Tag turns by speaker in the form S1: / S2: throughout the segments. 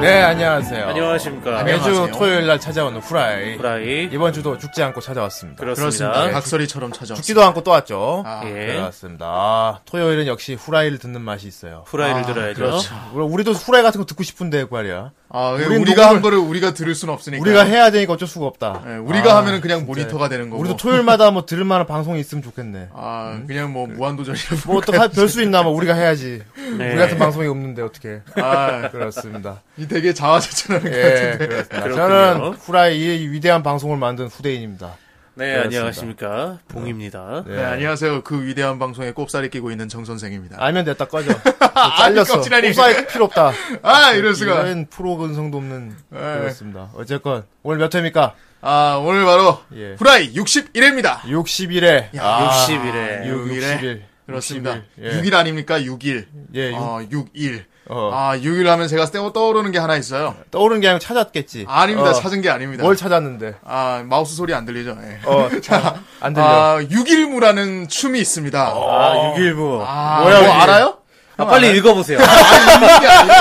S1: 네, 안녕하세요.
S2: 안녕하십니까.
S3: 안녕.
S1: 매주
S3: 안녕하세요.
S1: 토요일 날 찾아오는 후라이.
S2: 후라이.
S1: 이번 주도 죽지 않고 찾아왔습니다. 네.
S2: 그렇습니다.
S1: 그렇습니다.
S3: 박서리처럼 찾아왔습니다
S1: 죽지도 않고 또 왔죠.
S3: 그렇죠. 아,
S2: 예.
S1: 그렇습니다. 아, 토요일은 역시 후라이를 듣는 맛이 있어요.
S2: 후라이를
S3: 아,
S2: 들어야죠.
S3: 그렇죠.
S1: 우리- 우리도 후라이 같은 거 듣고 싶은데, 말이야.
S3: 아,
S1: 우린
S3: 우리가
S1: 녹음을-
S3: 한 거를 우리가 들을 순 없으니까
S1: 우리가 해야 되니까 어쩔 수가 없다.
S3: 예, 우리가
S1: 아,
S3: 하면은 그냥
S1: 진짜.
S3: 모니터가 되는 거고
S1: 우리도 토요일마다 뭐 들을 만한 방송이 있으면 좋겠네.
S3: 아 그냥 뭐 무한도전이라고
S1: 뭐 어떡하, 별수 있나, 뭐 우리가 해야지.
S2: 네.
S1: 우리 같은 방송이 없는데, 어떻게.
S3: 아,
S1: 그렇습니다.
S3: 이 되게 자화자찬하는 것
S1: 예,
S3: 같은데
S1: 그렇습니다.
S2: 그렇군요.
S1: 저는 후라이 이 위대한 방송을 만든 후대인입니다.
S2: 네,
S1: 그렇습니다.
S2: 안녕하십니까. 봉입니다.
S1: 네.
S3: 네, 안녕하세요 그 위대한 방송에 꼽살이 끼고 있는 정선생입니다
S1: 알면 됐다 꺼져. 잘렸어.
S3: 껍질하니.
S1: 옵사이 필요 없다.
S3: 아 이럴 수가
S1: 이런 프로 근성도 없는 그렇습니다. 어쨌건 오늘 몇 회입니까?
S3: 네. 아 오늘 바로
S1: 예.
S3: 후라이 61회입니다
S1: 60일에.
S3: 야,
S2: 아, 60일에.
S3: 60일.
S1: 60일.
S3: 그렇습니다
S1: 60일. 예.
S3: 6일 아닙니까 6일
S1: 예, 육-
S3: 어, 6일
S1: 어.
S3: 아 6일 하면 제가 떼어 떠오르는 게 하나 있어요
S1: 떠오르는 게 아니고 찾았겠지.
S3: 아닙니다
S1: 어,
S3: 찾은 게 아닙니다
S1: 뭘 찾았는데?
S3: 아, 마우스 소리 안 들리죠? 예.
S1: 어, 자, 안 들려. 어.
S3: 아, 6일무라는 춤이 있습니다.
S2: 아, 619. 아,
S3: 아,
S1: 뭐야,
S3: 뭐
S1: 이게?
S3: 알아요?
S2: 빨리 읽어보세요.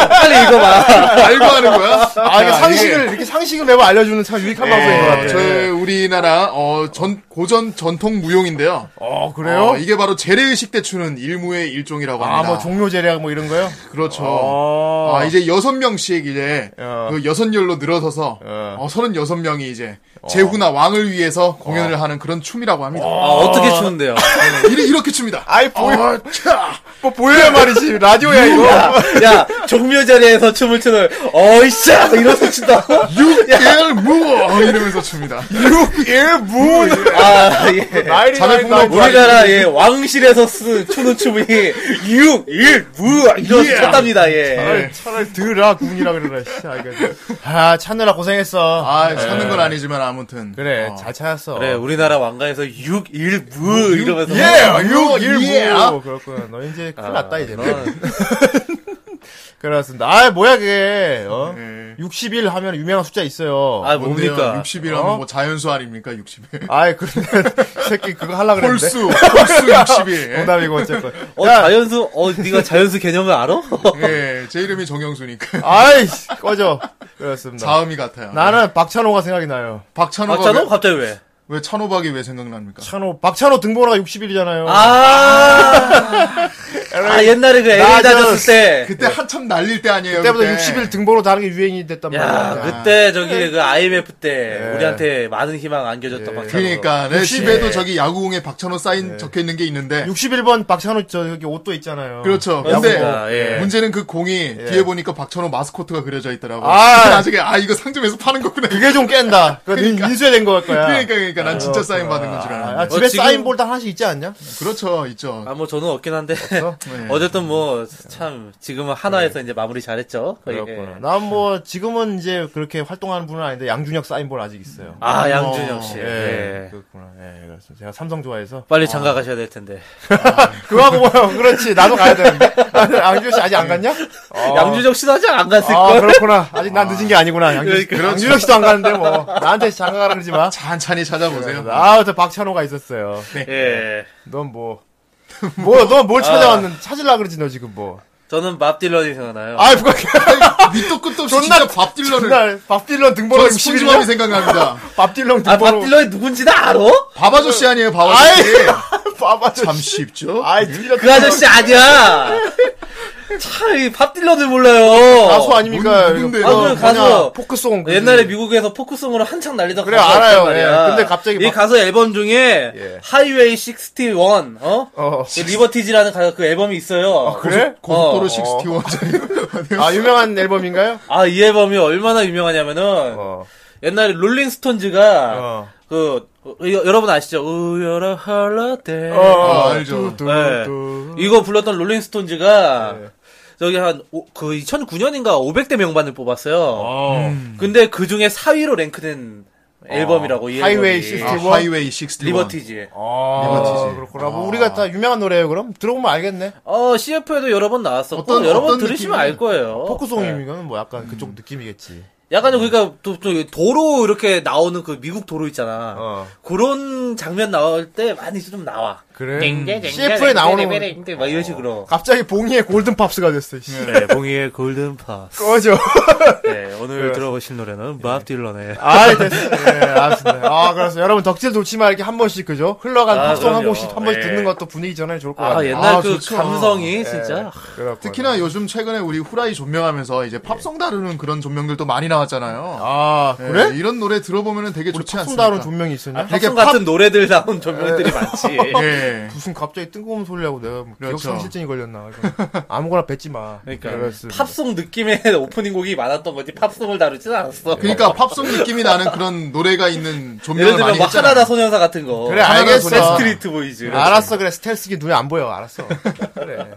S3: 빨리 읽어봐. 알고 하는 거야? 어,
S1: 아, 이게 상식을 이렇게 상식을 매번 알려주는 참 유익한 방송인
S3: 예.
S1: 것 같아.
S3: 저희 우리나라 어, 전 고전 전통 무용인데요.
S1: 어, 그래요?
S3: 어, 이게 바로 재래의식 때 추는 일무의 일종이라고
S1: 아,
S3: 합니다.
S1: 뭐 종묘제례학 뭐 이런 거요?
S3: 그렇죠.
S1: 어.
S3: 아, 이제 여섯 명씩 이제
S1: 어.
S3: 그 여섯 열로 늘어서서
S1: 어.
S3: 어, 36명이 이제 제후나 왕을 위해서 공연을 하는 그런 춤이라고 합니다. 네,
S2: 아, 어떻게 추는데요?
S3: 이래- 이렇게 춥니다.
S1: 아이 보여.
S3: 차!
S1: 뭐 보여야 말이지. 라디오야 이거.
S2: 야, 종묘 자리에서 춤을 추는, 어이씨야! 이러면서 춘다고?
S3: 육일 무어 이러면서 춥니다.
S1: 일문.
S2: 아, 예.
S1: 나일이
S3: 자매
S1: 나일,
S3: 폭로
S1: 나일.
S3: 뭐야?
S2: 우리나라, 예, 왕실에서 쓰, 추는 춤이, 6, 1, 무! 이러면서
S3: 예.
S2: 췄답니다, 예.
S1: 차라리, 차라리 드라 군이라 그러라. 씨, 아, 이거. 아, 찾느라 고생했어.
S3: 아, 찾는 건 아니지만 아무튼.
S1: 네. 그래,
S3: 어.
S1: 잘 찾았어.
S2: 그래, 우리나라 왕가에서 6, 1, 무! 이러면서.
S1: 예, 육, 일,
S3: 예.
S1: 무. 그렇구나. 아, 너 이제 큰일 났다 이제. 너. 그렇습니다. 아, 뭐야 그게? 어?
S3: 예.
S1: 60일 하면 유명한 숫자 있어요.
S2: 아,
S1: 아,
S3: 뭔데요?
S2: 뭡니까?
S3: 60일 하면
S1: 어?
S3: 뭐 자연수 아닙니까? 60일.
S1: 아이 근데 새끼 그거 하려 그랬는데.
S3: 홀수, 홀수 60일.
S1: 농담이고 어쨌건.
S2: 어, 자연수, 어, 네가 자연수 개념을 알아?
S3: 예, 제 이름이 정영수니까.
S1: 아이 씨, 꺼져. 그렇습니다.
S3: 자음이 같아요. 네.
S1: 나는 박찬호가 생각이 나요.
S3: 박찬호가
S2: 박찬호?
S3: 왜,
S2: 아, 어? 갑자기 왜?
S3: 왜 찬호박이 왜 생각납니까?
S1: 찬호, 박찬호 등번호가 어. 60일이잖아요.
S2: 아, 아 옛날에 그
S1: 나 저-
S2: LA 다녔을 때.
S3: 그때 한참 날릴 때 아니에요.
S1: 네. 그때부터 60일 등번호 다는 게 유행이 됐단
S2: 야,
S1: 말이야.
S2: 그때
S1: 네.
S2: 저기 그 IMF 때
S1: 예.
S2: 우리한테 많은 희망
S1: 네.
S2: 안겨줬던 박찬호.
S3: 그러니까 내
S1: 60일. 네.
S3: 집에도 저기 야구공에 박찬호 사인 적혀 있는 게
S2: 그
S3: 있는데.
S1: 61번 박찬호 저 여기 옷도 있잖아요.
S3: 그렇죠. 근데
S2: 맞습니다.
S1: 네.
S2: 예.
S3: 문제는 그 공이 뒤에 보니까 박찬호 마스코트가 그려져 있더라고.
S1: 아.
S3: 나중에 아 이거 상점에서 파는 거구나.
S1: 그게 좀 깬다. 그거
S3: 그러니까.
S1: 인쇄된 거일 거야.
S3: 그러니까 그러니까 난 진짜 사인 받은 건 줄
S1: 아,
S3: 알았는데.
S1: 집에
S2: 어, 지금-
S1: 사인볼 다 하나씩 있지 않냐?
S3: 그렇죠, 있죠.
S2: 아, 뭐 저는 없긴 한데.
S1: 네.
S2: 어쨌든 뭐 참 지금은 하나에서 이제 마무리 잘했죠.
S1: 그렇구나.
S2: 예.
S1: 난 뭐 지금은 이제 그렇게 활동하는 분은 아닌데 양준혁 사인볼 아직 있어요.
S2: 아, 양준혁 씨.
S1: 예,
S2: 예.
S1: 그렇구나. 예, 그렇습니다. 제가 삼성 좋아해서.
S2: 빨리 장가 가셔야 될 텐데.
S1: 그거하고 뭐요? 그렇지. 나도 가야 되는데. 양준혁 씨 아직 안 갔냐? 어.
S2: 양준혁 씨도 아직 안 갔을
S1: 아,
S2: 걸.
S1: 그렇구나. 아직 난 늦은 게 아니구나. 양준혁,
S2: 그러니까.
S1: 양준혁 씨도 안 가는데 뭐. 나한테 장가가라 그러지 마.
S3: 찬찬히 찾아보세요.
S1: 아, 저 박찬호가 있었어요.
S2: 예.
S1: 넌 뭐. 뭐, 넌 뭘 찾아왔는, 찾으려 그러지, 너 지금 뭐.
S2: 저는 밥 딜런이 생각나요.
S1: 아이, 누가,
S3: 밑도 끝도 없이
S1: 존나-
S3: 진짜 밥 딜런을
S1: 그날, 밥 딜런 등번호
S3: 저는
S1: 61이야?
S3: 심심함이 생각납니다.
S1: 밥 딜런
S2: 아, 밥
S1: 등번호.
S2: 딜런이 누군지는 알아?
S3: 밥 아저씨 아니에요, 밥
S1: 아이,
S3: 아저씨.
S1: 밥 아저씨.
S3: 참 쉽죠?
S1: 아이, 딜런.
S2: 그 아저씨 아니야. 참, 이밥 딜런을 몰라요.
S1: 가수 아닙니까?
S3: 뭔- 누군데요?
S1: 이거
S2: 아, 그
S1: 뭐냐,
S2: 가수.
S1: 포크송. 그
S2: 옛날에 미국에서 포크송으로 한창 날리던
S1: 그래,
S2: 가수가
S1: 알아요.
S2: 있단 말이야.
S1: 예, 근데 갑자기
S2: 이
S1: 막-
S2: 가수 앨범 중에
S1: 예.
S2: 하이웨이 61 어?
S1: 어.
S2: 이 리버티지라는 가, 그 앨범이 있어요.
S1: 아, 그래?
S3: 고속도로
S2: 어.
S3: 61.
S1: 아, 유명한 앨범인가요?
S2: 아, 이 앨범이 얼마나 유명하냐면은
S1: 어.
S2: 옛날에 롤링스톤즈가
S1: 어.
S2: 그 어, 여- 여러분 아시죠? 우여라 헐러데
S1: 어,
S3: 아, 알죠.
S1: 뚜,
S2: 네.
S1: 뚜, 뚜.
S2: 이거 불렀던 롤링스톤즈가
S1: 예.
S2: 저기 한 그 2009년인가 500대 명반을 뽑았어요.
S1: 어.
S2: 근데 그 중에 4위로 랭크된 앨범이라고 이
S1: 하이웨이
S2: 앨범이.
S1: 시스템.
S3: 아,
S1: 61.
S3: 하이웨이 61.
S2: 리버티지.
S1: 아,
S3: 리버티지.
S1: 그렇구나. 뭐 우리가 다 유명한 노래예요, 그럼? 들어보면 알겠네.
S2: 어, CF에도 여러 번 나왔었고
S3: 어떤-
S2: 여러 번
S3: 어떤
S2: 들으시면
S3: 느낌이냐?
S2: 알 거예요. 네.
S1: 포크송이면 뭐 약간 그쪽 느낌이겠지.
S2: 약간 좀 그러니까 또, 또 도로 이렇게 나오는 그 미국 도로 있잖아.
S1: 어.
S2: 그런 장면 나올 때 많이 좀 나와.
S1: 그래. CF에
S2: CF에
S1: 나오는
S2: 막 이런 식으로.
S1: 갑자기 봉이의 골든 팝스가 됐어. 씨.
S2: 네, 봉이의 골든 파스.
S1: 꺼져.
S2: 네, 오늘 들어보실 노래는 밥 딜런의
S1: 아, 됐어. 예, 알았습니다. 아, 그래서 여러분 덕질 좋지만 이렇게 한 번씩 그죠? 흘러간
S2: 아,
S1: 팝송 한
S2: 그럼요.
S1: 곡씩 한 번씩
S2: 예.
S1: 듣는 것도 분위기 전환이 좋을 것
S2: 아,
S1: 같아요.
S2: 옛날 그
S3: 좋죠.
S2: 감성이
S1: 예.
S2: 진짜.
S1: 그렇구나.
S3: 특히나 요즘 최근에 우리 후라이 존명하면서 이제 팝송 다루는 그런 존명들도 많이 나왔잖아요.
S1: 아,
S3: 예,
S1: 그래?
S3: 이런 노래 들어보면 되게
S1: 우리
S3: 좋지 않습니까? 아,
S1: 팝송다운 네. 분명히 있었냐?
S2: 팝송 같은 노래들 나온 전명들이 많지.
S3: 예.
S1: 무슨 갑자기 뜬금없는 소리하고 내가 뭐
S3: 그렇죠.
S1: 기억상실증이 걸렸나 이거. 아무거나 뱉지 마
S2: 그러니까
S1: 그렇습니다.
S2: 팝송 느낌의 오프닝 곡이 많았던 거지 팝송을 다루진 않았어.
S3: 그러니까 팝송 느낌이 나는 그런 노래가 있는
S2: 예를
S3: 존명을
S2: 들면
S3: 많이
S2: 뭐
S3: 했잖아.
S2: 하나다 소녀사 같은 거.
S1: 그래,
S2: 하나다
S1: 알겠어.
S2: 소녀사. 스트리트 뭐 보이즈.
S1: 알았어 그래 스텔스기 눈에 안 보여 알았어 그래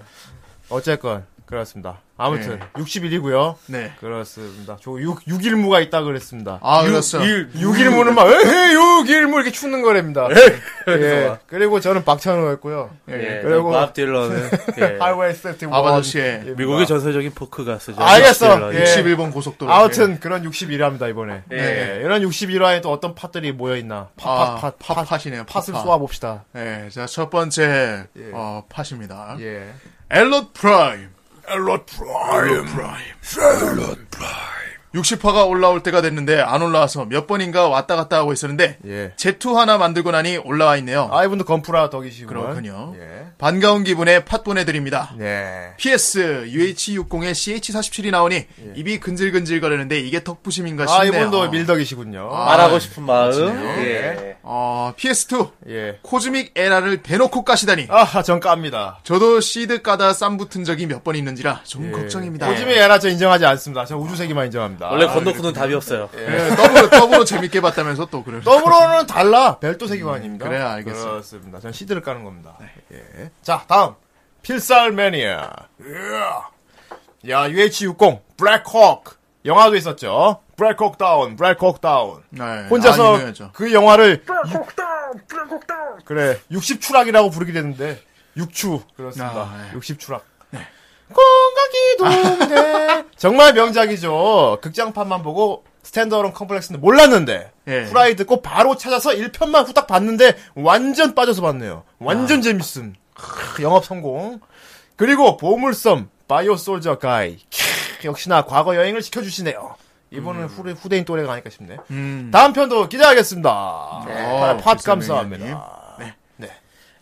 S1: 어쨌건 그렇습니다 아무튼
S3: 네.
S1: 61이고요
S3: 네.
S1: 그렇습니다 저 6, 육일무가 있다 그랬습니다
S3: 아, 그렇죠.
S2: 일,
S1: 6일무는 막 에헤 6일무 이렇게 추는 거랍니다 예.
S2: 그래서.
S1: 그리고 저는 박찬호였고요
S2: 예,
S1: 그리고-
S2: 밥 딜런은 예.
S1: 하이웨이 예. 세트
S3: 아바도시의 예.
S2: 미국의 전설적인 포크 가수죠.
S1: 알겠어.
S2: 밥 딜런이.
S1: 예.
S3: 61번 고속도로.
S1: 아무튼 그런 61화입니다 이번에
S2: 예.
S1: 예. 이런 61화에 또 어떤 팟들이 모여있나
S3: 아,
S1: 팟팟팟
S3: 팟, 팟이네요. 팟,
S1: 팟을
S3: 팟.
S1: 쏘아봅시다
S3: 예, 자, 첫 번째, 어, 팟입니다.
S1: 예.
S3: 엘롯 프라임. 엘롯 프라임. 엘롯 프라임. 60화가 올라올 때가 됐는데 안 올라와서 몇 번인가 왔다 갔다 하고 있었는데
S1: 예.
S3: 제투 하나 만들고 나니 올라와 있네요.
S1: 아, 이분도 건프라 덕이시구만.
S3: 그렇군요.
S1: 예.
S3: 반가운 기분에 팟 보내드립니다.
S1: 네.
S3: PS UH60에 CH47이 나오니 입이 근질근질 거리는데 이게 덕부심인가
S1: 예. 아,
S3: 싶네요. 아.
S1: 이분도 밀덕이시군요.
S2: 말하고 싶은 마음. 예.
S1: 예.
S3: 어, PS2
S1: 예.
S3: 코즈믹 에라를 대놓고 까시다니.
S1: 아, 전 깝니다.
S3: 저도 시드 까다 쌈 붙은 적이 몇 번 있는지라
S1: 예.
S3: 좀 걱정입니다. 예.
S1: 오즈미 에라 저 인정하지 않습니다. 저 우주세기만 인정합니다.
S2: 원래 건너쿠는 답이 없어요.
S3: 예, 더블로 더블로 재밌게 봤다면서 또 그래.
S1: 더불어는 달라. 별도 세계관입니다.
S3: 음. 그래, 네. 알겠습니다.
S1: 그렇습니다. 전 시드를 까는 겁니다. 예. 자, 다음. 필살 매니아. 예. 야, UH60, 블랙호크. 영화도 있었죠. 블랙호크 다운, 블랙호크 다운.
S3: 네, 아,
S1: 혼자서
S3: 유명하죠.
S1: 그 영화를 그래 60추락이라고 부르게 되는데 6추 그렇습니다
S3: 아, 예.
S1: 60추락 건강이 동네 정말 명작이죠 극장판만 보고 스탠드어론 컴플렉스는 몰랐는데
S3: 예.
S1: 후라이 듣고 바로 찾아서 1편만 후딱 봤는데 완전 빠져서 봤네요
S3: 아.
S1: 완전 재밌음 크, 영업 성공 그리고 보물섬 바이오 솔저 가이 캬, 역시나 과거 여행을 시켜주시네요 이번은 후레- 후대인 또래가 아닐까 싶네
S3: 음.
S1: 다음 편도 기대하겠습니다. 네.
S3: 어,
S1: 팟
S3: 글쎄, 매니아님.
S1: 감사합니다.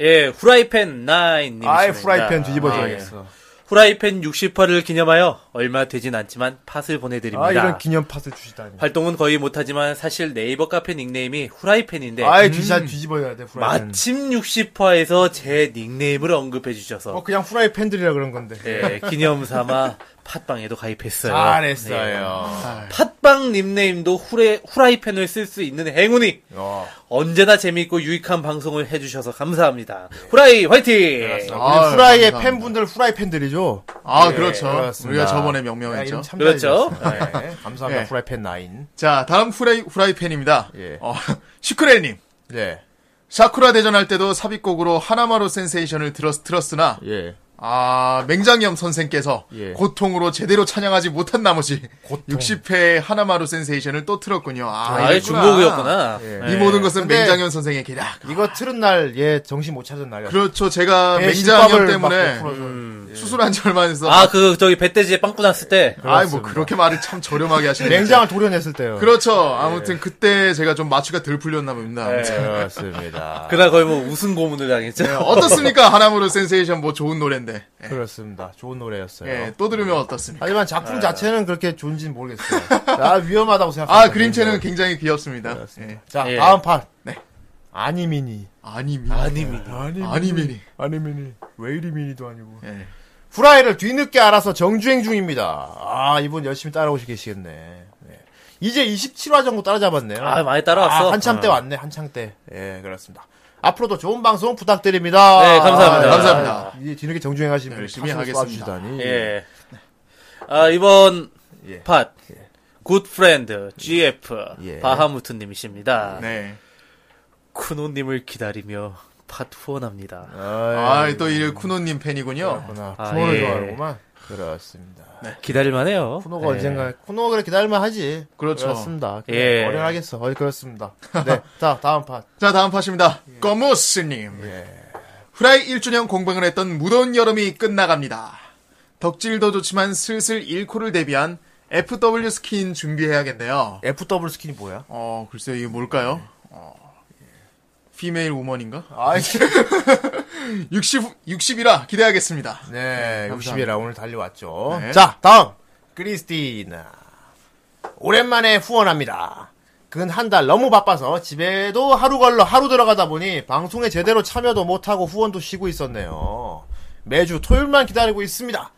S2: 예, 후라이팬 9님.
S1: 아이 프라이팬
S3: 예.
S1: 뒤집어줘야겠어.
S2: 예.
S1: 아,
S2: 후라이팬 60화를 기념하여 얼마 되진 않지만 팟을 보내드립니다.
S1: 아 이런 기념 팟을 주시다니.
S2: 음. 활동은 거의 못하지만 사실 네이버 카페 닉네임이 후라이팬인데
S1: 아이 뒤자 뒤집어야 돼 프라이팬.
S2: 마침 60화에서 제 닉네임을 언급해 주셔서
S1: 어 그냥 프라이팬들이라 그런 건데.
S2: 예, 기념 삼아 팟빵에도 가입했어요.
S1: 잘했어요.
S2: 예. 팟빵 닉네임도 후레, 후라이팬을 쓸 수 있는 행운이
S3: 네.
S1: 어.
S2: 언제나 재미있고 유익한 방송을 해주셔서 감사합니다. 후라이 화이팅!
S1: 우리
S3: 아유,
S1: 후라이의
S3: 감사합니다.
S1: 팬분들 후라이팬들이죠.
S3: 아, 그렇죠.
S1: 예, 그렇습니다.
S3: 우리가 저번에
S1: 야, 이름
S3: 명명했죠.
S1: 참
S2: 그렇죠.
S1: 잘 지었어요. 네, 감사합니다.
S3: 예.
S1: 후라이팬 나인.
S3: 자, 다음 후라이 후라이팬입니다.
S1: 예.
S3: 어, 시크레님.
S1: 예.
S3: 사쿠라 대전할 때도 삽입곡으로 하나마로 센세이션을 들었, 들었으나
S1: 예.
S3: 아 맹장염 선생께서
S1: 예.
S3: 고통으로 제대로 찬양하지 못한 나머지 60회 하나마루 센세이션을 또 틀었군요. 아,
S2: 아예
S3: 이랬구나.
S2: 중국이었구나. 네.
S1: 예.
S3: 이 모든 것은
S1: 근데-
S3: 맹장염 선생의 계략.
S1: 이거 틀은 날 얘 정신 못 차던 날이야.
S3: 그렇죠. 제가
S1: 배에
S3: 맹장염
S1: 실밥을
S3: 때문에
S1: 네,
S3: 음.
S1: 막 풀어줘요.
S3: 수술한 지 얼마 안 돼서
S2: 아, 그, 저기, 배떼지에 빵꾸 났을 때.
S3: 아이 뭐 그렇게 말을 참 저렴하게 하시네.
S1: 냉장을 도려냈을 때요.
S3: 그렇죠. 아무튼 그때 제가 좀 마취가 덜 풀렸나 봅니다.
S1: 네, 예.
S3: 아무튼.
S1: 그렇습니다.
S2: 그날 거의 뭐 우승 고문을 당했죠.
S3: 어떻습니까? 하나무로 센세이션 뭐 좋은 노래인데. 예.
S1: 그렇습니다. 좋은 노래였어요.
S3: 예, 또 들으면 어떻습니까?
S1: 하지만 작품 자체는 그렇게 좋은지는 모르겠어요. 나 위험하다고 생각합니다. 네.
S3: 아, 그림체는 굉장히 귀엽습니다. 예.
S1: 자,
S2: 예.
S1: 다음 판.
S3: 네.
S1: 아니미니.
S3: 아니미.
S2: 아니면.
S1: 예, 아니미니.
S3: 아니미니.
S1: 아니미니. 왜 이리 미니도 아니고.
S3: 예.
S1: 후라이를 뒤늦게 알아서 정주행 중입니다. 아, 이분 열심히 따라오시 계시겠네. 네. 이제 27화 정도 따라잡았네요.
S2: 아, 많이 따라왔어.
S1: 아, 한참 때
S2: 어.
S1: 왔네, 한참 때. 예, 그렇습니다. 앞으로도 좋은 방송 부탁드립니다. 아, 네.
S2: 네, 감사합니다.
S3: 감사합니다.
S1: 이제 뒤늦게 정주행 하시면
S3: 열심히 하겠습니다.
S2: 예. 아, 이번 예. 팟. 굿프렌드 GF
S1: 예.
S2: 바하무트님이십니다.
S3: 네.
S2: 쿠노님을 기다리며 팟 후원합니다.
S3: 아,
S1: 아이,
S3: 또 이 쿠노님 팬이군요.
S1: 그렇구나.
S2: 아,
S1: 쿠노를
S2: 예.
S1: 좋아하는구만. 그렇습니다.
S2: 아. 기다릴만해요.
S1: 쿠노가
S2: 예.
S1: 언젠가 쿠노가 그래 기다릴만 하지.
S3: 그렇죠.
S1: 그렇습니다.
S2: 예.
S1: 어려하겠어. 어, 그렇습니다. 네. 자 다음 판.
S3: 자, 다음 팟입니다. 거무스님.
S1: 예.
S3: 후라이 1주년 공방을 했던 무더운 여름이 끝나갑니다. 덕질도 좋지만 슬슬 일코를 대비한 FW 스킨 준비해야겠네요.
S1: FW 스킨이 뭐야?
S3: 어, 글쎄요, 이게 뭘까요? 어, 피메일 우먼인가?
S1: 아이.
S3: 60, 60이라 기대하겠습니다.
S1: 네.
S3: 감사합니다.
S1: 60이라 오늘 달려왔죠.
S3: 네.
S1: 자 다음 크리스티나. 오랜만에 후원합니다. 근 한 달 너무 바빠서 집에도 하루 걸러 하루 들어가다 보니 방송에 제대로 참여도 못하고 후원도 쉬고 있었네요. 매주 토요일만 기다리고 있습니다.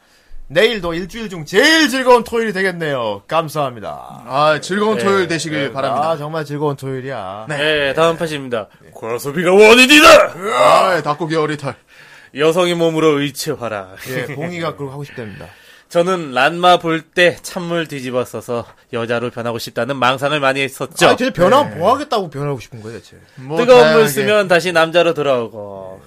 S1: 내일도 일주일 중 제일 즐거운 토요일이 되겠네요. 감사합니다.
S3: 아, 즐거운
S2: 네.
S3: 토요일 되시길 바랍니다.
S1: 아, 정말 즐거운 토요일이야.
S2: 네, 다음 팟입니다.
S1: 예.
S2: 과소비가 원인이다!
S3: 아, 닭고기 어리털.
S2: 여성의 몸으로 의체화라.
S1: 예, 봉이가 그걸 하고 싶답니다.
S2: 저는 란마 볼 때 찬물 뒤집어 써서 여자로 변하고 싶다는 망상을 많이 했었죠.
S1: 아니, 대체 변하면 뭐 하겠다고 변하고 싶은 거예요, 대체?
S3: 네. 뭐
S2: 뜨거운 물
S3: 다양하게.
S2: 쓰면 다시 남자로 돌아오고.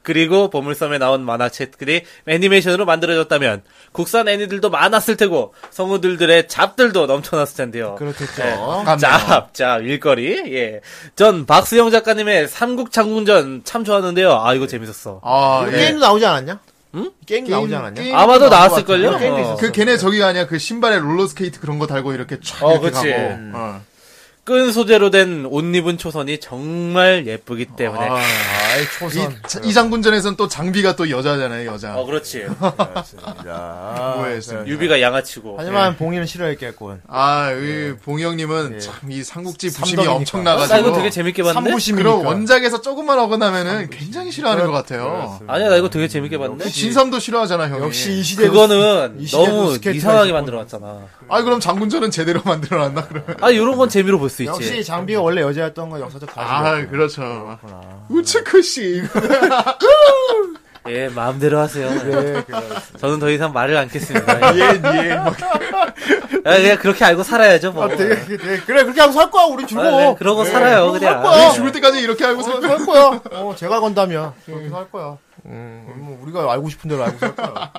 S2: 그리고 보물섬에 나온 만화책들이 애니메이션으로 만들어졌다면 국산 애니들도 많았을 테고 성우들들의 잡들도 넘쳐났을 텐데요.
S1: 그렇겠죠.
S2: 네.
S3: 아깝네요.
S2: 잡, 잡, 일거리. 예. 전 박수영 작가님의 삼국 장군전 참 좋았는데요. 아 이거 재밌었어.
S3: 아,
S1: 이거
S3: 예.
S1: 게임도 나오지 않았냐?
S2: 응?
S1: 게임
S3: 게임-
S1: 나오지 않았냐?
S3: 게임-
S2: 아마도
S3: 나온 것
S2: 나왔을걸요?
S1: 같은데.
S2: 어.
S1: 게임도 있었어.
S3: 그 걔네 저기 아니야 그 신발에 롤러스케이트 그런 거 달고 이렇게 촥
S2: 어,
S3: 이렇게
S2: 그치.
S3: 가고
S2: 음.
S3: 어.
S2: 끈 소재로 된 옷 입은 초선이 정말 예쁘기 때문에.
S3: 아,
S1: 아이, 초선. 그
S3: 이, 자- 이 장군전에선 또 장비가 또 여자잖아요 여자
S2: 어, 그렇지.
S1: 그렇습니다. 예.
S3: 뭐였어요?
S2: 유비가 양아치고.
S1: 하지만 봉이는 싫어했겠군.
S3: 아, 이 봉영님은 참 이 삼국지 부심이
S1: 예. 삼덕이니까.
S2: 네. 예. 어, 나
S3: 엄청나가지고
S2: 이거 되게 재밌게 봤는데?
S1: 삼부심이니까.
S3: 그런 원작에서 조금만 어긋나면은 굉장히 싫어하는 것 같아요.
S1: 그렇습니다.
S2: 아니야, 나 이거 되게 재밌게 봤는데?
S3: 진삼도 싫어하잖아 형이.
S1: 역시 이 시대.
S2: 그거는
S1: 이 시대도
S2: 너무
S1: 스케치가
S2: 이상하게
S1: 있었군.
S2: 만들어놨잖아.
S3: 아 그럼 장군전은 제대로 만들어놨나 그러면?
S2: 아, 이런 건 재미로 볼 수 있지.
S1: 역시 장비가 원래 여자였던 건 역사적
S3: 아
S1: 사실.
S3: 그렇죠. 우츠쿠 씨.
S2: 예, 마음대로 하세요.
S1: 네, 그렇습니다.
S2: 저는 더 이상 말을 않겠습니다. 예.
S3: 예예. 막
S2: 아, 그냥 그렇게 알고 살아야죠, 뭐.
S1: 되게, 되게- 그래, 그렇게 하고 살 거야, 우리 주로.
S2: 아, 네, 그러고 살아요, 그냥.
S1: 살 거야.
S3: 죽을 때까지 이렇게 알고
S1: 네. 어,
S3: 살
S1: 살 거야. 어, 제가 건다면. 그렇게 살 거야. 음, 뭐 우리가 알고 싶은 대로 알고 살 거야.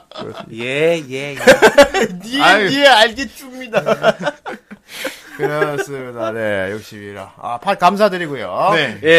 S1: 예,
S2: 예, 예, 예.
S1: 니,
S3: 아유.
S1: 알겠습니다. 그렇습니다. 네, 역시 위라. 아, 팟 감사드리고요.
S3: 네.
S2: 예.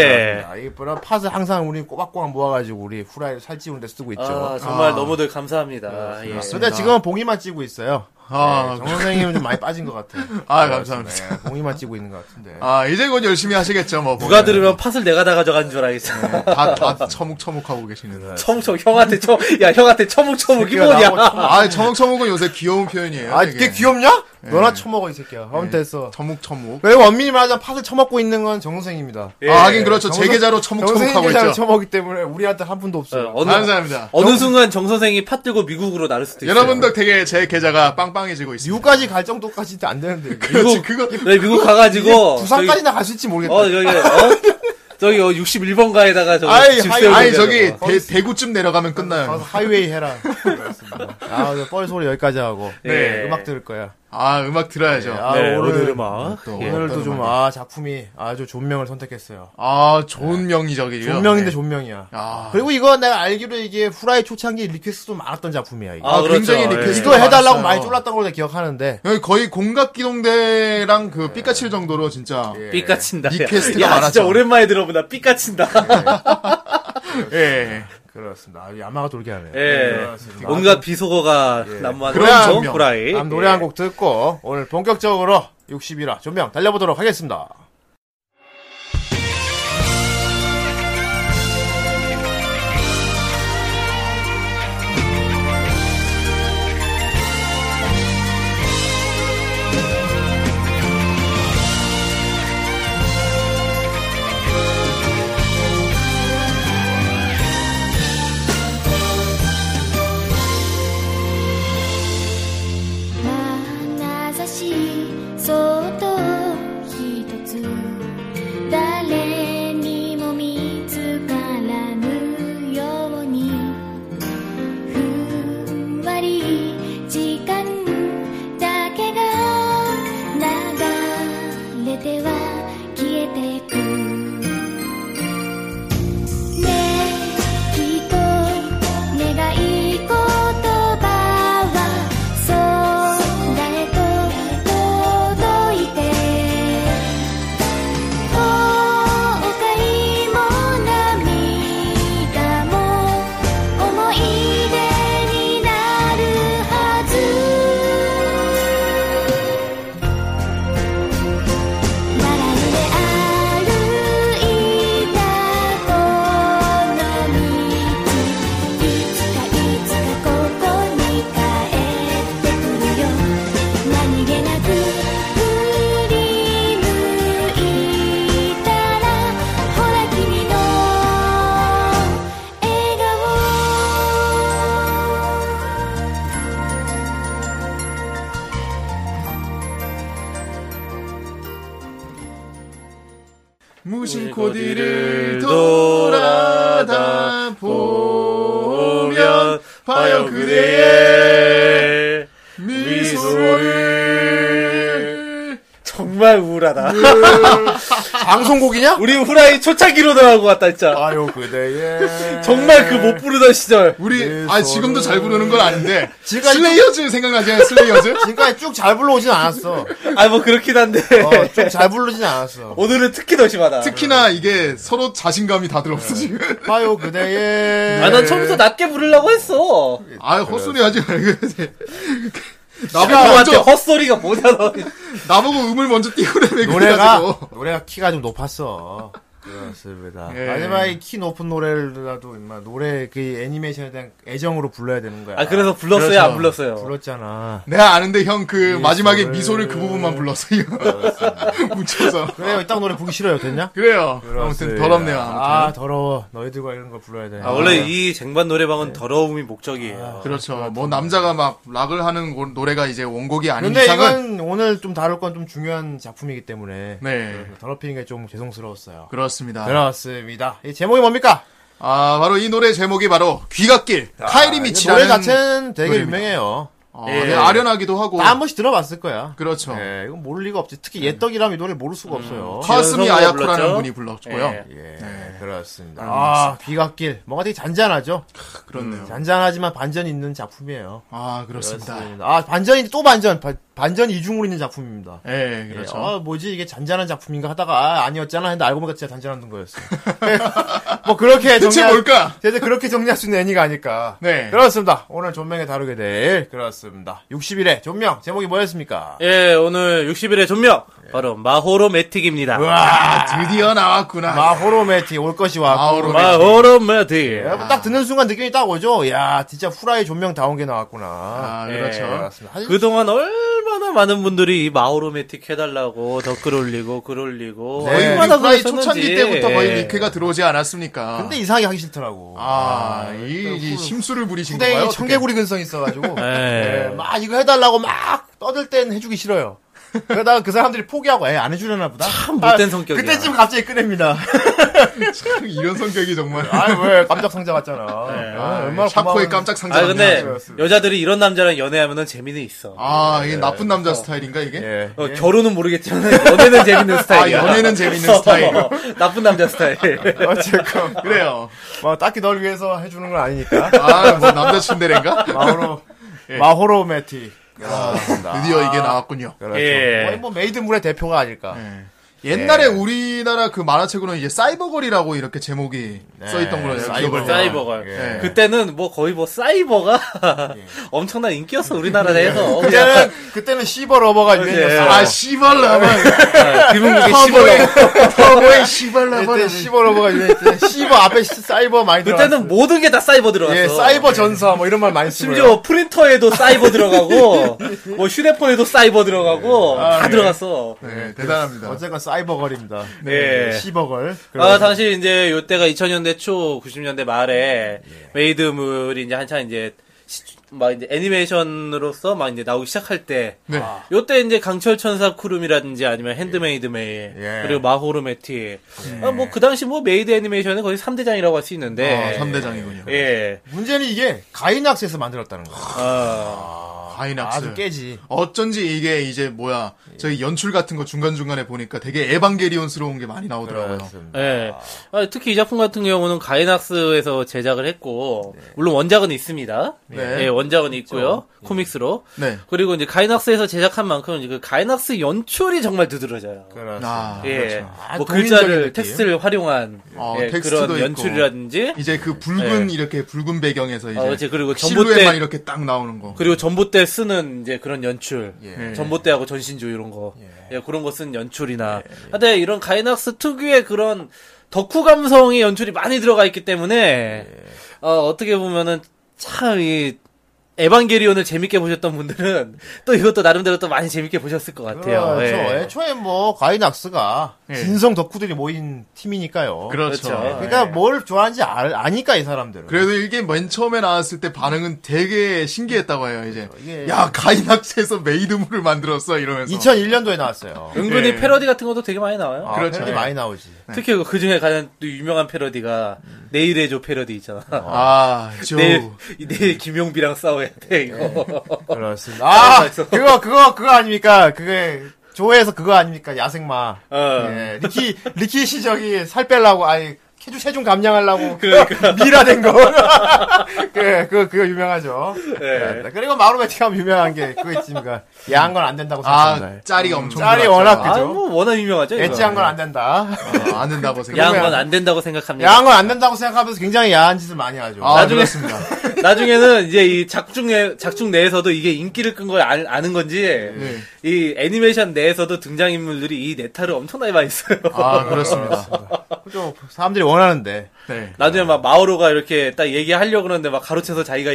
S1: 예. 이쁘나 팟을 항상 우리 꼬박꼬박 모아가지고 우리 후라이를 살찌우는데 쓰고 있죠.
S2: 아, 정말
S3: 아.
S2: 너무들
S1: 아,
S2: 감사합니다. 예.
S1: 근데 네, 지금 봉이만 찌고 있어요. 네,
S3: 아,
S1: 정 선생님은 좀 많이 빠진 것 같아요.
S3: 아, 감사합니다.
S1: 네, 봉이만 찌고 있는 것 같은데.
S3: 아 이제 곧 열심히 하시겠죠 뭐.
S2: 누가 들으면 팥을 내가 다 가져간 줄 알겠어.
S1: 네.
S3: 다다 처묵처묵하고 계시는.
S2: 처묵처묵, 형한테 처, 야, 형한테 처묵처묵이
S1: 새끼가
S2: 뭐냐.
S1: 나보고
S3: 아 처묵처묵은 요새 귀여운 표현이에요.
S1: 아,
S3: 되게. 네.
S1: 이게 귀엽냐? 너나 처먹어, 이 새끼야. 아무 됐어.
S3: 처묵처묵.
S1: 그리고 원민이 말하자면 팥을 처먹고 있는 건 정선생입니다.
S2: 예.
S3: 아 하긴 그렇죠.
S1: 정선-
S3: 제 계좌로 처묵처묵하고
S1: 정선생님이 아,
S3: 있죠. 아,
S1: 처먹기 때문에 우리한테 한 분도 없어요.
S2: 어, 어느,
S3: 감사합니다.
S2: 어느 순간 정 선생이 팥 들고 미국으로 나를
S1: 예.
S2: 수도 있어요.
S3: 여러분들 되게 제 계좌가 빵빵해지고 있습니다.
S1: 미국까지 갈 정도까지 안 되는데. 이게.
S3: 그렇지 그거
S2: 네, 미국 가가지고
S1: 부산까지나 갈 수 있지 모르겠다.
S2: 저기, 어 여기 어 저기 어 61번가에다가 저거
S1: 아이,
S2: 집
S1: 하이-
S2: 세우고
S3: 아니
S2: 있는
S3: 저기
S2: 데다가.
S3: 대, 대구쯤 내려가면
S1: 아, 네, 가서
S3: 끝나요.
S1: 하이웨이 해라. 그렇습니다. 아, 저뻘 소리 여기까지 하고.
S2: 네.
S1: 음악 들을 거야.
S3: 아 음악 들어야죠.
S1: 아,
S2: 네,
S1: 오늘-
S2: 오늘 음악
S3: 또
S2: 예.
S3: 오늘-
S1: 오늘도 좀, 아, 작품이 아주 존명을 선택했어요.
S3: 아 좋은 명의적이요.
S1: 예. 존명인데 존명이야.
S3: 아.
S1: 그리고 이거 내가 알기로 이게 후라이 초창기 리퀘스트도 많았던 작품이야. 이거,
S2: 아,
S3: 아, 예. 굉장히
S2: 그렇죠.
S3: 리퀘스트
S1: 이거 해달라고
S3: 많았어요.
S1: 많이 쫄랐던 걸로 내가 기억하는데.
S3: 여기 거의 공각기동대랑
S1: 예.
S3: 그 삐까칠 정도로 진짜
S2: 삐까친다. 야.
S3: 리퀘스트가
S2: 야, 진짜
S3: 많았죠.
S2: 오랜만에 들어보다 삐까친다.
S3: 예.
S1: 그렇습니다. 아주 야마가 돌게 하네요.
S2: 예.
S1: 그렇습니다.
S2: 뭔가 비속어가 남무한
S3: 그런 예.
S2: 그런
S3: 전명.
S2: 호라이. 예.
S1: 다음 노래 한 곡 듣고 오늘 본격적으로 61화 존명 달려보도록 하겠습니다.
S4: 「まなざしそっとひとつ
S3: 무심 코디를 돌아다 보면 바요 그대의 미소를
S2: 정말 우울하다.
S1: 방송곡이냐?
S2: 우리 후라이 초창기로 돌아온 것 같다, 진짜.
S1: 아유 네. 그대의
S2: 정말 그 못 부르던 시절.
S3: 우리
S1: 내
S3: 아 지금도 잘 부르는 건 아닌데
S1: 예, 지금까지-
S3: 슬레이어즈 생각나지 슬레이어즈
S1: 지금까지 쭉 잘 불러오진 않았어.
S2: 아, 뭐 그렇긴 한데.
S1: 어, 좀 잘 부르진 않았어.
S2: 오늘은 특히 더 심하다.
S3: 특히나 이게 서로 자신감이
S1: 예.
S3: 다들 없어 지금
S1: 봐요 그대의
S2: 아, 난 처음부터 낮게 부르려고 했어.
S3: 아 헛소리 하지 말고 나보고
S2: 나한테
S3: 먼저
S2: 헛소리가 뭐냐, 너.
S3: 나보고 음을 먼저 띄우래매
S1: 노래가
S3: 그래가지고
S1: 노래가 키가 좀 높았어. 그렇습니다.
S3: 예.
S1: 마지막에 키 높은 노래라도 인마 노래 그 애니메이션에 대한 애정으로 불러야 되는 거야.
S2: 아, 그래서 불렀어요,
S1: 그렇죠.
S2: 안 불렀어요?
S1: 불렀잖아.
S3: 내가 아는데 형 그 마지막에
S1: 미소를
S3: 미소를 그 부분만 불렀어요 뭉쳐서
S1: 그래요. 이딴 노래 보기 싫어요. 됐냐?
S3: 그래요 아무튼 더럽네요 아무튼.
S1: 아 더러워. 너희들과 이런 걸 불러야 돼.
S2: 아, 원래 이 쟁반 노래방은 더러움이 목적이에요.
S3: 그렇죠 뭐 남자가 막 락을 하는 고- 노래가 이제 원곡이 아닌
S1: 근데
S3: 이상은
S1: 이건 오늘 좀 다룰 건 좀 중요한 작품이기 때문에 그
S3: 네
S1: 더럽히는 게 좀 죄송스러웠어요.
S3: 그렇습니다
S1: 그렇습니다. 이 제목이 뭡니까?
S3: 아 바로 이 노래 제목이 바로 귀갓길 카이리 미치라는
S1: 노래 자체는 되게
S3: 노래입니다.
S1: 유명해요.
S3: 어,
S2: 예.
S3: 네, 아련하기도 하고
S1: 다 한 번씩 들어봤을 거야.
S3: 그렇죠. 네. 음,
S1: 예, 이건 모를 리가 없지. 특히 옛떡이라면 이 노래 모를 수가 없어요.
S3: 카스미
S2: 지연성우가
S3: 아야코라는
S2: 불렀죠?
S3: 분이 불렀고요.
S2: 예.
S1: 예,
S3: 네.
S1: 그렇습니다. 아, 귀갓길. 뭔가 되게 잔잔하죠?
S3: 그렇네요.
S1: 잔잔하지만 반전이 있는 작품이에요.
S3: 아 그렇습니다.
S1: 음. 그렇습니다. 아, 반전이 또 반전. 바- 반전 이중으로 있는 작품입니다.
S3: 예,
S1: 예,
S3: 그렇죠.
S1: 아, 뭐지? 이게 잔잔한 작품인가 하다가, 아, 아니었잖아. 했는데 알고 보니까 진짜 잔잔한 거였어. 뭐, 그렇게
S3: 대체
S1: 정리할,
S3: 뭘까?
S1: 대체 그렇게 정리할 수 있는 애니가 아닐까.
S3: 네.
S1: 그렇습니다. 오늘 존명에 다루게 될, 그렇습니다. 60일에 존명, 제목이 뭐였습니까?
S2: 예, 오늘 60일의 존명. 바로 마호로 매틱입니다.
S3: 와 아, 드디어 나왔구나.
S1: 아, 뭐 마호로메티 올 것이 왔고.
S3: 마호로
S2: 마호로 매틱.
S1: 야, 뭐딱 듣는 순간 느낌이 딱 오죠? 야, 진짜 후라이 존명 다운 게 나왔구나.
S3: 아
S2: 예.
S3: 그렇죠.
S1: 그렇습니다. 사실
S2: 그동안 얼마나 많은 분들이 이 마호로매틱 해달라고 댓글 올리고 글 올리고
S3: 거의 우리
S2: 얼마나
S3: 후라이
S2: 그러셨는지.
S3: 초창기 때부터 거의 그
S2: 예.
S3: 리퀘가 들어오지 않았습니까?
S1: 근데 이상하게 하기 싫더라고.
S3: 아. 아이 심술을 부리신
S1: 후대인이
S3: 건가요? 네.
S1: 청개구리 근성 있어가지고.
S2: 예.
S1: 예, 막 이거 해달라고 막 떠들 땐 해주기 싫어요. 그러다가 그 사람들이 포기하고, 에, 안 해주려나 보다. 참
S2: 못된 성격이야.
S1: 그때쯤 갑자기 꺼냅니다.
S3: 어떻게. 이런 성격이 정말.
S1: 아, 왜, 깜짝 상자 왔잖아. 아, 얼마나
S3: 네. 샤코의
S1: 고마운-
S3: 깜짝 상자.
S2: 아 근데
S1: 그렇습니다.
S2: 여자들이 이런 남자랑 연애하면은 재미는 있어.
S3: 아 이게 나쁜 남자 스타일인가 이게?
S1: 어. 예.
S2: 어, 결혼은 모르겠지만 연애는 재밌는 스타일이야.
S3: 아, 연애는 재밌는 스타일.
S2: 어, 나쁜 남자 스타일.
S1: 어쨌건.
S3: 그래요.
S1: 뭐, 딱히 널 위해서 해주는 건 아니니까.
S3: 아뭐 남자 친데레인가?
S1: 마호로,
S3: 예.
S1: 마호로 메티. 그렇습니다.
S3: 드디어 이게 나왔군요.
S1: 그렇죠.
S2: 예.
S1: 거의 뭐 메이드물의 대표가 아닐까.
S3: 네. 옛날에 우리나라 그 만화책으로는 이제 사이버걸이라고 이렇게 제목이 써있던 걸로 제가 기억을
S1: 네. 사이버걸.
S3: 해요.
S2: 사이버가
S3: 예.
S2: 그때는 뭐 거의 뭐 사이버가 엄청난 인기였어 우리나라 내에서.
S3: 예.
S1: 그때는 예. 그때는 시버러버가 유행이었어.
S3: 아 씨발라마
S1: 예.
S2: 김은국의 시벌.
S3: 터보의 터보의
S1: 그때
S3: 씨발라마
S1: 시버러버가 유행했대. 시버 앞에 시- 사이버 많이 들어.
S2: 그때는 모든 게 다 사이버 들어갔어.
S1: 예 사이버 전사 뭐 이런 말 많이 쓰고.
S2: 심지어 프린터에도 사이버 들어가고 뭐 휴대폰에도 사이버 들어가고
S3: 예. 아,
S2: 다 들어갔어.
S3: 네, 대단합니다.
S1: 어쨌건 사이버걸입니다. 예.
S2: 네.
S1: 시버걸.
S2: 아, 당시 이제 요때가 2000년대 초 90년대 말에 메이드물이 이제 한창 이제 시- 막 이제 애니메이션으로서 막 이제 나오기 시작할 때
S3: 네.
S2: 요때 이제 강철 천사 쿠름이라든지 아니면 핸드메이드 메일
S1: 예.
S2: 그리고 마호르메티 뭐 그 당시 뭐 메이드 애니메이션은 거의 3대장이라고 할 수 있는데
S3: 어, 3대장이군요.
S2: 예.
S1: 문제는 이게 가이낙스에서 만들었다는 거.
S2: 아,
S3: 과인악스.
S1: 아주 깨지.
S3: 어쩐지 이게 이제 뭐야 저희 연출 같은 거 중간 중간에 보니까 되게 에반게리온스러운 게 많이 나오더라고요.
S1: 아, 그렇습니다.
S2: 예. 아, 특히 이 작품 같은 경우는 가이낙스에서 제작을 했고 물론 원작은 있습니다.
S3: 네.
S2: 예, 원작은 있고요. 코믹스로.
S3: 네.
S2: 그리고 이제 가이낙스에서 제작한 만큼 이제 그 가이낙스 연출이 정말 두드러져요.
S1: 그렇습니다.
S3: 아,
S2: 예.
S1: 아,
S2: 뭐
S1: 동인적인 느낌.
S2: 글자를 텍스트를 활용한
S3: 어,
S2: 예,
S3: 텍스트도
S2: 그런
S3: 있고.
S2: 연출이라든지
S3: 이제 그 붉은
S1: 네.
S3: 이렇게 붉은 배경에서 이제
S2: 어, 그렇지. 그리고
S3: 실루엣만
S2: 전봇대
S3: 이렇게 딱 나오는 거.
S2: 그리고 전봇대 쓰는 이제 그런 연출. 음,
S3: 예.
S2: 전봇대하고 전신조 이런 거. 예, 그런 거 쓴 연출이나.
S1: 예,
S2: 근데 이런 가이낙스 특유의 그런 덕후 감성의 연출이 많이 들어가 있기
S1: 예.
S2: 때문에 어, 어떻게 보면은 참 이 에반게리온을 재밌게 보셨던 분들은 또 이것도 나름대로 또 많이 재밌게 보셨을 것 같아요.
S1: 그렇죠.
S2: 예.
S1: 애초에 뭐 가이낙스가
S3: 예.
S1: 진성 덕후들이 모인 팀이니까요.
S3: 그렇죠.
S2: 그렇죠.
S3: 예.
S1: 그러니까 뭘 좋아하는지 알- 아니까 이 사람들은.
S3: 그래도 이게 맨 처음에 나왔을 때 반응은 되게 신기했다고 해요, 이제.
S1: 그렇죠. 이게-
S3: 야, 가이낙스에서 메이드물을 만들었어, 이러면서.
S1: 2001년도에 나왔어요.
S2: 은근히
S3: 예.
S2: 패러디 같은 것도 되게 많이 나와요.
S1: 아,
S3: 그렇죠.
S1: 그렇죠.
S3: 예.
S1: 많이 나오지.
S2: 특히 그 중에 가장 또 유명한 패러디가
S1: 음.
S2: 내일의 조 패러디 있잖아.
S3: 아, 저.
S2: 내일
S1: 네.
S2: 이- 내일 김용비랑 싸워야 돼
S1: 예.
S2: 이거.
S1: 그렇습니다. 아,
S2: 있어.
S1: 그거, 그거, 그거 아닙니까? 그게, 조회에서 그거 아닙니까? 야생마.
S2: 어.
S1: 예, 리키, 리키 씨 저기 살 빼려고, 아니, 체중, 체중 감량하려고.
S2: 그러니까.
S1: 미라된 거. 그, 그, 그거 유명하죠.
S2: 예.
S3: 네.
S1: 예, 그리고 마루베티가 하면 유명한 게 그거 있습니까? 야한 건 안 된다고
S3: 아,
S1: 생각합니다.
S3: 짤이 엄청.
S1: 음, 짤이
S3: 많았죠.
S1: 워낙
S2: 아, 뭐 워낙 유명하죠. 이거.
S1: 엣지한 건 안 된다.
S3: 아, 아는다고 생각.
S2: 야한 건안 된다고 생각합니다.
S1: 야한 건 안 된다고 생각하면서 굉장히 야한 짓을 많이 하죠.
S3: 음. 아,
S2: 나중에-
S3: 그렇습니다.
S2: 나중에는 이제 이 작중 내 작중 내에서도 이게 인기를 끈 걸 아는 건지
S1: 네.
S2: 이 애니메이션 내에서도 등장 인물들이 이 네타를 엄청나게 많이 써요.
S3: 아, 그렇습니다.
S1: 그죠. 사람들이 원하는데.
S3: 네.
S2: 나중에 막 마오로가 이렇게 딱 얘기하려고 그러는데 막 가로채서 자기가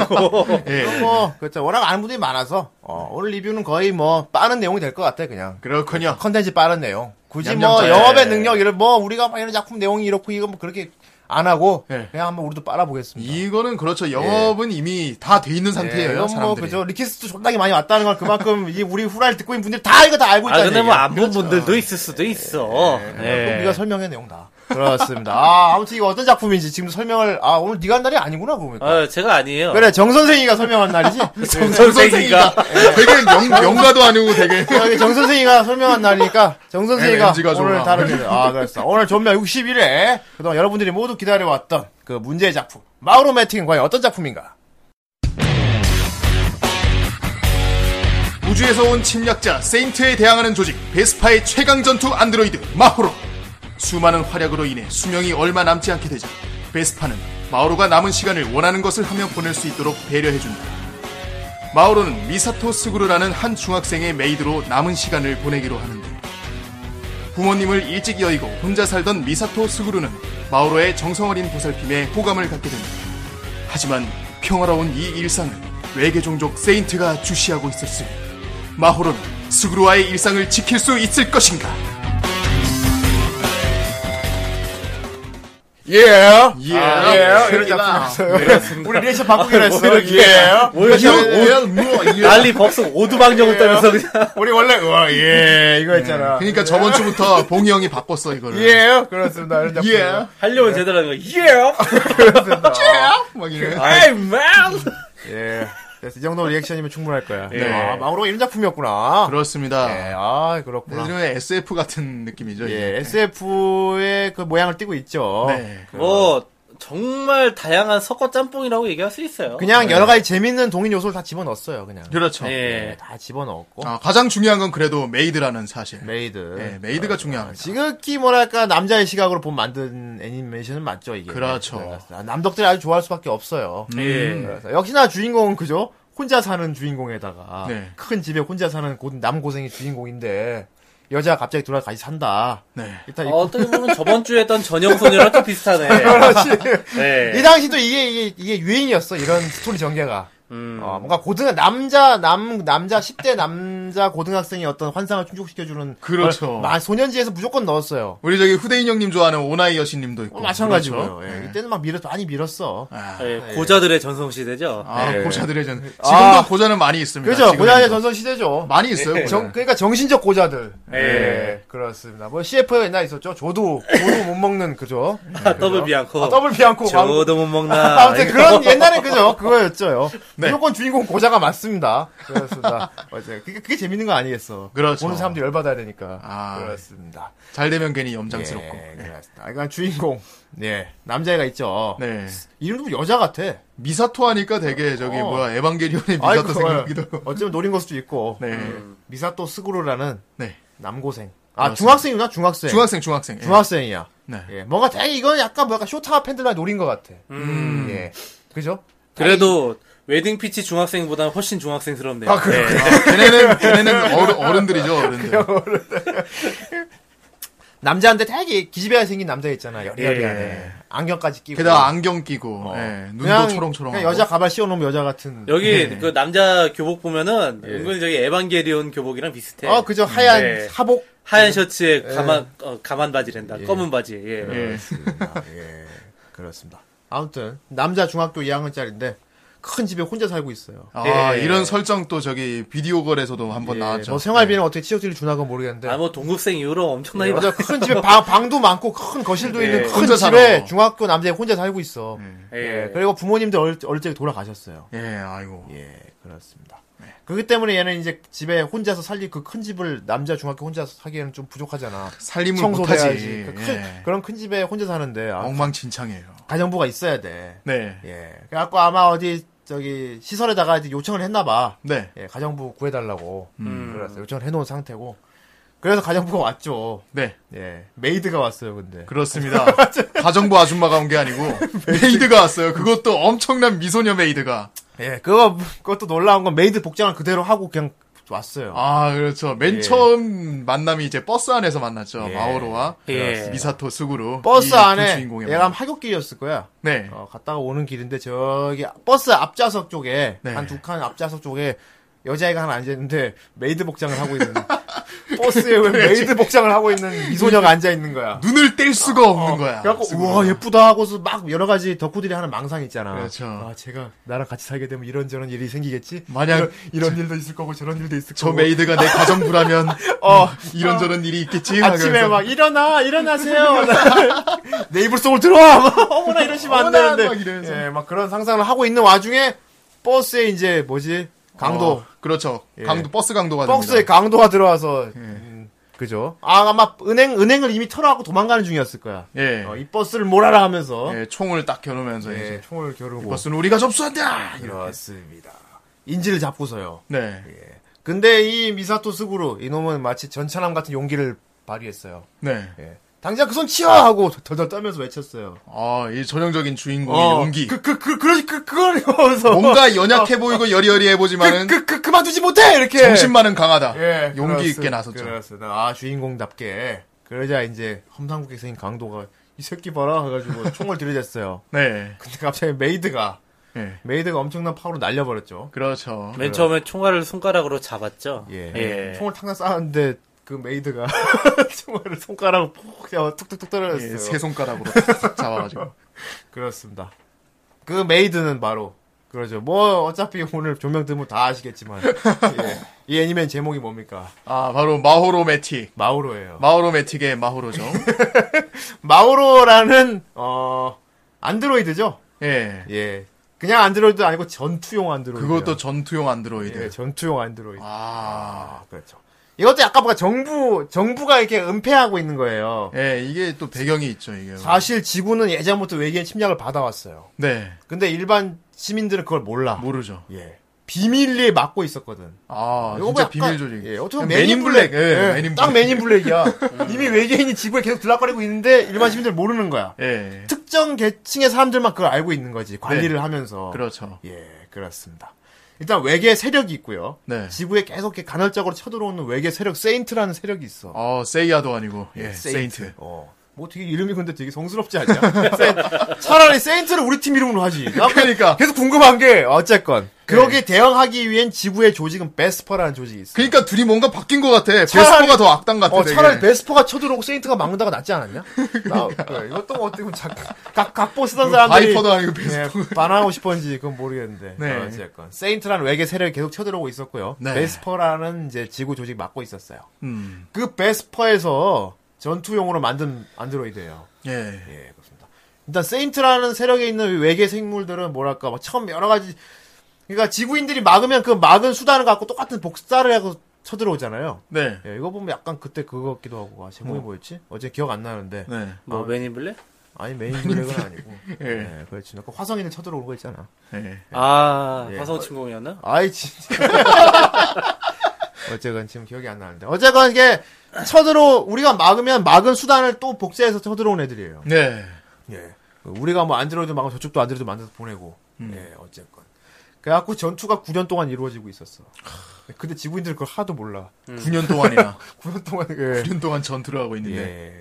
S2: 하고.
S3: 예.
S1: 뭐, 그렇죠. 워낙 아는 분들이 많아서, 어, 오늘 리뷰는 거의 뭐, 빠른 내용이 될 것 같아, 그냥.
S3: 그렇군요.
S1: 컨텐츠 빠른 내용. 굳이 뭐,
S3: 얌얌짤.
S1: 영업의 능력, 이런, 뭐, 우리가 막 이런 작품 내용이 이렇고, 이거 뭐, 그렇게 안 하고,
S3: 네.
S1: 그냥 한번 우리도 빨아보겠습니다.
S3: 이거는 그렇죠. 영업은 이미 다 돼 있는
S1: 예,
S3: 상태예요,
S1: 이건 뭐,
S3: 사람들이.
S1: 그죠. 리키스트 존나게 많이 왔다는 건 그만큼, 이, 우리 후라이를 듣고 있는 분들이 다 이거 다 알고
S2: 아
S1: 있다는
S2: 근데
S1: 얘기야.
S2: 뭐 안 본 분들도 있을 수도 있어.
S1: 그럼
S2: 예.
S1: 네가 설명해, 내용 다. 그렇습니다. 아, 아무튼 이거 어떤 작품인지 지금 설명을, 아, 오늘 네가 한 날이 아니구나, 보니까.
S2: 아 제가 아니에요.
S1: 그래, 정선생이가 설명한 날이지?
S2: 선생이가
S3: 되게
S1: 예.
S3: 명, 명가도 아니고 되게.
S1: 여기 정 선생이가 설명한 날이니까 정 선생이가
S3: MG 가
S1: 오늘
S3: 좋아.
S1: 다른 네, 아 그랬어 오늘 전면 61회 그동안 여러분들이 모두 기다려왔던 그 문제의 작품 마우로 매팅은 과연 어떤 작품인가?
S3: 우주에서 온 침략자 세인트에 대항하는 조직 베스파의 최강 전투 안드로이드 마호로 수많은 활약으로 인해 수명이 얼마 남지 않게 되자 베스파는 마호로가 남은 시간을 원하는 것을 하며 보낼 수 있도록 배려해준다 마호로는 미사토 스구르라는 한 중학생의 메이드로 남은 시간을 보내기로 하는데 부모님을 일찍 여의고 혼자 살던 미사토 스구르는 마호로의 정성어린 보살핌에 호감을 갖게 된다 하지만 평화로운 이 일상을 외계 종족 세인트가 주시하고 있었으니 마호로는 스그루와의 일상을 지킬 수 있을 것인가?
S1: 예.
S3: 예.
S1: 예. 이런 작품이었어요. 우리 리액션 바꾸기로 했어. 예.
S3: 오야 뭐
S2: 난리 법석 오두방정을 떨면서 그냥
S1: 우리 원래 우와, 예 이거 했잖아. 네.
S3: 그러니까 저번 주부터 봉이 형이 바꿨어 이거를.
S1: 예. 그렇습니다. 이런 작품.
S3: 예.
S2: 하려면
S1: 네.
S2: 제대로 하는 거. Yeah,
S3: 막 이래.
S1: 아,
S2: hey man.
S1: 예. 그래서 이 정도 리액션이면 충분할 거야.
S3: 예.
S1: 아, 마우로가 이런 작품이었구나.
S3: 그렇습니다. 네,
S1: 예. 아, 그렇구나.
S3: 이런 SF 같은 느낌이죠.
S1: 예,
S3: 이게.
S1: SF의 그 모양을 띠고 있죠.
S3: 네.
S2: 뭐 정말 다양한 섞어 짬뽕이라고 얘기할 수 있어요.
S1: 그냥 여러 가지 재밌는 동인 요소를 다 집어넣었어요, 그냥.
S3: 네. 그렇죠.
S1: 예,
S2: 예.
S1: 다 집어넣었고.
S3: 아, 가장 중요한 건 그래도 메이드라는 사실.
S1: 메이드. 아,
S3: 예, 메이드가 중요합니다.
S1: 지극히 뭐랄까 남자의 시각으로 본 만든 애니메이션은 맞죠 이게.
S3: 그렇죠. 네.
S1: 아, 남덕들이 아주 좋아할 수밖에 없어요.
S2: 예.
S1: 그래서 역시나 주인공은 그죠? 혼자 사는 주인공에다가
S3: 네.
S1: 큰 집에 혼자 사는 고- 남고생이 주인공인데 여자가 갑자기 돌아가 같이 산다.
S3: 네.
S1: 일단 이-
S2: 어, 어떻게 보면 저번 주에 했던 전형소녀랑 또 비슷하네.
S1: 그렇지.
S2: 네.
S1: 그렇죠. 이 당시도 이게 이게 이게 유행이었어 이런 스토리 전개가.
S2: 음.
S1: 어, 뭔가 고등 남자 남 남자 10대 남자 고등학생이 어떤 환상을 충족시켜주는
S3: 그렇죠.
S1: 걸 아, 마- 소년지에서 무조건 넣었어요.
S3: 우리 저기 후대인 형님 좋아하는 오나이 여신님도 있고.
S1: 어, 마찬가지고요.
S3: 그렇죠.
S1: 예,
S3: 예.
S1: 이때는 막 밀었 많이 밀었어.
S3: 아.
S2: 예, 고자들의 전성시대죠.
S3: 아,
S1: 예.
S3: 고자들의 전. 지금도
S1: 아.
S3: 고자는 많이 있습니다.
S1: 그렇죠.
S3: 지금은.
S1: 고자의 전성 시대죠.
S3: 많이 있어요. 고자.
S1: 정- 그러니까 정신적 고자들.
S2: 예.
S1: 예, 그렇습니다. 뭐 CF에 옛날 있었죠. 저도 저도 못 먹는 그죠.
S2: 아, 더블 비앙코.
S1: 아, 더블 비앙코. 광고.
S2: 저도 못 먹나.
S1: 아무튼
S2: 이거.
S1: 그런 옛날에 그죠 그거였죠요.
S3: 네.
S1: 무조건 주인공 고자가 맞습니다. 그렇습니다. 맞아요. 그게, 그게 재밌는 거 아니겠어.
S3: 그렇죠.
S1: 보는 사람도 열받아야 되니까.
S3: 아. 네,
S1: 그렇습니다.
S3: 잘 되면 괜히 염장스럽고.
S1: 예, 그렇습니다. 그러니까 주인공. 예. 남자애가 있죠.
S3: 네.
S1: 이름도 뭐 여자 같아.
S3: 미사토 하니까 되게 저기
S1: 어.
S3: 뭐야 에반게리온의
S1: 아이고,
S3: 미사토 생각기도 하고.
S1: 어쩌면 노린 걸 수도 있고. 음.
S3: 네.
S1: 미사토 스구로라는
S3: 네.
S1: 남고생. 아
S3: 그렇습니다.
S1: 중학생이구나 네. 중학생.
S3: 중학생 중학생. 예.
S1: 이야
S3: 네.
S1: 예. 뭔가 되게 이건 약간 뭐랄까 쇼타 팬들만 노린 것 같아.
S3: 음.
S1: 예. 그죠?
S2: 그래도 웨딩 피치 중학생보다는 훨씬 중학생스럽네요.
S1: 아, 그래요?
S2: 예.
S3: 아, 걔네는 걔네는 어른, 어른들이죠 어른들.
S1: 남자한테 되게 기집애가 생긴 남자 있잖아. 여리여리하네.
S2: 예.
S1: 안경까지 끼고.
S3: 게다가 안경 끼고
S1: 어.
S3: 예, 눈도
S1: 그냥-
S3: 초롱초롱.
S1: 그냥 여자 가발 씌워놓으면 여자 같은.
S2: 여기 그 남자 교복 보면은 은근히 저기 에반게리온 교복이랑 비슷해.
S1: 어, 그죠. 예. 하얀
S2: 네.
S1: 하복.
S2: 하얀 셔츠에 가만 어, 가만 바지랜다. 검은 바지. 예.
S3: 예.
S1: 예. 그렇습니다. 아무튼, 남자 중학교 2학년짜리인데, 큰 집에 혼자 살고 있어요.
S3: 아,
S2: 예.
S3: 이런 설정 또 저기 비디오걸에서도 한번
S1: 예,
S3: 나왔죠.
S1: 뭐 생활비는 어떻게 치욕질을 주나 그건 모르겠는데. 예,
S2: 아뭐 동급생 이후로 엄청나게
S1: 여자 그
S2: 받-
S1: 큰 집에 방, 방도 많고 큰 거실도 있는 큰
S3: 혼자
S1: 집에
S3: 살아.
S1: 중학교 남자애 혼자 살고 있어.
S2: 예.
S1: 예, 그리고 부모님들 어릴, 어릴 적에 돌아가셨어요.
S3: 예, 아이고.
S1: 예, 그렇습니다.
S3: 네.
S1: 그렇기 때문에 얘는 이제 집에 혼자서 살기 그 큰 집을 남자 중학교 혼자 살기에는 좀 부족하잖아.
S3: 살림을
S1: 청소해야지.
S3: 못하지.
S1: 그
S3: 예.
S1: 런큰 집에 혼자 사는데 아,
S3: 엉망진창이에요.
S1: 가정부가 있어야 돼.
S3: 네.
S1: 예, 그래갖고 아마 어디 저기 시설에다가 이제 요청을 했나봐.
S3: 네.
S1: 예, 가정부 구해달라고.
S3: 음.
S1: 음, 그래서 요청을 해놓은 상태고. 그래서 가정부가 왔죠.
S3: 네.
S1: 예, 메이드가 왔어요, 근데.
S3: 그렇습니다. 가정부 아줌마가 온 게 아니고 메이드가 왔어요. 그것도 엄청난 미소녀 메이드가.
S1: 예, 그거 그것도 놀라운 건 메이드 복장을 그대로 하고 그냥 왔어요.
S3: 아, 그렇죠. 맨
S1: 예.
S3: 처음 만남이 이제 버스 안에서 만났죠.
S1: 예.
S3: 마오로와
S2: 예.
S3: 미사토 수구루.
S1: 버스
S3: 이두 그
S1: 안에
S3: 주인공의
S1: 얘가
S3: 만남.
S1: 하굣길이었을 거야.
S3: 네.
S1: 어, 갔다가 오는 길인데 저기 버스 앞좌석 쪽에
S3: 네.
S1: 한 두 칸 앞좌석 쪽에 여자애가 하나 앉아 있는데 메이드 복장을 하고 있는 버스에 왜
S3: 네.
S1: 메이드 복장을 하고 있는 미소녀가 앉아 있는 거야.
S3: 눈을 뗄 수가 없는 거야.
S1: 어, 그래갖고
S3: 수구루가.
S1: 우와 예쁘다 하고서 막 여러 가지 덕후들이 하는 망상 있잖아.
S3: 그렇죠. 음,
S1: 아 제가 나랑 같이 살게 되면 이런저런 일이 생기겠지.
S3: 만약-
S1: 이런, 이런 일도 있을 거고 저런 일도 있을
S3: 저
S1: 거고.
S3: 메이드가 내 가정부라면 음,
S1: 어
S3: 이런저런 일이 있겠지.
S1: 아침에
S3: 하면서.
S1: 막 일어나 일어나세요 내 이불 속으로 들어와 막 어머나 이러시면 안
S3: 어머나,
S1: 되는데
S3: 막 이러면서.
S1: 예, 막 그런 상상을 하고 있는 와중에 버스에 이제 뭐지 강도
S3: 어, 그렇죠.
S1: 예.
S3: 강도 버스 강도가
S1: 버스에
S3: 됩니다. 예.
S1: 강도가 들어와서 음, 그죠 아 아마 은행 은행을 이미 털어하고 도망가는 중이었을 거야
S3: 예.
S1: 어, 이 버스를 몰아라 하면서
S3: 예, 총을 딱 겨누면서
S1: 예,
S3: 이제 예.
S1: 총을 겨루고
S3: 버스는 우리가 접수한다. 이렇게.
S1: 그렇습니다 예. 인지를 잡고서요
S3: 네.
S1: 근데 이 미사토 스구루 이놈은 마치 전차남 같은 용기를 발휘했어요
S3: 네.
S1: 예. 당장 그 손 치워 하고 덜덜 떨면서 외쳤어요
S3: 아, 이 전형적인 주인공의 어. 용기.
S1: 그, 그, 그, 그, 그, 그걸 이러면서.
S3: 뭔가 연약해 보이고 여리여리해
S1: 그,
S3: 보지만은
S1: 그, 그, 그만두지 못해! 이렇게.
S3: 정신만은 강하다.
S1: 예,
S3: 용기
S1: 그렇습-
S3: 있게 나섰죠.
S1: 그렇습니다. 아, 주인공답게. 그러자 이제 험상궂게 생긴 강도가 이 새끼 봐라 해가지고 총을 들이댔어요.
S3: 네.
S1: 근데 갑자기 메이드가,
S3: 예.
S1: 메이드가 엄청난 파워로 날려버렸죠.
S3: 그렇죠.
S2: 맨 처음에 총알을 손가락으로 잡았죠.
S1: 예.
S2: 예.
S1: 총을 탕당 쏴는데 그 메이드가 총알을 손가락으로 푹 잡아 툭툭툭 떨어졌어요.
S3: 예, 세 손가락으로 탁 잡아가지고.
S1: 그렇습니다. 그 메이드는 바로 그러죠. 뭐 어차피 오늘 조명 드면 다 아시겠지만 예. 이 애니메 제목이 뭡니까?
S3: 아, 바로 마호로 매틱.
S1: 마오로예요.
S3: 마호로 매틱의 마호로죠.
S1: 마오로라는 어 안드로이드죠.
S3: 예.
S1: 예, 그냥 안드로이드 아니고 전투용 안드로이드.
S3: 그것도 전투용 안드로이드.
S1: 예, 전투용 안드로이드.
S3: 아.
S1: 아, 그렇죠. 이것도 약간 뭔가 정부 정부가 이렇게 은폐하고 있는 거예요.
S3: 예, 이게 또 배경이 있죠, 이게.
S1: 사실 지구는 예전부터 외계인 침략을 받아왔어요.
S3: 네.
S1: 근데 일반 시민들은 그걸 몰라.
S3: 모르죠.
S1: 예. 비밀리에 막고 있었거든.
S3: 아,
S1: 이거
S3: 진짜
S1: 어, 약간,
S3: 비밀 조직.
S1: 예, 어떻게 보면
S3: 그냥
S1: 맨인 블랙.
S3: 예,
S1: 예,
S3: 맨인 블랙. 음.
S1: 딱 맨인 블랙이야. 이미 외계인이 지구에 계속 들락거리고 있는데 일반 시민들 모르는 거야.
S3: 예.
S1: 특정 계층의 사람들만 그걸 알고 있는 거지. 관리를 하면서.
S3: 그렇죠.
S1: 예, 그렇습니다. 일단 외계 세력이 있고요.
S3: 네.
S1: 지구에 계속 이렇게 간헐적으로 쳐들어오는 외계 세력 세인트라는 세력이 있어.
S3: 어, 세이야도 아니고, 예, 세인트.
S1: 어. 뭐 되게 이름이 근데 되게 성스럽지 않냐? 세인트. 차라리 세인트를 우리 팀 이름으로 하지. 나
S3: 그러니까. 네.
S1: 계속 궁금한 게 어쨌건 그러게 대응하기 위한 지구의 조직은 베스퍼라는 조직이 있어.
S3: 그러니까 둘이 뭔가 바뀐 것 같아.
S1: 차라리-
S3: 베스퍼가 더 악당 같아.
S1: 어,
S3: 되게.
S1: 차라리 베스퍼가 쳐들어오고 세인트가 막는다가 낫지 않았냐? 나, 그래, 이것도 뭐 어떻게 보면 작, 각, 각보 쓰던 사람들이.
S3: 그러니까. 그 바이퍼도 아니고 베스퍼.
S1: 예, 반항하고 싶었는지 그건 모르겠는데.
S3: 네.
S1: 어, 어쨌건. 세인트라는 외계 세력이 계속 쳐들어오고 있었고요.
S3: 네.
S1: 베스퍼라는 이제 지구 조직 맡고 있었어요.
S3: 음.
S1: 그 베스퍼에서 전투용으로 만든 안드로이드예요
S3: 예.
S1: 예, 그렇습니다. 일단 세인트라는 세력에 있는 외계 생물들은 뭐랄까 막 처음 여러 가지 그러니까 지구인들이 막으면 그 막은 수단을 갖고 똑같은 복사를 하고 쳐들어오잖아요.
S3: 네.
S1: 예, 이거 보면 약간 그때 그거 같기도 하고 아, 제목이 뭐였지? 어제 기억 안 나는데
S3: 네.
S2: 뭐 맨인블랙?
S1: 아니 메인 블랙은 아니고
S3: 예.
S1: 예, 그렇지 약간 화성인은 쳐들어오는 거 있잖아
S3: 예.
S2: 아,
S1: 예.
S2: 화성 침공이었나?
S1: 아이 진짜 어쨌건 지금 기억이 안 나는데 어쨌건 이게 쳐들어 우리가 막으면 막은 수단을 또 복제해서 쳐들어온 애들이에요 그
S3: 네.
S1: 예. 우리가 뭐 안드로이드 막으면 저쪽도 안드로이드 만들어서 보내고 예 어쨌건 그래갖고 전투가 9년 동안 이루어지고 있었어. 근데 지구인들은 그걸 하도 몰라.
S3: 9년 동안이나
S1: 9년 동안 예.
S3: 9년 동안 전투를 하고 있는데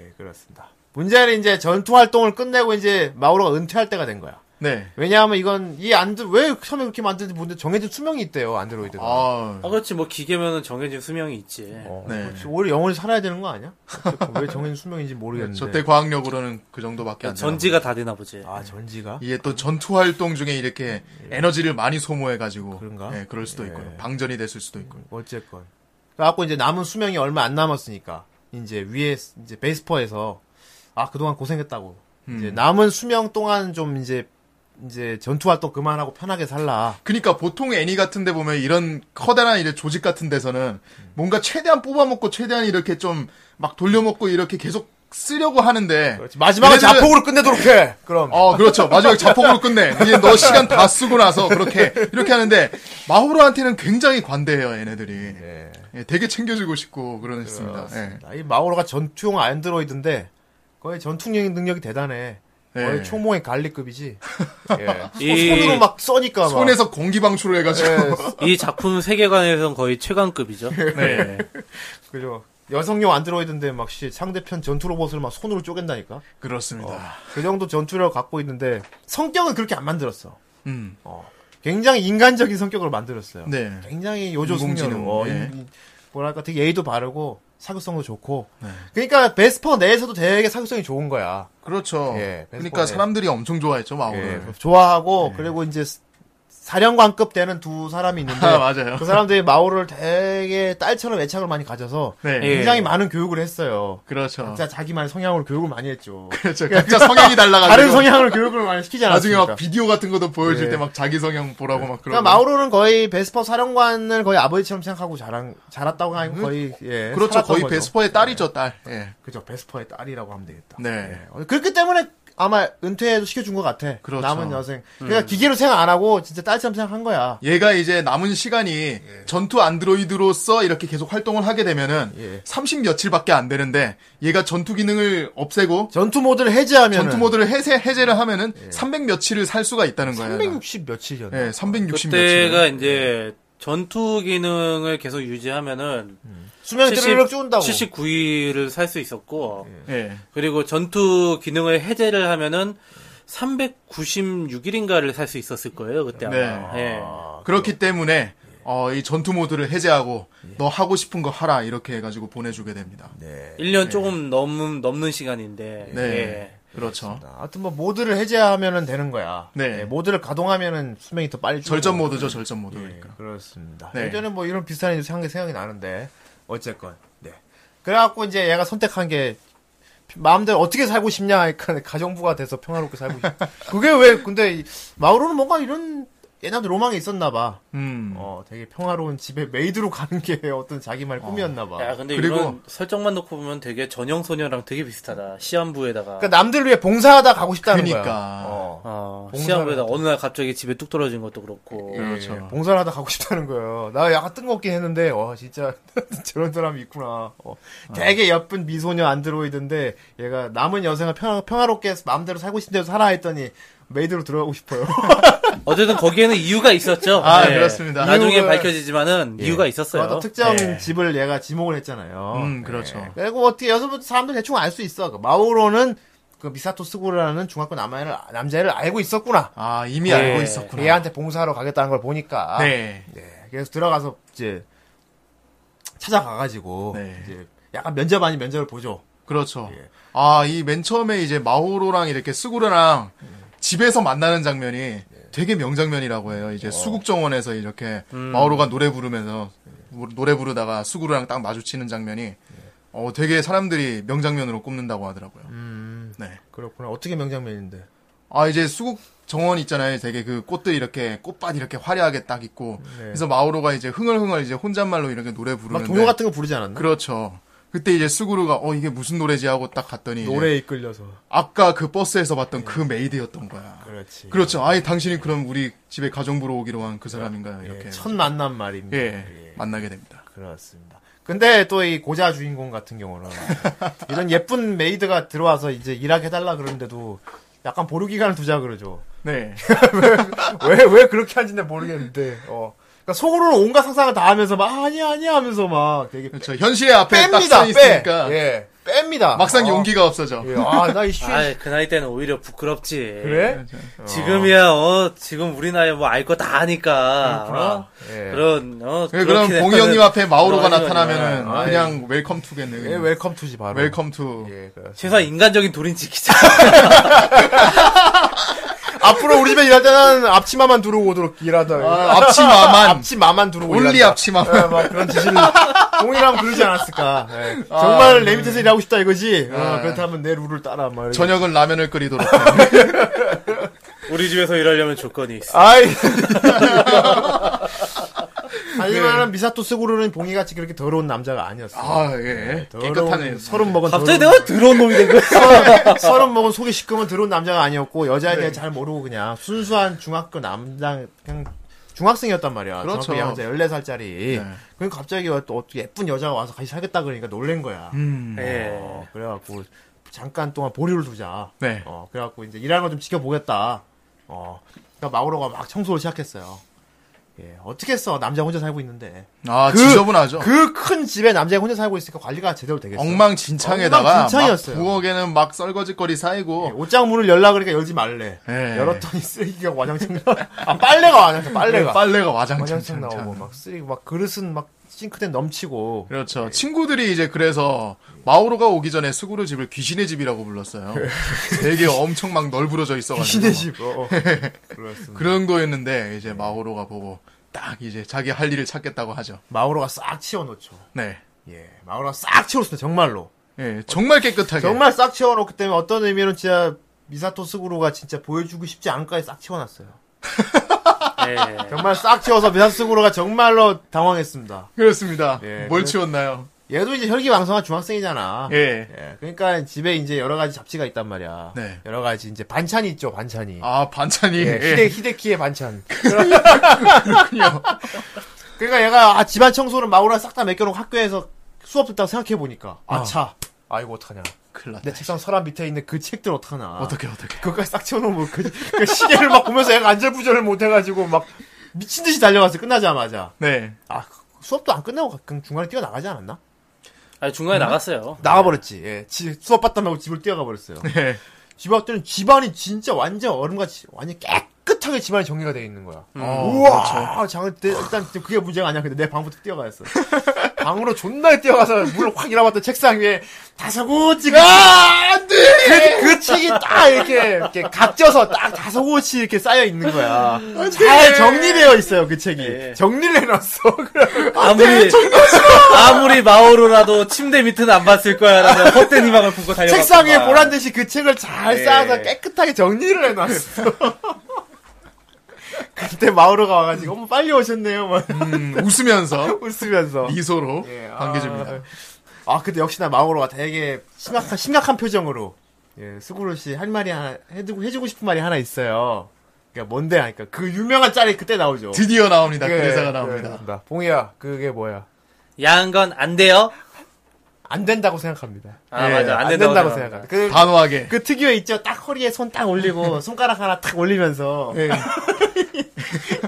S1: 예, 그렇습니다. 문제는 이제 전투 활동을 끝내고 이제 마오로가 은퇴할 때가 된 거야.
S3: 네.
S1: 왜냐하면 이건 이 안드 왜 처음에 그렇게 만드는지 모르는데 정해진 수명이 있대요 안드로이드가.
S3: 아,
S2: 아, 그렇지. 뭐 기계면은 정해진 수명이 있지. 그러니까
S1: 어,
S3: 네.
S1: 그렇지. 오히려 영원히 살아야 되는 거 아니야? 어쨌든 왜 정해진 수명인지 모르겠는데.
S3: 저때 과학력으로는 그 정도밖에 안 되나
S2: 전지가 다 되나 보지.
S1: 아 전지가
S3: 봐요. 이게 또 전투 활동 중에 이렇게 에너지를 많이 소모해 가지고
S1: 예. 그런가?
S3: 예, 그럴 수도 있고요. 방전이 됐을 수도 있고.
S1: 어쨌건. 그래갖고 이제 남은 수명이 얼마 안 남았으니까 이제 위에 이제 베이스퍼에서 아 그동안 고생했다고
S3: 음.
S1: 이제 남은 수명 동안 좀 이제 이제 전투 활동 그만하고 편하게 살라.
S3: 그러니까 보통 애니 같은데 보면 이런 커다란 이런 조직 같은 데서는
S1: 음.
S3: 뭔가 최대한 뽑아먹고 최대한 이렇게 좀 막 돌려먹고 이렇게 계속 쓰려고 하는데
S1: 마지막은
S3: 얘네들은-
S1: 자폭으로 끝내도록 해. 그럼.
S3: 어, 그렇죠. 마지막에 자폭으로 끝내. 이제 너 시간 다 쓰고 나서 그렇게 이렇게 하는데 마호로한테는 굉장히 관대해요, 얘네들이. 예, 되게 챙겨주고 싶고 그러셨습니다. 예.
S1: 아, 이 마오로가 전투용 안드로이드인데 거의 전투 능력이 대단해. 거의
S3: 예.
S1: 초모의 갈리급이지. 예.
S2: 이-
S1: 손으로 막 써니까 막.
S3: 손에서 공기 방출을 해가지고
S1: 네.
S2: 이 작품 세계관에서는 거의 최강급이죠. 네.
S1: 그죠. 여성용 안드로이드인데 막 씨, 상대편 전투 로봇을 막 손으로 쪼갠다니까.
S3: 그렇습니다.
S1: 그 정도 전투력을 갖고 있는데 성격은 그렇게 안 만들었어.
S3: 음,
S1: 어. 굉장히 인간적인 성격으로 만들었어요.
S3: 네.
S1: 굉장히 요조
S3: 인공지능,
S1: 숙녀는 어,
S3: 네.
S1: 인- 뭐랄까 되게 예의도 바르고 사교성도 좋고.
S3: 네.
S1: 그러니까 베스퍼 내에서도 되게 사교성이 좋은 거야.
S3: 그렇죠.
S1: 예,
S3: 그러니까
S1: 베스퍼네.
S3: 사람들이 엄청 좋아했죠 마호를.
S1: 예, 좋아하고
S3: 네.
S1: 그리고 이제 스- 사령관급 되는 두 사람이 있는데
S3: 아, 맞아요.
S1: 그 사람들이 마오를 되게 딸처럼 애착을 많이 가져서
S3: 네.
S1: 굉장히 많은 교육을 했어요.
S3: 그렇죠.
S1: 각자 자기만의 성향으로 교육을 많이 했죠.
S3: 그렇죠. 각자 성향이 달라가지고
S1: 다른 성향으로 교육을 많이 시키지
S3: 나중에
S1: 않았습니까?
S3: 막 비디오 같은 것도 보여줄
S1: 예.
S3: 때 막 자기 성향 보라고 막 그러고.
S1: 그러니까 마오로는 거의 베스퍼 사령관을 거의 아버지처럼 생각하고 자란, 자랐다고 하는 거의 예,
S3: 그렇죠.
S1: 살았던
S3: 거의
S1: 거죠.
S3: 베스퍼의 딸이죠, 딸. 예.
S1: 그죠 베스퍼의 딸이라고 하면 되겠다.
S3: 네.
S1: 어, 그렇기 때문에 아마 은퇴도 시켜준 것 같아.
S3: 그렇죠.
S1: 남은 여생. 그러니까 기계로 생각 안 하고 진짜 딸처럼 생각한 거야.
S3: 얘가 이제 남은 시간이 전투 안드로이드로서 이렇게 계속 활동을 하게 되면은
S1: 예.
S3: 30 며칠밖에 안 되는데 얘가 전투 기능을 없애고
S1: 전투 모드를 해제하면
S3: 전투 모드를 해제 해제를 하면은 300 며칠을 살 수가 있다는 거예요.
S1: 360 며칠이었나?
S3: 예, 360
S2: 그때가
S3: 며칠.
S2: 이제 전투 기능을 계속 유지하면은
S1: 수면이 르륵 쫀다고.
S2: 79위를 살 수 있었고
S3: 예.
S2: 그리고 전투 기능을 해제를 하면은 396일인가를 살 수 있었을 거예요 그때 아마.
S3: 네.
S2: 예.
S3: 그렇기 때문에 어, 이 전투 모드를 해제하고 너 하고 싶은 거 하라 이렇게 해가지고 보내주게 됩니다. 네.
S2: 1년 조금 넘, 넘는 시간인데. 예.
S3: 그렇죠.
S1: 하여튼 뭐 모드를 해제하면은 되는 거야.
S3: 네.
S1: 예, 모드를 가동하면은 수명이 더 빨리 줄고.
S3: 절전 모드죠, 절전
S1: 예.
S3: 모드. 그러니까.
S1: 그렇습니다.
S3: 네.
S1: 예전에 뭐 이런 비슷한 일이 생각이, 생각이 나는데 어쨌건 네. 그래갖고 이제 얘가 선택한 게 마음대로 어떻게 살고 싶냐 하니까 가정부가 돼서 평화롭게 살고 싶다. 그게 왜 근데 이- 마오로는 뭔가 이런 예나도 로망이 있었나 봐.
S3: 음.
S1: 어, 되게 평화로운 집에 메이드로 가는 게 어떤 자기말 꿈이었나 봐.
S2: 야, 근데
S3: 그리고-
S2: 이런 설정만 놓고 보면 되게 전형 소녀랑 되게 비슷하다. 시한부에다가.
S1: 그러니까 남들 위해 봉사하다 가고 싶다는 거야.
S3: 그러니까.
S1: 어.
S2: 어,
S1: 봉사를
S2: 시한부에다 어느 날 갑자기 집에 뚝 떨어진 것도 그렇고.
S3: 그렇죠.
S1: 예, 봉사를 하다 가고 싶다는 거예요. 나 약간 뜬금없긴 했는데, 와, 진짜, 저런 사람이 있구나. 어, 되게 예쁜 미소녀 안드로이드인데, 얘가 남은 여생을 평화, 평화롭게 마음대로 살고 싶은 대로 살아 했더니, 메이드로 들어가고 싶어요.
S2: 어쨌든 거기에는 이유가 있었죠. 예.
S3: 아, 그렇습니다.
S2: 나중에
S1: 이유가- 예.
S2: 밝혀지지만은 이유가 있었어요.
S1: 또 특정
S2: 예.
S1: 집을 얘가 지목을 했잖아요.
S3: 음, 그렇죠.
S1: 예. 그리고 어떻게 여기서부터 사람들 대충 알 수 있어. 그 마오로는 그 미사토 스구라는 중학교 남아애를, 남자애를 알고 있었구나.
S3: 아, 이미
S2: 예.
S3: 알고 있었구나.
S1: 얘한테 봉사하러 가겠다는 걸 보니까.
S3: 네.
S1: 예, 그래서 들어가서 이제 찾아가가지고
S3: 네.
S1: 이제 약간 면접 아닌 면접을 보죠.
S3: 그렇죠.
S1: 예.
S3: 아, 이 맨 처음에 이제 마호로랑 이렇게 스구르랑 집에서 만나는 장면이 되게 명장면이라고 해요. 이제 수국정원에서 이렇게
S1: 음.
S3: 마호로가 노래 부르면서 노- 노래 부르다가 스구르랑 딱 마주치는 장면이 어, 되게 사람들이 명장면으로 꼽는다고 하더라고요.
S1: 음.
S3: 네.
S1: 그렇구나. 어떻게 명장면인데?
S3: 아, 이제 수국 정원 있잖아요. 되게 그 꽃들 이렇게 꽃밭 이렇게 화려하게 딱 있고. 그래서 마호로가 이제 흥얼흥얼 이제 혼잣말로 이렇게 노래
S1: 네. 막
S3: 부르는데
S1: 동요 같은 거 부르지 않았나?
S3: 그렇죠. 그때 이제 수구루가 어 이게 무슨 노래지 하고 딱 갔더니 이제
S1: 노래에 이끌려서.
S3: 아까 그 버스에서 봤던 그 메이드였던 거야.
S1: 네. 그렇지.
S3: 그렇죠. 아예 당신이 그럼 우리 집에 가정부로 오기로 한 그 사람인가요? 이렇게
S1: 예, 첫 만남 말입니다.
S3: 예, 만나게 됩니다.
S1: 그렇습니다. 근데 또 이 고자 주인공 같은 경우는 이런 예쁜 메이드가 들어와서 이제 일하게 해달라 그러는데도 약간 보류 기간을 두자 그러죠.
S3: 네.
S1: 왜, 왜 그렇게 한지는 모르겠는데, 어. 그러니까 속으로는 온갖 상상을 다 하면서 막, 아, 아니야, 아니야 하면서 막 되게
S3: 그렇죠. 현실의 앞에 딱
S1: 뺍니다,
S3: 서
S1: 빼.
S3: 있으니까
S1: 예. 뺍니다.
S3: 막상
S1: 어.
S3: 용기가 없어져. 네,
S1: 예. 아, 나이 씨.
S2: 아, 그 나이 때는 오히려 부끄럽지.
S1: 그래?
S2: 지금이야, 어, 지금 우리 나이 뭐 알 거 다 아니까. 어?
S1: 예.
S2: 그런, 어,
S3: 예, 그럼
S2: 그렇긴
S3: 봉이 형님
S2: 했다는-
S3: 앞에 마오로가
S2: 그런
S3: 나타나면은
S1: 아니면은,
S3: 그냥 웰컴 투겠네.
S1: 예, 웰컴 투지 바로.
S3: 웰컴 투.
S1: 예, 그
S2: 최소한 인간적인 도린 지키자.
S1: 앞으로 우리 집에 일할 때는 앞치마만 두르고 오도록 일하다.
S3: 아, 앞치마만.
S1: 앞치마만 두르고
S3: 올리
S1: 일한다.
S3: 앞치마만.
S1: 예, 막 그런 짓을 공이라면 그러지 않았을까. 예. 정말 내 밑에서 일하고 싶다 이거지. 어,
S3: 네. 아.
S1: 그렇다면 내 룰을 따라. 막 이렇게.
S3: 저녁은 라면을 끓이도록.
S2: 우리 집에서 일하려면 조건이 있어.
S1: 아이. 하지만 미사토 스구루는 봉이같이 그렇게 더러운 남자가 아니었어.
S3: 네. 아, 예.
S1: 더러운
S3: 깨끗하네.
S1: 서른 먹은
S2: 갑자기
S1: 더러운-
S2: 내가 더러운 놈이 된 거야.
S1: 서른- 서른 먹은 속이 시큼은 더러운 남자가 아니었고 여자에
S3: 네.
S1: 대해 잘 모르고 그냥 순수한 중학교 남자 그냥 중학생이었단 말이야.
S3: 그렇죠.
S1: 중학교 양자 14살짜리.
S3: 네.
S1: 그럼 갑자기 또 어떻게 예쁜 여자가 와서 같이 살겠다 그러니까 놀란 거야.
S3: 음.
S2: 예.
S1: 어, 그래갖고 잠깐 동안 보류를 두자.
S3: 네.
S1: 어, 그래갖고 이제 일하는 거 좀 지켜보겠다. 어, 그러니까 마우로가 막 청소를 시작했어요. 예, 어떻게 했어? 남자 혼자 살고 있는데.
S3: 아,
S1: 그-
S3: 지저분하죠.
S1: 그 큰 집에 남자가 혼자 살고 있으니까 관리가 제대로 되겠어.
S3: 엉망진창에다가
S1: 엉망진창이었어요.
S3: 막 부엌에는 막 썰거짓거리
S1: 예,
S3: 쌓이고
S1: 옷장 문을 열라 그러니까 열지 말래.
S3: 예.
S1: 열었더니 쓰레기가 와장창 나. 아 빨래가 와장창 빨래가.
S3: 네, 빨래가
S1: 와장창
S3: 와장창
S1: 나오고
S3: 나오고
S1: 막 쓰레기 막 그릇은 막 싱크대 넘치고.
S3: 그렇죠. 친구들이 이제 그래서 마오로가 오기 전에 수구루 집을 귀신의 집이라고 불렀어요. 되게 엄청 막 널브러져 있어가지고
S1: 네. 귀신의 집. 어, 어. 그렇습니다.
S3: 그런 거였는데 이제 마오로가 보고 딱 이제 자기 할 일을 찾겠다고 하죠.
S1: 마우로가 싹 치워놓죠.
S3: 네.
S1: 예, 마우로가 싹 치웠습니다. 정말로.
S3: 예, 정말 깨끗하게.
S1: 정말 싹 치워놓기 때문에 어떤 의미로는 진짜 미사토 스구로가 진짜 보여주고 싶지 않을까에 싹 치워놨어요.
S2: 예.
S1: 정말 싹 치워서 미사토 스구로가 정말로 당황했습니다.
S3: 그렇습니다.
S1: 예,
S3: 뭘
S1: 그래서-
S3: 치웠나요?
S1: 얘도 이제 혈기왕성한 중학생이잖아.
S3: 예.
S1: 예, 그러니까 집에 이제 여러 가지 잡지가 있단 말이야.
S3: 네.
S1: 여러 가지 이제 반찬이 있죠, 반찬이.
S3: 아, 반찬이.
S1: 예,
S3: 예.
S1: 히데, 히데키의 반찬. 그러니까 얘가 아, 집안 청소를 마우라 싹 다 맡겨놓고 학교에서 수업 듣다고 생각해보니까. 아, 차. 아이고, 어떡하냐.
S3: 큰일 났다.
S1: 내 책상 서랍 밑에 있는 그 책들 어떡하나.
S3: 어떻게 어떻게.
S1: 그것까지 싹 채워놓으면 그, 그 시계를 막 보면서 애가 안절부절을 못해가지고 막 미친 듯이 달려갔어 끝나자마자
S3: 네.
S1: 아 그- 수업도 안 끝나고 가- 그냥 중간에 뛰어나가지 않았나?
S2: 아, 중간에 나갔어요.
S1: 나가버렸지 예 지- 수업 봤다 말고 집을 뛰어가 버렸어요
S3: 예.
S1: 집 앞에는 집안이 진짜 완전 얼음같이 완전 깨끗하게 집안이 정리가 돼 있는 거야
S2: 음.
S3: 어,
S1: 우와
S2: 그렇죠.
S1: 장, 내- 일단 그게 문제가 아니야 근데 내 방부터 뛰어가였어 방으로 존나 뛰어가서 물을 확 일어봤더니 책상 위에 다사고치 아, 안 돼! 그, 그 책이 딱 이렇게, 이렇게 각져서 딱 다사고치 이렇게 쌓여 있는 거야. 잘 정리되어 있어요, 그 책이.
S2: 네.
S1: 정리를 해놨어. 그래. 네,
S2: 아무리, 아무리 마오로라도 침대 밑은 안 봤을 거야. 라는 헛된 희망을 품고 달려갔
S1: 책상 위에 보란 듯이 그 책을 잘
S2: 네.
S1: 쌓아서 깨끗하게 정리를 해놨어. 그때 마우로가 와가지고, 어머, 빨리 오셨네요. 막
S3: 음, 웃으면서
S1: 웃으면서.
S3: 미소로
S1: 예, 아.
S3: 반겨줍니다.
S1: 아, 근데 역시나 마오로가 되게 심각한, 심각한 표정으로. 예, 스구로 씨 할 말이 하나, 해주고, 해주고 싶은 말이 하나 있어요. 그니까 뭔데? 하니까 그 유명한 짤이 그때 나오죠.
S3: 드디어 나옵니다.
S1: 예,
S3: 그 대사가
S1: 예,
S3: 나옵니다.
S1: 예, 봉이야, 그게 뭐야?
S2: 야한 건 안 돼요?
S1: 안 된다고 생각합니다.
S2: 아,
S3: 예,
S2: 맞아. 안
S1: 안
S2: 된다고,
S1: 된다고
S2: 생각한다.
S1: 생각합니다. 그,
S3: 단호하게.
S1: 그 특유의 있죠? 딱 허리에 손 딱 올리고, 손가락 하나 탁 올리면서.
S3: 예.
S1: 야,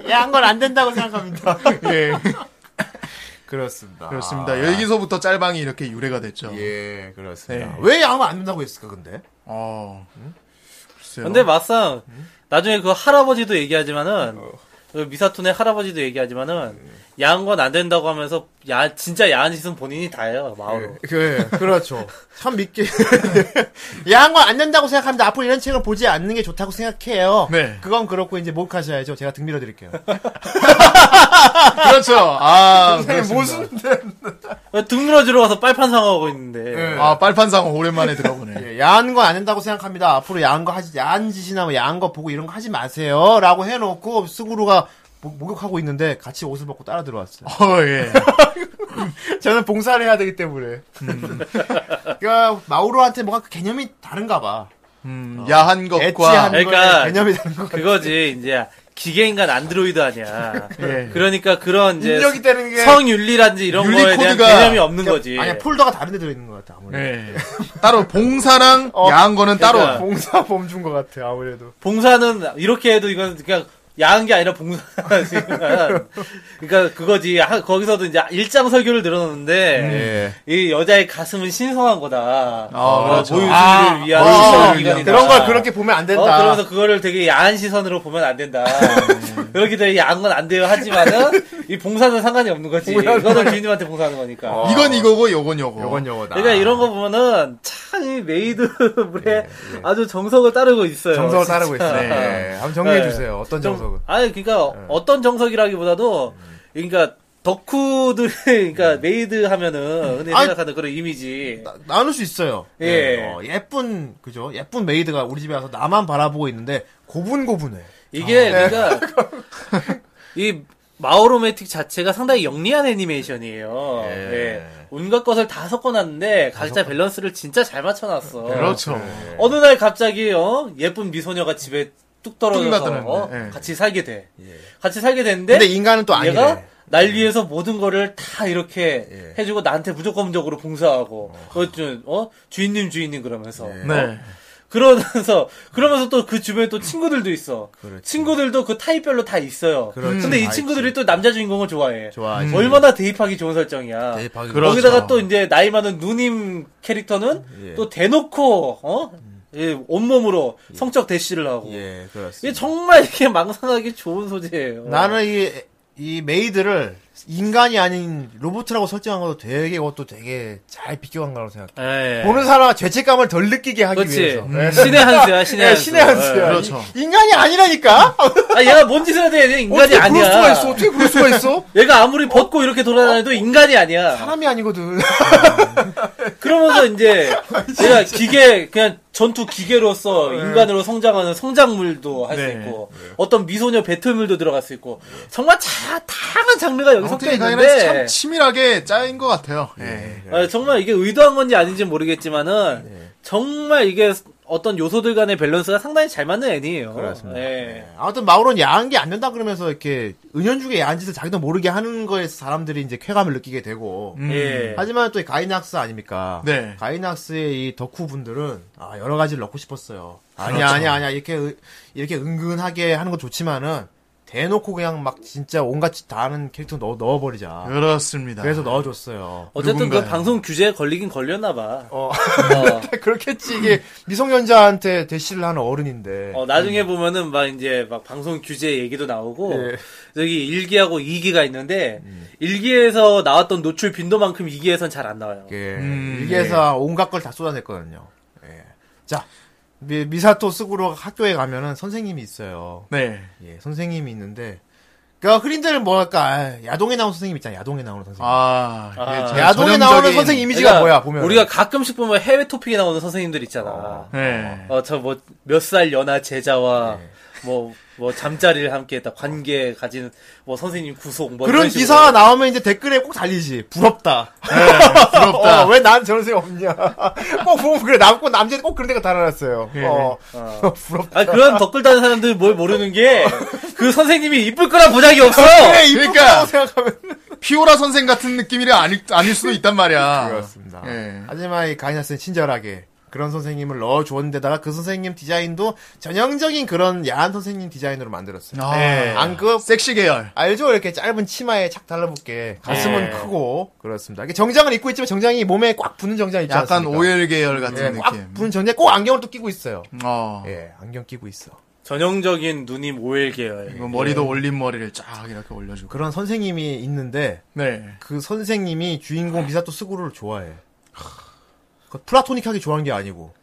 S1: 예, 한 건 안 된다고 생각합니다.
S3: 예.
S1: 그렇습니다. 아,
S3: 그렇습니다. 여기서부터 짤방이 이렇게 유래가 됐죠.
S1: 예, 그렇습니다.
S3: 예.
S1: 왜 양은 안 된다고 했을까, 근데?
S3: 어.
S1: 네.
S3: 글쎄요.
S2: 근데 막상
S1: 음?
S2: 나중에 그 할아버지도 얘기하지만은
S1: 어.
S2: 그 미사톤의 할아버지도 얘기하지만은 야한 건 안 된다고 하면서 야 진짜 야한 짓은 본인이 다해요 마오로.
S1: 그, 그렇죠. 참 믿기. 야한 건 안 된다고 생각합니다. 앞으로 이런 책을 보지 않는 게 좋다고 생각해요.
S3: 네.
S1: 그건 그렇고, 이제 목하셔야죠. 제가 등 밀어드릴게요.
S3: 그렇죠. 아, 그렇습니다.
S1: 네.
S2: 등 밀어주러 가서 빨판 상하고 있는데
S3: 아, 빨판상 오랜만에 들어보네.
S1: 예, 야한 건 안 된다고 생각합니다. 앞으로 야한 거 하지, 야한 짓이나 뭐 야한 거 보고 이런 거 하지 마세요. 라고 해놓고, 스구루가 목- 목욕하고 있는데 같이 옷을 벗고 따라 들어왔어요.
S3: 어, 예.
S1: 저는 봉사를 해야 되기 때문에. 음. 그러니까 마우로한테 뭔가 그 개념이 다른가 봐.
S3: 음, 야한 것과
S1: 엣지한 거에
S2: 그러니까
S1: 개념이 다른 것 같아.
S2: 그거지 이제 기계인간 안드로이드 아니야.
S1: 네.
S3: 예.
S2: 그러니까 그런 이제
S1: 입력이 되는 게 그러니까
S2: 성윤리라든지 이런
S3: 윤리
S2: 거에 대한
S3: 코드가-
S2: 개념이 없는
S1: 예.
S2: 거지. 네.
S1: 아니 폴더가 다른 데 들어있는 것 같아 아무래도.
S3: 예. 따로 봉사랑
S1: 어,
S3: 야한 거는 따로.
S2: 그러니까.
S1: 봉사 범준 것 같아 아무래도.
S2: 봉사는 이렇게 해도 이건 그냥 야한 게 아니라 봉사지만 그러니까 그거지 하- 거기서도 이제 일장 설교를 늘어놓는데
S1: 예.
S2: 이 여자의 가슴은 신성한 거다 어,
S3: 그렇죠.
S2: 모유수를
S3: 아,
S2: 위한
S3: 모유
S2: 신성한
S3: 수준을
S2: 기간이다.
S1: 그런 걸 그렇게 보면 안 된다.
S2: 어, 그러면서 그거를 되게 야한 시선으로 보면 안 된다. 그렇게 되게 야한 건 안 돼요. 하지만은 이 봉사는 상관이 없는 거지. 이거는 주인님한테 봉사하는 거니까.
S3: 이건 이거고 요건 요거.
S1: 요건 요거다.
S2: 그러니까 이런 거 보면은 참이 메이드물에 아주 정석을 따르고 있어요.
S1: 예, 정석을 따르고 있어요. 예. 한번 정리해
S2: 네.
S1: 주세요. 어떤 예.
S2: 좀-
S1: 정석은?
S2: 아니 그러니까 어떤 정석이라기보다도 그러니까 덕후들 그러니까 메이드 하면은 흔히
S1: 음. 아니,
S2: 생각하는 그런 이미지.
S1: 나- 나눌 수 있어요.
S2: 예.
S1: 쁜 그죠? 예쁜 메이드가 우리 집에 와서 나만 바라보고 있는데
S2: 네?
S1: 고분고분해.
S2: 이게
S1: 아, 예.
S2: 그러니까 이 마오로매틱 자체가 상당히 영리한 애니메이션이에요.
S1: 예.
S2: 예. 온갖 것을 다 섞어놨는데 각자 밸런스를 진짜 잘 맞춰놨어.
S3: 그렇죠.
S2: 어느 날 갑자기 어, 예쁜 미소녀가 집에 뚝 떨어져서
S3: 뚝 나드는데,
S2: 어,
S3: 예.
S2: 같이 살게 돼. 같이 살게 되는데
S1: 근데 인간은 또 아니래. 예.
S2: 얘가 날 위해서 모든 거를 다 이렇게 해주고 나한테 무조건적으로 봉사하고 어, 주- 어? 주인님 주인님 그러면서
S1: 예.
S2: 어?
S3: 네.
S2: 그러면서 그러면서 또 그 주변에 또 친구들도 있어. 친구들도 그 타입별로 다 있어요.
S1: 그렇지.
S2: 근데 이
S1: 다
S2: 친구들이 또 남자 주인공을 좋아해.
S1: 좋아하지.
S2: 음. 얼마나 대입하기 좋은 설정이야.
S1: 대입하기
S2: 거기다가
S1: 그렇죠.
S2: 또 이제 나이 많은 누님 캐릭터는
S1: 예.
S2: 또 대놓고 어? 예, 온몸으로 성적 대시를 하고.
S1: 예,
S2: 이게
S1: 그렇습니다.
S2: 정말 이게 망상하기 좋은 소재예요.
S1: 네. 나는 이, 이 메이드를 인간이 아닌 로봇이라고 설정한 것도 되게 그것도 되게 잘 비껴간 거라고 생각해.
S2: 예.
S1: 보는 사람 죄책감을 덜 느끼게 하기
S2: 그렇지.
S1: 위해서.
S2: 음.
S1: 네.
S2: 신의 한수야, 신의
S1: 예,
S2: 한수.
S1: 신의 한수야.
S2: 예.
S3: 그렇죠.
S1: 이- 인간이 아니라니까?
S2: 아, 얘가 뭔 짓을 해도 얘는 인간이
S1: 어떻게 그럴 수가
S2: 아니야.
S1: 있어? 어떻게 그럴 수가 있어?
S2: 얘가 아무리 벗고 이렇게 돌아다녀도 인간이 아니야.
S1: 사람이 아니거든.
S2: 그러면서 이제 얘가 기계 그냥 전투 기계로서 인간으로 성장하는 성장물도 할 수
S3: 네.
S2: 있고 어떤 미소녀 배틀물도 들어갈 수 있고 정말 자, 다양한 장르가 여기 섞여
S3: 어떻게 그 가이는
S2: 있는데
S3: 참 치밀하게 짜인 것 같아요.
S1: 네,
S3: 예.
S2: 아, 정말 이게 의도한 건지 아닌지 모르겠지만은 정말 이게 어떤 요소들 간의 밸런스가 상당히 잘 맞는 애니에요. 예. 그렇습니다.
S1: 아무튼 마오론 야한 게 안 된다 그러면서 이렇게 은연중에 야한 짓을 자기도 모르게 하는 거에서 사람들이 이제 쾌감을 느끼게 되고
S2: 예.
S1: 하지만 또 가이낙스 아닙니까?
S3: 네.
S1: 가이낙스의 이 덕후 분들은 아 여러 가지를 넣고 싶었어요. 아니야
S3: 그렇죠.
S1: 아니야 아니야 이렇게 으- 이렇게 은근하게 하는 건 좋지만은 대놓고 그냥 막 진짜 온갖 짓 다 하는 캐릭터 넣어 넣어버리자.
S3: 그렇습니다.
S1: 그래서 넣어줬어요.
S2: 어쨌든
S3: 누군가요?
S2: 그 방송 규제에 걸리긴 걸렸나 봐. 어.
S1: 그렇겠지 이게 미성년자한테 대시를 하는 어른인데. 네.
S2: 어, 나중에 보면은 막 이제 막 방송 규제 얘기도 나오고
S1: 예. 음.
S2: 여기 1기하고 2기가 있는데 1기에서 나왔던 노출 빈도만큼 2기에선 잘 안 나와요.
S1: 예.
S3: 음,
S1: 일기에서 온갖 걸 다 쏟아냈거든요. 예. 자, 미, 미사토 쓰구로 학교에 가면은 선생님이 있어요.
S3: 네.
S1: 예, 선생님이 있는데, 그니까 흐린데는 뭐랄까, 아, 야동에 나오는 선생님 있잖아, 야동에 나오는 선생님.
S3: 아, 이게
S2: 아.
S3: 참
S1: 야동에
S3: 전형적인-
S1: 나오는 선생님 이미지가
S2: 그러니까
S1: 뭐야, 보면.
S2: 우리가 가끔씩 보면 해외 토픽에 나오는 선생님들 있잖아.
S3: 네.
S2: 어, 저 뭐, 몇 살 연하 제자와,
S1: 예.
S2: 뭐, 뭐, 잠자리를 함께 했다. 관계 가진, 뭐, 선생님 구속, 뭐.
S1: 그런
S2: 이런 식으로.
S1: 기사가 나오면 이제 댓글에 꼭 달리지. 부럽다.
S3: 네, 부럽다.
S1: 어, 왜 난 저런 선생님 없냐. 꼭 보면 그래, 남, 꼭 남자들 꼭 그런 데가 달아놨어요.
S3: 예.
S1: 어, 부럽다.
S2: 아, 그런 댓글 다는 사람들 뭘 모르는 게, 그 선생님이 이쁠 거란 보장이 없어!
S1: 그래, 이쁘다고
S3: 그러니까.
S1: 생각하면.
S3: 피오라 선생 같은 느낌이라 아닐, 아닐 수도 있단 말이야.
S1: 그렇습니다.
S3: 예.
S1: 하지만 이 가이나스는 친절하게 그런 선생님을 넣어줬는데다가 그 선생님 디자인도 전형적인 그런 야한 선생님 디자인으로 만들었어요.
S3: 아.
S1: 예. 안급
S3: 섹시 계열.
S1: 알죠? 이렇게 짧은 치마에 착 달라붙게
S2: 예.
S1: 가슴은 크고 그렇습니다. 이게 정장을 입고 있지만 정장이 몸에 꽉 붙는 정장 있지
S3: 약간
S1: 않습니까?
S3: 오열 계열 같은
S1: 예, 꽉
S3: 느낌.
S1: 붙는 정장 꼭 안경을 또 끼고 있어요.
S3: 어.
S1: 예, 안경 끼고 있어.
S2: 전형적인 누님 오일 계열.
S3: 이거
S1: 뭐
S3: 머리도 올린 머리를 쫙 이렇게 올려주고.
S1: 그런 선생님이 있는데
S3: 네.
S1: 그 선생님이 주인공 미사토 스구루를 좋아해. 그 플라토닉하게 좋아하는 게 아니고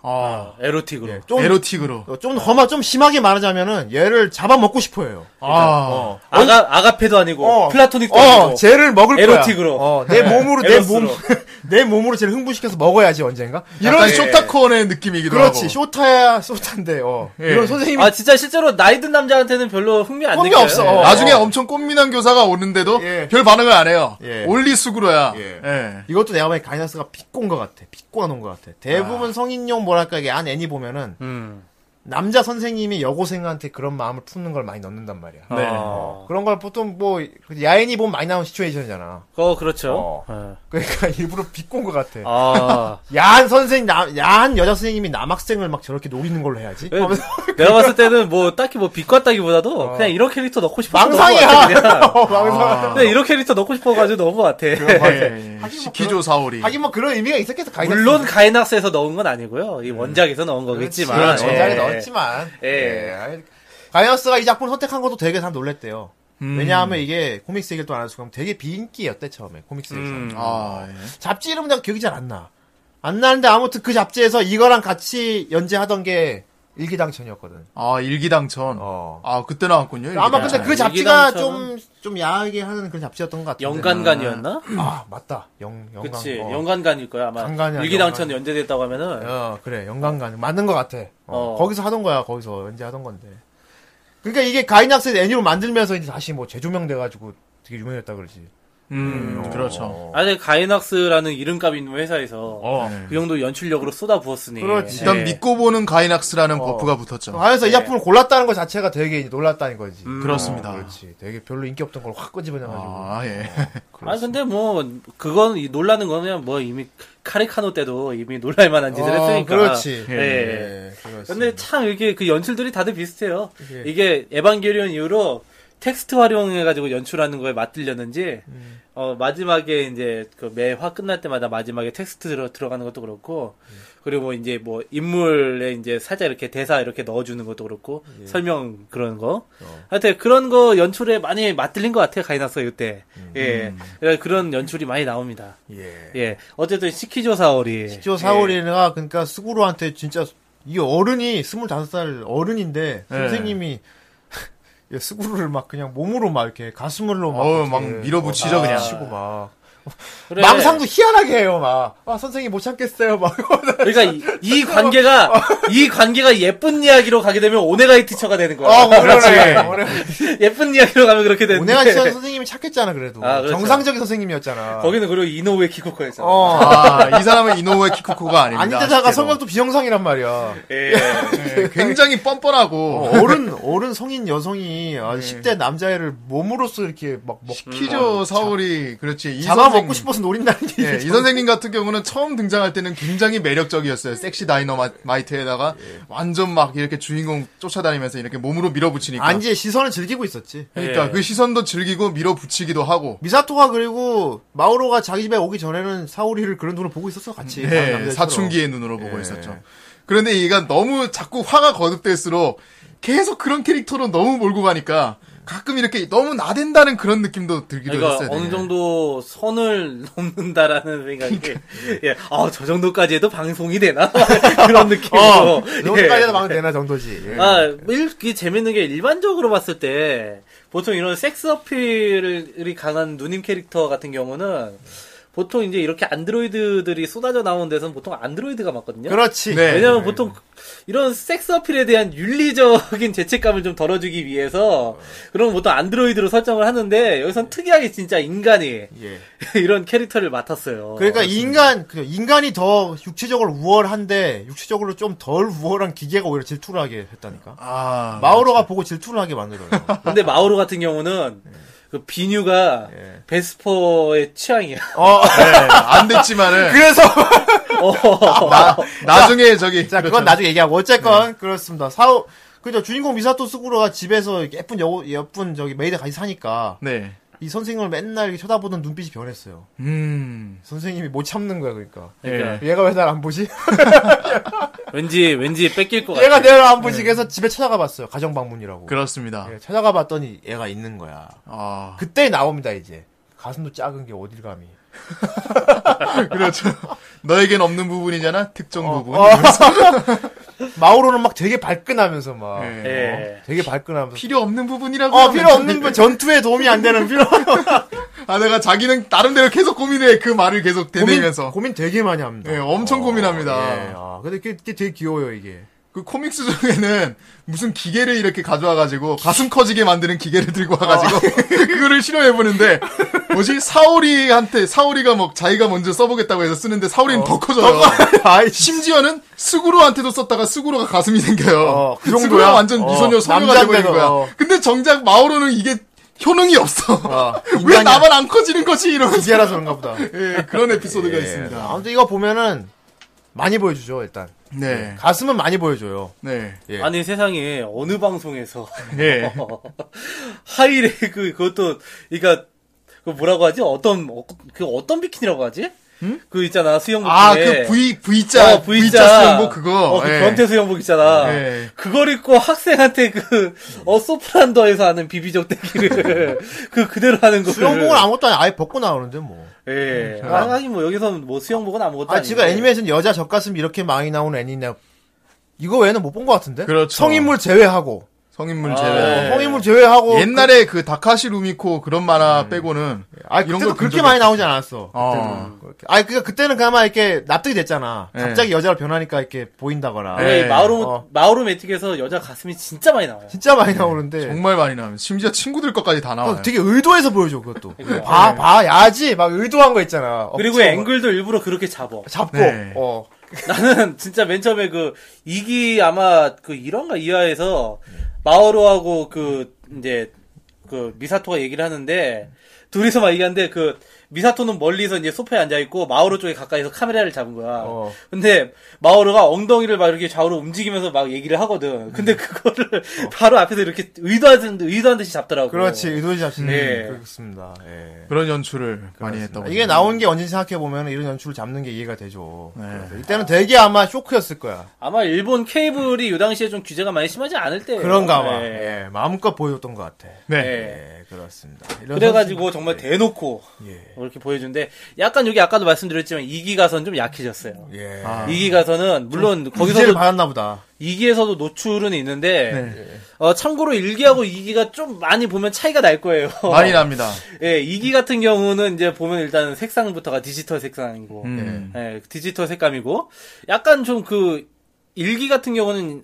S3: 어.
S2: 에로틱으로.
S1: 예, 좀
S3: 에로틱으로.
S1: 어, 좀 험하, 좀 심하게 말하자면은 얘를 잡아먹고 싶어요.
S3: 아.
S2: 아가, 아가페도 아니고,
S1: 어.
S2: 플라토닉도
S1: 어,
S2: 아니고.
S1: 쟤를 먹을
S2: 뭐 에로틱으로.
S1: 거야. 어, 내 몸으로 내 몸,
S2: 에로스로.
S1: 내 몸으로 쟤를 흥분시켜서 먹어야지 언젠가.
S3: 이런
S1: 약간
S3: 쇼타콘의 느낌이기도
S1: 그렇지
S3: 하고.
S1: 쇼타야 쇼타인데 어.
S3: 예.
S1: 이런 선생님이
S2: 아, 진짜 실제로 나이 든 남자한테는 별로 흥미 안
S1: 흥미
S2: 느껴요.
S1: 없어.
S2: 예.
S1: 어.
S3: 나중에 엄청 꽃미남 교사가 오는데도
S1: 예.
S3: 별 반응을 안 해요.
S1: 예.
S2: 아,
S3: 올리수그로야.
S1: 예.
S3: 예.
S1: 이것도 내가 보기엔 가이너스가 비꼰 것 같아. 비꼬아 놓은 것 같아. 대부분 성인용 뭐랄까 이게 안 애니 보면은
S2: 아. 음.
S1: 남자 선생님이 여고생한테 그런 마음을 푸는 걸 많이 넣는단 말이야.
S2: 네.
S1: 어,
S2: 어.
S1: 그런 걸 보통 뭐 야인이 보면 많이 나오는 시츄에이션이잖아.
S2: 어, 그렇죠.
S1: 어.
S2: 예.
S1: 그러니까 일부러 비꼰 것 같아.
S2: 아,
S1: 야한 선생, 나, 야한 여자 선생님이 남학생을 막 저렇게 노리는 걸로 해야지. 어.
S2: 왜,
S1: 하면서
S2: 내가 봤을 때는 뭐 딱히 뭐 비꼬았다기보다도
S1: 어.
S2: 그냥 이런 캐릭터 넣고 싶어서
S1: 망상이야.
S2: 넣은 것 같아, 그냥.
S1: 어, 망상.
S2: 그냥 이런 캐릭터 넣고 싶어가지고 넣은 것 같아.
S3: 예, 예.
S1: 하긴 뭐
S3: 기조 사오리.
S1: 하긴 뭐 그런 의미가 있었겠어. 가이드
S2: 아. 물론 가이낙스에서 넣은 건 아니고요. 이 원작에서 넣은 거겠지만.
S1: 음. 그렇지.
S2: 예.
S1: 전자에 넣었지만.
S2: 예.
S1: 예. 가이너스가 이 작품 선택한 것도 되게 사람 놀랬대요. 왜냐하면 이게 코믹스 얘기를 또 안 할 수가 없으면 되게 비인기였대, 처음에. 코믹스에서.
S2: 음.
S3: 아, 예.
S1: 잡지 이름 내가 기억이 잘 안 나. 안 나는데 아무튼 그 잡지에서 이거랑 같이 연재하던 게 일기당천이었거든.
S3: 아 일기당천.
S1: 어.
S3: 아 그때 나왔군요.
S1: 아마
S3: 일기당천.
S1: 근데 그 잡지가
S2: 일기당천은-
S1: 좀, 좀 야하게 하는 그런 잡지였던 것 같은데.
S2: 영간간이었나?
S1: 아, 맞다. 영, 영간.
S2: 그치.
S1: 어.
S2: 영간간일 거야. 아마
S1: 간간이 아니라
S2: 일기당천
S1: 영간.
S2: 연재됐다고 하면은.
S1: 어, 그래. 영광관. 맞는 것 같아. 어,
S2: 어.
S1: 거기서 하던 거야, 거기서. 언제 하던 건데. 그러니까 이게 가이낙스 애니로 만들면서 이제 다시 뭐 재조명돼가지고 되게 유명했다 그러지.
S3: 음,
S1: 어.
S3: 그렇죠.
S2: 아, 근데 가이낙스라는 이름값 있는 회사에서
S1: 어.
S2: 그 정도 연출력으로 쏟아부었으니.
S1: 그렇지.
S3: 일단
S2: 예.
S3: 믿고 보는 가이낙스라는
S1: 어.
S3: 버프가 붙었죠.
S1: 그래서 이
S2: 네.
S1: 작품을 골랐다는 것 자체가 되게 이제 놀랐다는 거지.
S2: 음.
S3: 그렇습니다.
S1: 어, 그렇지. 되게 별로 인기 없던 걸 확 끄집어내가지고.
S3: 아 예.
S2: 아 근데 뭐 그건 이 놀라는 거는 그냥 뭐 이미 카리카노 때도 이미 놀랄 만한 짓을
S1: 어,
S2: 했으니까.
S1: 그렇지.
S2: 예.
S1: 예, 그렇습니다.
S2: 근데 참 이게 그 연출들이 다들 비슷해요.
S1: 예.
S2: 이게 에반게리온 이후로 텍스트 활용해가지고 연출하는 거에 맛들렸는지
S1: 음.
S2: 어, 마지막에 이제 그 매화 끝날 때마다 마지막에 텍스트 들어, 들어가는 것도 그렇고
S1: 예.
S2: 그리고 이제 뭐 인물에 이제 살짝 이렇게 대사 이렇게 넣어주는 것도 그렇고
S1: 예.
S2: 설명 그런 거
S1: 어.
S2: 하여튼 그런 거 연출에 많이 맛들린 것 같아요 가이나서 이때 예 그러니까 그런 연출이 많이 나옵니다
S1: 음. 예.
S2: 예 어쨌든 예. 시키조 사오리
S1: 시조 사오리가 그러니까 스구로한테 진짜 이 어른이 25살 어른인데 선생님이 이 스구루를 막 그냥 몸으로 막 이렇게 가슴으로 막,
S3: 어우,
S1: 이렇게
S3: 막 밀어붙이죠, 아.
S1: 막
S3: 그냥.
S1: 치고 막
S2: 그래.
S1: 망상도 희한하게 해요 막 아, 선생님 못 참겠어요 막
S2: 그러니까 이, 이 관계가 이 관계가 예쁜 이야기로 가게 되면 오네가이티처가 되는 거야. 예쁜 이야기로 가면 그렇게 되는.
S1: 아, 오네가 진짜 선생님이 착했잖아 그래도
S2: 아, 그렇죠.
S1: 정상적인 선생님이었잖아
S2: 거기는 그리고 이노우에 키코코였잖아.
S1: 어
S3: 아, 이 사람은 이노우에 키쿠코가 아닙니다.
S1: 아닌데다가
S3: 아쉽게도.
S1: 성격도 비정상이란 말이야
S2: 예.
S3: 예, 굉장히 뻔뻔하고
S1: 어, 어른 어른 성인 여성이 아, 10대 남자애를 몸으로서 이렇게 막 먹,
S3: 키조 사오리 그렇지 이
S1: 음, 어, 잡아
S3: 선생님.
S1: 먹고 싶어서 노린다는 게
S3: 예, 이 선생님 같은 경우는 처음 등장할 때는 굉장히 매력적이었어요. 섹시 다이너마이트에다가
S1: 예.
S3: 완전 막 이렇게 주인공 쫓아다니면서 이렇게 몸으로 밀어붙이니까.
S1: 안지의 시선을 즐기고 있었지.
S3: 그러니까
S2: 예.
S3: 그 시선도 즐기고 밀어붙이기도 하고.
S1: 미사토가 그리고 마오로가 자기 집에 오기 전에는 사오리를 그런 눈으로 보고 있었어 같이. 다른
S3: 예,
S1: 남자들처럼.
S3: 사춘기의 눈으로 보고
S1: 예.
S3: 있었죠. 그런데 얘가 너무 자꾸 화가 거듭될수록 계속 그런 캐릭터로 너무 몰고 가니까 가끔 이렇게 너무 나댄다는 그런 느낌도 들기도
S2: 그러니까
S3: 했어요.
S2: 어느
S3: 되게.
S2: 정도 선을 넘는다라는 생각이.
S1: 그러니까.
S2: 예. 아, 저 정도까지 해도 방송이 되나? 그런 느낌으로.
S1: 어,
S3: 네.
S2: 예.
S1: 이거까지도 막 되나 정도지. 예.
S2: 아, 뭐 일, 이게 재밌는 게 일반적으로 봤을 때 보통 이런 섹스 어필이 강한 누님 캐릭터 같은 경우는 보통 이제 이렇게 안드로이드들이 쏟아져 나오는 데서는 보통 안드로이드가 맞거든요.
S1: 그렇지.
S3: 네.
S2: 예? 왜냐면 보통 이런 섹스 어필에 대한 윤리적인 죄책감을 좀 덜어주기 위해서 그런 보통 안드로이드로 설정을 하는데 여기선 특이하게 진짜 인간이
S1: 예.
S2: 이런 캐릭터를 맡았어요.
S1: 그러니까 인간 그 인간이 더 육체적으로 우월한데 육체적으로 좀 덜 우월한 기계가 오히려 질투를 하게 했다니까.
S3: 아,
S1: 마오로가 보고 질투를 하게 만들어요.
S2: 근데 마오로 같은 경우는 그 비뉴가
S1: 예.
S2: 베스퍼의 취향이야.
S1: 어.
S3: 네, 안 됐지만은
S1: 그래서
S2: 어.
S3: 나, 나중에 저기
S1: 자, 그건
S3: 그렇죠. 네.
S1: 나중에 얘기하고 어쨌건 그렇습니다. 사오 그죠 주인공 미사토 스구로가 집에서 예쁜 여우 예쁜 저기 메이드 같이 사니까
S3: 네.
S1: 이 선생님을 맨날 이렇게 쳐다보던 눈빛이 변했어요.
S3: 음. 예,
S1: 선생님이 못 참는 거야, 그러니까.
S2: 그러니까
S1: 얘가 왜 날 안 보지?
S2: 왠지 왠지 뺏길 것 같아.
S1: 얘가 내가 안 보지? 네. 그래서 집에 찾아가 봤어요. 가정 방문이라고.
S3: 그렇습니다.
S1: 예, 찾아가 봤더니 얘가 있는 거야.
S3: 아.
S1: 그때 나옵니다, 이제. 가슴도 작은 게 어딜 감이.
S3: 그렇죠. 너에겐 없는 부분이잖아. 특정
S1: 어,
S3: 부분.
S1: 마오로는 막 되게 발끈하면서 막. 어?
S3: 예.
S2: 예.
S1: 되게 발끈하면서.
S3: 필요 없는 부분이라고.
S1: 어,
S3: 하면
S1: 필요 네. 없는 분 전투에 도움이 안 되는 필요.
S3: 아, 내가 자기는 나름대로 계속 고민해. 그 말을 계속
S1: 고민,
S3: 되뇌면서.
S1: 고민 되게 많이 합니다. 어,
S3: 예, 엄청 고민합니다.
S1: 예, 아, 근데 그게, 그게 되게 귀여워요, 이게.
S3: 그 코믹스 중에는 무슨 기계를 이렇게 가져와가지고 가슴 커지게 만드는 기계를 들고 와가지고
S1: 어.
S3: 그거를 실험해보는데 뭐지 사오리한테 사오리가 막 자기가 먼저 써보겠다고 해서 쓰는데
S1: 어.
S3: 사오리는 더 커져요.
S1: 아이 씨.
S3: 심지어는 스구로한테도 썼다가 스구로가 가슴이 생겨요.
S1: 어, 그 정도야?
S3: 스구로가 완전 미소녀
S1: 어,
S3: 소녀가 되고 있는
S1: 남자인데도,
S3: 거야.
S1: 어.
S3: 근데 정작 마오로는 이게 효능이 없어.
S1: 어,
S3: 왜
S1: 인간이야.
S3: 나만 안 커지는 거지 이러면서
S1: 기계라서 그런가 보다.
S3: 예, 그런 에피소드가
S1: 예.
S3: 있습니다.
S1: 아무튼 이거 보면은 많이 보여주죠 일단.
S3: 네,
S1: 가슴은 많이 보여줘요.
S3: 네,
S1: 예.
S2: 아니 세상에 어느 방송에서
S3: 예.
S2: 하이레그 그것도 그러니까 그 뭐라고 하지? 어떤 어, 그 어떤 비키니라고 하지? 그 있잖아 수영복
S3: 음? 아,
S2: 중에.
S3: 그 V V자
S2: 어, V자.
S3: V자 수영복 그거.
S2: 어, 그
S3: 예.
S2: 변태 수영복 있잖아.
S3: 예.
S2: 그걸 입고 학생한테 그, 어, 소프란더에서 하는 비비적 대기를, 그, 그대로 하는 거를.
S1: 수영복은 아무것도 아니 아예 벗고 나오는데 뭐.
S2: 예.
S3: 음.
S2: 아, 하긴 뭐, 여기서 뭐, 수영복은 아무것도
S1: 아
S2: 아니고.
S1: 지금 애니메이션 여자 젖가슴 이렇게 많이 나오는 애니냐 이거 외에는 못 본 것 같은데.
S3: 그렇죠.
S1: 성인물 제외하고.
S3: 성인물
S1: 어,
S3: 제외.
S1: 성인물 제외하고.
S3: 옛날에 그 다카시 루미코 그런 만화 빼고는
S1: 아 이런 거 그렇게 많이 나오지 않았어.
S3: 어.
S1: 아, 그, 그때는 그나마 이렇게 납득이 됐잖아.
S3: 예.
S1: 갑자기 여자로 변하니까 이렇게 보인다거나.
S3: 예.
S2: 네, 마오로,
S1: 어.
S2: 마오로 매틱에서 여자 가슴이 진짜 많이 나와요.
S1: 진짜 많이 나오는데.
S3: 정말 많이 나와요. 심지어 친구들 것까지 다 나와요.
S1: 그거 되게 의도해서 보여줘, 그것도. 봐, 봐야지. 막 의도한 거 있잖아. 어,
S2: 네. 그리고
S1: 그쵸?
S2: 앵글도 일부러 그렇게 잡어.
S1: 잡고,
S3: 네.
S1: 어.
S2: 나는 진짜 맨 처음에 그, 2기 아마 그 1화인가 2화에서 마오로하고 그, 이제, 그 미사토가 얘기를 하는데, 둘이서 막 얘기하는데 그, 미사토는 멀리서 이제 소파에 앉아있고, 마오로 쪽에 가까이서 카메라를 잡은 거야.
S1: 어.
S2: 근데 마오로가 엉덩이를 막 이렇게 좌우로 움직이면서 막 얘기를
S1: 음.
S2: 하거든. 근데 그거를 바로 앞에서 이렇게 의도하듯, 의도한 듯이 잡더라고.
S1: 어. 그렇지, 의도해서 잡히는.
S2: 네.
S1: 그렇습니다. 예.
S3: 그런 연출을 많이 했다고.
S1: 이게
S3: 합니다.
S1: 나온 게 언제지 생각해보면 이런 연출을 잡는 게 이해가 되죠.
S3: 네.
S1: 그래서 이때는 되게 아마 쇼크였을 거야.
S2: 아마 일본 케이블이 요 당시에 좀 규제가 많이 심하지 않을 네. 때.
S1: 그런가 봐. 예, 마음껏 보여줬던 것 같아.
S3: 네.
S1: 예, 그렇습니다. 이런
S2: 그래가지고 정말 대놓고
S1: 예.
S2: 이렇게 보여주는데 약간 여기 아까도 말씀드렸지만 2기 가선 좀 약해졌어요.
S1: 선수- 예.
S3: 아.
S2: 2기 가서는 물론
S1: 거기서
S2: 거기서도
S1: 받았나 보다.
S2: 2기에서도 노출은 있는데
S3: 네.
S2: 어, 참고로 1기하고 2기가 좀 많이 보면 차이가 날 거예요.
S3: 많이 납니다.
S2: 예, 2기 같은 경우는 이제 보면 일단 색상부터가 디지털 색상이고,
S3: 음.
S2: 예, 디지털 색감이고, 약간 좀 그 1기 같은 경우는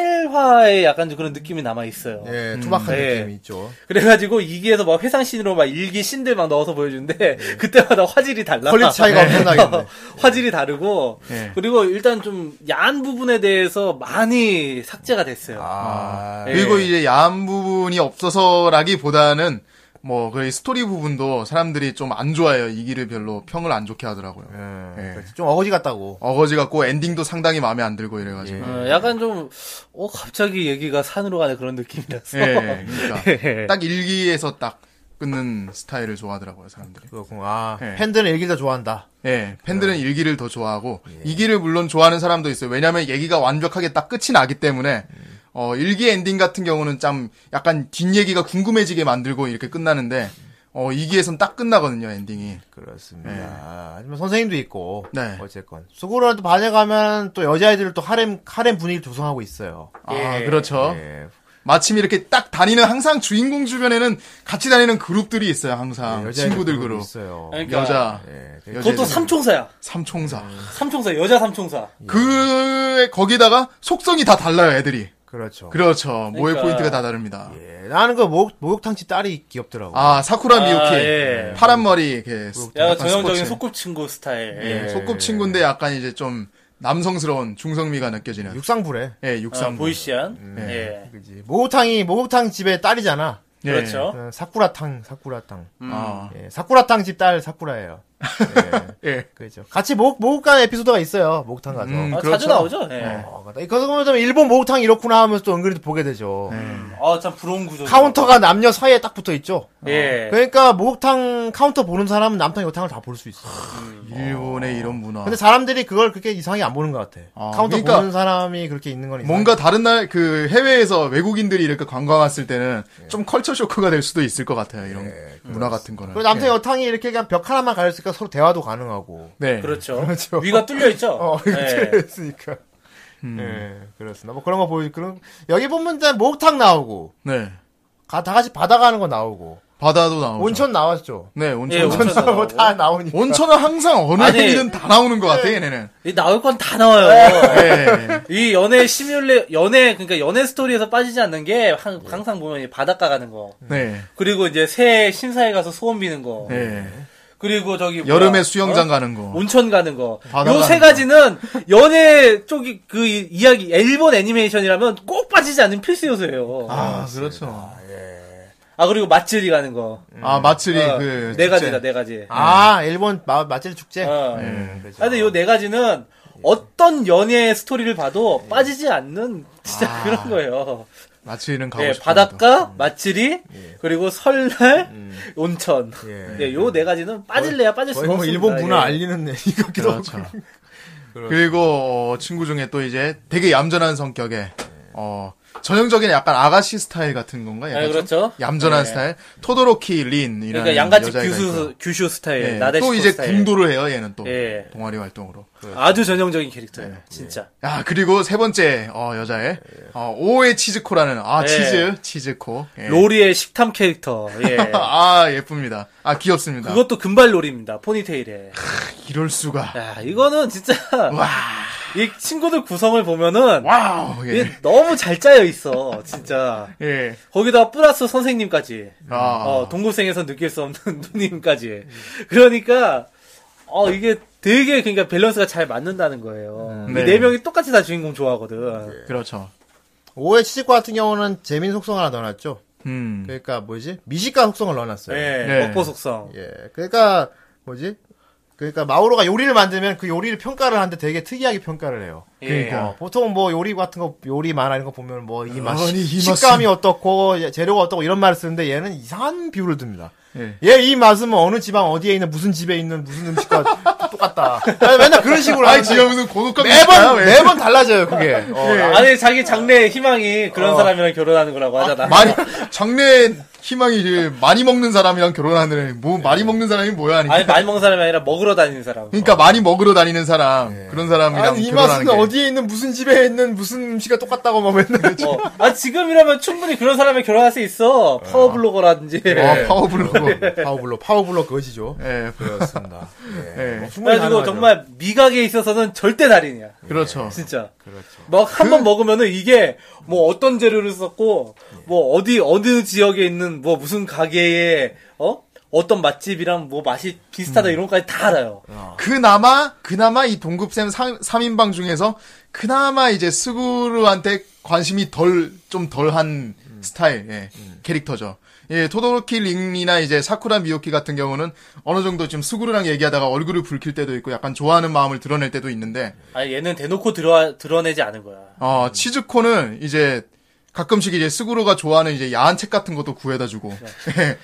S2: 셀화의 약간 좀 그런 느낌이 남아 있어요.
S1: 예,
S3: 음.
S1: 투박한
S2: 예.
S1: 느낌이 있죠.
S2: 그래가지고 2기에서 막 회상신으로 막 1기 신들 막 넣어서 보여주는데 그때마다 화질이 달라.
S1: 네. 퀄리티 차이가 엄청나겠네.
S2: 화질이 다르고
S3: 네.
S2: 그리고 일단 좀 야한 부분에 대해서 많이 삭제가 됐어요.
S1: 아,
S2: 예.
S3: 그리고 이제 야한 부분이 없어서라기보다는 뭐 그 스토리 부분도 사람들이 좀 안 좋아해요. 이기를 별로 평을 안 좋게 하더라고요.
S1: 예.
S3: 예.
S1: 그렇지. 좀 어거지 같다고.
S3: 어거지 같고 엔딩도 상당히 마음에 안 들고 이래가지고.
S2: 어, 약간 좀, 어, 갑자기 얘기가 산으로 가는 그런 느낌이라서.
S3: 예,
S1: 네.
S3: 그러니까
S2: 예.
S3: 딱 일기에서 딱 끊는 스타일을 좋아하더라고요 사람들이.
S1: 그렇군. 아,
S3: 예.
S1: 팬들은 일기를 좋아한다.
S3: 예,
S1: 어.
S3: 팬들은 일기를 더 좋아하고
S1: 예.
S3: 이기를 물론 좋아하는 사람도 있어요. 왜냐하면 얘기가 완벽하게 딱 끝이 나기 때문에
S1: 음.
S3: 어 일기 엔딩 같은 경우는 참 약간 뒷 얘기가 궁금해지게 만들고 이렇게 끝나는데 어 이기에선 딱 끝나거든요 엔딩이.
S1: 그렇습니다. 하지만 선생님도 있고
S3: 네.
S1: 어쨌건 수구로는 또 반해가면 또 여자애들을 또 하렘 하렘 분위기 조성하고 있어요.
S3: 아 그렇죠.
S1: 예.
S3: 마침 이렇게 딱 다니는 항상 주인공 주변에는 같이 다니는 그룹들이 있어요 항상
S1: 예, 여자애들
S3: 아, 친구들
S1: 그룹이
S3: 그룹.
S1: 있어요.
S2: 아니, 그러니까
S3: 여자.
S1: 예, 되게
S3: 여자
S2: 그것도 삼총사야.
S3: 삼총사.
S2: 삼총사, 여자 삼총사.
S1: 예.
S3: 그 거기다가 속성이 다 달라요 애들이.
S1: 그렇죠.
S3: 그렇죠. 모의
S2: 그러니까.
S3: 포인트가 다 다릅니다.
S1: 예, 나는 그 목욕 목욕탕치 딸이 귀엽더라고.
S3: 아 사쿠라 미유키
S2: 아, 예.
S3: 파란 머리 이렇게
S2: 야,
S3: 약간
S2: 전형적인
S3: 스포츠.
S2: 소꿉친구 스타일.
S1: 네.
S3: 예,
S2: 예.
S3: 소꿉 친구인데 약간 이제 좀 남성스러운 중성미가 느껴지는
S1: 육상부래.
S3: 예
S2: 아,
S3: 육상
S2: 보이시안.
S1: 네.
S2: 예.
S1: 그지. 목욕탕이 목욕탕 집의 딸이잖아.
S3: 예.
S2: 그렇죠.
S1: 어, 사쿠라탕 사쿠라탕.
S3: 아,
S1: 예, 사쿠라탕 집 딸 사쿠라예요. 예,
S3: 예.
S1: 그렇죠. 같이 목목욕간 에피소드가 있어요. 목욕탕 가서.
S3: 음,
S2: 아,
S3: 그렇죠.
S2: 자주 나오죠. 예.
S1: 어, 그래서 보면 좀 일본 목욕탕 이렇구나 하면서 또 은근히 또 보게 되죠.
S3: 네.
S2: 아, 참 부러운 구조.
S1: 카운터가 남녀 사이에 딱 붙어 있죠.
S3: 네.
S2: 예.
S1: 그러니까 목욕탕 카운터 보는 사람은 남탕 여탕을 다 볼 수 있어.
S2: 음.
S3: 일본의 이런 문화.
S1: 근데 사람들이 그걸 그렇게 이상하게 안 보는 것 같아.
S3: 아,
S1: 카운터
S3: 그러니까
S1: 보는 사람이 그렇게 있는 건
S3: 뭔가 다른 날 그 해외에서 외국인들이 이렇게 관광 왔을 때는
S2: 예.
S3: 좀 컬처 쇼크가 될 수도 있을 것 같아요. 이런 문화 같은 거는.
S1: 그리고 남탕 여탕이 이렇게 그냥 벽 하나만 가렸으니까 서로 대화도 가능하고.
S3: 예. 네.
S2: 그렇죠. 위가 뚫려 있죠.
S1: 어,
S2: 예.
S1: 그랬으니까.
S3: 음.
S1: 예, 그렇습니다. 뭐 그런 거 보여 그런 여기 보면 일단 목욕탕 나오고
S3: 네.
S1: 가, 다 같이 바다 가는 거 나오고
S3: 바다도 나오죠.
S1: 온천 나왔죠.
S3: 네, 온천.
S2: 예,
S3: 온천.
S2: 온천.
S1: 온천
S2: 나오고.
S1: 뭐다 나오니까.
S3: 온천은 항상 어느
S2: 아니. 네.
S3: 애이든 다 나오는 것 같아. 얘네는.
S2: 이 나올 건 다 나와요.
S3: 예.
S2: 이 연애 시뮬레 연애 그러니까 연애 스토리에서 빠지지 않는 게 항- 항상 보면 이 바닷가 가는 거
S3: 네.
S2: 그리고 이제 새해 심사에 가서 소원 비는 거
S3: 네.
S2: 그리고 저기 뭐야,
S3: 여름에 수영장
S2: 어?
S3: 가는 거.
S2: 온천 가는 거.
S3: 바다
S2: 요 세
S3: 가는 거.
S2: 가지는 연애 쪽이 그 이- 이야기 일본 애니메이션이라면 꼭 빠지지 않는 필수 요소예요. 아,
S3: 아, 그렇죠.
S2: 그리고 맛질이 가는 거.
S3: 아, 마츠리
S2: 어,
S3: 그.
S2: 네
S3: 축제.
S2: 가지다 네 가지.
S1: 아, 일본 마, 맛집 축제?
S2: 어.
S1: 음, 그렇죠.
S2: 아, 근데 요 네 가지는 어떤 연애 스토리를
S3: 예.
S2: 봐도 빠지지 않는 진짜 그런 거예요.
S3: 마츠리는 아, 가고 음. 예.
S2: 예,
S3: 싶어.
S2: 바닷가, 마츠리, 그리고 설날,
S3: 음.
S2: 온천.
S1: 예.
S2: 예, 요 네 가지는 빠질래야 빠질 수가
S1: 거의
S2: 없습니다.
S1: 뭐 일본 문화
S2: 예.
S1: 알리는 얘기 같기도 하고.
S3: 그렇죠. 그리고 어, 친구 중에 또 이제 되게 얌전한 성격의 어 전형적인 약간 아가씨 스타일 같은 건가? 약간
S2: 아,
S3: 좀
S2: 그렇죠.
S3: 얌전한
S2: 예.
S3: 스타일. 토도로키 린 이라는
S2: 그러니까 양가집
S3: 여자애가
S2: 규슈
S3: 있고요.
S2: 규슈 스타일,
S3: 예,
S2: 나데시코
S3: 또 이제
S2: 스타일.
S3: 공도를 해요 얘는 또
S2: 예.
S3: 동아리 활동으로.
S2: 아주 전형적인 캐릭터예요, 진짜.
S3: 아 그리고 세 번째 어, 여자애 어, 오의 치즈코라는 아
S2: 예.
S3: 치즈 치즈코 예.
S2: 로리의 식탐 캐릭터. 예.
S3: 아 예쁩니다. 아 귀엽습니다.
S2: 그것도 금발 로리입니다. 포니테일에.
S3: 이럴 수가.
S2: 야, 이거는 진짜
S3: 와
S2: 이 친구들 구성을 보면은
S3: 와우
S2: 이게
S3: 예.
S2: 너무 잘 짜여 있어, 진짜.
S3: 예.
S2: 거기다 플러스 선생님까지,
S3: 아.
S2: 어, 동고생에서 느낄 수 없는 누님까지. 그러니까 어 이게 되게 그러니까 밸런스가 잘 맞는다는 거예요.
S3: 네.
S2: 이 네 명이 똑같이 다 주인공 좋아하거든.
S3: 그렇죠.
S1: 오해 치즈 같은 경우는 재민 속성 하나 넣어놨죠.
S3: 음.
S1: 그러니까 뭐지? 미식가 속성을 넣어놨어요.
S2: 예,
S3: 네.
S2: 먹보 속성.
S1: 예. 그러니까 뭐지? 그러니까 마오로가 요리를 만들면 그 요리를 평가를 하는데 되게 특이하게 평가를 해요.
S2: 예.
S3: 그러니까.
S1: 어, 보통 뭐 요리 같은 거 요리 만화 이런 거 보면 뭐 이 맛,
S3: 아니, 이 맛은-
S1: 식감이 어떻고 예, 재료가 어떻고 이런 말을 쓰는데 얘는 이상한 비유를 듭니다.
S3: 예.
S1: 얘 이 맛은 뭐 어느 지방 어디에 있는 무슨 집에 있는 무슨 음식과 똑같다. 아니, 맨날 그런 식으로
S3: 아니
S1: 하는데
S3: 지금 무슨 고독감 있어요,
S1: 매번
S3: 왜?
S1: 매번 달라져요 그게.
S2: 네.
S1: 어,
S2: 예. 아니 자기 장래 희망이 그런 사람이랑 결혼하는 거라고 어. 하잖아.
S3: 많이 장래 희망이 이제 많이 먹는 사람이랑 결혼하는 뭐 많이 먹는 사람이 뭐야 아니
S2: 아니 많이 먹는 사람이 아니라 먹으러 다니는 사람.
S3: 그러니까 많이 먹으러 다니는 사람 그런 예. 사람이랑
S1: 아니, 이 맛은
S3: 결혼하는 게
S1: 어디에 있는 무슨 집에 있는 무슨 음식과 똑같다고 막 맨날.
S2: 어. 아 지금이라면 충분히 그런 사람이 결혼할 수 있어. 파워 블로거라든지.
S3: 어, 파워블로그
S1: 네. 파워블로 파워블로 거지죠. 네,
S3: 예
S1: 그렇습니다. 네. 뭐
S3: 예.
S2: 그래가지고 정말 미각에 있어서는 절대 달인이야.
S3: 그렇죠
S2: 진짜. 막 한
S3: 그
S2: 번 먹으면은 이게 뭐 어떤 재료를 썼고
S3: 네.
S2: 뭐 어디 어느 지역에 있는 뭐 무슨 가게에 어 어떤 맛집이랑 뭐 맛이 비슷하다
S3: 음.
S2: 이런 것까지 다 알아요.
S3: 그나마 그나마 이 동급쌤 3인방 중에서 그나마 이제 스구루한테 관심이 덜 좀 덜한 스타일 예, 캐릭터죠. 예, 토도로키 링이나 이제 사쿠라 미요키 같은 경우는 어느 정도 지금 스구루랑 얘기하다가 얼굴을 붉힐 때도 있고 약간 좋아하는 마음을 드러낼 때도 있는데
S2: 아 얘는 대놓고 드러 드러내지 않은 거야.
S3: 어, 치즈코는 이제 가끔씩 이제 스구루가 좋아하는 이제 야한 책 같은 것도 구해다 주고.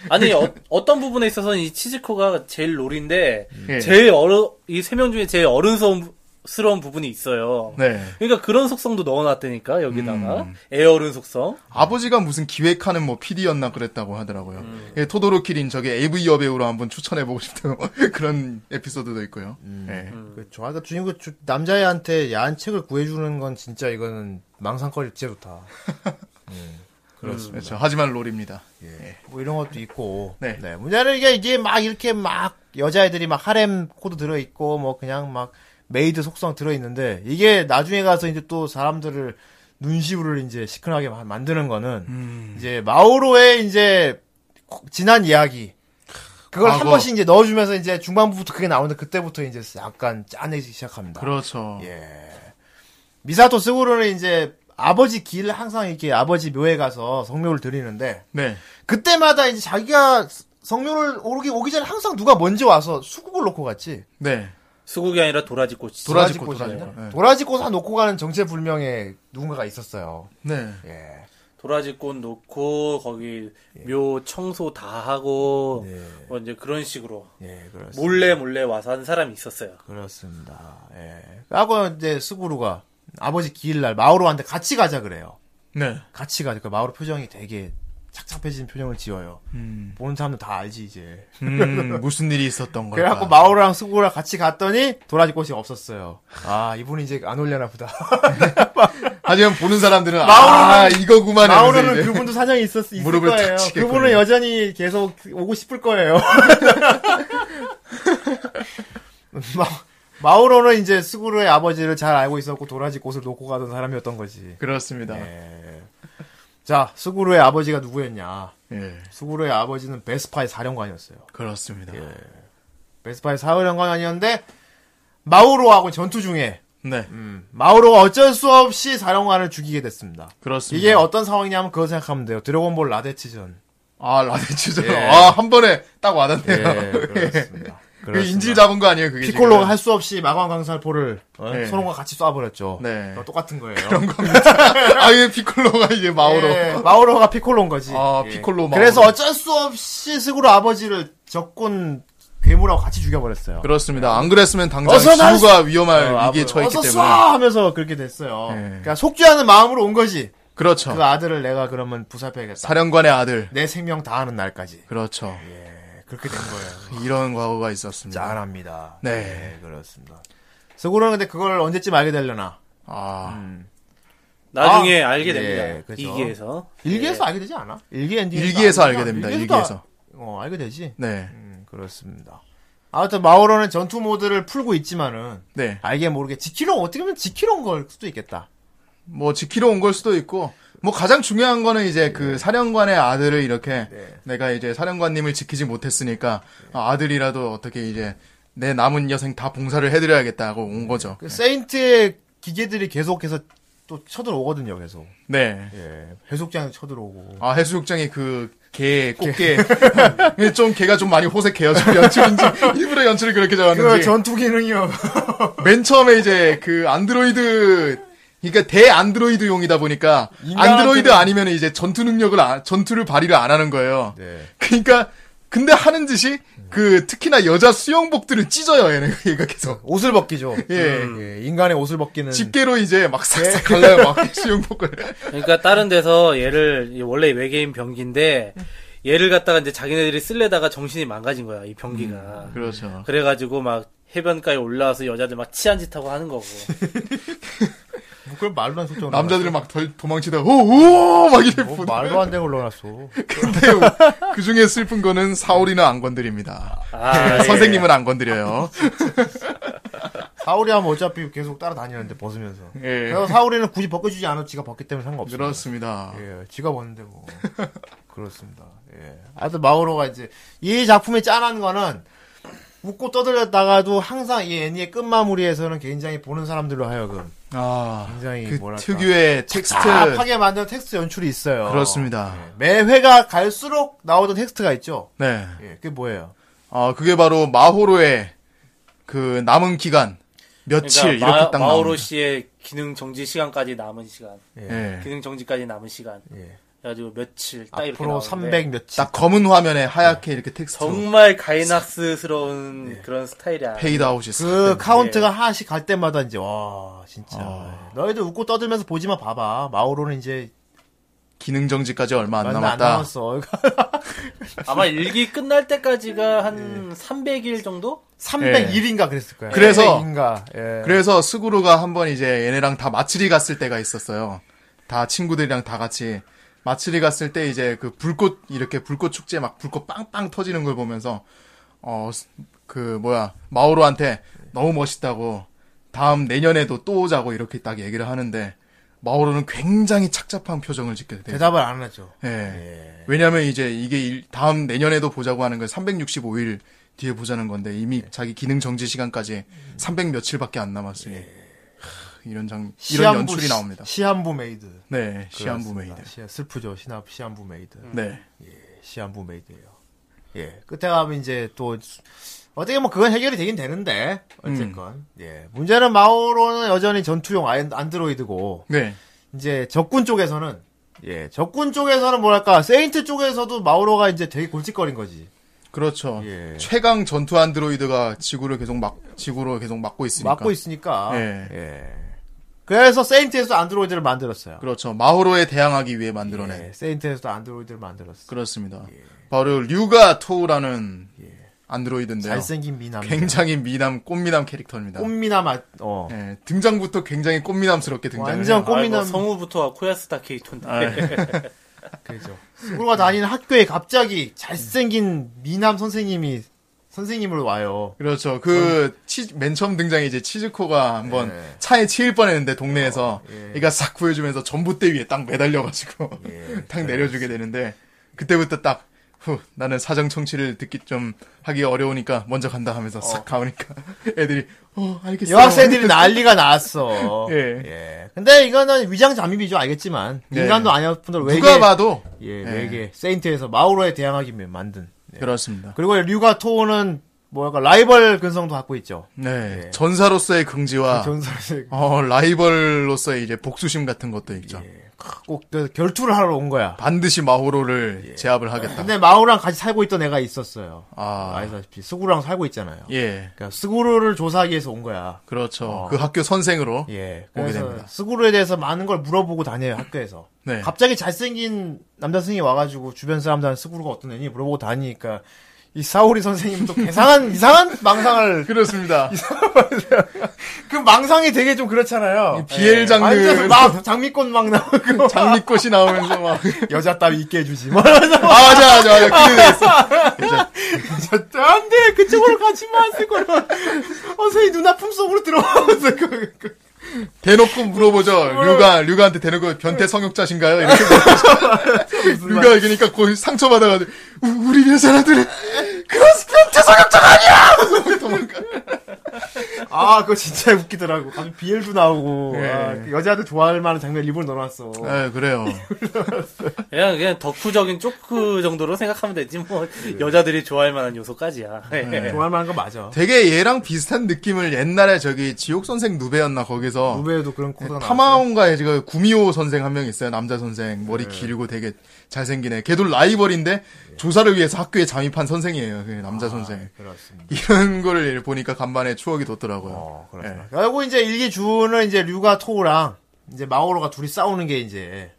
S2: 아니
S3: 그러니까.
S2: 어, 떤 부분에 있어서는 이 치즈코가 제일 롤인데
S3: 예.
S2: 제일 어른 이 세 명 중에 제일 어른스러운 부분이 있어요.
S3: 네.
S2: 그러니까 그런 속성도 넣어놨다니까 여기다가
S3: 음.
S2: 애어른 속성.
S3: 아버지가 무슨 기획하는 뭐 PD였나 그랬다고 하더라고요. 예, 토도로키린 저게 AV 여배우로 한번 추천해보고 싶다고 그런 에피소드도 있고요. 예.
S1: 그 좋아하니까 주인 그 주- 남자애한테 야한 책을 구해주는 건 진짜 이거는 망상거리 진짜 좋다.
S3: 그렇죠. 하지만 롤입니다.
S1: 뭐 이런 것도 있고.
S3: 네.
S1: 문제는 이게 이제 막 이렇게 막 여자애들이 막 하렘 코드 들어 있고 뭐 그냥 막 메이드 속성 들어 있는데 이게 나중에 가서 이제 또 사람들을 눈시울을 이제 시큰하게 마- 만드는 거는
S3: 음.
S1: 이제 마오로의 이제 고- 지난 이야기 그걸 한
S3: 과거.
S1: 번씩 이제 넣어주면서 이제 중반부부터 그게 나오는데 그때부터 이제 약간 짠해지기 시작합니다.
S3: 그렇죠.
S1: 아, 예. 미사토 스구루는 이제 아버지 길 항상 이렇게 아버지 묘에 가서 성묘를 드리는데
S3: 네.
S1: 그때마다 이제 자기가 성묘를 오르기 오기 전에 항상 누가 먼저 와서 수국을 놓고 갔지.
S3: 네.
S2: 수국이 아니라 도라지 꽃이.
S3: 도라지 꽃,
S1: 꽃이었나?
S3: 도라지 꽃, 예.
S1: 도라지 꽃 하나 놓고 가는 정체불명의 누군가가 있었어요.
S3: 네.
S1: 예.
S2: 도라지 꽃 놓고 거기
S3: 예.
S2: 묘 청소 다 하고
S3: 네.
S2: 뭐 이제 그런 식으로
S1: 예, 그렇습니다.
S2: 몰래 몰래 와서 한 사람이 있었어요.
S1: 그렇습니다. 예. 하고 이제 스구루가 아버지 기일날 마오로한테 같이 가자 그래요.
S3: 네.
S1: 같이 가자. 그 마오로 표정이 되게 착잡해진 표정을 지어요. 보는 사람들 다 알지 이제.
S3: 음, 무슨 일이 있었던 걸까?
S1: 그래갖고 마오랑 수고랑 같이 갔더니 도라지 꽃이 없었어요. 아 이분이 이제 안 올려나 보다.
S3: 하지만 보는 사람들은 아 이거구만. 하면서
S1: 마오로는
S3: 이제.
S1: 그분도 사정이 있었 있을
S3: 무릎을 탁
S1: 거예요.
S3: 치겠군요.
S1: 그분은 여전히 계속 오고 싶을 거예요. 마- 마오로는 이제 스구르의 아버지를 잘 알고 있었고 도라지 꽃을 놓고 가던 사람이었던 거지.
S3: 그렇습니다.
S1: 예. 자, 스구르의 아버지가 누구였냐?
S3: 예.
S1: 스구르의 아버지는 베스파의 사령관이었어요.
S3: 그렇습니다.
S1: 예. 베스파의 사령관이었는데 마오로하고 전투 중에
S3: 네.
S1: 음, 마오로가 어쩔 수 없이 사령관을 죽이게 됐습니다.
S3: 그렇습니다.
S1: 이게 어떤 상황이냐면 그거 생각하면 돼요. 드래곤볼 라데치전.
S3: 아, 라데치죠.
S1: 예.
S3: 아, 한 번에 딱 와닿네요.
S1: 그렇습니다.
S3: 그 인질 잡은 거 아니에요, 그게.
S1: 피콜로가
S3: 지금?
S1: 할 수 없이 마광 강살포를 어?
S3: 예.
S1: 소론과 같이 쏴버렸죠.
S3: 네.
S1: 그거 똑같은 거예요.
S3: 아, 예, 피콜로가 이제 마오로.
S1: 예, 마오로가 피콜로인 거지. 예.
S3: 아, 피콜로 마오로.
S1: 그래서 어쩔 수 없이 스구로 아버지를 적군 괴물하고 같이 죽여버렸어요.
S3: 그렇습니다. 안 그랬으면 당장
S1: 어서 날
S3: 지구가 위험할
S1: 어,
S3: 위기에
S1: 아버-
S3: 처했기
S1: 어서
S3: 때문에.
S1: 쏴! 하면서 그렇게 됐어요.
S3: 예.
S1: 그러니까 속죄하는 마음으로 온 거지.
S3: 그렇죠.
S1: 그 아들을 내가 그러면 부사해야겠다.
S3: 사령관의 아들.
S1: 내 생명 다하는 날까지.
S3: 그렇죠.
S1: 예, 그렇게 된 거예요.
S3: 이런 과거가 있었습니다.
S1: 짠합니다.
S3: 음. 네.
S1: 예, 그렇습니다. 스구로는 근데 그걸 언제쯤 알게 되려나?
S3: 아,
S1: 음.
S2: 나중에
S1: 예,
S2: 알게 됩니다.
S1: 그죠.
S2: 일기에서.
S1: 일기에서 알게 되지 않아? 일기 엔딩
S3: 예. 일기에서 알게 됩니다. 일기에서.
S1: 어 알게 되지.
S3: 네.
S1: 음, 그렇습니다. 아무튼 마오로는 전투 모드를 풀고 있지만은
S3: 네.
S1: 알게 모르게 지키러 어떻게 보면 지키러 온 걸 수도 있겠다.
S3: 뭐 지키러 온 걸 수도 있고, 뭐 가장 중요한 거는 이제
S1: 네.
S3: 그 사령관의 아들을 이렇게 내가 이제 사령관님을 지키지 못했으니까 아, 아들이라도 어떻게 이제 내 남은 여생 다 봉사를 해드려야겠다고 온 거죠.
S1: 그 세인트의 기계들이 계속해서 또 쳐들어오거든요. 계속.
S3: 네.
S1: 예, 해속장에 쳐들어오고.
S3: 아 해수욕장에 그 개, 꽃게 좀 개가 좀 많이 호색해요. 좀 연출인지 일부러 연출을 그렇게
S1: 그
S3: 잡았는지.
S1: 전투 기능이요.
S3: 맨 처음에 이제 그 안드로이드 그러니까 대 안드로이드용이다 보니까
S1: 인간한테는-
S3: 안드로이드 아니면 이제 전투 능력을 안- 전투를 발휘를 안 하는 거예요.
S1: 네.
S3: 그러니까 근데 하는 짓이 그 특히나 여자 수영복들을 찢어요. 얘네 얘가 계속
S1: 옷을 벗기죠.
S3: 예.
S1: 음, 예, 인간의 옷을 벗기는.
S3: 집게로 이제 막
S1: 네.
S3: 싹싹 갈라요. 막 수영복을
S2: 그러니까 다른 데서 얘를 원래 외계인 병기인데 얘를 갖다가 이제 자기네들이 쓸래다가 정신이 망가진 거야 이 병기가.
S3: 그렇죠.
S2: 그래가지고 막 해변가에 올라와서 여자들 막 치한 짓 하고 하는 거고.
S1: 뭐 그걸 말도 안 속정.
S3: 남자들은 막 덜- 도망치다가 오오막 이래
S1: 그렇죠. 뭐,
S3: 보는
S1: 말도 안 되는 걸 넣어놨어.
S3: 근데 그 중에 슬픈 거는 사오리는 안 건드립니다.
S2: 아, 예.
S3: 선생님은 안 건드려요.
S1: 사오리 하면 어차피 계속 따라다니는데 벗으면서.
S3: 예.
S1: 그래서 사오리는 굳이 벗겨주지 않아도 지가 벗기 때문에 상관없어요.
S3: 그렇습니다.
S1: 예, 지가 벗는데 뭐. 그렇습니다. 예. 하여튼 마오로가 이제 이 작품이 짠한 거는 웃고 떠들렸다가도 항상 이 애니의 끝마무리에서는 굉장히 보는 사람들로 하여금
S3: 아,
S1: 굉장히
S3: 그
S1: 뭐랄까.
S3: 특유의 텍스트.
S2: 아,
S1: 답하게 만드는 텍스트 연출이 있어요.
S3: 그렇습니다.
S1: 매 회가 갈수록 나오던 텍스트가 있죠.
S3: 네.
S1: 예, 그게 뭐예요?
S3: 아, 그게 바로 마호로의 그 남은 기간 며칠
S2: 그러니까
S3: 이렇게 딱
S2: 마, 마오로
S3: 나오는.
S2: 씨의 기능 정지 시간까지 남은 시간.
S3: 예.
S2: 기능 정지까지 남은 시간.
S1: 예.
S2: 그래가지고 며칠 딱 이렇게
S1: 앞으로
S2: 나오는데
S1: 300 며칠.
S3: 딱 검은 화면에 하얗게 이렇게 텍스트로
S2: 정말 가이낙스스러운 그런 스타일이야.
S3: 페이드아웃이
S1: 그
S3: 싹
S1: 카운트가 하나씩 갈 때마다 이제 와 진짜
S3: 어.
S1: 너희들 웃고 떠들면서 보지만 봐봐 마오로는 이제
S3: 기능 정지까지 얼마 안
S1: 만나 안
S3: 남았다.
S1: 남았어
S2: 아마 일기 끝날 때까지가 한 300일 정도?
S1: 301인가 그랬을 거야
S3: 예. 그래서-
S1: 301인가 예.
S3: 그래서 스구루가 한 번 이제 얘네랑 다 마츠리 갔을 때가 있었어요. 다 친구들이랑 다 같이 마츠리 갔을 때 이제 그 불꽃 이렇게 불꽃 축제 막 불꽃 빵빵 터지는 걸 보면서 어 그 뭐야 마오로한테 너무 멋있다고 다음 내년에도 또 오자고 이렇게 딱 얘기를 하는데 마오로는 굉장히 착잡한 표정을 짓게 돼요.
S1: 대답을 안 하죠
S3: 예. 왜냐하면 이제 이게 일- 다음 내년에도 보자고 하는 걸 365일 뒤에 보자는 건데 이미
S1: 예.
S3: 자기 기능 정지 시간까지 300 며칠밖에 안 남았으니 하, 이런 장 이런
S1: 예. 시한부-
S3: 연출이 나옵니다.
S1: 시- 시한부 메이드
S3: 네, 시한부
S1: 그렇습니다.
S3: 메이드.
S1: 시- 슬프죠 시나 시한부 메이드
S3: 네,
S1: 시한부 메이드예요 예 끝에 가면 이제 또 수- 어떻게 뭐 그건 해결이 되긴 되는데
S3: 음.
S1: 어쨌건 예 문제는 마오로는 여전히 전투용 안- 안드로이드고
S3: 네,
S1: 이제 적군 쪽에서는 예 적군 쪽에서는 뭐랄까 세인트 쪽에서도 마오로가 이제 되게 골칫거린 거지
S3: 그렇죠.
S1: 예.
S3: 최강 전투 안드로이드가 지구를 계속 막 지구로 계속 막고 있으니까.
S1: 막고 있으니까
S3: 예.
S1: 예. 그래서 세인트에서 안드로이드를 만들었어요
S3: 그렇죠. 마호로에 대항하기 위해 만들어낸.
S1: 예, 세인트에서 안드로이드를 만들었어
S3: 그렇습니다. 바로 류가 토우라는 안드로이드인데요.
S1: 예. 잘생긴 미남
S3: 굉장히 미남 꽃미남 캐릭터입니다.
S1: 꽃미남 아- 어
S3: 예, 등장부터 굉장히 꽃미남스럽게 등장해요.
S1: 완전
S2: 아이고,
S1: 꽃미남
S2: 성우부터 코야스타 케이토인데.
S1: 그죠 스구가 다니는 학교에 갑자기 잘생긴 미남 선생님이 선생님으로 와요.
S3: 그렇죠. 그, 치, 맨 처음 등장에 이제 치즈코가 한번
S1: 예.
S3: 차에 치일 뻔 했는데, 동네에서.
S1: 예.
S3: 얘가 싹 구해주면서 전봇대 위에 딱 매달려가지고,
S1: 예,
S3: 딱 내려주게 되는데, 그때부터 딱, 후, 나는 사정 청취를 듣기 좀 하기 어려우니까 먼저 간다 하면서 싹 가오니까 애들이, 어, 알겠어.
S1: 여학생들이 난리가 났어.
S3: 예.
S1: 예. 근데 이거는 위장 잠입이죠. 알겠지만
S3: 네.
S1: 인간도 아니었을 뿐더러 외계
S3: 누가 봐도.
S1: 예,
S3: 예.
S1: 외계 세인트에서 마우로에 대항하기 위해 만든. 예.
S3: 그렇습니다.
S1: 그리고 류가 토오는 뭐랄까 라이벌 근성도 갖고 있죠.
S3: 네.
S1: 예.
S3: 전사로서의 긍지와,
S1: 그 전설의
S3: 어, 라이벌로서의 이제 복수심 같은 것도 있죠.
S1: 예. 꼭그 결투를 하러 온 거야.
S3: 반드시 마호로를
S1: 예.
S3: 제압을 하겠다.
S1: 근데 마우랑 같이 살고 있던 애가 있었어요.
S3: 아.
S1: 알다시피 스구랑 살고 있잖아요.
S3: 예.
S1: 그러니까 스구루를 조사하기 위해서 온 거야.
S3: 그렇죠.
S1: 어.
S3: 그 학교 선생으로.
S1: 예.
S3: 오게
S1: 그래서
S3: 됩니다.
S1: 스구루에 대해서 많은 걸 물어보고 다녀요 학교에서.
S3: 네.
S1: 갑자기 잘생긴 남자 선생이 와가지고 주변 사람들한테 스구루가 어떤 애니 물어보고 다니니까 이 사오리 선생님도 이상한 이상한 망상을
S3: 그렇습니다.
S1: 그 망상이 되게 좀 그렇잖아요.
S3: BL
S1: 예.
S3: 장르.
S1: 완전 막 장미꽃 막 나오고
S3: 장미꽃이 나오면서 막.
S1: 여자 따위 있게 해주지. 뭐 이러면서
S3: 아, 맞아, 맞아, 맞아. 그게 됐어.
S1: 안 돼! 그쪽으로 가지 마! 했을 거야. 어, 선생님 누나 품속으로 들어가면서. 그, 그,
S3: 대놓고 물어보죠. 류가, 류가한테 대놓고 변태 성욕자신가요? 이렇게 물어보죠. 류가 얘기니까 거의 상처받아가지고, 우, 우리 여자들은 그런 변태 성욕자가 아니야! 도망가.
S1: 아, 그거 진짜 웃기더라고. 아주 비엘도 나오고. 아,
S3: 예.
S1: 그 여자들 좋아할 만한 장면 일부러 넣어놨어.
S3: 예, 그래요.
S2: 그냥 그냥 덕후적인 쪼크 정도로 생각하면 되지 뭐 여자들이 좋아할 만한 요소까지야. 예.
S1: 좋아할 만한 거 맞아.
S3: 되게 얘랑 비슷한 느낌을 옛날에 저기 지옥선생 누베였나 거기서.
S1: 우베에도 그런 코드가 나왔어.
S3: 타마온가에 지금 구미호 선생 한 명 있어요. 남자 선생.
S1: 네.
S3: 머리 길고 되게 잘생기네. 걔도 라이벌인데
S1: 예.
S3: 조사를 위해서 학교에 잠입한 선생이에요. 그
S1: 아.
S3: 남자 선생.
S1: 그렇습니다.
S3: 이런 거를 보니까 간만에 추억이 돋더라고요.
S1: 어, 그렇습니다. 그리고 이제 일기주는 이제 류가 토우랑 이제 마오로가 둘이 싸우는 게 이제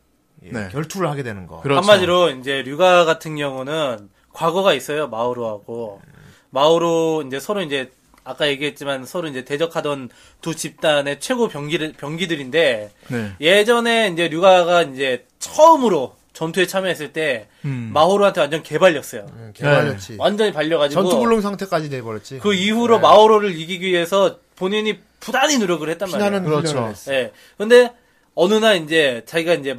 S1: 예,
S3: 네.
S1: 결투를 하게 되는 거.
S3: 그렇죠.
S2: 한마디로 이제 류가 같은 경우는 과거가 있어요 마오로하고 마오로 이제 서로 이제 아까 얘기했지만 서로 이제 대적하던 두 집단의 최고 병기 병기들인데
S3: 네.
S2: 예전에 이제 류가가 이제 처음으로 전투에 참여했을 때
S3: 음.
S2: 마오로한테 완전 개발렸어요.
S1: 음, 개발렸지.
S2: 완전히 발려가지고
S1: 전투불능 음. 상태까지 돼버렸지.
S2: 그
S1: 네.
S3: 네.
S2: 이후로 마오로를 이기기 위해서 본인이 부단히 노력을 했단 말이에요.
S1: 피나는
S3: 그렇죠.
S1: 훈련을 했어.
S2: 예. 근데 어느 날 이제 자기가 이제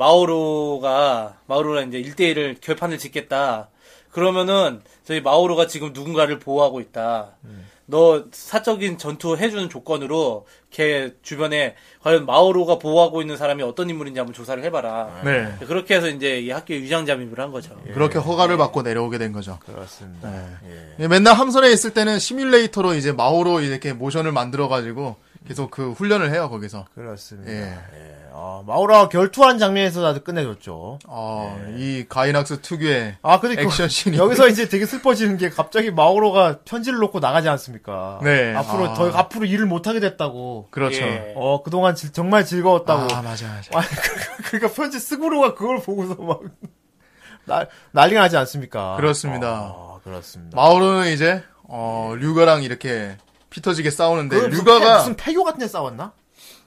S2: 마오로가 마오로랑 이제 1대1을 결판을 짓겠다. 그러면은 저희 마오로가 지금 누군가를 보호하고 있다.
S1: 음.
S2: 너 사적인 전투 해주는 조건으로 걔 주변에 과연 마오로가 보호하고 있는 사람이 어떤 인물인지 한번 조사를 해봐라.
S3: 네.
S2: 그렇게 해서 이제 이 학교에 위장 잠입을 한 거죠.
S1: 예.
S3: 그렇게 허가를 받고 내려오게 된 거죠.
S1: 그렇습니다.
S3: 예, 맨날 함선에 있을 때는 시뮬레이터로 이제 마오로 이렇게 모션을 만들어가지고 계속 그 훈련을 해요, 거기서.
S1: 그렇습니다.
S3: 예.
S1: 예, 어, 마오라와 결투한 장면에서 나도 끝내줬죠.
S3: 어, 이 가이낙스 특유의
S1: 아, 근데 그-
S3: 액션 씬이.
S1: 여기서 이제 되게 슬퍼지는 게 갑자기 마오로가 편지를 놓고 나가지 않습니까?
S3: 네.
S1: 앞으로
S3: 아.
S1: 더 앞으로 일을 못 하게 됐다고.
S3: 그렇죠.
S2: 예.
S1: 어, 그동안 질- 정말 즐거웠다고.
S3: 아, 맞아, 맞아.
S1: 아, 그러니까 편지 스구로가 그걸 보고서 막 날, 난리가 나지 않습니까?
S3: 그렇습니다.
S1: 아, 그렇습니다.
S3: 마오로는 이제 어 류가랑 이렇게 피터지게 싸우는데
S1: 그 무슨
S3: 네, 류가가
S1: 패- 무슨 폐교 같은 데 싸웠나?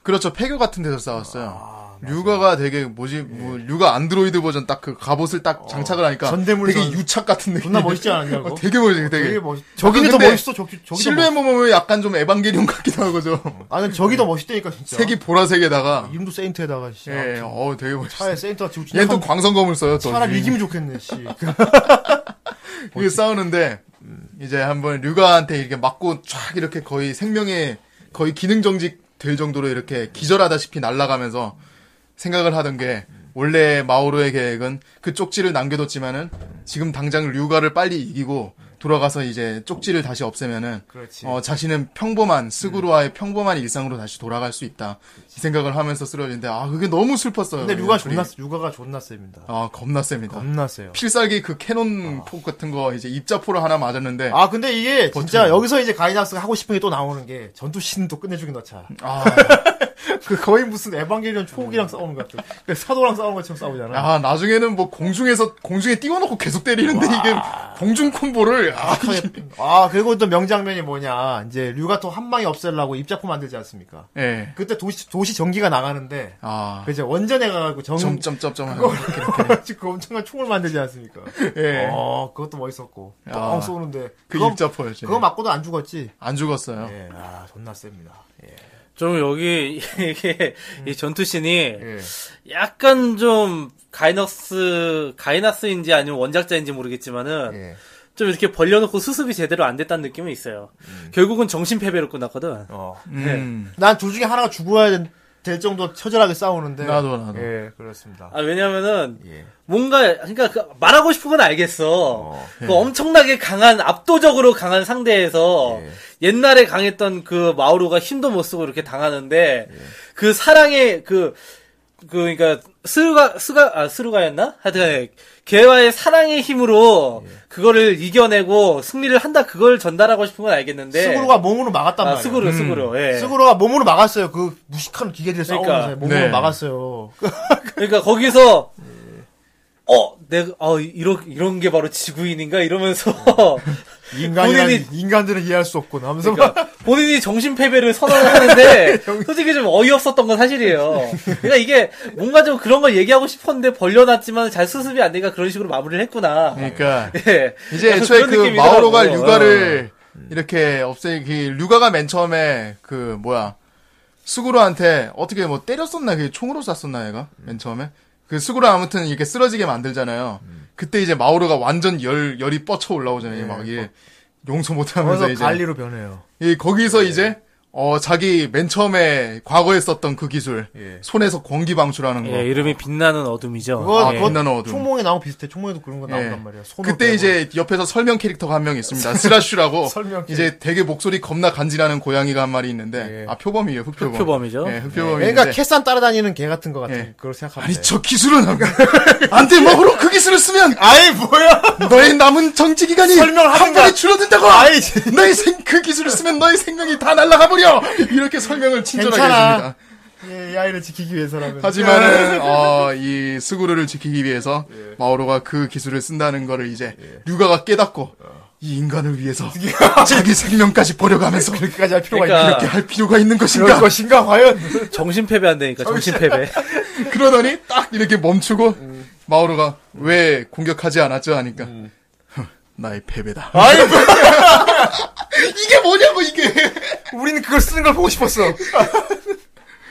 S3: 그렇죠 폐교 같은 데서
S1: 아,
S3: 싸웠어요. 류가가 되게 뭐지
S1: 예.
S3: 뭐 류가 안드로이드 버전 딱 그 갑옷을 딱 장착을 하니까
S1: 어, 전대물전.
S3: 되게 유착 같은 느낌.
S1: 존나 멋있지 않았냐고.
S3: 어, 되게 멋있어 되게. 아,
S1: 되게 멋. 저기는 더
S3: 근데
S1: 멋있어. 저기 저기.
S3: 실루엣 뭐 보면 약간 좀 에반게리온 같기도 하고 좀
S1: 나는 저기 더 멋있다니까 진짜. 아,
S3: 색이 보라색에다가
S1: 이름도 세인트에다가 씨.
S3: 뭐 예,
S1: 아무튼.
S3: 어 되게 멋있어.
S1: 차에 세인트가 지고
S3: 얘는 또 광선검을 써요 또.
S1: 차라리 이기면 좋겠네 씨.
S3: 이게 싸우는데 이제 한번 류가한테 이렇게 맞고 쫙 이렇게 거의 생명의 거의 기능 정직 될 정도로 이렇게 기절하다시피 날아가면서 생각을 하던 게 원래 마오로의 계획은 그 쪽지를 남겨뒀지만은 지금 당장 류가를 빨리 이기고 돌아가서 이제 쪽지를 다시 없애면은
S1: 그렇지. 음.
S3: 어, 자신은 평범한 스구루와의 평범한 일상으로 다시 돌아갈 수 있다 이 생각을 하면서 쓰러지는데 아 그게 너무 슬펐어요.
S1: 근데 류가
S3: 둘이.
S1: 존나 류가가 존나 셉니다.
S3: 아 겁나 셉니다.
S1: 겁나 세요.
S3: 필살기 그 캐논 폭 같은 거 이제 입자포를 하나 맞았는데
S1: 아 근데 이게 진짜 여기서 이제 가이낙스가 하고 싶은 게 또 나오는 게 전투 씬도 끝내주긴 넣자.
S3: 아,
S1: 그 거의 무슨 에반게리온 초기랑 싸우는 것 같아. 그 사도랑 싸우는 것처럼 싸우잖아.
S3: 야, 나중에는 뭐 공중에서 공중에 띄워놓고 계속 때리는데 이게 공중 콤보를 아,
S1: 아 그리고 또 명장면이 뭐냐. 이제 류가토 한 방에 없애려고 입자포 만들지 않습니까?
S3: 예.
S1: 그때 도시 도시 전기가 나가는데
S3: 아.
S1: 그제 원전에 가가지고 정
S3: 점점점점 하는 거.
S1: 그 엄청난 총을 만들지 않습니까?
S3: 예.
S1: 어, 그것도 멋있었고.
S3: 야.
S1: 뻥 쏘는데.
S3: 그
S1: 그거-
S3: 입자포였죠.
S1: 그거 맞고도 안 죽었지.
S3: 안 죽었어요.
S1: 예, 아, 존나 셉니다. 예.
S2: 좀 여기 이게 이 전투씬이
S1: 음. 예.
S2: 약간 좀 가이너스 가이너스인지 아니면 원작자인지 모르겠지만은
S1: 예.
S2: 좀 이렇게 벌려놓고 수습이 제대로 안 됐다는 느낌은 있어요. 결국은 정신 패배로 끝났거든.
S1: 음. 어.
S3: 음.
S1: 난 둘 중에 하나가 죽어야 된- 될 정도 처절하게 싸우는데.
S3: 나도, 나도.
S1: 예, 그렇습니다.
S2: 아 왜냐면은
S1: 예.
S2: 뭔가 그러니까 그 말하고 싶은 건 알겠어.
S1: 어,
S2: 그 엄청나게 강한 압도적으로 강한 상대에서
S1: 예.
S2: 옛날에 강했던 그 마오루가 힘도 못 쓰고 이렇게 당하는데
S1: 예.
S2: 그 사랑의 그 그러니까 스루가 스가 아 스루가였나? 하여튼 걔와의 사랑의
S1: 예.
S2: 힘으로 그거를 이겨내고 승리를 한다 그걸 전달하고 싶은 건 알겠는데
S1: 스그루가 몸으로 막았단
S2: 네. 아,
S1: 말이야. 음.
S2: 스그루 스그루 예.
S1: 가 몸으로 막았어요. 그 무식한 기계들 싸우면서
S2: 그러니까.
S1: 몸으로
S3: 네.
S1: 막았어요.
S2: 그러니까 거기서 어 내가 어 이런 이런 게 바로 지구인인가 이러면서
S1: 예. 인간이란
S2: 본인이-
S1: 인간들은 이해할 수 없구나 하면서 막
S2: 그러니까 본인이 정신 패배를 선언하는데 솔직히 좀 어이없었던 건 사실이에요. 그러니까 이게 뭔가 좀 그런 걸 얘기하고 싶었는데 벌려놨지만 잘 수습이 안 되니까 그런 식으로 마무리를 했구나.
S3: 그러니까
S2: 예.
S3: 이제
S2: 약간
S3: 애초에
S2: 그런
S3: 그
S2: 느낌이더라고요. 어,
S3: 마오로가 류가를 이렇게 없애기 류가가 맨 처음에 그 뭐야 스구로한테 어떻게 뭐 때렸었나 그 총으로 쐈었나 얘가 맨 처음에 그 스구로 아무튼 이렇게 쓰러지게 만들잖아요. 그때 이제 마오로가 완전 열 열이 뻗쳐 올라오잖아요.
S2: 예,
S3: 이게 막 이게 용서 못하면서
S1: 그래서
S3: 이제
S1: 관리로 변해요.
S3: 이
S2: 예.
S3: 거기서 이제 어 자기 맨 처음에 과거에 썼던 그 기술
S1: 예.
S3: 손에서 공기 방출하는 거
S2: 예, 이름이 빛나는 어둠이죠.
S1: 그거
S3: 아,
S1: 그거
S3: 빛나는 어둠.
S1: 총몽에 나온 비슷해. 총몽에도 그런 거
S3: 예.
S1: 나온단 말이야. 손으로
S3: 그때
S1: 빼고.
S3: 이제 옆에서 설명 캐릭터가 한 명 있습니다. 스라슈라고
S1: 설명 캐릭터.
S3: 이제 되게 목소리 겁나 간지나는 고양이가 한 마리 있는데
S1: 예.
S3: 아 표범이에요. 흑표범.
S2: 흑표범이죠.
S3: 예, 흑표범이.
S1: 그러니까
S3: 있는데
S1: 캐산 따라다니는 개 같은 거 같아.
S3: 예.
S1: 그걸 생각하면
S3: 아니
S1: 돼.
S3: 저 기술은 안돼 먹으러 그 기술을 쓰면
S1: 아이 뭐야?
S3: 너의 남은 정지 기간이
S1: 설명을 하는
S3: 한 번에
S1: 거야.
S3: 줄어든다고.
S1: 아이,
S3: 너의 생, 그 기술을 쓰면 너의 생명이 다 날아가 버려. 이렇게 설명을 친절하게
S1: 괜찮아.
S3: 해줍니다.
S1: 예, 이 아이를 지키기 위해서라면. 네.
S3: 하지만은 어, 이 스구르를 지키기 위해서
S1: 예.
S3: 마오로가 그 기술을 쓴다는 거를 이제 류가가 깨닫고
S1: 어.
S3: 이 인간을 위해서 자기 생명까지 버려가면서
S1: 그렇게까지 할 필요가
S2: 그러니까-
S1: 있나?
S3: 이렇게 할 필요가 있는
S1: 그럴
S3: 것인가?
S1: 것인가 과연?
S2: 정신 패배 안 되니까 정신 패배.
S3: 그러더니 딱 이렇게 멈추고
S1: 음.
S3: 마오로가 왜 공격하지 않았죠 하니까 나의 패배다.
S1: 아이
S3: 뭐 이게 뭐냐고 이게
S1: 우리는 그걸 쓰는 걸 보고 싶었어.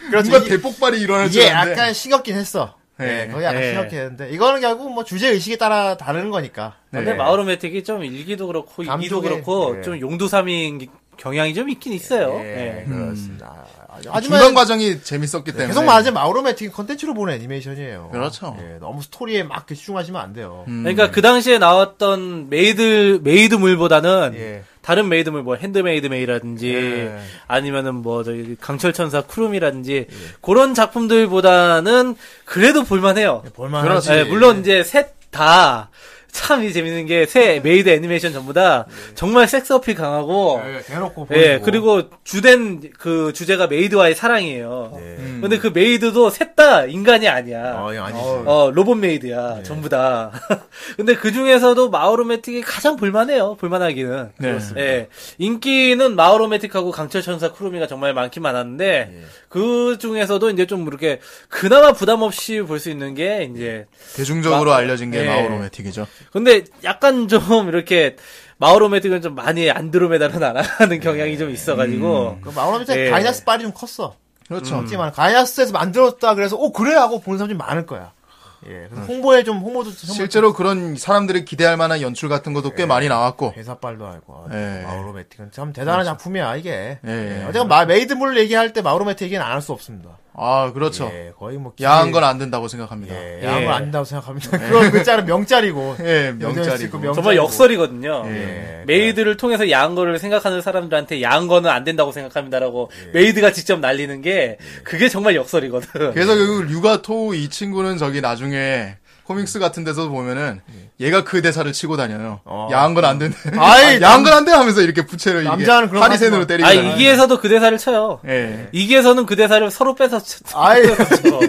S1: 그렇죠.
S3: 뭔가
S1: 이게,
S3: 대폭발이 일어날 줄
S1: 이게
S3: 알았는데
S1: 약간 식었긴 했어.
S3: 네.
S1: 네, 그거 약간
S2: 네.
S1: 식었긴 했는데 이거는 결국 뭐 주제 의식에 따라 다른 거니까.
S3: 네.
S2: 근데 마오로메틱이 좀 일기도 그렇고 이기도
S1: 네. 감독의-
S2: 그렇고
S1: 예.
S2: 좀 용두삼인 경향이 좀 있긴 있어요.
S1: 예,
S2: 예.
S1: 그렇습니다.
S3: 음. 아, 중간
S1: 하지만 네,
S3: 과정이 재밌었기 때문에
S1: 계속 말하자면 마우로매틱은 컨텐츠로 보는 애니메이션이에요.
S3: 그렇죠. 음.
S1: 예, 너무 스토리에 막 이렇게 집중하시면 안 돼요.
S2: 그러니까 그 당시에 나왔던 메이드 메이드물보다는
S1: 예.
S2: 다른 메이드물 뭐 핸드메이드 메이라든지
S1: 예.
S2: 아니면은 뭐 저기 강철 천사 쿠룸이라든지 그런 작품들보다는 그래도 볼만해요.
S1: 볼만하지.
S2: 예, 물론 이제 셋다 참이 재밌는 게 새 메이드 애니메이션 전부 다 정말 섹스 어필 강하고
S1: 예, 대놓고 보이고.
S2: 예, 그리고 주된 그 주제가 메이드와의 사랑이에요.
S3: 음.
S1: 예.
S2: 근데 그 메이드도 셋 다 인간이 아니야.
S1: 어, 아니지.
S2: 어, 로봇 메이드야. 전부 다. 근데 그 중에서도 마오로매틱이 가장 볼만해요. 볼만하기는.
S3: 네.
S2: 예. 인기는 마오로매틱하고 강철천사 쿠루미가 정말 많긴 많았는데, 그 중에서도 이제 좀 이렇게, 그나마 부담 없이 볼 수 있는 게, 이제,
S3: 대중적으로
S2: 마-
S3: 알려진 게
S2: 예.
S3: 마오로메틱이죠.
S2: 근데 약간 좀 이렇게, 마오로매틱은 좀 많이 안드로메다로 날아가는 경향이 좀 있어가지고,
S1: 그 마우로매틱
S2: 예.
S1: 가이나스 빨이 좀 컸어.
S3: 그렇죠.
S1: 없지만 가이나스에서 만들었다 그래서 오 그래 하고 보는 사람 좀 많을 거야. 예. 그래서 홍보에 좀 홍보도 좀
S3: 음.
S1: 예.
S3: 실제로 그런 사람들이 기대할 만한 연출 같은 것도 꽤 많이 나왔고.
S1: 회사빨도 알고
S3: 예.
S1: 마우로매틱은 참 대단한 작품이야 이게.
S3: 예.
S1: 예. 어쨌든 마- 메이드물 얘기할 때 마우로매틱 얘기는 안 할 수 없습니다.
S3: 아, 그렇죠.
S1: 예, 거의 뭐
S3: 야한
S1: 기계-
S3: 건 안 된다고 생각합니다.
S1: 예,
S3: 예.
S1: 야한
S2: 예.
S1: 건 아닌다고 생각합니다. 그건 그 짤은 명짤이고.
S3: 명짜리고.
S1: 명짜리고.
S2: 정말 역설이거든요.
S1: 예.
S2: 메이드를 통해서 야한 거를 생각하는 사람들한테 야한 거는 안 된다고 생각합니다라고 메이드가 직접 날리는 게 그게 정말 역설이거든.
S1: 예.
S3: 그래서 결국 류가토우 이 친구는 저기 나중에 코믹스
S1: 음.
S3: 같은 데서 보면은 얘가 그 대사를 치고 다녀요.
S1: 아.
S3: 야한 건 안 된대.
S1: 예. 아이,
S3: 야한 건 안 돼 하면서 이렇게 부채를
S1: 남자는 그런
S3: 이게
S1: 거
S3: 파리센으로
S1: 하지 뭐. 마.
S3: 때리고.
S2: 아 이기에서도 그 대사를 쳐요.
S3: 예.
S2: 이기에서는 그 대사를 서로 뺏어 쳐-
S1: 아이.
S2: 뺏어서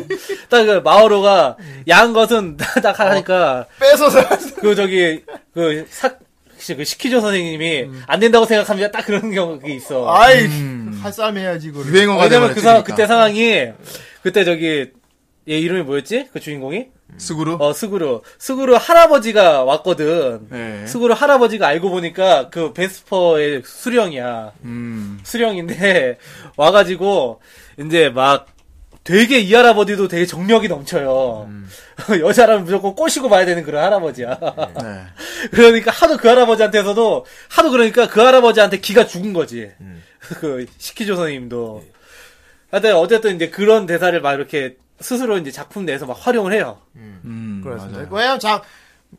S2: 딱그 마오로가 야한 것은 딱 하니까
S1: 뺏어서.
S3: 음.
S2: 그 저기 그 사, 혹시 그 시키조 선생님이 안 된다고 생각합니다. 딱 그런 경우 그게 있어.
S1: 아이, 할 싸움 해야지, 그걸.
S3: 유행어가
S2: 왜냐면
S3: 되면
S2: 그 사, 그때 상황이 그때 저기 얘 이름이 뭐였지? 그 주인공이?
S3: 스구루.
S2: 어 스구루 스구루 할아버지가 왔거든.
S3: 예.
S2: 스구루 할아버지가 알고 보니까 그 베스퍼의 수령이야.
S3: 음.
S2: 수령인데 와가지고 이제 막 되게 이 할아버지도 되게 정력이 넘쳐요. 여자라면 무조건 꼬시고 봐야 되는 그런 할아버지야.
S3: 음. 네.
S2: 그러니까 하도 그 할아버지한테서도 하도 그러니까 그 할아버지한테 기가 죽은 거지.
S3: 음.
S2: 그 시키조 선생님도. 하여튼 어쨌든 이제 그런 대사를 막 이렇게 스스로 이제 작품 내에서 막 활용을 해요.
S3: 음.
S1: 그렇습니다.
S3: 맞아요.
S1: 왜냐면 자,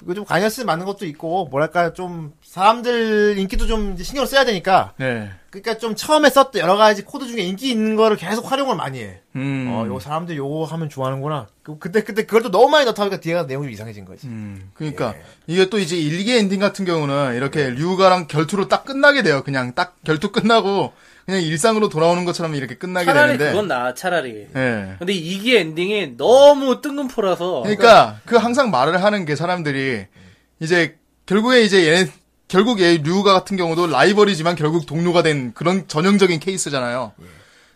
S1: 그좀 관여스 맞는 것도 있고, 뭐랄까, 좀, 사람들 인기도 좀 이제 신경을 써야 되니까.
S3: 네.
S1: 그니까 좀 처음에 썼던 여러 가지 코드 중에 인기 있는 거를 계속 활용을 많이 해.
S3: 음.
S1: 어, 요 사람들 요거 하면 좋아하는구나. 그, 그때, 그때 그걸 또 너무 많이 넣다 보니까 뒤에가 내용이 좀 이상해진 거지.
S3: 음, 그러니까 이게 또 이제 일개 엔딩 같은 경우는 이렇게 류가랑 결투로 딱 끝나게 돼요. 그냥 딱 결투 끝나고 그냥 일상으로 돌아오는 것처럼 이렇게 끝나게
S2: 차라리
S3: 되는데.
S2: 그건 나 차라리.
S3: 예.
S2: 근데 이기 엔딩이 너무 뜬금포라서.
S3: 그러니까 그 항상 말을 하는 게 사람들이 이제 결국에 이제 얘 결국 얘 류가 같은 경우도 라이벌이지만 결국 동료가 된 그런 전형적인 케이스잖아요.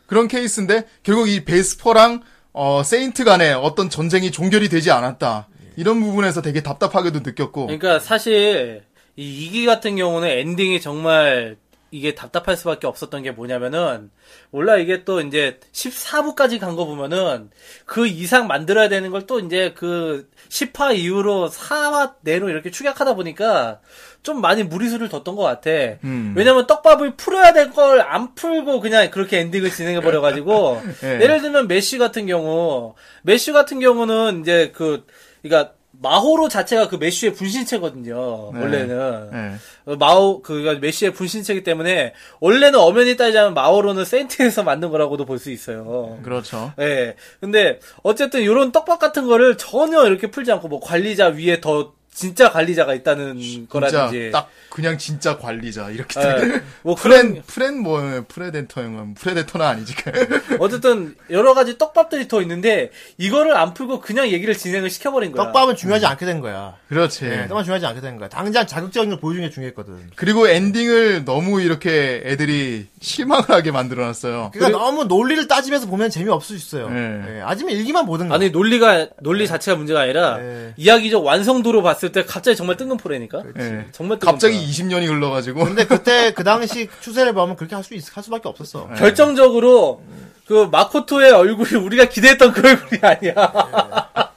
S3: 그런 케이스인데 결국 이 베스퍼랑 어 세인트 간에 어떤 전쟁이 종결이 되지 않았다. 이런 부분에서 되게 답답하게도 느꼈고.
S2: 그러니까 사실 이 이기 같은 경우는 엔딩이 정말 이게 답답할 수밖에 없었던 게 뭐냐면은 몰라 이게 또 이제 14부까지 간 거 보면은 그 이상 만들어야 되는 걸 또 이제 그 10화 이후로 4화 내로 이렇게 축약하다 보니까 좀 많이 무리수를 뒀던 것 같아.
S3: 음.
S2: 왜냐면 떡밥을 풀어야 될 걸 안 풀고 그냥 그렇게 엔딩을 진행해 버려 가지고
S3: 예.
S2: 예를 들면 메시 같은 경우 메시 같은 경우는 이제 그 그러니까 마호로 자체가 그 메쉬의 분신체거든요.
S3: 네.
S2: 원래는
S3: 예.
S2: 어, 마오 그 메쉬의 분신체이기 때문에 원래는 엄연히 따지자면 마호로는 센트에서 만든 거라고도 볼 수 있어요.
S3: 그렇죠.
S2: 예. 근데 어쨌든 이런 떡밥 같은 거를 전혀 이렇게 풀지 않고 뭐 관리자 위에 더 진짜 관리자가 있다는 거라든지
S3: 진짜 딱 그냥 진짜 관리자 이렇게
S2: 예. 뭐
S3: 프렌
S2: 그런
S3: 프렌 뭐 프레데터형은 프레데터는 아니지
S2: 어쨌든 여러 가지 떡밥들이 더 있는데 이거를 안 풀고 그냥 얘기를 진행을 시켜버린 거야.
S1: 떡밥은
S3: 그러니까.
S1: 중요하지
S3: 음.
S1: 않게 된 거야.
S3: 그렇지
S1: 예,
S2: 네.
S1: 떡밥은 중요하지 않게 된 거야. 당장 자극적인 걸 보여주는 게 중요했거든.
S3: 그리고 엔딩을 너무 이렇게 애들이 실망을 하게 만들어놨어요
S1: 그러니까 너무 논리를 따지면서 보면 재미없을 수 있어요.
S3: 예.
S1: 예, 아니면 일기만 보든가.
S2: 음. 아니 논리가 논리 자체가 문제가 아니라
S1: 네.
S2: 이야기적 완성도로 봤을 때 갑자기 정말 뜬금포라니까.
S3: 예.
S2: 정말 뜬금포.
S3: 갑자기 20년이 흘러가지고
S1: 근데 그때 그 당시 추세를 보면 그렇게 할 수 있, 할 수밖에 없었어.
S3: 네.
S2: 결정적으로 그 마코토의 얼굴이 우리가 기대했던 그 얼굴이 아니야.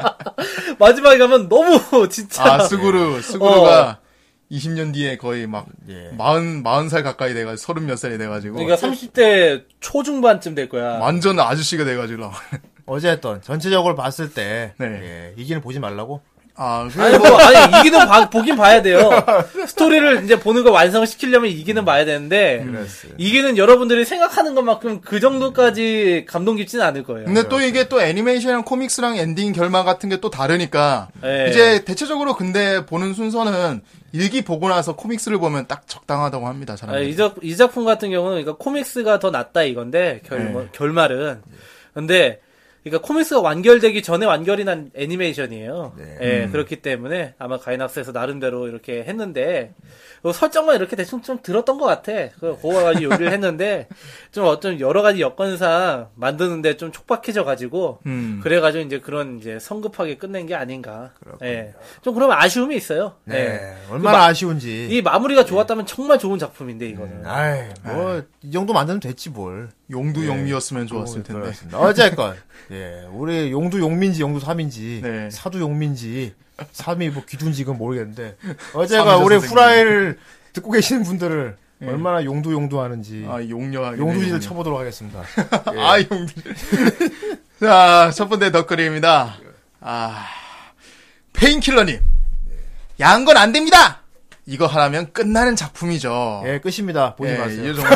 S2: 마지막에 가면 너무 진짜
S3: 아
S2: 네.
S3: 스구루
S2: 어.
S3: 스구루가 20년 뒤에 거의 막
S1: 예.
S3: 마흔 마흔 살 가까이 돼가 서른 몇 살이 돼가지고
S2: 그러니까 30대 초중반쯤 될 거야.
S3: 완전 아저씨가 돼가지고 나와.
S1: 어제 했던 전체적으로 봤을 때
S3: 네.
S1: 예, 이기는 보지 말라고.
S3: 아 그리고
S2: 아니 뭐 아니 이기는 봐- 보긴 봐야 돼요. 스토리를 이제 보는 걸 완성시키려면 이기는 봐야 되는데 이기는 여러분들이 생각하는 것만큼 그 정도까지 감동 깊지는 않을 거예요.
S3: 근데
S1: 네,
S3: 또 이게 또 애니메이션이랑 코믹스랑 엔딩 결말 같은 게 또 다르니까
S2: 예.
S3: 이제 대체적으로 근데 보는 순서는 일기 보고 나서 코믹스를 보면 딱 적당하다고 합니다.
S2: 아,
S3: 사람들이.
S2: 이, 작, 이 작품 같은 경우는 그러니까 코믹스가 더 낫다 이건데 결,
S3: 네.
S2: 말은 근데 그러니까 코믹스가 완결되기 전에 완결이 난 애니메이션이에요.
S3: 네.
S2: 예,
S3: 음.
S2: 그렇기 때문에 아마 가이낙스에서 나름대로 이렇게 했는데 그 설정만 이렇게 대충 좀 들었던 것 같아. 그 그거 가지고 요리를 했는데 좀 어떤 여러 가지 여건상 만드는데 좀 촉박해져 가지고
S3: 음.
S2: 그래가지고 이제 그런 이제 성급하게 끝낸 게 아닌가. 예, 좀 그런 아쉬움이 있어요.
S3: 네.
S2: 예.
S1: 네. 얼마나
S3: 그러니까
S2: 마-
S1: 아쉬운지.
S2: 이 마무리가 좋았다면 정말 좋은 작품인데 이거는.
S1: 아이, 뭐, 이 정도 만들면 됐지, 뭘.
S3: 네. 용두 용미였으면 좋았을 텐데.
S1: 그렇습니다. 어쨌건, 예, 우리 용두 용민지, 용두 삼인지,
S3: 네.
S1: 사두 용민지, 삼이 뭐 귀두인지 그건 모르겠는데,
S3: 삼이죠,
S1: 어제가 우리
S3: 선생님. 예.
S1: 후라이를 듣고 계시는 분들을 얼마나 용도 용도 하는지
S3: 아, 용녀.
S1: 용두지를 예. 쳐보도록 하겠습니다.
S3: 아, 용두. 자, 첫 번째 덧글입니다. 아, 페인킬러님. 야한 건 안 됩니다! 이거 하라면 끝나는 작품이죠.
S1: 예, 끝입니다. 보지
S3: 예,
S1: 마세요.
S3: 이거 정말.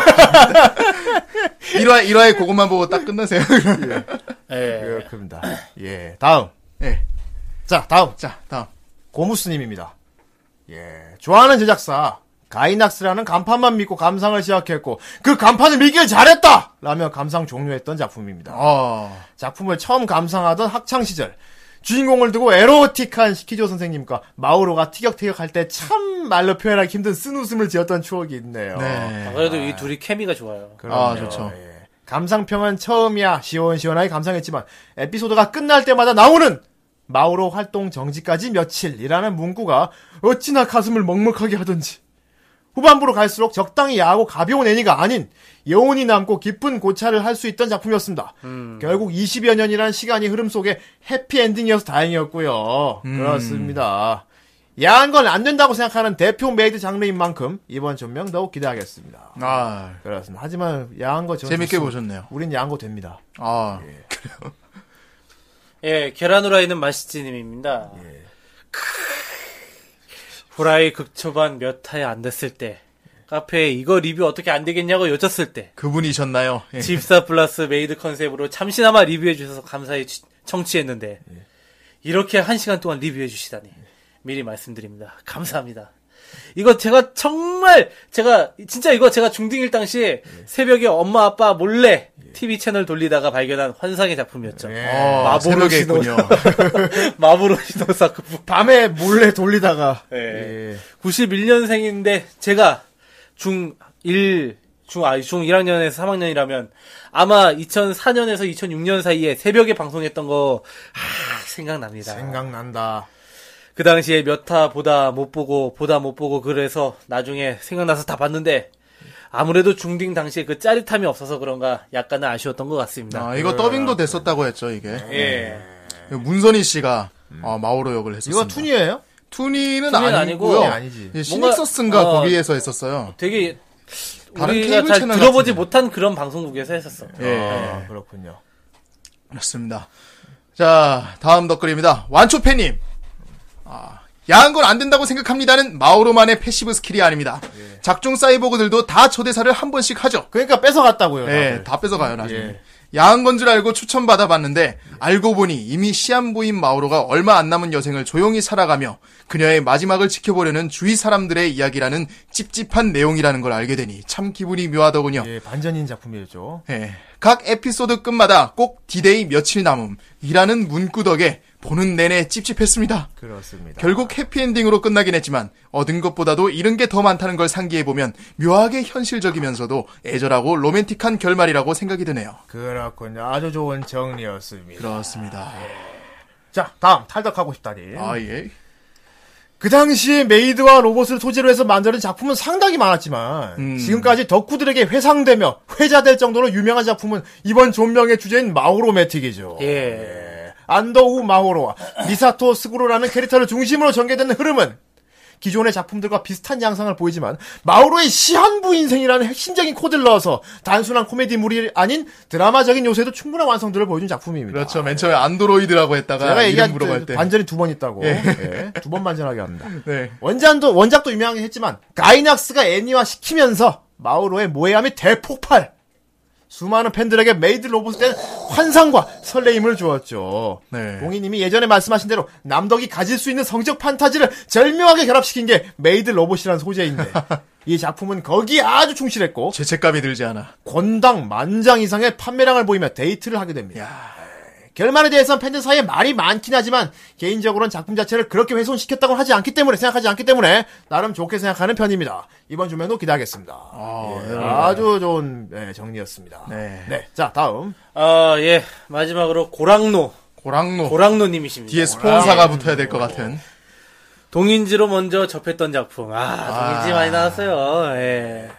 S3: 1화, 1화에 그것만 보고 딱 끝내세요.
S2: 예.
S1: 그렇습니다. 예, 다음.
S3: 예.
S1: 자, 다음.
S3: 자, 다음.
S1: 고무스님입니다. 예, 좋아하는 제작사. 가이낙스라는 간판만 믿고 감상을 시작했고 그 간판을 믿길 잘했다! 라며 감상 종료했던 작품입니다.
S3: 어,
S1: 작품을 처음 감상하던 학창 시절 주인공을 두고 에로틱한 시키조 선생님과 마우로가 티격태격할 때 참 말로 표현하기 힘든 쓴웃음을 지었던 추억이
S2: 아,
S1: 있네요.
S3: 네.
S2: 그래도 이 둘이 케미가 좋아요.
S1: 그럼요.
S3: 아, 좋죠.
S1: 예. 감상평은 처음이야 시원시원하게 감상했지만 에피소드가 끝날 때마다 나오는 마오로 활동 정지까지 며칠이라는 문구가 어찌나 가슴을 먹먹하게 하던지 후반부로 갈수록 적당히 야하고 가벼운 애니가 아닌 여운이 남고 깊은 고찰을 할 수 있던 작품이었습니다.
S3: 음.
S1: 결국 20여 년이란 시간이 흐름 속에 해피엔딩이어서 다행이었고요.
S3: 음.
S1: 그렇습니다. 야한 건 안 된다고 생각하는 대표 메이드 장르인 만큼 이번 전명 더욱 기대하겠습니다.
S3: 아,
S1: 그렇습니다. 하지만 야한 거 저는
S3: 재밌게
S1: 좋습니다.
S3: 보셨네요.
S1: 우린 야한 거 됩니다.
S3: 아,
S2: 예, 계란 후라이는 마시지님입니다. 후라이 극초반 몇 화에 안 됐을 때 카페에 이거 리뷰 어떻게 안 되겠냐고 여쭸을 때
S3: 그분이셨나요? 예.
S2: 집사 플러스 메이드 컨셉으로 잠시나마 리뷰해 주셔서 감사히 치- 청취했는데 이렇게 한 시간 동안 리뷰해 주시다니 미리 말씀드립니다. 감사합니다. 이거 제가 정말 제가 진짜 이거 제가 중딩일 당시 에 새벽에 엄마 아빠 몰래 TV 채널 돌리다가 발견한 환상의 작품이었죠.
S3: 어, 새벽에
S2: 마보로시노
S3: 있군요.
S2: 마보로시노사쿠
S1: 밤에 몰래 돌리다가
S2: 뭐. 예.
S1: 예.
S2: 91년생인데 제가 중1 중아 중 1학년에서 3학년이라면 아마 2004년에서 2006년 사이에 새벽에 방송했던 거 하, 생각납니다.
S1: 생각난다.
S2: 그 당시에 몇 화 보다 못 보고 보다 못 보고 그래서 나중에 생각나서 다 봤는데 아무래도 중딩 당시에 그 짜릿함이 없어서 그런가 약간은 아쉬웠던 예. 것 같습니다.
S3: 아, 이거 더빙도 됐었다고 했죠, 이게.
S2: 예. 음.
S3: 문선희 씨가 어, 마오로 역을 했었어요.
S1: 이거 투니예요?
S3: 투니는,
S2: 투니는
S3: 아니고요.
S2: 아니고.
S1: 아니지.
S3: 예,
S2: 뭔가-
S3: 시닉서스인가
S2: 어.
S3: 거기에서 했었어요.
S2: 되게
S3: 다른
S2: 우리가
S3: 케이블
S2: 잘
S3: 채널
S2: 들어보지
S3: 같은데.
S2: 못한 그런 방송국에서 했었어.
S3: 예.
S1: 아, 그렇군요.
S3: 그렇습니다. 자, 다음 댓글입니다. 완초패님. 아, 야한 건 안 된다고 생각합니다는 마오로만의 패시브 스킬이 아닙니다.
S2: 예.
S3: 작중 사이보그들도 다 저 대사를 한 번씩 하죠.
S1: 그러니까 뺏어갔다고요.
S3: 예,
S1: 다들.
S3: 다 뺏어가요, 나중에.
S1: 예.
S3: 야한 건 줄 알고 추천받아봤는데, 알고 보니 이미 시한부인 마오로가 얼마 안 남은 여생을 조용히 살아가며, 그녀의 마지막을 지켜보려는 주위 사람들의 이야기라는 찝찝한 내용이라는 걸 알게 되니 참 기분이 묘하더군요.
S1: 예, 반전인 작품이었죠.
S3: 예, 각 에피소드 끝마다 꼭 디데이 며칠 남음이라는 문구 덕에 보는 내내 찝찝했습니다.
S1: 그렇습니다.
S3: 결국 해피엔딩으로 끝나긴 했지만 얻은 것보다도 잃은 게 더 많다는 걸 상기해보면 묘하게 현실적이면서도 애절하고 로맨틱한 결말이라고 생각이 드네요.
S1: 그렇군요. 아주 좋은 정리였습니다.
S3: 그렇습니다.
S1: 자, 다음 탈덕하고 싶다니.
S3: 아, 예.
S1: 그 당시에 메이드와 로봇을 소재로 해서 만들어진 작품은 상당히 많았지만
S3: 음.
S1: 지금까지 덕후들에게 회상되며 회자될 정도로 유명한 작품은 이번 존명의 주제인 마오로매틱이죠.
S2: 예.
S1: 안더우 마호로와 미사토 스구로라는 캐릭터를 중심으로 전개되는 흐름은 기존의 작품들과 비슷한 양상을 보이지만 마오로의 시한부 인생이라는 핵심적인 코드를 넣어서 단순한 코미디물이 아닌 드라마적인 요소에도 충분한 완성도를 보여준 작품입니다.
S3: 그렇죠. 맨 처음에 안드로이드라고 했다가
S1: 제가
S3: 이름
S1: 얘기한
S3: 물어볼 때. 예.
S1: 반전이 두 번 있다고 예. 두 번 반전하게 합니다.
S3: 네.
S1: 원작도 원작도 유명하긴 했지만 가이낙스가 애니화 시키면서 마오로의 모해함이 대폭발. 수많은 팬들에게 메이드 로봇에 대한 환상과 설레임을 주었죠.
S3: 네.
S1: 공인님이 예전에 말씀하신 대로 남덕이 가질 수 있는 성적 판타지를 절묘하게 결합시킨 게 메이드 로봇이라는 소재인데 이 작품은 거기에 아주 충실했고
S3: 죄책감이 들지 않아.
S1: 권당 만장 이상의 판매량을 보이며 데이트를 하게 됩니다. 결말에 대해선 팬들 사이에 말이 많긴 하지만 개인적으로는 작품 자체를 그렇게 훼손시켰다고 하지 않기 때문에 생각하지 않기 때문에 나름 좋게 생각하는 편입니다. 이번 주면도 기대하겠습니다. 예, 아주 좋은 예, 정리였습니다.
S3: 아, 네.
S1: 자 다음
S2: 아, 예. 마지막으로 고랑노.
S3: 고랑노.
S2: 고랑노님이십니다. 아,
S3: 뒤에 스폰사가 붙어야 될 것 같은. 아.
S2: 동인지로 먼저 접했던 작품. 아, 동인지 많이 나왔어요. 예.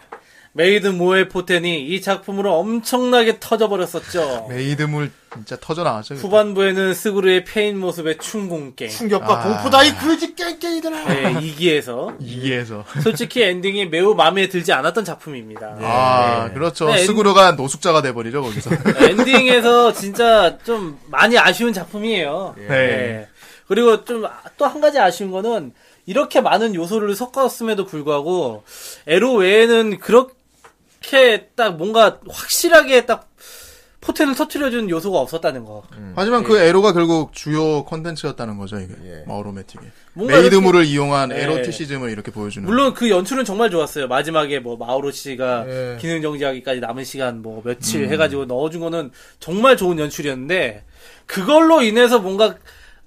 S2: 메이드 모의 포텐이 이 작품으로 엄청나게 터져버렸었죠.
S3: 메이드물 진짜 터져나왔죠. 그때.
S2: 후반부에는 스그루의 페인 모습에 충공갱.
S1: 충격과
S3: 아.
S1: 공포다 이 그지 깽깽이들아.
S2: 예, 2기에서.
S3: 이기에서.
S2: 솔직히 엔딩이 매우 마음에 들지 않았던 작품입니다.
S3: 아, 그렇죠.
S2: 네,
S3: 스구로가 노숙자가 돼버리죠, 거기서.
S2: 엔딩에서 진짜 좀 많이 아쉬운 작품이에요.
S3: 네.
S2: 예. 그리고 좀 또 한 가지 아쉬운 거는 이렇게 많은 요소를 섞었음에도 불구하고 에로 외에는 그렇게 딱 뭔가 확실하게 딱 포텐을 터트려준 요소가 없었다는 거.
S3: 하지만 그 에로가 결국 주요 컨텐츠였다는 거죠, 이게.
S1: 예.
S3: 마오로매틱의.
S2: 뭔가
S3: 메이드물을 이용한
S2: 예.
S3: 에로티시즘을 이렇게 보여주는.
S2: 물론 그 연출은 정말 좋았어요. 마지막에 뭐 마오로 씨가
S1: 예.
S2: 기능 정지하기까지 남은 시간 뭐 며칠
S3: 음.
S2: 해가지고 넣어준 거는 정말 좋은 연출이었는데 그걸로 인해서 뭔가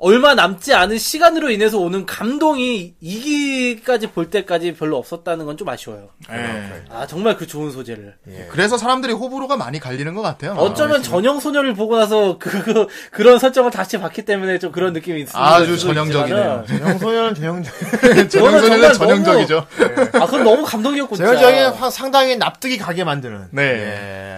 S2: 얼마 남지 않은 시간으로 인해서 오는 감동이 이기까지 볼 때까지 별로 없었다는 건 좀 아쉬워요.
S3: 예.
S2: 아 정말 그 좋은 소재를
S3: 그래서 사람들이 호불호가 많이 갈리는 것 예. 같아요. 뭐.
S2: 어쩌면 전형 소녀를 보고 나서 그 그런 설정을 다시 봤기 때문에 좀 그런 느낌이 있습니다.
S3: 아주 전형적이네요.
S1: 대형소년 대형적.
S3: 전형적이죠,
S2: 정말
S3: 전형적이죠.
S2: 아 그건 너무 감동이었고 진짜.
S1: 대형적인 화- 상당히 납득이 가게 만드는.
S3: 네.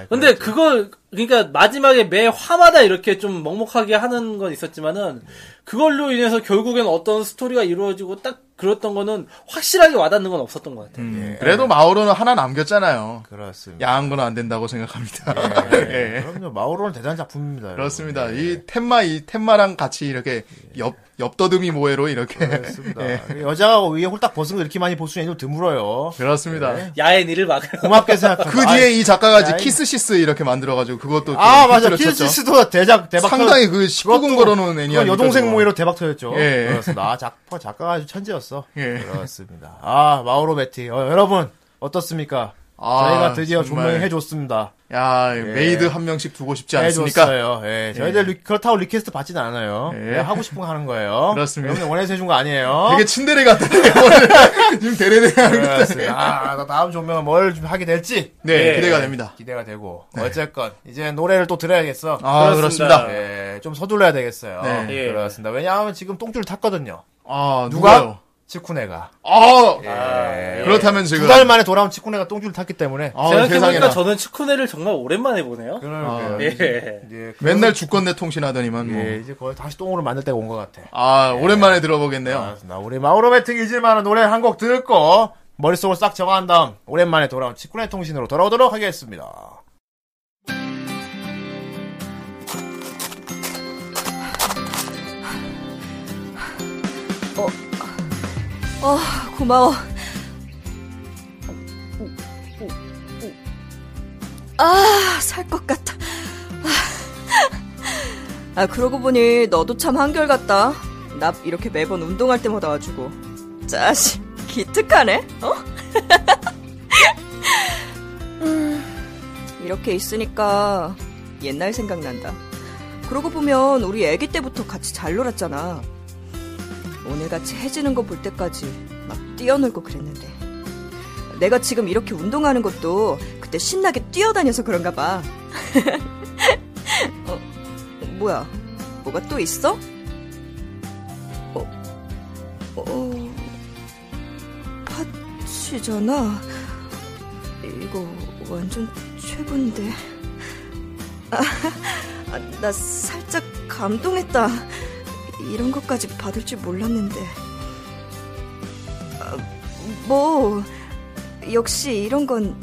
S1: 예,
S2: 근데 그걸 그러니까 마지막에 매 화마다 이렇게 좀 먹먹하게 하는 건 있었지만은 그걸로 인해서 결국엔 어떤 스토리가 이루어지고 딱 그랬던 거는 확실하게 와닿는 건 없었던 것 같아요.
S3: 음, 그래도 마오로는 하나 남겼잖아요.
S1: 그렇습니다.
S3: 야한 건 안 된다고 생각합니다.
S1: 예.
S3: 예.
S1: 그럼요. 마오로는 대단한 작품입니다. 여러분.
S3: 그렇습니다.
S1: 예.
S3: 이 텐마 이 텐마랑 같이 이렇게 옆 옆더듬이 모해로 이렇게
S1: 그렇습니다.
S3: 예.
S1: 예. 여자가 위에 홀딱 벗은 거 이렇게 많이 볼 수는 애도 드물어요.
S3: 그렇습니다.
S2: 야의 니를 막으라고.
S1: 고맙게 생각하고.
S3: 그 뒤에 이 작가가 이제
S1: 예. 아이.
S3: 키스시스 이렇게 만들어가지고 그것도
S1: 아, 아
S3: 좀
S1: 맞아.
S3: 히트를 쳤죠.
S1: 키스시스도 대작 대박.
S3: 상당히
S1: 터-
S3: 그 19금
S1: 그것도-
S3: 걸어놓은 애니야.
S1: 그건 여동생 모의로 대박 터졌죠.
S3: 예.
S1: 그렇습니다. 아, 작, 작가가 아주 천재였어.
S3: 예.
S1: 그렇습니다. 아, 마오로 베티. 어, 여러분, 어떻습니까?
S3: 아,
S1: 저희가 드디어
S3: 정말.
S1: 존명해줬습니다.
S3: 야
S1: 예.
S3: 메이드 한 명씩 두고 싶지
S1: 네,
S3: 않습니까?
S1: 해줬어요. 예. 저희들 리- 그렇다고 리퀘스트 받진 않아요.
S3: 예.
S1: 예, 하고 싶은 거 하는 거예요.
S3: 그렇습니다.
S1: 여러분이 원해서 해준 거 아니에요.
S3: 되게 친데레 같은
S1: 네.
S3: 오늘 지금 데레데레.
S1: 그렇습니다. 아, 나 다음 존명은 뭘 좀 하게 될지
S3: 네
S2: 예.
S3: 기대가 됩니다.
S1: 기대가 되고 어쨌건 이제 노래를 또 들어야겠어.
S3: 네. 아
S2: 그렇습니다.
S3: 그렇습니다.
S1: 예, 좀 서둘러야 되겠어요.
S3: 네.
S2: 예.
S1: 그렇습니다. 왜냐하면 지금 똥줄 탔거든요.
S3: 아
S1: 누가?
S3: 누가요?
S1: 치쿠네가.
S3: 아
S1: 예.
S3: 그렇다면 지금
S1: 두달 만에 돌아온 치쿠네가 똥줄 탔기 때문에.
S3: 아,
S2: 생각해보니까
S3: 세상에나
S2: 저는 치쿠네를 정말 오랜만에 보네요.
S1: 그러니까요.
S2: 예.
S1: 이제 그-
S3: 맨날 죽건네 통신하더니만 뭐.
S1: 예, 이제 거의 다시 똥으로 만들 때가 온 것 같아.
S3: 아 오랜만에 들어보겠네요.
S1: 알았습니다. 우리 마오로베틱 잊을만한 노래 한 곡 듣고 머릿속을 싹 정화한 다음 오랜만에 돌아온 치쿠네 통신으로 돌아오도록 하겠습니다.
S5: 어, 고마워. 아, 살 것 같아.
S4: 아 그러고 보니 너도 참 한결같다. 나 이렇게 매번 운동할 때마다 와주고 짜식 기특하네. 어? 음, 이렇게 있으니까 옛날 생각난다. 그러고 보면 우리 아기 때부터 같이 잘 놀았잖아. 오늘같이 해지는 거 볼 때까지 막 뛰어놀고 그랬는데 내가 지금 이렇게 운동하는 것도 그때 신나게 뛰어다녀서 그런가 봐. 어, 뭐야? 뭐가 또 있어? 어, 어, 파치잖아. 이거 완전 최고인데. 아, 아, 나 살짝 감동했다. 이런 것까지 받을 줄 몰랐는데. 아, 뭐, 역시 이런 건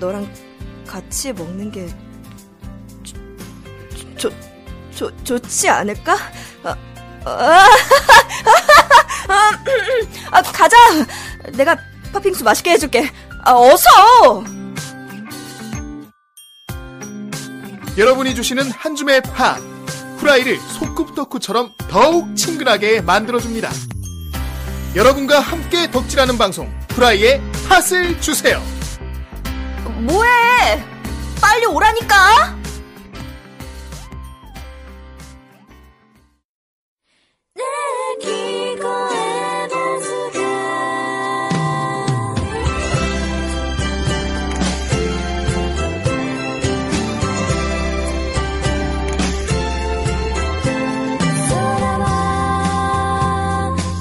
S4: 너랑 같이 먹는 게 좋, 좋, 좋지 않을까? 아, 아, 아, 가자! 내가 팥빙수 맛있게 해줄게. 아, 어서!
S3: 여러분이 주시는 한 줌의 팥 후라이를 소꿉 덕후처럼 더욱 친근하게 만들어줍니다. 여러분과 함께 덕질하는 방송 후라이의 팥을 주세요.
S4: 뭐해! 빨리 오라니까!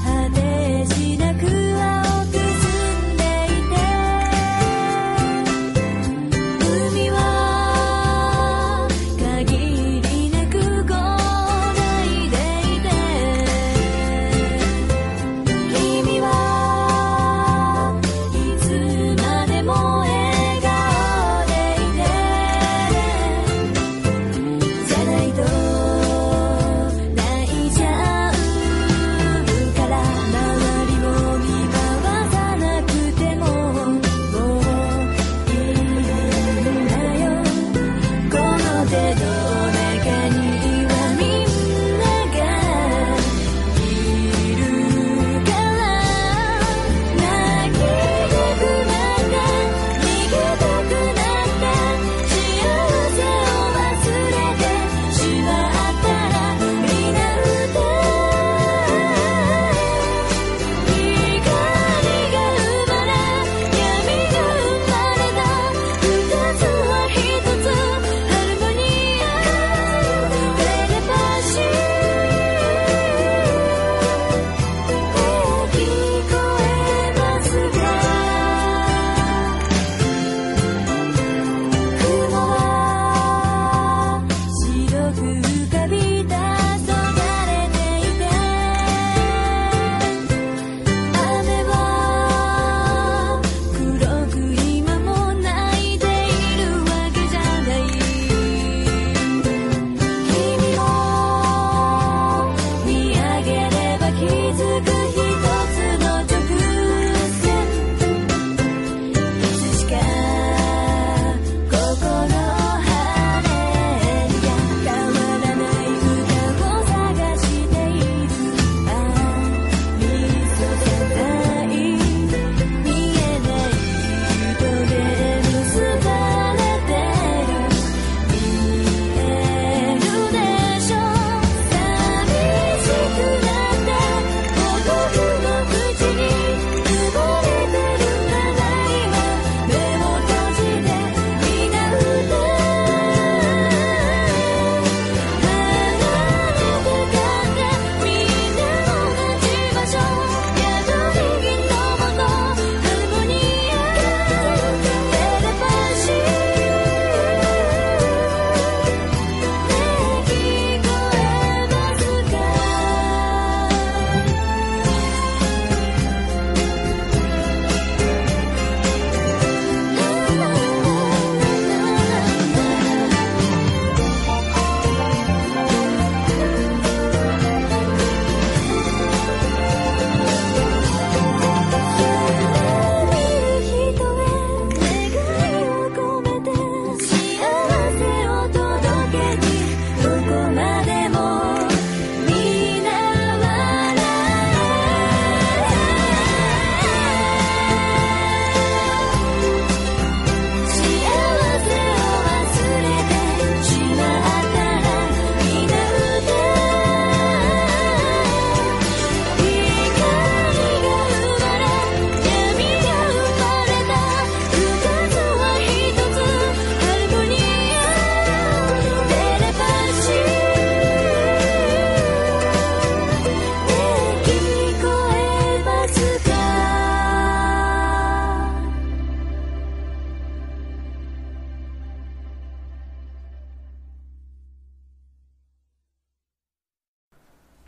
S6: 果てしなく青く澄んでいて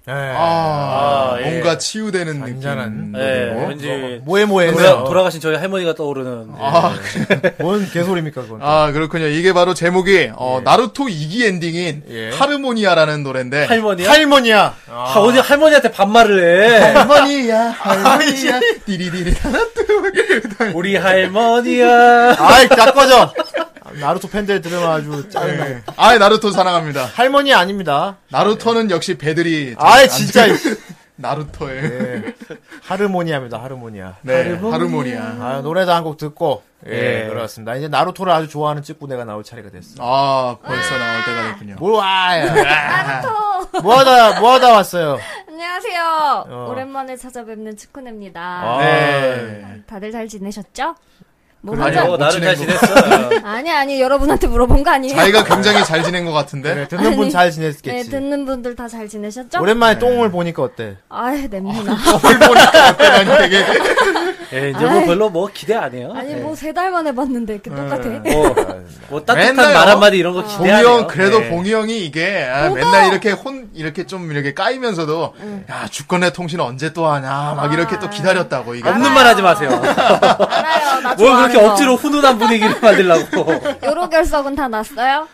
S3: 네.
S1: 예.
S3: 아,
S2: 아, 예.
S3: 뭔가 치유되는
S1: 잔잔한. 네.
S3: 느낌.
S2: 예,
S3: 뭐.
S2: 왠지
S1: 뭐에 뭐에
S2: 돌아, 돌아가신 저희 할머니가 떠오르는
S3: 어. 아,
S1: 뭔 개소리입니까 그건?
S3: 아, 그렇군요. 이게 바로 제목이 어, 나루토 2기 엔딩인
S1: 예.
S3: 하르모니아라는 노래인데
S2: 할머니야.
S1: 할머니야.
S2: 아, 어디 할머니한테 반말을 해.
S1: 할머니야. 할머니야.
S3: 띠리리리
S2: 우리 할머니야.
S1: 아이 다 꺼져. 나루토 팬들 들으면 아주 짜증나.
S3: 아, 나루토 사랑합니다.
S1: 할머니 아닙니다.
S3: 나루토는 역시 배들이 좀
S1: 아이
S3: 안
S1: 진짜. 예.
S3: 들어요. 나루토의
S1: 하르모니아입니다. 하르모니아.
S3: 네, 하르모니아.
S1: 아, 노래도 한 곡 듣고. 예,
S2: 예.
S1: 그렇습니다. 이제 나루토를 아주 좋아하는 찌꾸내가 나올 차례가 됐어.
S3: 아, 벌써 나올 때가 됐군요.
S1: 뭘 와, 야. 예. 뭐하다, 뭐하다 왔어요.
S6: 안녕하세요.
S1: 어.
S6: 오랜만에 찾아뵙는 츠쿠네입니다.
S1: 아.
S3: 네.
S6: 다들 잘 지내셨죠? 뭐
S1: 그래요.
S6: 혼자
S2: 어, 나를 잘
S3: 아, 지내고.
S2: 지냈어.
S6: 아니 아니 여러분한테 물어본 거 아니에요.
S3: 자기가 굉장히 잘 지낸 것
S1: 그래,
S3: 같은데.
S1: 네, 듣는 분 잘 지냈겠지.
S6: 네, 듣는 분들 다 잘 지내셨죠?
S1: 오랜만에 똥을 보니까 어때?
S6: 아유 냄새나.
S3: 뭘 보니까 어때라니 네, 되게.
S2: 예, 이제 뭐 별로 뭐 기대 안 해요.
S6: 아니
S2: 예.
S6: 뭐 세 달 만에 봤는데 이렇게 똑같아.
S2: 뭐, 뭐 따뜻한
S3: 맨날
S2: 말
S3: 어?
S2: 한마디 이런 거 기대
S3: 봉이
S2: 안 해요.
S3: 형 그래도
S2: 예.
S3: 봉이 형이 이게 아,
S6: 뭐가?
S3: 맨날 이렇게 혼 이렇게 좀 이렇게 까이면서도 야 주권의 통신 언제 또 하냐 막 이렇게 또 기다렸다고 이게
S2: 없는 말 하지 마세요.
S6: 알아요. 나
S2: 뭘
S6: 아, 좋아하는
S2: 그렇게 억지로 훈훈한 분위기를 만들려고.
S6: 거. 요로 결석은 다 났어요.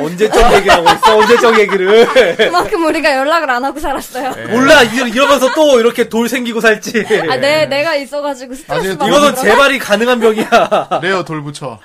S2: 언제적 얘기하고 있어, 언제적 얘기를.
S6: 그만큼 우리가 연락을 안 하고 살았어요.
S2: 몰라, 이러- 이러면서 또 이렇게 돌 생기고 살지.
S6: 네. 아, 네. 내 내가 있어가지고 스트레스
S3: 아니,
S6: 받는
S2: 이거는
S6: 거라.
S2: 재발이 가능한 병이야.
S3: 레어 아. 돌부처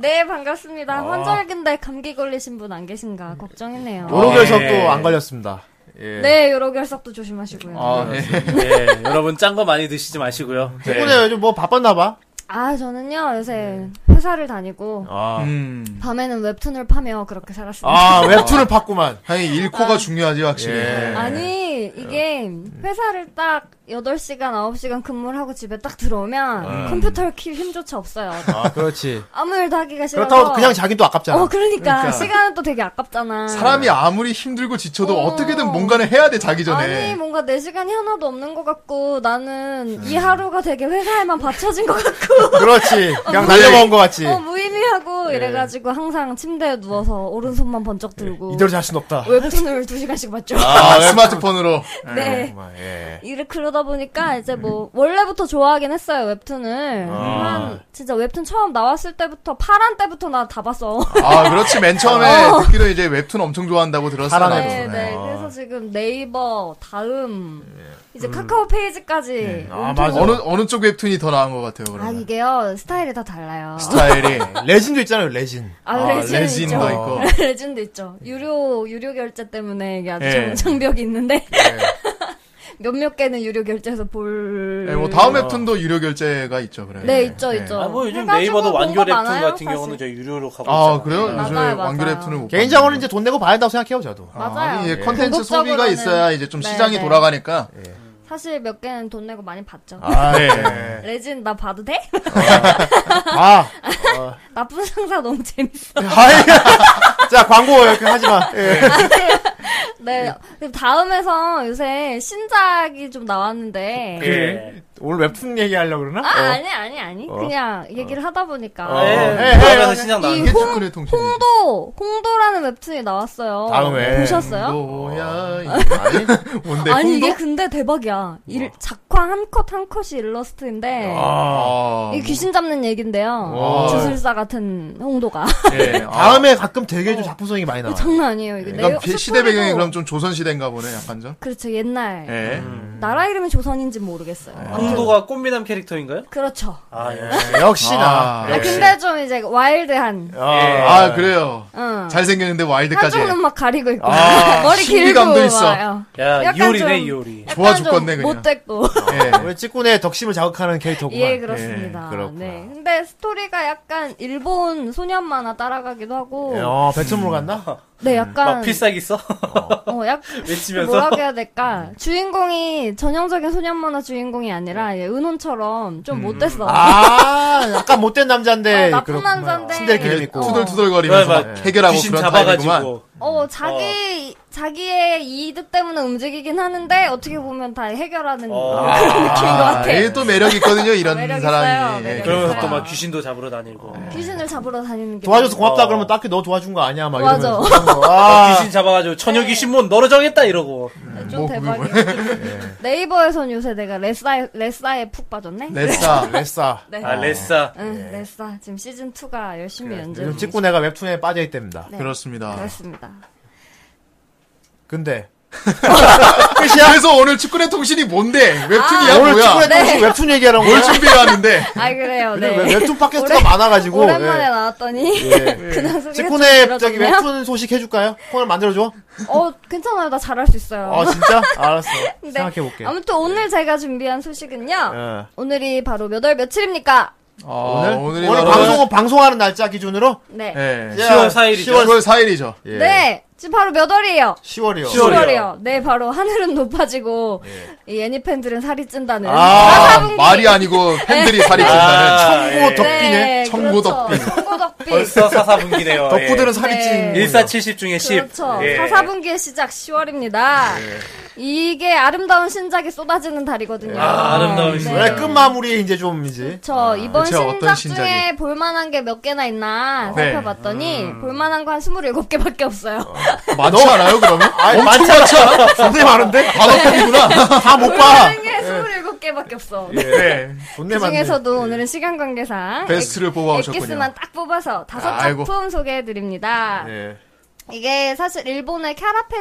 S6: 네 반갑습니다. 환절기인데 감기 걸리신 분 안 계신가 걱정이네요.
S1: 요로
S2: 예.
S1: 결석도 안 걸렸습니다. 예.
S6: 네, 요로 결석도 조심하시고요. 아, 네.
S3: 아, 예.
S2: 예, 여러분 짠 거 많이 드시지 마시고요. 예.
S1: 찌꾸내 요즘 뭐 바빴나봐?
S6: 아, 저는요 요새 회사를 다니고
S1: 네. 아.
S3: 음.
S6: 밤에는 웹툰을 파며 그렇게 살았습니다.
S1: 아, 웹툰을 팠구만.
S3: 아니 일코가 중요하지 확실히 네.
S1: 예.
S6: 아, 니 이게
S1: 네.
S6: 회사를 딱 8시간, 9시간 근무를 하고 집에 딱 들어오면 컴퓨터를 킬 힘조차 없어요.
S1: 네. 아, 그렇지.
S6: 아무 일도 하기가 싫어서
S1: 그렇다고 그냥 자긴 또 아깝잖아.
S6: 어, 그러니까.
S3: 그러니까.
S6: 시간은 또 되게 아깝잖아.
S3: 사람이 아무리 힘들고 지쳐도
S6: 어.
S3: 어... 떻게든 뭔가는 해야 돼 자기 전에
S6: 아니 뭐. 뭔가 내 시간이 하나도 없는 것 같고
S1: 음.
S6: 나는 이 하루가 되게 회사에만 바쳐진 것 같고
S1: 그렇지. 그냥
S6: 어,
S1: 날려먹은 것 같지.
S6: 어, 무의미하고
S1: 예.
S6: 이래가지고 항상 침대에 누워서 오른손만 번쩍 들고
S1: 예. 이대로 잘 순
S6: 어.
S1: 없다.
S6: 웹툰을 두 시간씩 봤죠.
S3: 아, 스마트폰으로
S6: 네.
S1: 정말, 예.
S6: 이래 그러다 보니까 이제 뭐 원래부터 좋아하긴 했어요
S3: 아.
S6: 웹툰을 한 진짜 웹툰 처음 나왔을 때부터 파란 때부터 나 다 봤어.
S3: 아 그렇지 맨 처음에 듣기로 이제 웹툰 엄청 좋아한다고 들었어요
S1: 사랑해.
S6: 네, 네. 그래서 지금 네이버, 다음,
S3: 예.
S6: 이제 카카오 페이지까지.
S1: 아,
S6: 온통-
S1: 맞아.
S3: 어느 어느 쪽 웹툰이 더 나은 것 같아요
S6: 아,
S3: 네. 그러면
S6: 이게요 스타일이 다 달라요.
S3: 스타일이
S1: 레진도 있잖아요, 레진.
S6: 아,
S3: 아,
S6: 레진도
S3: 레진도
S6: 있죠.
S3: 있고
S6: 레진도 있죠. 유료 유료 결제 때문에 이게 아주
S3: 예.
S6: 좋은 장벽이 있는데 몇몇 개는 유료 결제해서 볼.
S3: 네, 뭐 다음 예. 웹툰도 유료 결제가 있죠 그래
S6: 네, 있죠, 있죠.
S2: 아, 뭐 요즘
S6: 해가지고
S2: 네이버도
S6: 뭔가
S2: 완결 웹툰
S6: 많아요,
S2: 같은
S6: 사실.
S2: 경우는 저 유료로 가고
S3: 아
S2: 있잖아요.
S3: 그래요?
S6: 네.
S3: 요즘에
S6: 맞아요,
S3: 완결
S6: 맞아요.
S3: 웹툰을 못
S1: 개인적으로는 이제 돈 내고 봐야 한다고 생각해요, 저도.
S6: 맞아요.
S3: 예, 컨텐츠
S6: 공격적으로는-
S3: 소비가 있어야 이제 좀
S6: 네,
S3: 시장이
S6: 네.
S3: 돌아가니까.
S6: 사실 몇 개는 돈 내고 많이 봤죠.
S1: 아, 예.
S3: 네.
S6: 레진 나 봐도 돼?
S1: 아,
S6: 나쁜 상사 너무 재밌어.
S1: 아이, 자, 광고 이렇게 하지 마. 예.
S3: 예.
S6: 네. 근데 다음에서 요새 신작이 좀 나왔는데.
S3: 그,
S2: 예.
S1: 오늘 웹툰 얘기하려고 그러나?
S6: 아,
S1: 어.
S6: 아니, 아니, 아니.
S3: 어.
S6: 그냥 얘기를 하다 보니까.
S2: 아,
S3: 네.
S6: 네.
S2: 예.
S1: 예,
S2: 그러면서
S1: 예.
S2: 신작 나오는
S3: 이게
S2: 게
S3: 축구를 통신.
S6: 홍도! 홍도라는 웹툰이 나왔어요.
S1: 다음에.
S6: 보셨어요?
S3: 뭐야?
S1: 아니,
S3: 뭔데?
S6: 아니,
S3: 홍도?
S6: 이게 근데 대박이야. 일, 작화 한 컷 한 컷이 일러스트인데.
S3: 어. 아.
S6: 이 귀신 잡는 얘긴데요.
S3: 와.
S6: 주술사 같은 홍도가.
S3: 예, 아.
S1: 다음에 가끔 되게
S6: 어.
S1: 좀 작품성이 많이 나와.
S6: 장난 아니에요. 이게
S3: 그러니까
S6: 내용-
S3: 비- 시대 배경이
S6: 스토리도-
S3: 그럼 좀 조선 시대인가 보네, 약간 좀.
S6: 그렇죠. 옛날.
S3: 예.
S1: 음.
S6: 나라 이름이 조선인지
S3: 아.
S6: 모르겠어요.
S3: 네.
S2: 홍도가 꽃미남 캐릭터인가요?
S6: 그렇죠.
S2: 아, 예.
S1: 역시나.
S3: 아.
S2: 네.
S6: 아, 근데 좀 이제 와일드한.
S1: 예.
S3: 아, 그래요.
S6: 응.
S3: 잘생겼는데 와일드까지.
S6: 한쪽은 막 가리고 있고
S3: 아,
S6: 머리 길고
S3: 신비감도 있어.
S6: 와요.
S2: 야,
S6: 약간
S2: 이효리네,
S6: 좀-
S2: 이효리.
S6: 약간
S3: 좋아
S6: 좀
S3: 죽겠네, 그냥.
S6: 못됐고.
S3: 예.
S1: 우리 찌꾼의 덕심을 자극하는 캐릭터구만.
S6: 예 그렇습니다.
S1: 예, 그렇구나.
S6: 네. 근데 스토리가 약간 일본 소년 만화 따라가기도 하고
S3: 예,
S1: 어, 백천물 갔나?
S6: 네
S2: 막
S6: 약간
S2: 필살기 써?
S6: 어 약.
S2: 외치면서?
S6: 뭐라고 해야 될까? 주인공이 전형적인 소년 만화 주인공이 아니라 예, 은혼처럼
S3: 음.
S6: 좀 못됐어.
S1: 아, 약간 못된 남자인데.
S6: 어, 나쁜
S1: 그렇구나.
S6: 남잔데.
S1: 신들 기름
S3: 예,
S1: 있고.
S6: 투덜-
S3: 투덜투덜거리면서
S2: 어.
S3: 막 네. 해결하고
S2: 귀신
S3: 그런 타입이구만.
S2: 잡아가지고.
S6: 어 자기 자기의 이득 때문에 움직이긴 하는데 어떻게 보면 다 해결하는
S2: 어.
S6: 그런 느낌인 것 같아.
S3: 얘또 네. 매력 있거든요. 이런
S6: 매력
S3: 사람이.
S6: 있어요, 매력
S3: 예.
S2: 그러면서
S6: 있어요.
S2: 또 막 귀신도 잡으러 다니고.
S6: 귀신을 잡으러 다니는 게
S1: 도와줘서 고맙다
S2: 어.
S1: 그러면 딱히 너 도와준 거 아니야 막
S6: 맞아.
S1: 이러면서 그런 거.
S2: 막
S1: 아,
S2: 귀신 잡아가지고 처녀 귀신 몬 너로 정했다 이러고.
S1: 뭐
S6: 좀 대박이야. 네이버에선 요새 내가 레싸에 레싸에 푹 빠졌네.
S1: 예. 레싸 레싸
S6: 네.
S2: 아 레싸.
S6: 응, 레싸 지금 시즌 2가 열심히 연재를
S1: 예. 요즘
S6: 하고
S1: 찍고 내가 웹툰에 빠져 있답니다
S6: 네.
S3: 그렇습니다.
S6: 그렇습니다.
S1: 근데
S3: 그래서 오늘 축구네 통신이 뭔데? 웹툰이야
S1: 오늘
S3: 뭐야?
S1: 축구에
S6: 아, 네.
S1: 네. 웹툰 얘기하라고
S3: 뭘 준비해왔는데?
S6: 아 그래요.
S1: 왜냐면
S6: 네.
S1: 웹툰 팟캐스트가
S6: 오랜-
S1: 많아가지고
S6: 오랜만에
S1: 예.
S6: 나왔더니
S1: 예.
S6: 그냥 소개
S1: 직군의 저기 웹툰 소식 해줄까요? 코너 만들어줘?
S6: 어 괜찮아요. 나 잘할 수 있어요.
S1: 아 진짜? 알았어
S6: 네.
S1: 생각해볼게
S6: 아무튼 오늘 제가 준비한 소식은요.
S1: 예.
S6: 오늘이 바로 몇 월 며칠입니까?
S3: 아,
S1: 오늘?
S3: 오늘이
S1: 오늘
S3: 바로
S1: 방송은 방송하는 날짜 기준으로?
S6: 네. 네.
S3: 예.
S1: 예.
S2: 10월 4일이죠.
S1: 10월
S3: 10월 4일이죠.
S1: 예.
S6: 지금 바로 몇 월이에요?
S1: 10월이요
S2: 10월. 10월이요.
S6: 네, 바로 하늘은 높아지고 이 애니 팬들은 살이 찐다는
S3: 아,
S6: 사사분기.
S3: 말이 아니고 팬들이 살이 찐다는
S1: 청고 덕비네
S6: 네,
S3: 청보 덕비.
S6: 그렇죠. 청보 덕비.
S2: 예. 벌써 사사분기네요.
S1: 덕후들은 살이
S6: 네.
S1: 찐
S2: 1470 중에 예. 10.
S6: 그렇죠. 사사분기의 시작 10월입니다. 이게 아름다운 신작이 쏟아지는 달이거든요. 네.
S2: 아, 아름다운 시작.
S1: 원래 네. 끝 마무리 이제 좀 이제
S6: 그렇죠. 이번
S3: 그쵸, 어떤
S6: 신작 중에
S3: 신작이?
S6: 볼만한 게 몇 개나 있나
S3: 네.
S6: 살펴봤더니 볼만한 거 한 27개밖에 없어요.
S3: 많지 않아요, 그러면?
S1: 아니,
S3: 엄청
S1: 많잖아.
S3: 많지 않아?
S1: 존내 많은데?
S3: 단어법이구나.
S1: 다 못 봐.
S6: 볼만한 게 27개밖에 없어.
S3: 네.
S1: 존내
S6: 그
S1: 많네.
S6: 중에서도 오늘은 시간 관계상
S3: 베스트를 뽑아오셨군요.
S6: 엑기스만 딱 뽑아서 다섯
S3: 아이고. 네.
S6: 작품 소개해드립니다.
S1: 예.
S6: 이게 사실 일본의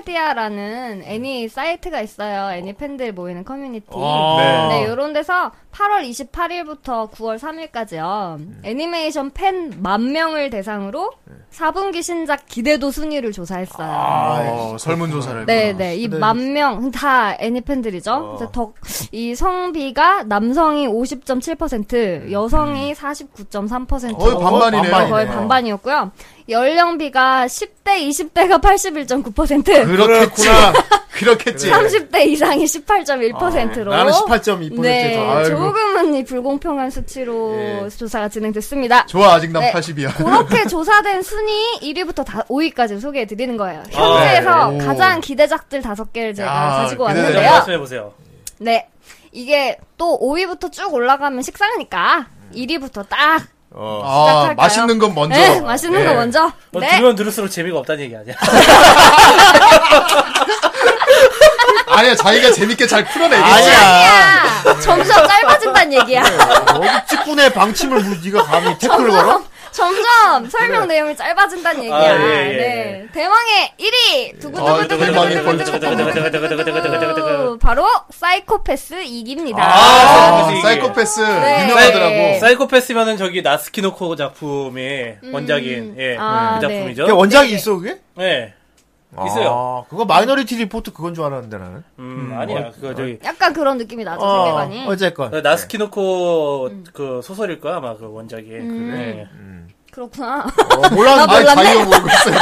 S6: 캐라페디아라는 애니 사이트가 있어요. 애니 팬들 모이는 커뮤니티.
S1: 아.
S6: 네, 요런 데서 8월 28일부터 9월 3일까지요.
S3: 네.
S6: 애니메이션 팬 만 명을 대상으로 4분기 신작 기대도 순위를 조사했어요.
S3: 아, 설문조사를.
S6: 네네 이 만명 다 애니
S3: 어.
S6: 팬들이죠. 그래서 덕이 성비가 남성이 50.7% 여성이 49.3%
S3: 음. 거의 반반이네요.
S1: 반반이네.
S6: 거의 반반이었고요. 연령비가 10대 20대가 81.9%
S3: 그렇겠구나. 그렇겠지.
S6: 30대 이상이
S3: 아,
S6: 18.1%로
S1: 나는 18.2%더.
S6: 네,
S1: 아이고.
S6: 조금은 이 불공평한 수치로
S3: 예.
S6: 조사가 진행됐습니다.
S3: 좋아, 아직 난
S6: 네.
S3: 80이야.
S6: 그렇게 조사된 순위 1위부터 5위까지 소개해 드리는 거예요. 현재에서
S3: 아, 네. 오.
S6: 가장 기대작들 5개를 제가
S3: 야, 기대작.
S6: 가지고
S2: 좀
S6: 왔는데요.
S2: 말씀해보세요.
S6: 네. 이게 또 5위부터 쭉 올라가면 식상하니까 1위부터 딱
S1: 어.
S3: 아,
S6: 시작할까요?
S3: 맛있는 건 먼저. 예.
S6: 네, 맛있는 거 먼저.
S2: 뭐
S6: 네.
S2: 들으면 들을수록 재미가 없다는 얘기 아니야?
S3: 아니야, 자기가 재밌게 잘 풀어내겠지.
S6: 예.
S1: 아니야.
S6: 야, 점점 짧아진다는 얘기야.
S1: 어디 직군의 방침을 무- 네가 감히 태클을 걸어?
S6: 점점 설명 내용이 짧아진다는 얘기야.
S2: 아, 예, 예,
S6: 네. 대망의 1위!
S3: 아, 대망의
S6: 두구두구두구두구두구두구두구두구두구두구두구두구두구 바로 사이코패스 2기입니다.
S3: 아,
S2: 사이코패스
S3: 사이코패스.
S6: 네.
S3: 유명하더라고.
S6: 네.
S2: 사이코패스면은 저기 나스키노코 작품이 원작인 예,
S6: 음. 아,
S2: 그
S6: 네.
S2: 작품이죠.
S1: 그게 원작이 있어 그게?
S2: 예.
S1: 아,
S2: 있어요.
S1: 그거 마이너리티 리포트 그건 줄 알았는데 나는.
S2: 음, 아니야. 그거 저기
S6: 약간 그런 느낌이 나죠, 세계관이.
S1: 어쨌건.
S2: 그 나스키노코
S6: 음.
S2: 그 소설일 거야 아마 그 원작이. 예.
S6: 그렇구나.
S1: 어, 몰랐는데.
S3: 아니, 자기가 모르고 있어요.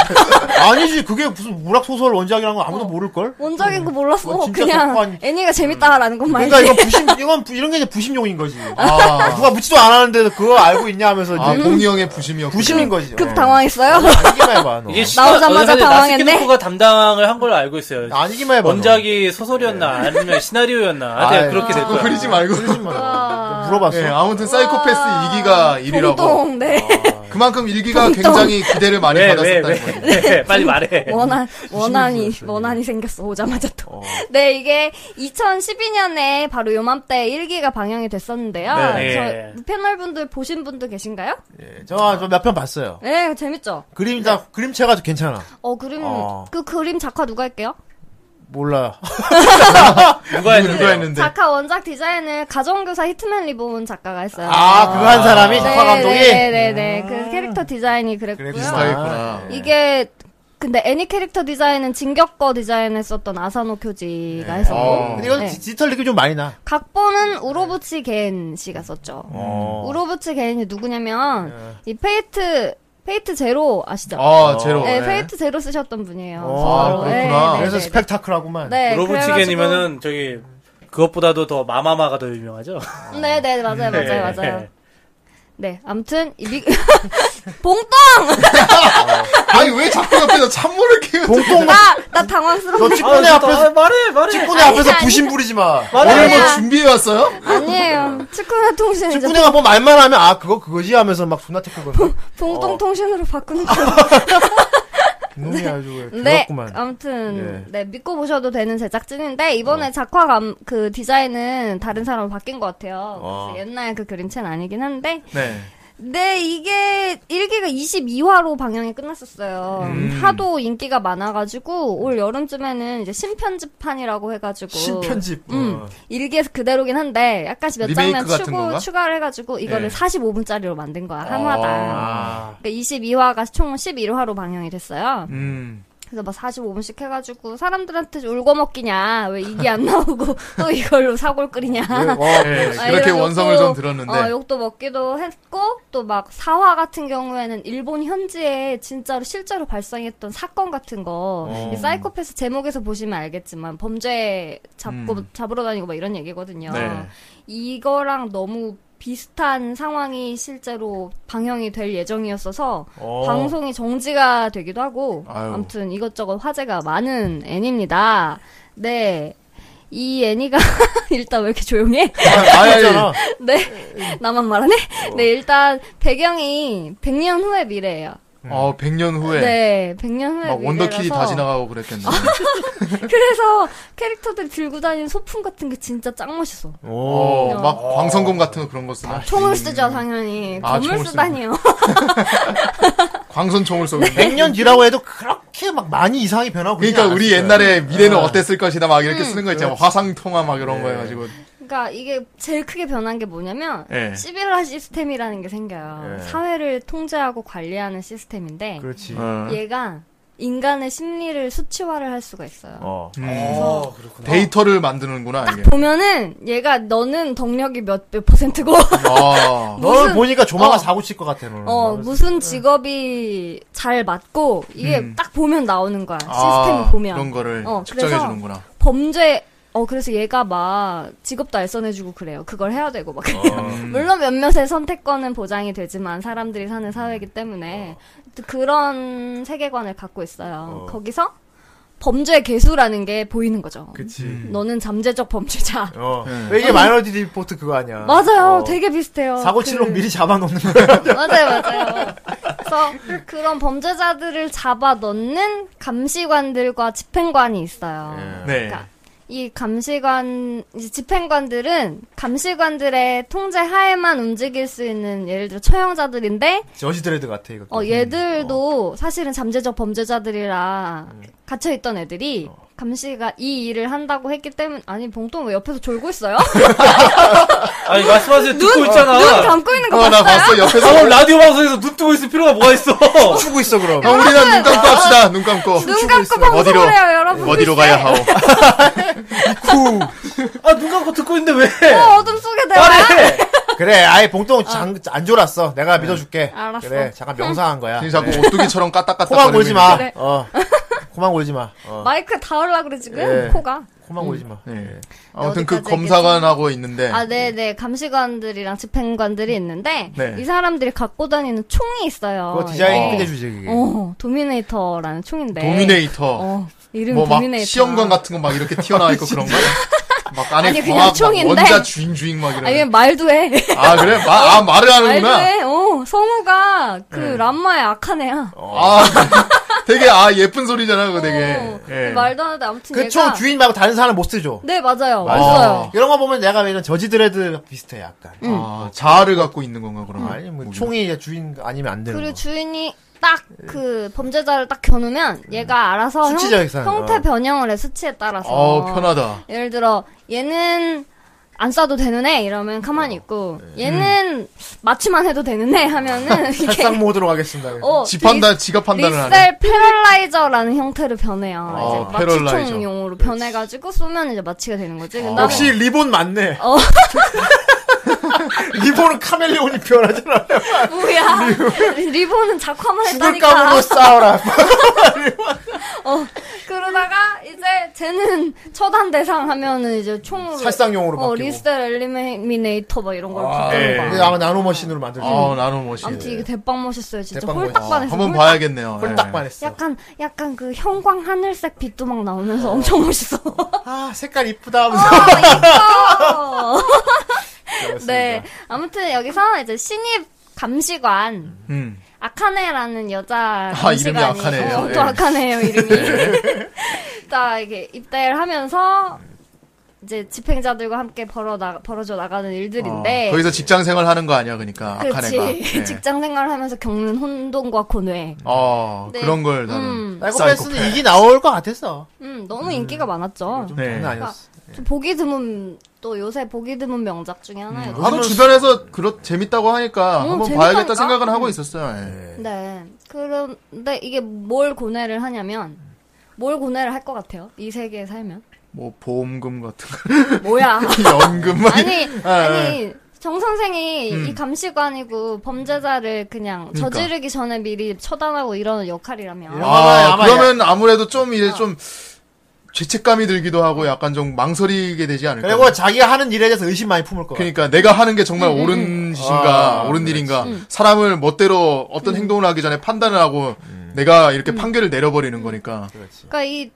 S1: 아니지 그게 무슨 문학 소설 원작이라는 건 아무도 모를 걸.
S6: 원작인 거 어. 몰랐어.
S1: 어, 진짜
S6: 그냥
S1: 독보한-
S6: 애니가 재밌다라는 것만
S1: 그러니까
S6: 알지.
S1: 이건 부심 이건 부- 이런 게 이제 부심용인 거지.
S6: 어.
S3: 아,
S1: 누가 묻지도 않았는데 그거 알고 있냐 하면서
S3: 아,
S6: 음.
S1: 이제
S3: 공이 형의 부심이었고.
S1: 부심인 거지.
S6: 급
S1: 어.
S6: 당황했어요.
S1: 아니기만 해봐 너. 네,
S2: 이게 시가-
S6: 나오자마자
S2: 사실
S6: 당황했네.
S2: 나스키노코가 담당을 한 걸로 알고 있어요.
S1: 아니기만 해봐. 너.
S3: 네.
S2: 원작이 소설이었나 아니면 시나리오였나.
S1: 아이,
S2: 하여튼 그렇게 될
S3: 어, 그거
S2: 거야.
S3: 그리지 말고.
S6: 아,
S1: 물어봤어.
S3: 예, 아무튼 사이코패스 2기가 1위라고.
S6: 동동, 네.
S3: 그만큼 1기가 굉장히 기대를 많이
S2: 왜, 왜,
S3: 받았었다는 뭐,
S2: 왜,
S3: 거예요.
S2: 왜, 네. 빨리 말해.
S6: 원한, 원한이, 원한이 생겼어. 오자마자 또. 네, 이게 2012년에 바로 요맘때 1기가 방영이 됐었는데요.
S2: 네.
S6: 저 패널분들 보신 분도 계신가요?
S1: 네, 저몇 편 봤어요.
S6: 네, 재밌죠?
S1: 그림자 그림체가 아주 괜찮아.
S6: 어, 그림,
S1: 어.
S6: 그 그림 작화 누가 할게요?
S1: 몰라.
S2: 누가
S6: 아,
S3: 누가
S2: 했는데.
S1: 네.
S3: 했는데.
S6: 작화 원작 디자인을 가정교사 히트맨 리본 작가가 했어요. 네,
S1: 아 그거 한 사람이 작화 감독이. 음.
S6: 네네네. 그 캐릭터 디자인이 그랬고요.
S3: 비슷하겠구나.
S6: 이게 근데 애니 캐릭터 디자인은 진격거 디자인했었던 아사노 쿄지가 했었고
S3: 어.
S1: 네. 근데 이건
S6: 네.
S1: 디- 디지털 느낌 좀 많이 나.
S6: 각본은 우로부치 겐 씨가 썼죠.
S1: 어.
S3: 어.
S6: 우로부치 겐이 누구냐면 이 페이트 페이트 제로 아시죠?
S3: 아, 제로.
S6: 네,
S3: 예.
S6: 페이트 제로 쓰셨던 분이에요.
S1: 어,
S6: 네,
S3: 그렇구나.
S6: 네, 네,
S1: 그래서
S6: 네.
S1: 스펙타클하구만.
S6: 네, 그래가지고-
S2: 로봇치겐이면은 저기 그것보다도 더 마마마가 더 유명하죠.
S3: 아,
S6: 네, 네, 맞아요, 맞아요, 맞아요. 네, 아무튼 이 미... 봉똥!
S3: 아니 왜 자꾸 옆에서 찬물을 끼우?
S1: 봉똥
S6: 나, 아, 나
S1: 너
S6: 당황스러운데.
S1: 찌꺼네
S2: 아,
S1: 앞에서
S2: 말해 말해.
S1: 찌꺼네
S6: 아니,
S1: 앞에서
S6: 아니.
S1: 부심 부리지 마.
S3: 오늘
S6: 아니야.
S3: 뭐 준비해 왔어요?
S6: 아니에요. 축구나 통신이죠.
S1: 찌꺼네가 뭐 말만 하면 아 그거 그거지 하면서 막 존나 태클 건.
S6: 봉똥
S1: 어.
S6: 통신으로 바꾸는 거.
S1: 놈이 아주
S6: 네,
S1: 괴롭구만.
S6: 아무튼
S1: 예.
S6: 네 믿고 보셔도 되는 제작진인데
S3: 어.
S6: 이번에 작화감 그 디자인은 다른 사람으로 바뀐 것 같아요.
S3: 어.
S1: 아.
S6: 그래서 옛날 그 그림체는 아니긴 한데,
S1: 네.
S6: 네 이게 일기가 22화로 방영이 끝났었어요.
S1: 음.
S6: 하도 인기가 많아가지고 올 여름쯤에는 이제 신편집판이라고 해가지고
S1: 신편집. 어.
S6: 음, 일기에서 그대로긴 한데 약간씩 몇
S3: 리메이크
S6: 장면
S3: 같은
S6: 추구,
S3: 건가?
S6: 추가를 해가지고 이거를
S1: 예.
S6: 45분짜리로 만든 거야 한 화당.
S3: 어.
S1: 아.
S6: 그러니까 22화가 총 11화로 방영이 됐어요.
S1: 음.
S6: 그래서 막 45분씩 해가지고 사람들한테 울고 먹기냐 왜 이게 안 나오고 또 이걸로 사골 끓이냐
S3: 네,
S6: 아,
S3: 그렇게
S6: 이런
S3: 원성을
S6: 욕도-
S3: 좀 들었는데
S6: 어, 욕도 먹기도 했고 또 막 사화 같은 경우에는 일본 현지에 진짜로 실제로 발생했던 사건 같은 거
S1: 어.
S6: 이 사이코패스 제목에서 보시면 알겠지만 범죄 잡고
S1: 음.
S6: 잡으러 다니고 막 이런 얘기거든요.
S1: 네.
S6: 이거랑 너무 비슷한 상황이 실제로 방영이 될 예정이었어서
S1: 어.
S6: 방송이 정지가 되기도 하고
S1: 아유.
S6: 아무튼 이것저것 화제가 많은 애니입니다. 네. 이 애니가 일단 왜 이렇게 조용해?
S3: 음.
S1: 아, 아예 있잖아.
S6: 네. 나만 말하네.
S3: 어.
S6: 네, 일단 배경이 100년 후의 미래예요.
S3: 어 100년 후에
S6: 네, 100년 후의
S3: 막
S6: 미래라서 아,
S3: 원더키디 다 지나가고 그랬겠네.
S6: 그래서 캐릭터들이 들고 다니는 소품 같은 게 진짜 짱 멋있어.
S1: 오.
S3: 어, 막 광선검 같은 그런 거 쓰나?
S6: 총을 쓰죠, 당연히.
S3: 아,
S6: 건물
S3: 총을
S6: 쓰다니요.
S3: 광선총을 쏘겠네.
S1: 100년 뒤라고 해도 그렇게 막 많이 이상이 변하고 있지
S3: 그러니까 우리
S1: 않았을 거야.
S3: 옛날에 미래는 어땠을 것이다 막
S6: 음.
S3: 이렇게 쓰는 거 있잖아. 화상통화 막 이런 거 해가지고.
S6: 그러니까 이게 제일 크게 변한 게 뭐냐면
S3: 예.
S6: 시빌라 시스템이라는 게 생겨요.
S1: 예.
S6: 사회를 통제하고 관리하는 시스템인데
S1: 그렇지.
S3: 어?
S6: 얘가 인간의 심리를 수치화를 할 수가 있어요.
S1: 어.
S6: 음.
S2: 어, 그렇구나.
S3: 음. 데이터를 만드는구나 이게.
S6: 보면은 얘가 너는 동력이 몇, 몇 퍼센트고
S3: 아,
S1: 널
S6: 무슨-
S1: 보니까 조만간
S6: 어.
S1: 사고 칠 것 같아 너는.
S6: 어 무슨 직업이 잘 맞고 이게 딱 보면 나오는 거야 시스템을
S3: 아,
S6: 보면
S3: 그런 거를
S6: 어,
S3: 측정해
S6: 그래서-
S3: 주는구나.
S6: 범죄 어 그래서 얘가 막 직업도 알선해주고 그래요 그걸 해야 되고 막 물론 몇몇의 선택권은 보장이 되지만 사람들이 사는 사회이기 때문에 또 그런 세계관을 갖고 있어요
S1: 어.
S6: 거기서 범죄 개수라는 게 보이는 거죠
S1: 그치.
S6: 너는 잠재적 범죄자
S1: 어.
S3: 네.
S1: 왜 이게 마이너리 리포트 그거 아니야?
S6: 맞아요
S1: 어.
S6: 되게 비슷해요
S1: 사고
S6: 그-
S1: 칠놈 미리 잡아놓는 거야.
S6: 맞아요, 맞아요. 그래서 그런 범죄자들을 잡아 넣는 감시관들과 집행관이 있어요.
S1: 예.
S3: 네.
S6: 그러니까 이 감시관, 이제 집행관들은 감시관들의 통제 하에만 움직일 수 있는 예를 들어 처형자들인데,
S1: 저지 드레드 같아 이거.
S6: 어, 얘들도
S1: 어.
S6: 사실은 잠재적 범죄자들이라
S1: 음.
S6: 갇혀있던 애들이
S1: 어.
S6: 감시가 이 일을 한다고 했기 때문에, 아니, 봉똥 왜 옆에서 졸고 있어요?
S2: 아니 말씀하세요. 듣고 있잖아.
S6: 눈 감고 있는 거
S3: 어, 나
S6: 봤어요?
S3: 봤어 옆에서.
S2: 아, 그럼 라디오 방송에서 눈 뜨고 있을 필요가 뭐가 있어?
S1: 추고 있어 그럼.
S3: 어, 우리는 눈 감고 합시다. 눈 감고.
S6: 아. 눈 감고
S3: 있어요.
S6: 방송을
S3: 어디로?
S6: 해요, 여러분.
S3: 어디로
S6: 글쎄.
S3: 가야 하오?
S2: 아 눈 감고 듣고 있는데 왜?
S6: 어, 어둠 속에 내가
S2: 말해.
S1: 어. 그래, 아예 봉똥 장, 안 졸았어. 내가
S3: 네.
S1: 믿어줄게.
S6: 어. 알았어.
S1: 그래, 잠깐 명상한 거야.
S3: 지금 자꾸 오뚜기처럼 까딱까딱
S1: 코만
S3: 거리고
S1: 골지
S3: 있는
S1: 마.
S3: 거.
S6: 그래.
S1: 어. 코만 골지 마. 어.
S6: 마이크 닿으려 그래 지금
S1: 예.
S6: 코가.
S1: 코만 골지 마.
S3: 네. 아무튼 그
S6: 어디까지
S3: 검사관하고 있는데
S6: 아, 네, 네. 감시관들이랑 집행관들이 있는데
S3: 네.
S6: 이 사람들이 갖고 다니는 총이 있어요.
S1: 그거 디자인
S6: 이게.
S1: 끝내 주지 그게.
S6: 어, 도미네이터라는 총인데.
S3: 도미네이터.
S6: 어, 이름이
S3: 뭐 막
S6: 도미네이터.
S3: 시험관 같은 거 막 이렇게 튀어나와 있고 그런 거. 막 안에
S6: 아니, 그냥
S3: 광학, 막
S6: 총인데.
S3: 원자 주인 주인 막 이런.
S6: 아니 그냥 말도 해.
S3: 아 그래? 마, 예. 아 말을
S6: 말도
S3: 하는구나.
S6: 해. 어, 성우가 그 람마의 악한 애야.
S3: 아 되게 아 예쁜 소리잖아 그거 되게.
S6: 어,
S3: 예.
S6: 말도 안 돼. 아무튼
S1: 그
S6: 얘가
S1: 총 주인 말고 다른 사람 못 쓰죠.
S6: 네, 맞아요.
S1: 맞아.
S6: 맞아요. 음.
S1: 이런 거 보면 내가 이런 저지 드레드 비슷해 약간.
S3: 아 자아를 갖고 있는 건가 그러면.
S1: 아니 뭐
S3: 뭐
S1: 총이 이제 주인 아니면 안 되는
S6: 그리고
S1: 거.
S6: 주인이 딱 그 범죄자를 딱 겨누면
S3: 음.
S6: 얘가 알아서 형,
S1: 수치적 행상.
S6: 형태
S1: 어.
S6: 변형을 해 수치에 따라서.
S3: 어 편하다.
S6: 예를 들어 얘는 안 싸도 되는 애 이러면
S3: 어.
S6: 가만히 있고
S3: 네.
S6: 얘는
S3: 음.
S6: 마취만 해도 되는 애 하면은 이게
S1: 살상 모드로 가겠습니다.
S6: 어
S3: 지판단 지갑 판단을 하네.
S6: 리셀 패럴라이저라는 형태로 변해요.
S3: 어,
S6: 이제
S3: 패럴라이저. 아,
S6: 마취총용으로 변해가지고 쏘면 이제 마취가 되는 거지. 근데
S1: 역시 리본 맞네.
S6: 어.
S1: 리본은 카멜레온이 변하잖아.
S6: 그러니까. 뭐야 리본은 작화만
S1: 죽을
S6: 했다니까.
S1: 감으로 싸워라.
S6: 어 그러다가 이제 근데 쟤는 처단 대상 하면은 이제 총으로
S1: 살상용으로
S6: 어,
S1: 바뀌고.
S6: 리스트 엘리미네이터 막 이런 걸
S1: 아,
S6: 붙이는
S3: 예.
S2: 네.
S6: 거야.
S1: 근데 아마 나노 머신으로 만들죠.
S3: 아, 나노 머신.
S6: 아무튼 이게 대빵 멋있어요. 진짜
S1: 대빵
S6: 홀딱
S1: 멋있어.
S6: 반했어.
S3: 한번 봐야겠네요.
S1: 홀딱
S3: 예.
S1: 반했어.
S6: 약간 약간 그 형광 하늘색 빛도 막 나오면서 엄청 멋있어.
S1: 아, 색깔 이쁘다 하면서.
S6: 아, 네. 아무튼 여기서 이제 신입 감시관
S3: 음.
S6: 아카네라는 여자
S3: 아, 이름이
S6: 감시관이
S3: 아카네예요.
S6: 어,
S3: 예.
S6: 또 아카네예요 이름이. 딱 이렇게 입대를 하면서 이제 집행자들과 함께 벌어 나 벌어져 나가는 일들인데.
S3: 어, 거기서 직장 생활 하는 거 아니야, 그러니까.
S6: 그렇지.
S3: 아카네가. 예.
S6: 직장 생활을 하면서 겪는 혼돈과 고뇌.
S3: 어,
S6: 네.
S3: 그런 걸 나는.
S6: 음,
S1: 사이코패스는 이기 나올 것 같았어.
S6: 음, 너무 인기가 많았죠.
S1: 좀
S3: 네.
S1: 장난 아니었어.
S6: 좀 보기 드문 또 요새 보기 드문 명작 중에 하나예요.
S3: 나도 주변에서 그렇 재밌다고 하니까
S6: 음,
S3: 한번
S6: 재밌다니까.
S3: 봐야겠다 생각은 하고 있었어요. 예.
S6: 네. 그런데 이게 뭘 고뇌를 하냐면 뭘 고뇌를 할 것 같아요? 이 세계에 살면
S3: 뭐 보험금 같은 거,
S6: 뭐야?
S3: 연금 막
S6: 아니
S3: 아, 음.
S6: 아니 정 선생이 이 감시관이고 범죄자를 그냥
S3: 그러니까.
S6: 저지르기 전에 미리 처단하고 이러는 역할이라면
S1: 아, 아마-
S3: 아,
S1: 아마
S3: 그러면 아무래도 좀 이제 좀 죄책감이 들기도 하고 약간 좀 망설이게 되지 않을까.
S1: 그리고 자기가 하는 일에 대해서 의심 많이 품을 거야.
S3: 네, 그러니까 내가 하는 게 정말 옳은
S1: 아,
S3: 짓인가, 옳은 일인가, 사람을 멋대로 어떤 행동을 하기 전에 판단을 하고
S1: 음.
S3: 내가 이렇게 판결을 내려버리는 거니까.
S6: 그러니까 이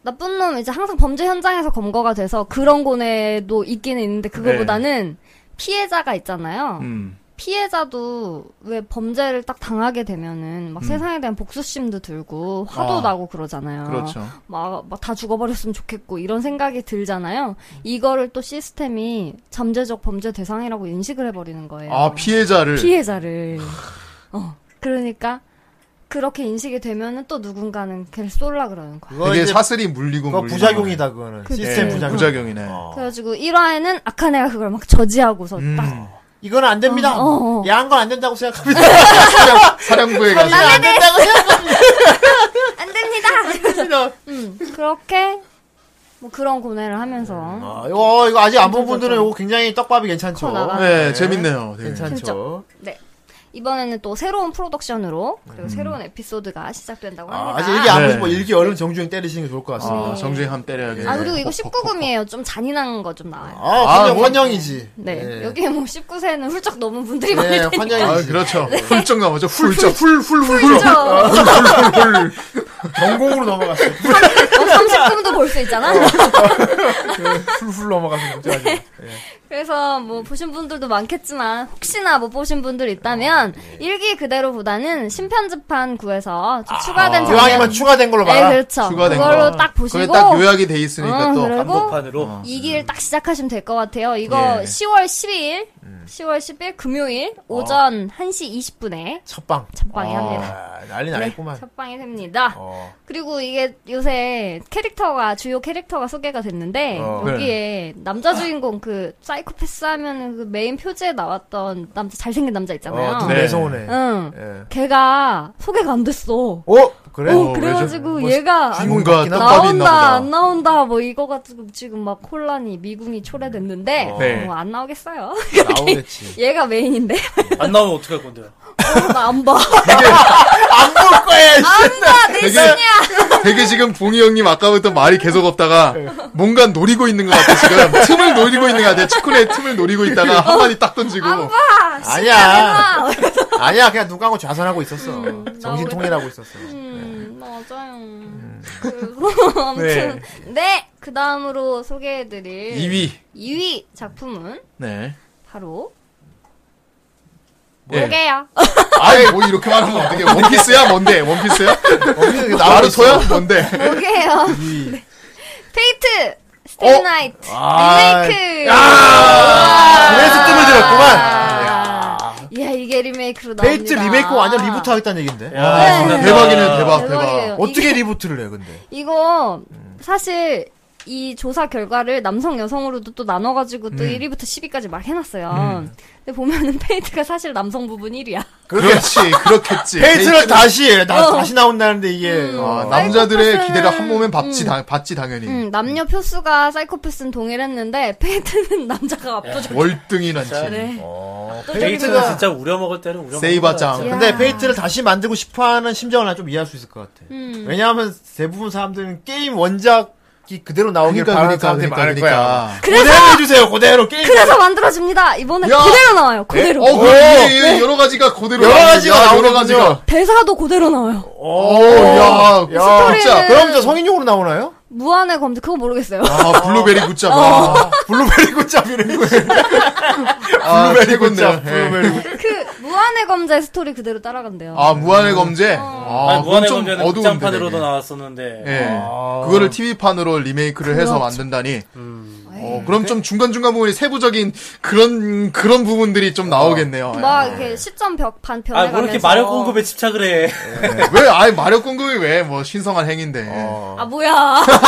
S6: 나쁜 놈 이제 항상 범죄 현장에서 검거가 돼서 그런 고뇌도 있기는 있는데 그거보다는 피해자가 있잖아요.
S3: 네. 음.
S6: 피해자도 왜 범죄를 딱 당하게 되면은 막 세상에 대한 복수심도 들고 화도
S3: 음. 아,
S6: 나고 그러잖아요.
S3: 그렇죠.
S6: 막, 막 다 죽어버렸으면 좋겠고 이런 생각이 들잖아요. 이거를 또 시스템이 잠재적 범죄 대상이라고 인식을 해버리는 거예요.
S3: 아, 피해자를.
S6: 피해자를. 어, 그러니까 그렇게 인식이 되면은 또 누군가는 걔를 쏠라 그러는 거야.
S1: 그거
S3: 되게
S1: 이제
S3: 사슬이 물리고
S1: 그거
S3: 물리고.
S1: 부작용이다 그거는.
S6: 그치.
S1: 시스템
S3: 예,
S1: 부작용.
S3: 부작용이네.
S1: 어.
S6: 그래가지고 1화에는 아카네가 그걸 막 저지하고서
S3: 음.
S6: 딱
S1: 이건 안 됩니다.
S6: 어, 어, 어.
S1: 야한 건 안 된다고 생각합니다.
S3: 네, 사령부에 가서.
S1: 안
S6: 네.
S1: 된다고 생각합니다.
S6: 안 됩니다. 음, 그렇게 뭐 그런 고뇌를 하면서
S1: 아, 이거, 이거 아직 안 본
S6: 괜찮죠,
S1: 분들은
S6: 좀.
S1: 이거 굉장히 떡밥이 괜찮죠.
S6: 커 나가.
S3: 네, 재밌네요. 되게.
S1: 괜찮죠.
S6: 네. 이번에는 또 새로운 프로덕션으로 그리고 새로운 에피소드가 시작된다고
S1: 아,
S6: 합니다.
S1: 아직 일기 안
S3: 네.
S1: 보시고 일기 얼른 정주행 때리시는 게 좋을 것 같습니다.
S3: 아, 정주행 한번 때려야겠네.
S6: 아, 그리고 이거 19금이에요. 좀 잔인한 거 좀 나와요.
S1: 아, 환영, 환영이지.
S6: 네.
S1: 예.
S6: 여기에 뭐 19세는 훌쩍 넘은 분들이 많을
S1: 네,
S6: 텐데.
S3: 아,
S1: 환영이지.
S3: 그렇죠. 훌쩍 넘어져. 훌쩍. 훌, 훌, 훌, 훌.
S6: 훌쩍.
S3: 아, 훌, 훌, 훌.
S1: 전공으로 넘어갔어요.
S6: 어, 30금도 볼 수 있잖아.
S1: 훌훌 넘어가서 문제 아니에요.
S6: 그래서 뭐 보신 분들도 많겠지만 혹시나 못 보신 분들
S3: 아,
S6: 있다면
S3: 네.
S6: 일기 그대로보다는 신편집판
S3: 아,
S6: 구에서 좀 추가된
S1: 이왕이면 추가된 걸로
S6: 네,
S1: 봐라.
S6: 그렇죠.
S3: 추가된 거.
S6: 그걸로 딱
S3: 그게
S6: 보시고
S3: 딱 요약이 돼 있으니까
S6: 어,
S3: 또. 음.
S6: 그래. 그리고-
S2: 한복판으로
S3: 어.
S6: 이기를 딱 시작하시면 될 것 같아요. 이거
S3: 예. 음. 어.
S6: 10월 12일, 10월 10일 금요일 오전 1시 20분에
S1: 첫방.
S6: 첫방이 합니다.
S1: 아, 난리
S6: 네,
S1: 나겠구만.
S6: 첫방이 됩니다.
S1: 어.
S6: 그리고 이게 요새 캐릭터가 주요 캐릭터가 소개가 됐는데
S1: 어,
S3: 네.
S6: 여기에 남자 주인공 그 사이코패스 하면은 그 메인 표지에 나왔던 남자 잘생긴 남자 있잖아요.
S1: 어, 눈
S3: 네.
S1: 매서우네.
S6: 응,
S1: 예.
S6: 걔가 소개가 안 됐어.
S1: 어? 그래?
S6: 오, 그래가지고
S1: 뭐
S6: 얘가 안
S3: 뭔가
S1: 같긴 하다.
S3: 떡밥이 있나
S6: 나온다
S3: 보다.
S6: 안 나온다 뭐 이거 가지고 지금 막 혼란이 미궁이 초래됐는데
S3: 네.
S6: 뭐 안 나오겠어요.
S1: 나오겠지.
S6: 얘가 메인인데
S2: 안 나오면 어떡할 건데요?
S6: 나 안 봐.
S1: 안 볼 거야! 이씨.
S6: 나내
S3: 되게, 되게 지금 봉이 형님 아까부터 말이 계속 없다가
S1: 네.
S3: 뭔가 노리고 있는 것 같아 지금 틈을 노리고 있는 것 같아 축구의 틈을 노리고
S6: 어,
S3: 있다가 한마디 딱 던지고
S6: 아,
S1: 아니야. 아니야, 그냥 눈 감고 좌선하고 있었어. 정신 통일하고 있었어.
S6: 음,
S1: 네.
S6: 맞아요. 그리고 아무튼 네. 그 다음으로 소개해드릴
S3: 2위
S6: 2위 작품은
S3: 네
S6: 바로
S1: 네.
S3: 예.
S6: 뭐게요?
S3: 아이 뭐 이렇게 말하면 어떻게 원피스야 뭔데 원피스야
S1: 어, 네.
S3: 나루토야 뭔데
S6: 뭐게요? 페이트 스테이나이트
S1: 어? 아.
S6: 리메이크.
S1: 그래서 뜸을 들였구만.
S6: 아. 이야 이게 리메이크로 나옵니다.
S1: 페이트 리메이크 완전 리부트 하겠다는 얘긴데.
S2: 야,
S6: 네.
S3: 대박이네 대박
S6: 대박이에요.
S3: 대박
S1: 어떻게 리부트를 해, 근데?
S6: 이거 사실 이 조사 결과를 남성 여성으로도 또 나눠가지고 또 1위부터 10위까지 막 해놨어요. 근데 보면은 페이트가 사실 남성 부분 1위야.
S3: 그렇지 그렇겠지
S1: 네, 페이트를
S3: 페이트는-
S1: 다시, 해.
S6: 어.
S1: 나, 다시 나온다는데 이게.
S3: 아,
S6: 음.
S1: 어,
S3: 남자들의
S6: 사이코패스는-
S3: 기대를 한 몸에 받지 당, 받지 당연히
S6: 음, 남녀 표수가 사이코패스는 동일했는데 페이트는 남자가 압도적.
S3: 월등히 난지
S6: 네.
S1: 어,
S2: 데이트가 진짜 우려 먹을 때는 우려
S3: 네. 세이바짱.
S6: 이야.
S1: 근데 페이트를 다시 만들고 싶어 하는 심정을 난 좀 이해할 수 있을 것 같아.
S6: 음.
S1: 왜냐하면 대부분 사람들은 게임 원작 그대로 나오길
S3: 그러니까,
S1: 바라는
S3: 그러니까,
S1: 사람들이
S3: 그러니까,
S1: 많을 거야.
S6: 그래서-
S1: 그대로 해주세요, 그대로 게임.
S6: 그래서 만들어집니다. 이번에
S3: 야!
S6: 그대로 나와요. 그대로.
S3: 어, 그래. 여러 가지가 그대로
S1: 여러
S3: 나오는데,
S1: 가지가
S3: 야,
S1: 나오는군요.
S3: 여러 가지가.
S6: 대사도 그대로 나와요.
S3: 오, 야,
S1: 야,
S6: 스토리는-
S1: 그럼 저 성인용으로 나오나요?
S6: 무한의 검지 그거 모르겠어요.
S3: 아, 블루베리 굿잡아.
S1: 블루베리 굿잡 이런 거.
S3: 아,
S1: 블루베리
S3: 최고네.
S1: 굿잡.
S3: 예.
S1: 블루베리 굿잡.
S6: 그 무한의 검자의 스토리 그대로 따라간대요.
S3: 아, 무한의 검제?
S2: 아,
S3: 아,
S2: 무한의
S3: 그건 좀
S2: 검제는
S3: 어두운데,
S2: 극장판으로도 아.
S3: 되게.
S2: 나왔었는데.
S3: 예. 그거를 TV판으로 리메이크를
S2: 그렇죠.
S3: 해서 만든다니.
S2: 음.
S3: 어, 그럼 좀 중간중간 부분이 세부적인 그런, 그런 부분들이 좀 나오겠네요.
S2: 어.
S3: 예.
S6: 막 이렇게 시점 벽판
S2: 아,
S6: 변해가면서.
S2: 뭐 이렇게 마력 공급에 집착을 해.
S3: 예. 왜, 아예 마력 공급이 왜, 뭐, 신성한 행인데.
S2: 어.
S6: 아 뭐야.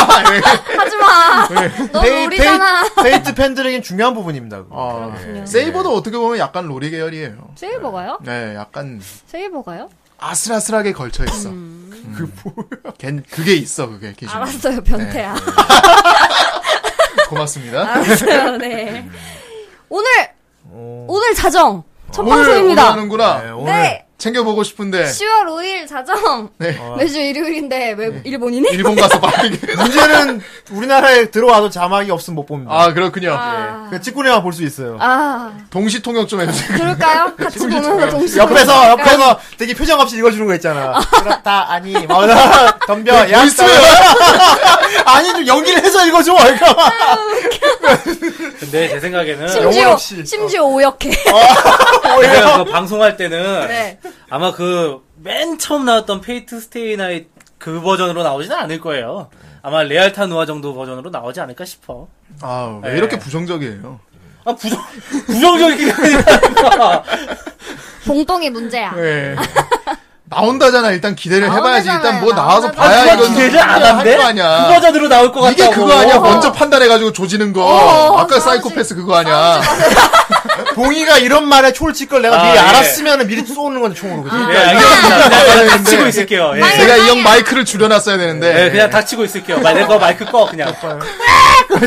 S6: 하지마. 너무 우리잖아.
S1: 페이트 팬들에겐 중요한 부분입니다. 그거.
S3: 아, 예. 세이버도
S2: 네.
S3: 어떻게 보면 약간 로리 계열이에요.
S6: 세이버가요?
S3: 네, 약간
S6: 세이버가요?
S3: 아슬아슬하게 걸쳐 있어.
S6: 음.
S3: 그 뭐야? 걘 그게 있어, 그게 기준.
S6: 알았어요, 변태야. 아,
S3: 고맙습니다.
S6: 알았어요, 네. 오늘 오늘 자정 첫 방송입니다.
S3: 오는구나.
S1: 네, 오늘
S6: 네,
S3: 챙겨보고 싶은데
S6: 10월 5일 자정.
S3: 네.
S6: 매주 일요일인데 왜 일본이니?
S3: 일본 가서 빠르게.
S1: 문제는 우리나라에 들어와도 자막이 없으면 못 봅니다.
S3: 아 그렇군요.
S6: 아,
S1: 그 직구네만 볼 수 있어요.
S6: 아
S3: 동시 통역 좀 해주세요.
S6: 그럴까요? 같이 보면서 동시에
S1: 옆에서
S6: 그러니까.
S1: 옆에서 되게 표정 없이 읽어주는 거 있잖아. 그렇다 아니 맞아 덤벼 야 아니 좀 연기를 해서 읽어줘. 그러니까.
S2: 근데 제 생각에는
S1: 영혼
S6: 심지어
S1: 없이.
S6: 심지어 오역해.
S2: 제가 그 방송할 때는
S6: 네.
S2: 아마 그 맨 처음 나왔던 페이트 스테이 나잇 그 버전으로 나오지는 않을 거예요. 아마 레알타 누아 정도 버전으로 나오지 않을까 싶어.
S3: 아왜
S2: 네.
S3: 이렇게 부정적이에요?
S2: 아 부정 부정적인 아니라
S6: 봉똥이 문제야.
S3: 네. 나온다잖아. 일단 기대를 해봐야지. 일단 뭐 나와서
S6: 나온다잖아요. 나온다잖아.
S2: 누가
S3: 봐야 이건
S2: 기대를 안
S3: 할거
S2: 한대? 그
S3: 아니야.
S2: 버전으로 나올 것
S3: 이게
S2: 같다고.
S3: 그거 아니야. 먼저 판단해가지고 조지는 거.
S6: 어,
S3: 아까
S6: 싸우지.
S3: 사이코패스 그거 아니야.
S1: 동희가 이런 말에 초를 걸 내가
S2: 아,
S1: 미리
S2: 예.
S1: 알았으면 미리 쏘는 건 총으로 그지.
S2: 네, 알겠습니다.
S3: 아,
S2: 그냥,
S3: 네,
S2: 그냥 닥치고 있을게요. 예.
S6: 아니,
S3: 제가 이 형
S6: 아니.
S3: 마이크를 줄여놨어야 되는데.
S1: 예,
S2: 네, 그냥 닥치고 있을게요. 말, 내거 마이크 꺼, 그냥.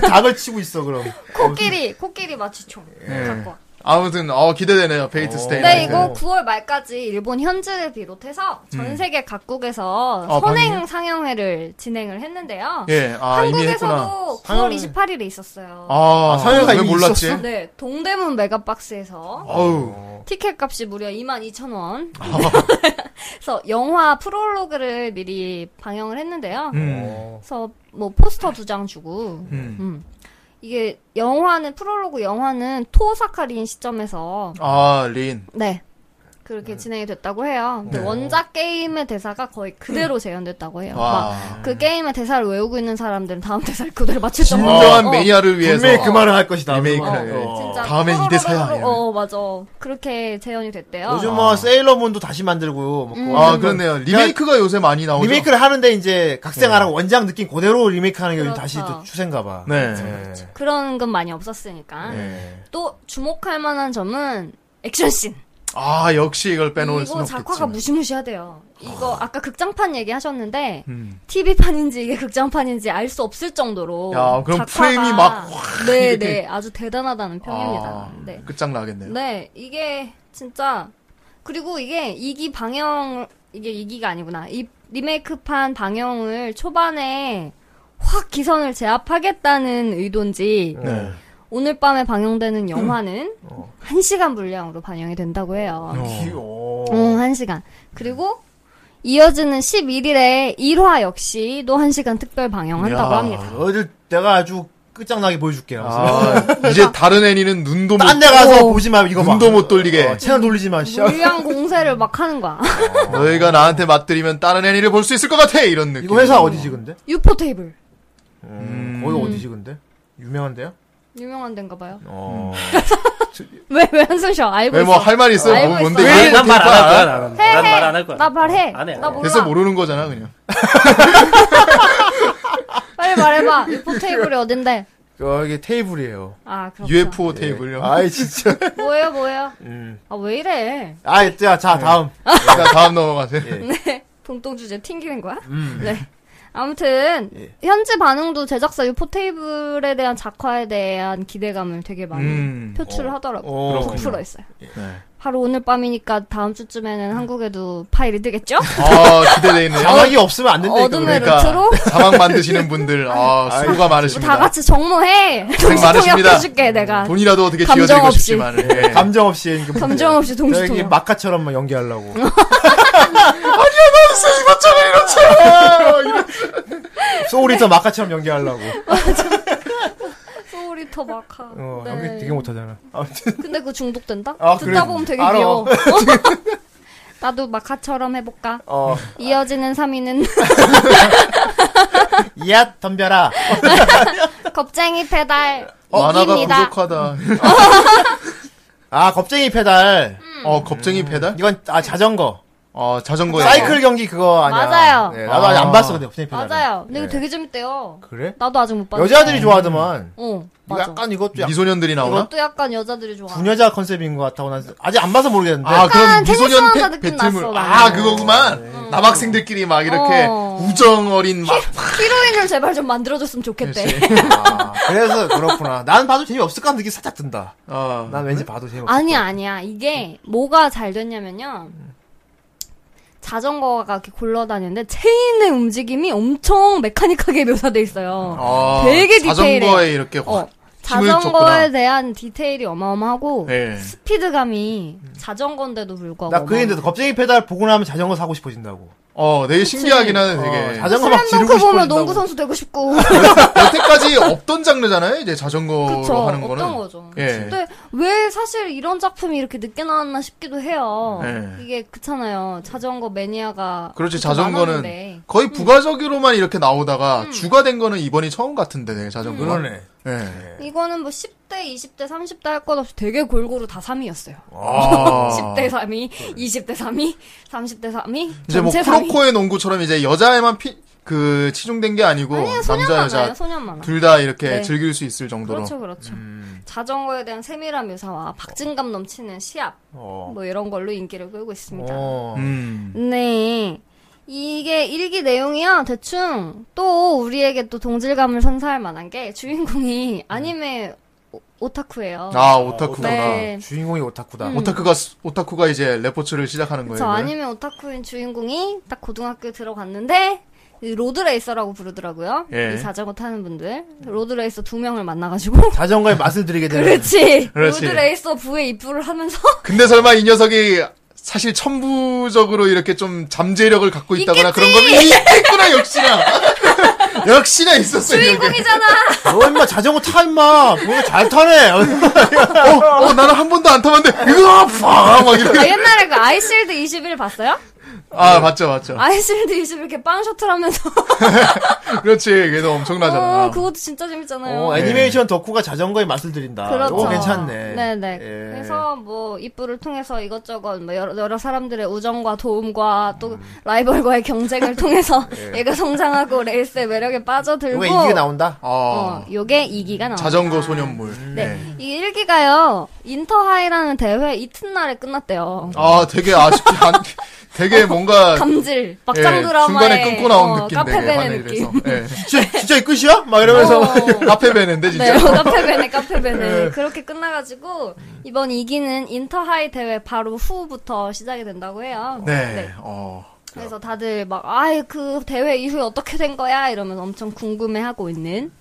S1: 닭을 치고 있어 그럼.
S6: 코끼리 코끼리 마취총 갖고 와.
S3: 아무튼 어 기대되네요. 페이트 스테이.
S6: 네,
S3: 나이트.
S6: 이거 9월 말까지 일본 현지를 비롯해서 전 세계 각국에서
S3: 아,
S6: 선행 상영회를 진행을 했는데요.
S3: 예, 아 이미 했구나.
S6: 한국에서도 9월
S1: 상영회.
S6: 28일에 있었어요.
S3: 아,
S1: 사회가
S3: 왜
S1: 이미
S3: 몰랐지?
S1: 있었어?
S6: 네, 동대문 메가박스에서
S3: 어우,
S6: 티켓 값이 무려 22,000원. 그래서 영화 프롤로그를 미리 방영을 했는데요.
S3: 음,
S6: 그래서 뭐 포스터 두 장 주고
S3: 음.
S6: 음. 이게 영화는 프롤로그 영화는 토사카린 시점에서
S3: 아 린.
S6: 네. 그렇게 진행이 됐다고 해요.
S3: 네.
S6: 근데 원작 게임의 대사가 거의 그대로 재현됐다고 해요.
S3: 음. 와.
S6: 막 그 게임의 대사를 외우고 있는 사람들은 다음 대사를 그대로 맞출 정도로.
S3: 진정한
S6: 어,
S3: 매니아를 위해서.
S1: 분명히 그 말을 할 것이다.
S3: 리메이크를. 예.
S1: 어.
S6: 진짜
S3: 다음엔 이 대사야.
S6: 또로로로로, 어, 맞아. 그렇게 재현이 됐대요.
S1: 요즘 뭐 세일러문도 다시 만들고 뭐
S6: 음.
S1: 그거
S3: 아
S1: 하는 건
S3: 그렇네요. 리메이크가 요새 많이 나오죠.
S1: 리메이크를 하는데 이제 각색하라고 원작 느낌 그대로 리메이크하는 게 요즘 다시
S6: 그렇죠.
S1: 또 추세인가 봐.
S3: 네.
S6: 그런 건 많이 없었으니까.
S1: 네.
S6: 또 주목할 만한 점은 액션씬.
S3: 아 역시 이걸 빼놓을 수는 없겠지.
S6: 이거 작화가 무시무시하대요. 이거 아까 극장판 얘기하셨는데
S3: 음.
S6: TV판인지 이게 극장판인지 알 수 없을 정도로
S3: 야, 그럼 프레임이 막 확
S6: 네네
S3: 이렇게.
S6: 아주 대단하다는 평입니다.
S3: 아,
S6: 네.
S3: 끝장 나겠네요.
S6: 네 이게 진짜 그리고 이게 2기 방영 이게 2기가 아니구나 이 리메이크판 방영을 초반에 확 기선을 제압하겠다는 의도인지
S3: 네. 음. 어.
S6: 오늘 밤에 방영되는 영화는 1시간 분량으로 반영이 된다고 해요.
S1: 귀여워.
S6: 응, 한 시간. 그리고 이어지는 11일에 1화 역시도 한 시간 특별 방영한다고
S3: 야.
S6: 합니다.
S1: 어딜 내가 아주 끝장나게 보여줄게요.
S3: 아, 이제 다른 애니는 눈도 못,
S1: 딴 데 가서 보지 마 이거 봐.
S3: 눈도 못 돌리게.
S1: 어, 채널 돌리지 마. 씨.
S6: 물량 공세를 막 하는 거야.
S3: 너희가 나한테 맞들이면 다른 애니를 볼 수 있을 것 같아 이런 느낌.
S1: 이거 회사 어디지 근데?
S6: 유포 테이블.
S1: 음. 거기 어디지 근데? 유명한데요?
S6: 유명한 데인가 봐요.
S1: 어.
S6: 왜, 왜 한숨 쉬어? 알고
S3: 왜
S6: 있어.
S3: 뭐 할 말 있어요?
S6: 알고
S3: 뭐, 뭔데?
S6: 있어.
S3: 이거
S2: 난 말 안 할 거야,
S3: 대파?
S2: 나는.
S6: 해,
S2: 난말
S6: 해.
S2: 안 할 거야.
S6: 나 말해.
S2: 안 해.
S6: 나 몰라.
S3: 그래서 모르는 거잖아 그냥.
S6: 빨리 말해봐. 유포 테이블이 어딘데?
S1: 여기 테이블이에요. 네.
S6: 아, 그렇구나.
S3: UFO 테이블요.
S1: 아이 진짜.
S6: 뭐예요, 뭐예요?
S1: 음.
S6: 아, 왜 이래?
S1: 아이
S3: 네.
S6: 어,
S1: 자, 자 다음.
S3: 자, 다음 넘어가세요. 음.
S6: 네. 봉동 주제 튕기는 거야? 네. 아무튼
S1: 예.
S6: 현지 반응도 제작사 유포테이블에 대한 작화에 대한 기대감을 되게 많이
S3: 음.
S6: 표출을
S1: 어.
S6: 하더라고요.
S1: 어,
S3: 그렇군요.
S6: 부풀어 있어요.
S3: 네.
S6: 바로 오늘 밤이니까 다음 주쯤에는 한국에도 파일이 뜨겠죠?
S3: 아, 기대되네요.
S1: 자막이 없으면 안 된다. 이거.
S6: 어둠의
S3: 그러니까.
S6: 루트로
S3: 사막 만드시는 분들, 아, 수고가 많으십니다.
S6: 다 같이 정모해.
S3: 많으십니다. 음.
S6: 동시통역해줄게 내가.
S3: 돈이라도 어떻게
S6: 감정
S3: 지어드리고
S6: 없이. 네.
S3: 싶지만. 예.
S1: 네. 감정 없이 이렇게
S6: 감정 없이 동시통역.
S1: 이게 마카처럼 막 연기하려고. 아니야, 나는 아, 이것처럼 이렇죠. 소울이 더 마카처럼 연기하려고.
S6: 소울이 더 막하.
S1: 어,
S6: 네.
S1: 연기 되게 못하잖아. 아무튼
S6: 근데 그거 중독된다?
S1: 아,
S6: 듣다
S1: 그래.
S6: 보면 되게
S1: 알아.
S6: 귀여워. 나도 마카처럼 해볼까?
S1: 어,
S6: 이어지는 3위는
S1: 이야 덤벼라.
S6: 겁쟁이 페달
S1: 어,
S3: 어, 만화가
S6: 이기입니다. 음.
S3: 부족하다.
S1: 아, 겁쟁이 페달.
S6: 음.
S3: 어, 겁쟁이 배달?
S1: 이건 아 자전거.
S3: 어, 자전거에.
S1: 사이클 경기 그거 아니야.
S6: 네. 맞아요.
S1: 네, 나도 아직
S3: 아.
S1: 안 봤어 근데 겁쟁이 페달.
S6: 맞아요. 근데
S1: 네.
S6: 이거 되게 재밌대요.
S1: 그래?
S6: 나도 아직 못 봤어.
S1: 여자들이 좋아하더만.
S6: 어
S1: 이거
S6: 맞아.
S1: 약간 이것도 약간
S3: 뭐 미소년들이 나오나?
S6: 또 약간 여자들이 좋아.
S1: 부녀자 컨셉인 것 같다고 난 아직 안 봐서 모르겠는데.
S3: 아, 그럼
S6: 약간 테니스
S3: 미소년
S6: 왕자
S3: 팩
S6: 느낌
S3: 배틀물.
S6: 났어,
S3: 아,
S6: 나는. 음.
S3: 그거구만. 남학생들끼리 막 이렇게
S6: 어.
S3: 우정 어린 막.
S6: 히로인을 제발 좀 만들어줬으면 좋겠대.
S1: 아, 그래서 그렇구나. 난 봐도 재미없을 까 느낌이 살짝 든다.
S3: 어.
S1: 난 왠지 봐도 재미없을
S6: 아니야 아니야 이게 뭐가 잘 됐냐면요. 자전거가 이렇게 굴러다니는데 체인의 움직임이 엄청 메카닉하게 묘사돼 있어요.
S3: 아,
S6: 되게 디테일해.
S3: 자전거에 이렇게
S1: 아,
S3: 확.
S6: 어,
S3: 힘을
S6: 자전거에
S3: 줬구나.
S6: 대한 디테일이 어마어마하고
S3: 예.
S6: 스피드감이 자전거인데도 불구하고
S1: 나 그랬는데 겁쟁이 페달 보고 나면 자전거 사고 싶어진다고.
S3: 어, 되게 신기하긴 하네,
S1: 어,
S3: 되게.
S1: 자전거 막 지르고
S6: 슬램덩크 보면
S1: 싶어진다고.
S6: 농구 선수 되고 싶고
S3: 여태까지 없던 장르잖아요, 이제 자전거로
S6: 그쵸
S3: 어, 하는 거는.
S6: 없던 거죠.
S3: 예.
S6: 근데 왜 사실 이런 작품이 이렇게 늦게 나왔나 싶기도 해요.
S3: 예.
S6: 이게 그렇잖아요. 자전거 매니아가
S3: 그렇지,
S6: 그렇게 많았는데.
S3: 자전거는
S6: 음.
S3: 거의 부가적으로만 이렇게 나오다가 주가 된 거는 이번이 처음 같은데, 되게 자전거는.
S1: 그러네.
S3: 예.
S6: 이거는 뭐 10대, 20대, 30대 할 것 없이 되게 골고루 다 3위였어요.
S3: 아.
S6: 10대 3위, 20대 3위, 30대 3위,
S3: 이제 뭐
S6: 전체 3위.
S3: 프로코의 농구처럼 이제 여자에만 피, 그 치중된 게 아니고
S6: 아니요, 소년
S3: 남자
S6: 만화예요.
S3: 여자
S6: 소년 만화.
S3: 둘 다 이렇게
S6: 네.
S3: 즐길 수 있을 정도로
S6: 그렇죠, 그렇죠.
S1: 음.
S6: 자전거에 대한 세밀한 묘사와 박진감 넘치는 시합,
S1: 어.
S6: 뭐 이런 걸로 인기를 끌고 있습니다.
S1: 어.
S3: 음.
S6: 네. 이게 일기 내용이야. 대충 또 우리에게 또 동질감을 선사할 만한 게 주인공이 아니메 오-
S1: 음.
S6: 오타쿠예요.
S3: 아 오타쿠구나
S6: 네.
S1: 주인공이 오타쿠다.
S6: 음.
S3: 오타쿠가 스- 오타쿠가 이제 레포츠를 시작하는 거예요
S6: 저
S3: 이거는?
S6: 아니메 오타쿠인 주인공이 딱 고등학교 들어갔는데 이 로드레이서라고 부르더라고요.
S3: 예.
S6: 이 자전거 타는 분들 로드레이서 두 명을 만나가지고
S1: 자전거에 맛을 들이게 되는.
S6: 그렇지.
S3: 그렇지.
S6: 로드레이서 부에 입부를 하면서
S3: 근데 설마 이 녀석이 사실 천부적으로 이렇게 좀 잠재력을 갖고 있다거나 그런 거면 있구나 역시나 역시나 있었어요 여기.
S6: 주인공이잖아.
S1: 너 임마 자전거 타 임마. 뭔가 잘 타네.
S3: 어, 어 나는 한 번도 안 타봤는데 으아 팍막
S6: 아,
S3: 이렇게
S6: 옛날에 그 아이실드 21 봤어요?
S3: 아 맞죠 맞죠
S6: 아이실드 21 이렇게 빵 셔틀하면서
S3: 그렇지 그래도 엄청나잖아
S6: 아. 어, 그것도 진짜 재밌잖아요.
S1: 어, 애니메이션 덕후가 자전거에 맛을
S3: 아,
S1: 들인다.
S6: 네. 그렇죠.
S1: 이거 괜찮네.
S6: 네네.
S1: 예.
S6: 그래서 뭐 입부를 통해서 이것저것 뭐 여러, 여러 사람들의 우정과 도움과 또
S3: 음.
S6: 라이벌과의 경쟁을 통해서
S3: 예.
S6: 얘가 성장하고 레이스의 매력에 빠져들고
S1: 이거 이게 나온다.
S3: 아
S6: 어, 요게 이기가 나와.
S3: 자전거 소년물
S6: 네. 이 일기가요. 인터하이라는 대회 이튿날에 끝났대요.
S3: 아, 되게 아쉽지 않, 되게 뭔가.
S6: 감질,
S3: 예,
S6: 막장 드라마의
S3: 중간에 끊고 나온
S6: 어,
S3: 느낌 되게
S6: 카페베네
S3: 하늘
S6: 느낌.
S3: 이래서. 예.
S1: 진짜 진짜 이 끝이야? 막
S6: 어.
S1: 이러면서
S3: 카페베네인데,
S6: 네,
S3: 진짜.
S6: 카페베네, 카페베네. 그렇게 끝나가지고, 이번 이기는 인터하이 대회 바로 후부터 시작이 된다고 해요.
S3: 네. 어.
S6: 그래서 다들 막, 아이, 그 대회 이후에 어떻게 된 거야? 이러면서 엄청 궁금해하고 있는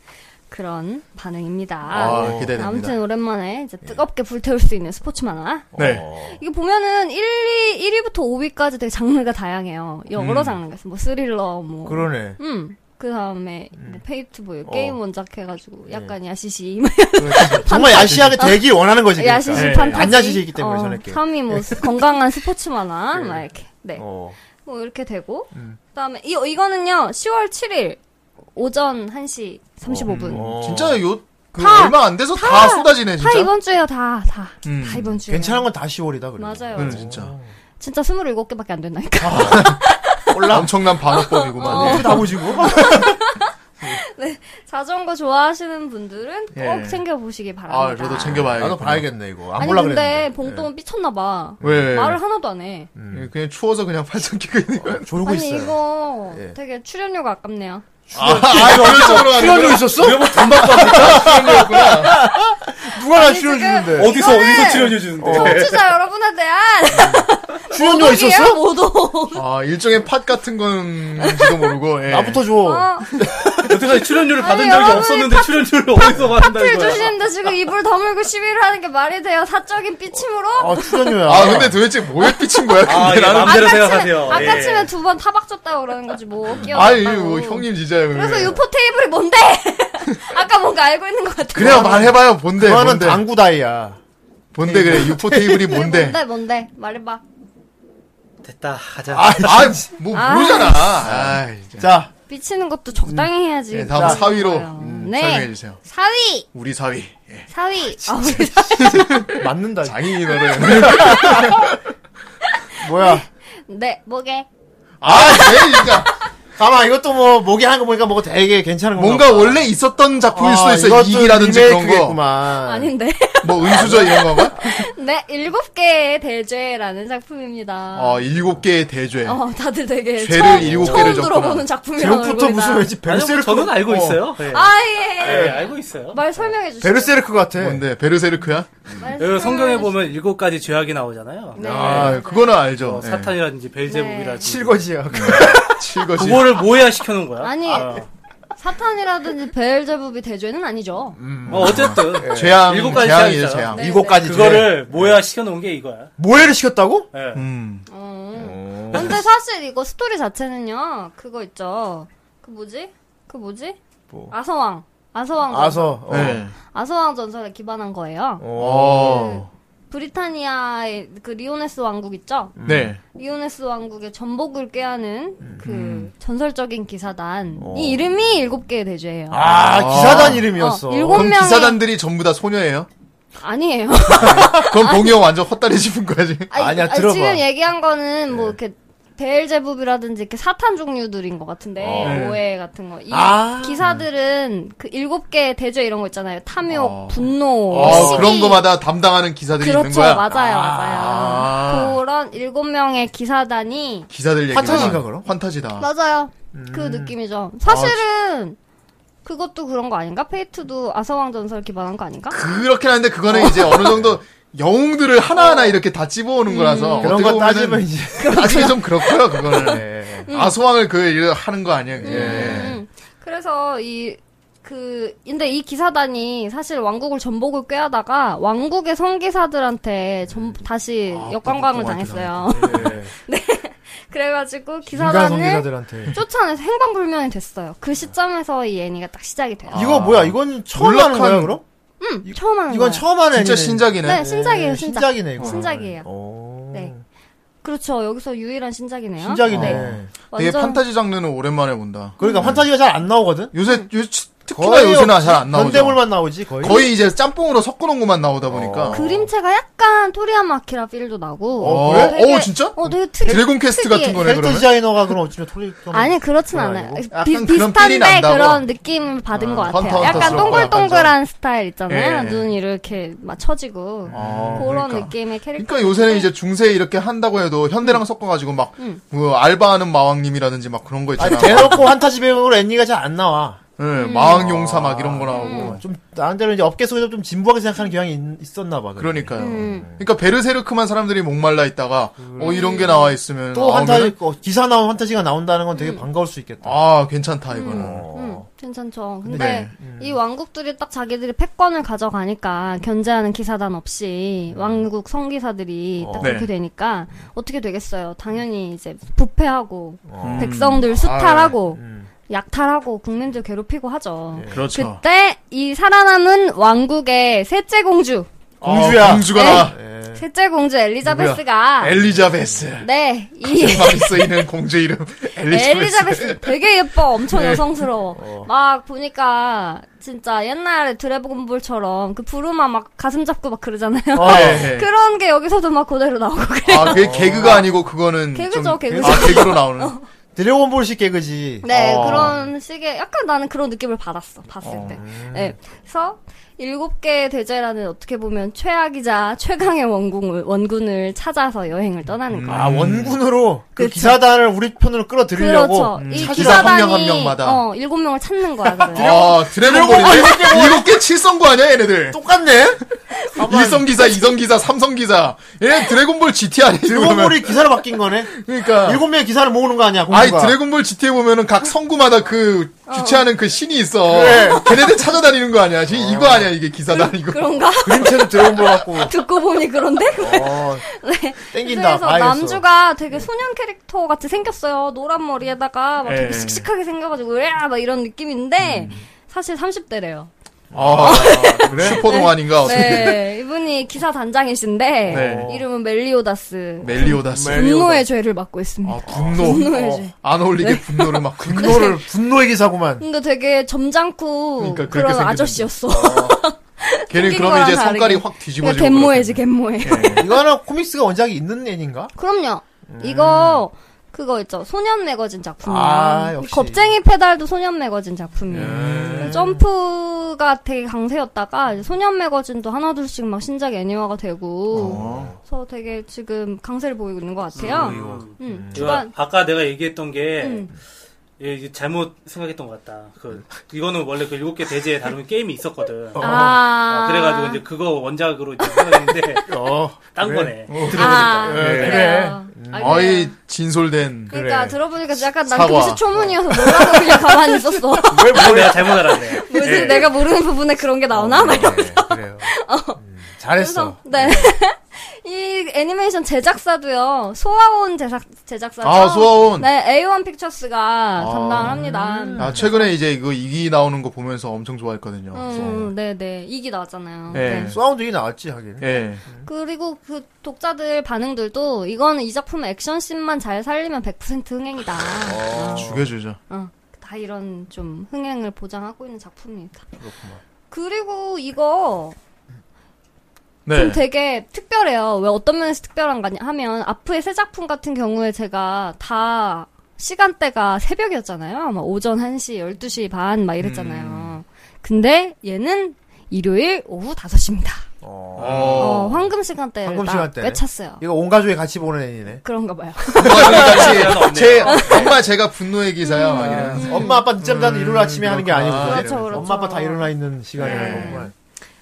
S6: 그런 반응입니다.
S3: 아,
S1: 네,
S3: 기대됩니다.
S6: 아무튼 오랜만에 이제 뜨겁게 불태울 수 있는 스포츠 만화.
S3: 네.
S6: 이게 보면은 1, 2, 1위부터 5위까지 되게 장르가 다양해요. 여러 장르가 있어요. 뭐 스릴러, 뭐.
S1: 그러네.
S6: 음. 그 다음에 뭐 페이트 보이
S1: 어.
S6: 게임 원작 해가지고 약간 야시시
S1: 정말 야시하게 되길 원하는 거지. 그러니까.
S6: 야시시
S3: 네.
S6: 판타지
S1: 안 야시시이기 때문에
S6: 어,
S1: 저렇게.
S6: 3위 뭐 스- 건강한 스포츠 만화 막 이렇게 네 뭐
S1: 네. 어.
S6: 이렇게 되고 그다음에 이 이거는요 10월 7일 오전 1시 35분
S1: 어.
S3: 진짜 요, 그,
S6: 다,
S3: 얼마 안 돼서 다,
S6: 다,
S3: 쏟아지네,
S6: 다
S3: 진짜.
S6: 이번 주에요 다 다 다
S3: 음.
S6: 이번 주에
S1: 괜찮은 건 다 10월이다 그래.
S6: 맞아요
S3: 네, 진짜.
S6: 진짜 27개밖에 안 된다니까 어.
S3: 예. 엄청난 반어법이구만.
S1: 다 보시고.
S6: 자전거 좋아하시는 분들은 꼭
S3: 예.
S6: 챙겨 보시기 바랍니다.
S3: 아, 저도
S1: 나도
S3: 챙겨봐야겠다.
S1: 봐야겠네 이거. 안
S6: 아니
S1: 볼라
S6: 근데
S1: 그랬는데. 예.
S6: 봉똥은 삐쳤나 봐.
S3: 왜?
S6: 말을 하나도 안 해.
S3: 예, 그냥 추워서 그냥 팔짱 끼고 있는 거야.
S1: 졸고
S6: 아니
S1: 있어요.
S6: 이거
S1: 예.
S6: 되게 출연료가 아깝네요.
S3: 아, 아, 이거 이런 식으로 하는
S1: 출연료
S3: 거야?
S1: 있었어?
S3: 그렇구나.
S1: 누가 나
S6: 아니,
S1: 출연
S6: 지금-
S1: 주는데?
S2: 어디서 어디서 출연해 주는데?
S1: 예.
S6: 청취자 여러분에 대한
S1: 출연료 있었어?
S6: 모독.
S3: 아, 일종의 팟 같은 건지도 모르고.
S6: 네.
S3: 예.
S1: 나부터 줘.
S6: 어,
S2: 여태까지 출연료를 받은
S6: 아니,
S2: 적이
S6: 여러분이
S2: 없었는데 출연료를 어디서 받는다는
S6: 파트를
S2: 거야?
S6: 주시는데 지금 입을 다물고 시위를 하는 게 말이 돼요? 사적인 삐침으로?
S1: 아 출연료야.
S3: 아, 근데 도대체 뭐에 삐친 거야? 근데
S2: 아, 예,
S3: 나는.
S2: 마음대로
S6: 아까
S2: 생각하세요.
S6: 치면- 아까
S2: 예.
S6: 치면 두 번 타박 줬다고 그러는 거지 뭐. 끼어들었다고.
S3: 아니, 뭐, 형님 진짜.
S6: 그래서 유포 테이블이 뭔데? 아까 뭔가 알고 있는 것 같아.
S3: 그냥 말해봐요. 뭔데,
S1: 그거는
S3: 뭔데.
S1: 당구 다이야.
S3: 뭔데, 그래. 유포 테이블이 뭔데.
S6: 뭔데 뭔데? 말해봐.
S2: 됐다 하자.
S3: 아, 아, 뭐, 모르잖아. 아, 진짜.
S1: 자
S6: 미치는 것도 적당히 해야지. 그렇죠.
S3: 예, 다음 사위로
S6: 네.
S3: 설명해주세요.
S6: 사위,
S3: 우리 사위 예.
S6: 사위. 아, 우리
S1: 맞는다. 이거.
S3: 장인어른.
S1: 뭐야?
S6: 네, 뭐게?
S3: 아, 네, 진짜.
S1: 가만 이것도 뭐 목이 하는 거 보니까 뭐 되게 괜찮은 건가
S3: 뭔가
S1: 보다.
S3: 원래 있었던 작품일
S1: 아,
S3: 수도 있어요.
S1: 이것도
S3: 이기라든지 그런 거.
S1: 리메이크겠구만.
S6: 아닌데.
S3: 뭐, 은수저 이런 건가?
S6: 네, 일곱 개의 대죄라는 작품입니다.
S3: 어, 일곱 개의 대죄.
S6: 어, 다들 되게
S3: 네. 죄를
S6: 처음,
S3: 일곱
S6: 처음
S3: 개를 졌구나.
S6: 들어보는 작품이라고
S1: 제목부터 무슨 왠지
S2: 아니, 뭐
S1: 베르세르크
S2: 저는 알고
S1: 어,
S2: 있어요. 예.
S6: 아, 예.
S2: 예, 알고 있어요.
S6: 말 설명해 주시죠.
S1: 베르세르크 같아.
S3: 뭔데, 베르세르크야?
S6: 말
S2: 여기
S6: 설명해
S2: 예, 성경에
S6: 주시죠.
S2: 보면 일곱 가지 죄악이 나오잖아요.
S6: 네.
S3: 아, 그거는 알죠.
S2: 어,
S3: 예.
S2: 사탄이라든지 벨제복이라든지
S6: 네,
S1: 실거지야.
S3: 칠거지.
S2: 그거를 모해야 시켜놓은 거야.
S6: 아니.
S2: 어.
S6: 사탄이라든지 베엘제부비 대죄는 아니죠.
S2: 뭐 어쨌든
S3: 재앙,
S2: 일곱 가지
S3: 재앙이죠,
S2: 재앙이잖아요.
S3: 재앙.
S6: 네.
S1: 일곱 가지 그거를
S2: 그거를 모해야 시켜놓은 게 이거야.
S1: 모해를 시켰다고?
S2: 예.
S3: 음.
S6: 어. 근데 사실 이거 스토리 자체는요. 그거 있죠. 그 뭐지? 그 뭐지?
S1: 뭐.
S6: 아서왕. 아서왕. 전설.
S1: 아서. 어.
S3: 네.
S6: 아서왕 전설에 기반한 거예요.
S3: 어.
S6: 브리타니아의 그 리오네스 왕국 있죠?
S1: 음.
S3: 네.
S6: 리오네스 왕국의 전복을 꾀하는 그 전설적인 기사단. 이 이름이 일곱 개의 대죄예요.
S1: 아, 기사단 이름이었어.
S6: 어, 일곱
S3: 그럼
S6: 명의
S3: 기사단들이 전부 다 소녀예요?
S6: 아니에요.
S3: 그럼 봉이 형 완전 헛다리 짚은 거지.
S6: 아니,
S1: 아니야,
S6: 아니,
S1: 들어봐.
S6: 지금 얘기한
S3: 예.
S6: 거는 뭐 이렇게 베일제부비라든지 이렇게 사탄 종류들인 것 같은데
S3: 어.
S6: 오해 같은 거. 이
S1: 아.
S6: 기사들은 그 일곱 개 대죄 이런 거 있잖아요. 탐욕,
S3: 어.
S6: 분노,
S3: 어,
S6: 시기.
S3: 그런 거마다 담당하는 기사들이
S6: 그렇죠,
S3: 있는 거야.
S6: 맞아요,
S3: 아.
S6: 맞아요. 그런 일곱 명의 기사단이
S3: 기사들 얘기.
S1: 환타지인가, 그럼?
S3: 환타지다.
S6: 맞아요. 그 느낌이죠.
S3: 어.
S6: 사실은 그것도 그런 거 아닌가? 페이트도 아서왕 전설 기반한 거 아닌가?
S3: 그렇긴 한데 그거는 이제 어느 정도 영웅들을 하나하나 이렇게 다 집어오는 거라서
S1: 음, 그런
S3: 어떻게
S1: 거
S3: 보면은
S1: 따지면 음. 이제
S3: 나중에 좀 그렇고요 그거는
S6: 네.
S3: 아소왕을 그 일을 하는 거 아니야 그게
S6: 음. 그래서 이 그 근데 이 기사단이 사실 왕국을 전복을 꾀하다가 왕국의 성기사들한테 전 다시
S1: 아,
S6: 역관광을 당했어요. 그래가지고
S1: 인간
S6: 기사단을
S1: 네. 성기사들한테.
S6: 쫓아내서 행방불명이 됐어요. 그 시점에서 이 애니가 딱 시작이 돼요.
S1: 이거 뭐야? 이건 처음 하는
S3: 몰락한-
S1: 거야, 그럼?
S6: 음, 처음 하는
S1: 이건
S6: 거예요.
S1: 처음 하는
S3: 진짜
S1: 애니네.
S3: 신작이네
S6: 네, 신작이에요,
S1: 네,
S6: 신작.
S1: 신작이네, 이거.
S6: 신작이에요.
S1: 오.
S6: 네. 그렇죠. 여기서 유일한 신작이네요.
S1: 신작이네.
S3: 되게
S6: 완전
S3: 판타지 장르는 오랜만에 본다
S6: 음.
S1: 그러니까 환타지가 잘 안 나오거든?
S3: 요새 요새 특히나 요새는 잘 안 나오죠
S1: 현대물만 나오지, 거의.
S3: 거의 이제 짬뽕으로 섞어놓은 것만 나오다 보니까
S6: 그림체가 약간 토리야마 아키라 필도 나고.
S3: 어,
S1: 그래?
S6: 되게-
S3: 어, 진짜?
S6: 어, 되게 특이.
S3: 드래곤 퀘스트 같은 거네
S1: 캐릭터
S3: 그러면
S1: 디자이너가 그럼 어쩌면 토리.
S6: 아니 그렇진
S1: 그건
S6: 않아요.
S1: 아니고?
S3: 약간
S6: 비,
S3: 그런 필이
S6: 비슷한데
S3: 난다고?
S6: 그런 느낌을 받은 것 같아요.
S3: 헌터,
S6: 약간
S3: 헌터스럽고 약간
S6: 동글동글한 스타일 있잖아요.
S3: 예.
S6: 눈 이렇게 막 처지고
S3: 아,
S6: 그런
S3: 그러니까.
S6: 느낌의 캐릭터.
S3: 그러니까 요새는 이제 중세 이렇게 한다고 해도
S1: 음.
S3: 현대랑 섞어가지고 막 뭐, 알바하는 마왕님이라든지 막 그런 거
S1: 아니,
S3: 있잖아
S1: 음. 대놓고 환타지 배경으로 애니가 잘 안 나와. 어,
S3: 예, 마왕용사 막 이런 거 나오고
S1: 좀, 나름대로 이제 업계 속에서 좀 진부하게 생각하는 경향이 있, 었나 봐. 근데.
S3: 그러니까요.
S6: 음.
S3: 그러니까 베르세르크만 사람들이 목말라 있다가 어 이런 게 나와 있으면
S1: 또
S3: 나오면은
S1: 환타지, 어, 기사 나온 환타지가 나온다는 건 되게 반가울 수 있겠다.
S3: 아 괜찮다 이거는.
S6: 음, 괜찮죠. 근데
S3: 네.
S6: 이 왕국들이 딱 자기들이 패권을 가져가니까 견제하는 기사단 없이 왕국 성기사들이 딱
S1: 어.
S6: 그렇게
S3: 네.
S6: 되니까 어떻게 되겠어요. 당연히 이제 부패하고
S3: 음. 아, 네.
S6: 백성들 수탈하고
S1: 음.
S6: 약탈하고 국민들 괴롭히고 하죠.
S3: 그렇죠.
S6: 그때 이 살아남은 왕국의 셋째 공주
S1: 공주야.
S3: 어, 공주가 나와.
S1: 예.
S6: 셋째 공주
S3: 네.
S6: 엘리자베스가
S3: 엘리자베스.
S6: 네, 이
S3: 마음에 쓰이는 공주 이름 엘리자베스.
S6: 엘리자베스 되게 예뻐.
S1: 네.
S6: 엄청 여성스러워.
S1: 어.
S6: 막 보니까 진짜 옛날에 드래곤볼처럼 그 부르마 막 가슴 잡고 막 그러잖아요.
S1: 어,
S3: 아,
S2: 네.
S1: 네.
S3: 예, 예.
S6: 그런 게 여기서도 막 그대로 나오고 그래.
S3: 아, 그게 개그가 아니고 그거는
S6: 개그죠,
S3: 좀
S6: 개그.
S3: 아, 개그로 나오는.
S1: 드래곤볼식 개그지.
S6: 네,
S1: 어.
S6: 그런 식의 약간 나는 그런 느낌을 받았어. 봤을
S1: 어.
S6: 때. 네. 그래서 일곱 개의 대제라는 어떻게 보면 최악이자 최강의 원군을, 원군을 찾아서 여행을 떠나는 거예요.
S3: 음.
S1: 아 원군으로 그
S6: 그쵸.
S1: 기사단을 우리 편으로 끌어들이려고. 음,
S6: 그렇죠. 이
S1: 찾으러-
S3: 기사 한
S6: 기사단이
S3: 명, 한 명마다.
S6: 어, 일곱 명을 찾는 거야. 그래요.
S3: 아, 드래곤볼인데? 일곱 개 칠성구 아니야, 얘네들?
S1: 똑같네.
S3: 일성기사, 이성기사, 삼성기사. 얘네 드래곤볼 GT 아니야?
S1: 드래곤볼이 기사로 바뀐 거네.
S3: 그러니까.
S1: 일곱 명의 기사를 모으는 거 아니야? 공부가.
S3: 아니 드래곤볼 GT에 보면은 각 성구마다 그 주최하는 그 신이 있어.
S1: 그래.
S3: 걔네들 찾아다니는 거 아니야? 지금 이거 아니야 이게 기사단 이거.
S6: 음, 그런가?
S1: 그림체도 드래곤볼 같고.
S6: 듣고 보니 그런데?
S1: 어,
S6: 네.
S1: 땡긴다. 아,
S6: 그래서
S1: 봐야겠어.
S6: 남주가
S3: 네.
S6: 되게 소년 캐릭터 같이 생겼어요. 노란 머리에다가 막
S3: 예.
S6: 되게 씩씩하게 생겨가지고 으아 막 이런
S3: 음.
S6: 느낌인데 사실 30대래요.
S3: 아, 그래? 슈퍼 동안인가 어떻게?
S6: 네, 이분이 기사 단장이신데
S3: 네.
S6: 이름은 멜리오다스.
S3: 멜리오다스.
S6: 분노의 죄를 맡고 있습니다.
S3: 아 분노.
S6: 분노의
S3: 어,
S6: 죄.
S3: 안 어울리게
S6: 네.
S3: 분노를 막
S1: 그
S3: 분노.
S1: 분노를 분노의 기사구만.
S6: 근데 되게 점잖고
S3: 그러니까 그렇게
S6: 그런
S3: 생겼는데.
S6: 아저씨였어.
S3: 걔는
S6: 네. 생긴
S3: 그러면 이제
S6: 거랑
S3: 성깔이
S6: 다르게.
S3: 확 뒤집어지고.
S6: 갯모해지 갯모해.
S1: 네. 이거는 코믹스가 원작이 있는 애인가?
S6: 그럼요. 이거 그거 있죠. 소년 매거진 작품이에요.
S1: 아, 역시.
S6: 겁쟁이 페달도 소년 매거진 작품이에요. 점프가 되게 강세였다가 이제 소년 매거진도 하나둘씩 막 신작 애니화가 되고 그래서 되게 지금 강세를 보이고 있는 것
S2: 어,
S6: 같아요. 음, 주간
S2: 아까 내가 얘기했던 게
S6: 음.
S2: 예, 이게 잘못 생각했던 것 같다. 그 이거는 원래 그 일곱 개 대제에 다루는 게임이 있었거든.
S6: 아,
S2: 아, 그래가지고 이제 그거 원작으로 이제 생각했는데
S1: 어.
S2: 딴
S1: 그래.
S2: 거네.
S6: 아,
S1: 예, 그래.
S6: 그래요. 아, 그래요.
S3: 음. 어이 진솔된.
S6: 그러니까
S1: 그래.
S6: 들어보니까 약간 난
S3: 사과.
S6: 동시초문이어서 몰라서 그냥 가만히 있었어.
S1: 왜
S2: 아,
S1: 뭐야?
S2: 내가 잘못 알았네. 예.
S6: 무슨 내가 모르는 부분에 아, 그런 게 나오나? 막 이러면서.
S1: 네, 그래요. 음, 잘했어.
S6: 어. 그래서 네. 이 애니메이션 제작사도요. 소아온 제작 제작사죠.
S3: 아 소아온.
S6: 네, A1 픽처스가 담당을 합니다.
S3: 아 최근에 이제 이거 이기 나오는 거 보면서 엄청 좋아했거든요.
S6: 음, 네, 네. 이기 나왔잖아요.
S3: 예.
S6: 네.
S1: 사운드 이 나왔지 하긴.
S3: 예.
S6: 그리고 그 독자들 반응들도 이거는 이 작품 액션 씬만 잘 살리면 100% 흥행이다.
S3: 아.
S6: 어.
S3: 죽여주죠.
S6: 어, 다 이런 좀 흥행을 보장하고 있는 작품입니다. 그리고 이거
S3: 네.
S6: 좀 되게 특별해요. 왜 어떤 면에서 특별한가 하면 앞으의 새 작품 같은 경우에 제가 다 시간대가 새벽이었잖아요. 막 오전 1시, 12시 반 막
S1: 음.
S6: 이랬잖아요. 근데 얘는 일요일 오후 5시입니다. 어,
S3: 어.
S6: 황금 시간대를
S1: 황금
S6: 딱
S1: 시간대.
S6: 외쳤어요.
S1: 이거 온 가족이 같이 보는 애니네.
S6: 그런가 봐요.
S3: 같이
S6: 네.
S3: 제
S2: 어.
S3: 엄마 제가 분노의 기사야. 막 이러면서.
S1: 엄마 아빠 늦잠 자는 일요일 아침에 하는 게 아니고
S3: 그렇구나.
S6: 음. 그렇죠, 그렇죠.
S1: 엄마 아빠 다 일어나 있는 시간이라는
S6: 네.
S1: 거구만.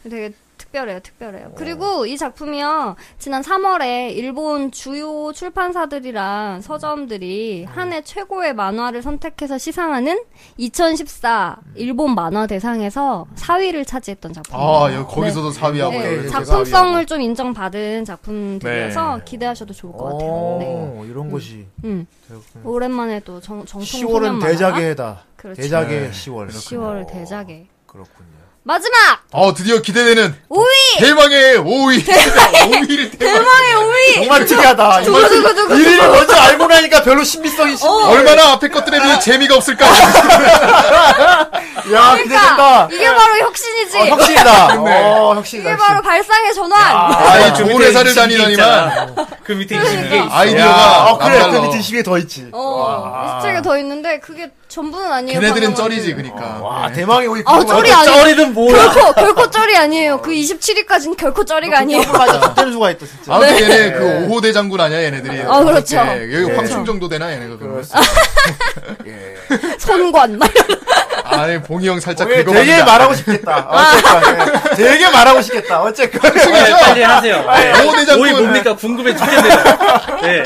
S6: 되게 특별해요,
S1: 어.
S6: 특별해요. 그리고 이 작품이요, 지난 3월에 일본 주요 출판사들이랑 서점들이
S1: 음.
S6: 한 해 최고의 만화를 선택해서 시상하는 2014
S1: 음.
S6: 일본 만화 대상에서 4위를 차지했던 작품이에요.
S3: 아, 여기 거기서도 사위하고
S6: 네,
S3: 여기서도 사위하고.
S6: 작품성을 좀 인정받은
S1: 네.
S6: 작품들이어서 기대하셔도 좋을 것 같아요. 네.
S1: 오, 이런 것이
S6: 음. 오랜만에 또 정, 정통
S1: 10월은
S6: 소년 만화가?
S1: 대작의 해다.
S6: 그렇죠.
S1: 대작의
S3: 네.
S1: 10월.
S6: 10월 대작에
S1: 그렇군요.
S6: 마지막
S3: 어, 드디어 기대되는
S6: 5위
S3: 대망의 5위. 대망의 5위를 대망.
S6: 대망의 5위
S1: 정말 특이하다. 이거
S6: 두구두구두구
S1: 이름이 뭔지 알고 나니까 별로 신비성이
S6: 어.
S1: 신.
S3: 얼마나 앞에 것들에 비해 재미가 없을까?
S1: 야
S6: 그러니까
S1: 기대된다.
S6: 이게 바로 혁신이지.
S1: 어, 아, 혁신이다. 어, 혁신이다.
S6: 이게
S1: 혁신.
S6: 바로 발상의 전환.
S3: 아이
S2: 그 밑에
S3: 좋은 회사를
S2: 인식이
S3: 다니다니만
S2: 있잖아. 그 밑에 인식이 있어.
S3: 아이디어가
S1: 어, 그래. 그
S3: 남달라.
S1: 밑에 10개 더 있지.
S6: 어, 27개 더 있는데 그게 전부는 아니에요.
S3: 걔네들은
S6: 방금
S3: 쩔이지
S6: 완전히.
S3: 그러니까.
S1: 어, 와, 대망의 오이.
S6: 아, 쩔이 아니.
S2: 쩌리는 뭐야?
S6: 결코 결코 쩔이 아니에요. 그 27위까지는 결코 쩔이가 아니에요.
S1: 맞아. 적대는 수가 있다, 진짜.
S3: 아무튼 얘네 그 5호 대장군 아니야 얘네들이.
S6: 어, 그렇죠.
S3: 예, 여기
S1: 그렇죠.
S3: 황충 정도 되나 얘네가
S1: 아,
S3: 그러면.
S6: 선관 말.
S3: 아니 봉이 형 살짝
S1: 그렇죠. 되게
S3: 긁어봤는
S1: 말하고 싶겠다. 어쨌건. 예. 되게 말하고 싶겠다. 어쨌건.
S2: 네, 빨리 하세요.
S3: 오 대장군.
S2: 오이 뭡니까? 궁금해 죽겠네요. 네.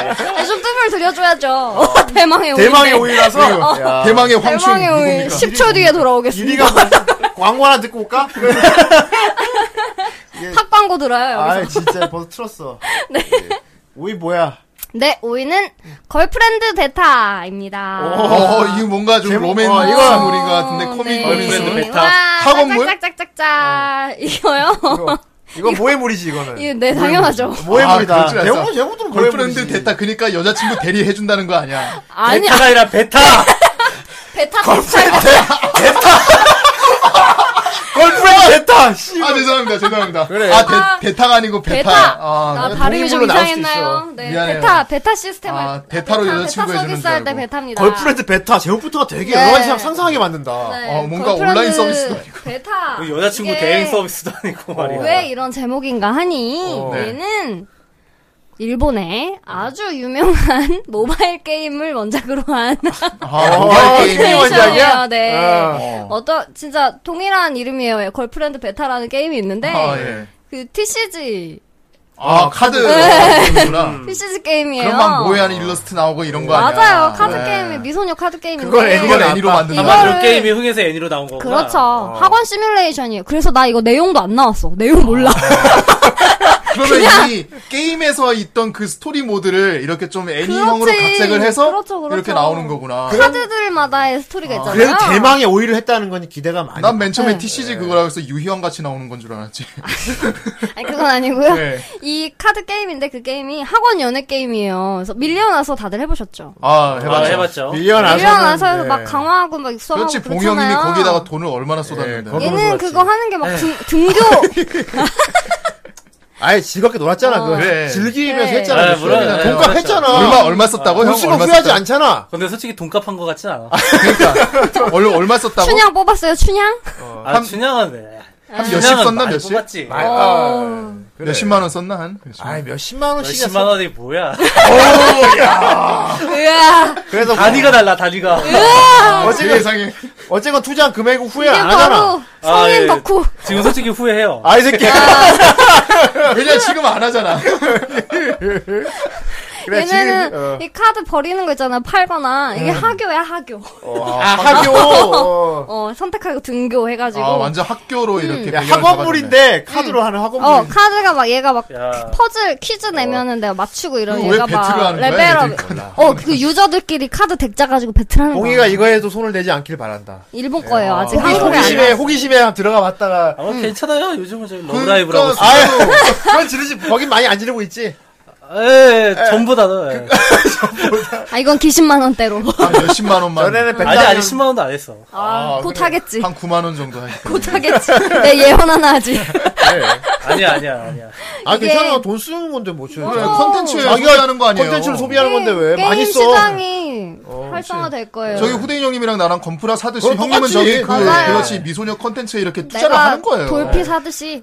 S6: 좀 뜸을 들여줘야죠. 어, 대망의 오이.
S1: 대망의 오이라서. 야.
S3: 대망의 황충
S6: 대망의 오이.
S3: 누굽니까?
S6: 10초 뒤에 돌아오겠습니다.
S1: 이리가 뭐- 광고 하나 듣고 올까?
S6: 팝 광고 들어요 여기서.
S1: 아 진짜 벌써 틀었어. 예. 오이 뭐야?
S6: 네, 오이는 걸프렌드 베타입니다.
S3: 어, 이거 뭔가 좀
S1: 제목-
S3: 로맨스
S1: 어,
S3: 물인
S1: 이거-
S3: 것 같은데
S6: 네.
S3: 코믹
S2: 걸프렌드
S3: 로맨스.
S2: 베타.
S3: 학원물?
S6: 짝짝짝짝짝. 이거요.
S1: 이거, 이건 모의 물이지
S6: 이
S1: 이거는.
S6: 네, 당연하죠.
S1: 모의
S3: 아,
S1: 물이다.
S3: 그럴 줄 알았어.
S1: 제목 제목도 모의
S3: 걸프렌드
S1: 물이지.
S3: 됐다. 그러니까 여자친구 대리 해준다는 거 아니야?
S6: 아니,
S2: 베타가 아니라 베타.
S6: 베타 걸프렌드.
S1: 걸프렌드 됐다. 씨.
S3: 아 죄송합니다 죄송합니다
S1: 그래.
S3: 아 대, 타가 아니고 베타
S6: 베타.
S3: 아,
S6: 아, 발음이
S1: 동의불로
S6: 좀
S1: 나올 수도
S6: 이상했나요? 네,
S3: 미안해요.
S6: 베타, 베타 시스템을.
S3: 아, 베타로 여자친구 해주는 줄
S6: 베타 서비스할 때
S3: 알고.
S6: 베타입니다.
S1: 걸프렌드 베타 제목부터가 되게 여러 가지 상상하게 만든다.
S6: 네.
S3: 어, 뭔가
S6: 걸프렌드
S3: 온라인 서비스도 아니고.
S6: 베타.
S2: 여자친구
S6: 이게
S2: 대행 서비스도 아니고 말이야.
S6: 왜 이런 제목인가 하니,
S1: 어.
S3: 네.
S6: 얘는, 일본의 아주 유명한 모바일 게임을 원작으로 한
S3: 아
S1: 아,
S3: 모바일
S1: 게임
S3: 게임이
S1: 원작이야?
S6: 애니메이션이에요. 네.
S1: 아.
S3: 어.
S6: 어떤 진짜 동일한 이름이에요. 걸프렌드 베타라는 게임이 있는데
S3: 아, 예.
S6: 그 TCG
S3: 아 카드 게임이구나
S6: TCG 게임이에요.
S3: 음. 그럼 막 모여하는 일러스트 나오고 이런 거 아니야
S6: 맞아요. 카드
S1: 네.
S6: 게임이 미소녀 카드 게임인데
S1: 그걸
S3: 이걸
S1: 애니로
S3: 애니로
S1: 아빠.
S3: 만든다
S2: 아마
S6: 이거를-
S2: 그 게임이 흥해서 애니로 나온 거구나.
S6: 그렇죠. 학원 시뮬레이션이에요. 그래서 나 이거 내용도 안 나왔어. 내용 몰라.
S3: 그러면 이 게임에서 있던 그 스토리 모드를 이렇게 좀 애니형으로
S6: 그렇지.
S3: 각색을 해서
S6: 그렇죠, 그렇죠.
S3: 이렇게 나오는 거구나
S6: 카드들마다의 스토리가 있잖아요.
S1: 그래도 대망의 오이를 했다는 거니 기대가 많이.
S3: 난 맨 처음에
S6: 네.
S3: TCG 그거라고 해서 유희왕 같이 나오는 건 줄 알았지
S6: 아니, 그건 아니고요.
S3: 네.
S6: 이 카드 게임인데 그 게임이 학원 연애 게임이에요. 그래서 밀려나서 다들 해보셨죠.
S3: 아
S2: 아,
S3: 해봤죠
S2: 해봤죠.
S1: 밀려나서.
S6: 밀려나서
S1: 네.
S6: 해서 막 강화하고 막 육성하고
S3: 그렇지
S6: 그렇잖아요.
S3: 봉영님이 거기다가 돈을 얼마나 쏟았는데
S1: 거기-
S6: 얘는
S1: 그렇지.
S6: 그거 하는 게 막 등교
S1: 아예 즐겁게 놀았잖아.
S6: 어.
S1: 그거
S3: 그래.
S1: 즐기면서
S6: 네.
S1: 했잖아.
S2: 아,
S1: 그
S2: 물론,
S1: 시간이나.
S2: 네,
S1: 돈값
S2: 맞죠.
S1: 했잖아.
S3: 얼마 얼마 썼다고 형
S1: 웃으면
S3: 얼마
S1: 후회하지
S3: 썼다고
S1: 않잖아.
S2: 근데 솔직히 돈값 한 거 같진 않아.
S3: 얼마, 얼마 썼다고
S6: 춘향 뽑았어요. 춘향?
S2: 아, 준양은 왜?
S3: 한 몇십 썼나
S2: 많이
S3: 몇십
S2: 뽑았지.
S1: 아, 아, 그래.
S3: 몇십만 원 썼나 한 몇십만 원.
S1: 아이 몇십만 원씩
S2: 몇십만 원이 뭐야?
S6: 으아.
S1: 그래서 뭐
S2: 단위가 달라 단위가.
S3: 어제 예상에
S1: 어쨌건 투자한 금액은 후회
S6: 이게
S1: 안 하잖아.
S6: 바로 성인
S2: 아, 예.
S6: 덕후.
S2: 지금 솔직히 후회해요.
S1: 아이 새끼.
S3: 왜냐 지금 안 하잖아.
S1: 그래
S6: 얘네는
S1: 지금 어.
S6: 이 카드 버리는 거 있잖아. 팔거나. 이게 학교야, 학교.
S1: 아, 학교 어.
S6: 어, 선택하고 등교 해가지고.
S3: 아 완전 학교로
S6: 음.
S3: 이렇게
S1: 야,
S3: 배경을
S1: 학원물인데 음. 카드로 하는 학원물.
S6: 어, 카드가 막 얘가 막
S2: 야.
S6: 퍼즐 퀴즈 내면은 내가 맞추고 이런
S3: 이거 어, 왜
S6: 얘가
S3: 배틀을
S6: 막
S3: 하는 거야,
S6: 레벨업.
S3: 애들이?
S6: 어, 그 유저들끼리 카드 덱 짜가지고 배틀하는 거야.
S1: 봉이가 이거에도 손을 대지 않길 바란다.
S6: 일본 거예요. 아직
S1: 호기-
S6: 한국에 안
S1: 호기심에 호기심에 들어가 봤다가
S2: 아마 괜찮아요. 요즘은 저기
S3: 그러니까
S2: 러브라이브라고.
S3: 수-
S2: 아,
S1: 아유 그건 지르지 거긴 많이 안 지르고 있지.
S2: 예, 전보다는. 예.
S6: 아, 이건 기십만 원대로.
S3: 받았네. 아, 몇십만 원만.
S1: 전에는
S2: 아니 아니
S1: 백단이
S2: 10만 원도 안 했어.
S6: 아,
S3: 아,
S6: 곧
S3: 그래.
S6: 하겠지.
S3: 한 9만 원 정도 하니까.
S6: 곧 하겠지. 내 예언 하나 하지.
S2: 아니야 아니야 아니야.
S1: 아
S6: 이게-
S1: 괜찮아 돈 쓰는 건데 뭐 지금.
S3: 그래, 컨텐츠에
S1: 자기가
S3: 소비하는 거 아니에요.
S1: 컨텐츠를 소비하는 건데 왜
S6: 게임
S1: 많이 써?
S6: 시장이 활성화될 거예요.
S3: 어, 저기 후대인 형님이랑 나랑 건프라 사듯이
S1: 그건
S3: 형님은
S1: 똑같지.
S3: 저기 그
S6: 맞아요.
S3: 그렇지 미소녀 컨텐츠에 이렇게 투자를
S6: 내가
S3: 하는 거예요. 네.
S6: 돌피 사듯이.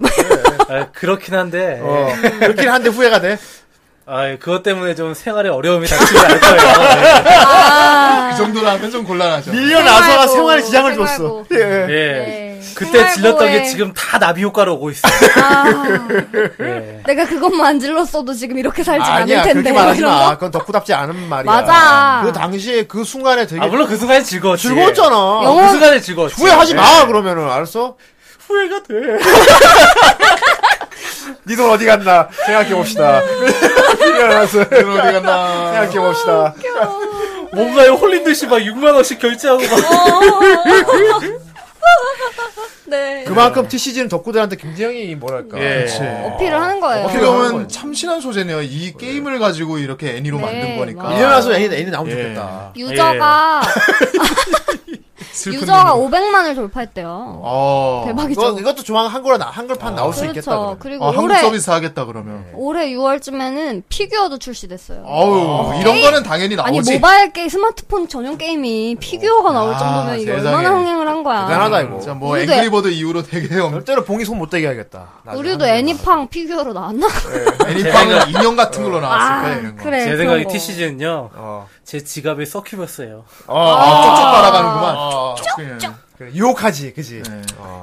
S2: 아, 그렇긴 한데.
S1: 어, 그렇긴 한데 후회가 돼.
S2: 아, 그것 때문에 좀 생활에 어려움이 닥치지 않을 거예요.
S3: 그 정도로 하면 좀 곤란하죠.
S1: 밀려나서가
S6: 생활고,
S1: 생활에 지장을 줬어.
S6: 생활고.
S1: 예, 예.
S2: 예.
S6: 네.
S2: 그때 질렀던 게
S6: 생활고에-
S2: 지금 다 나비 효과로 오고 있어.
S3: 네.
S2: 예.
S6: 내가 그것만 안 질렀어도 지금 이렇게 살진
S1: 아니야
S6: 않을 텐데.
S1: 그렇게 말하지
S6: 이런
S1: 마.
S6: 거.
S1: 그건 덕후답지 않은 말이야.
S6: 맞아.
S1: 그 당시에 그 순간에 되게
S2: 아, 물론 그 순간에 즐거웠지.
S1: 즐거웠잖아.
S2: 어, 그 순간에 즐거웠지.
S1: 후회하지
S2: 예.
S1: 마 그러면은 알았어?
S2: 후회가 돼.
S1: 니 돈 어디 갔나 생각해 봅시다. 일어나서
S3: 그럼 어디 갔나.
S1: 생각해 봅시다.
S2: 뭔가 홀린 듯이 막 6만 원씩 결제하고 막.
S6: 네.
S1: 그만큼 TCG는 덕후들한테 굉장히 뭐랄까.
S2: 예.
S3: 그렇지.
S6: 어필을 하는 거예요.
S3: 네. 어떻게 보면 참신한 소재네요. 이 게임을 가지고 이렇게 애니로
S6: 네,
S3: 만든 거니까.
S6: 맞아요.
S1: 일어나서 애니 애니 나오면
S3: 예.
S1: 좋겠다.
S6: 유저가
S3: 슬픈
S6: 유저가
S3: 놈이야.
S6: 500만을 돌파했대요.
S3: 어.
S6: 대박이죠.
S1: 이거 이것도 조만간 한글 한글판 나올 수 있겠다.
S6: 그렇죠.
S1: 그러면.
S6: 그리고
S3: 아, 한국
S6: 올해
S3: 서비스 하겠다 그러면.
S1: 네.
S6: 올해 6월쯤에는 피규어도 출시됐어요.
S3: 아우 이런
S6: 게임-
S3: 거는 당연히
S6: 아니
S3: 나오지.
S6: 모바일 게임 스마트폰 전용 게임이 피규어가 나올 정도면 이게
S3: 아, 세상에.
S6: 얼마나 흥행을 한 거야.
S1: 네, 대단하다 이거. 그렇죠.
S3: 자, 뭐
S6: 우리도
S3: 앵그리버드 이후로 되게 엄-
S1: 절대로 봉이 손 못 대게 해야겠다. 나중에
S6: 우리도
S1: 한글.
S6: 애니팡 피규어로 나왔나?
S1: 네,
S3: 애니팡은 인형 같은 걸로 나왔을
S6: 아
S3: 거야 이런 거.
S6: 그래.
S2: 제
S6: 그런
S2: 생각에
S6: 거.
S2: TCG는요.
S1: 어.
S2: 제 지갑에 서큐버스예요.
S3: 아, 쪽쪽 빨아가는구만.
S1: 어. 그래, 유혹하지, 그지?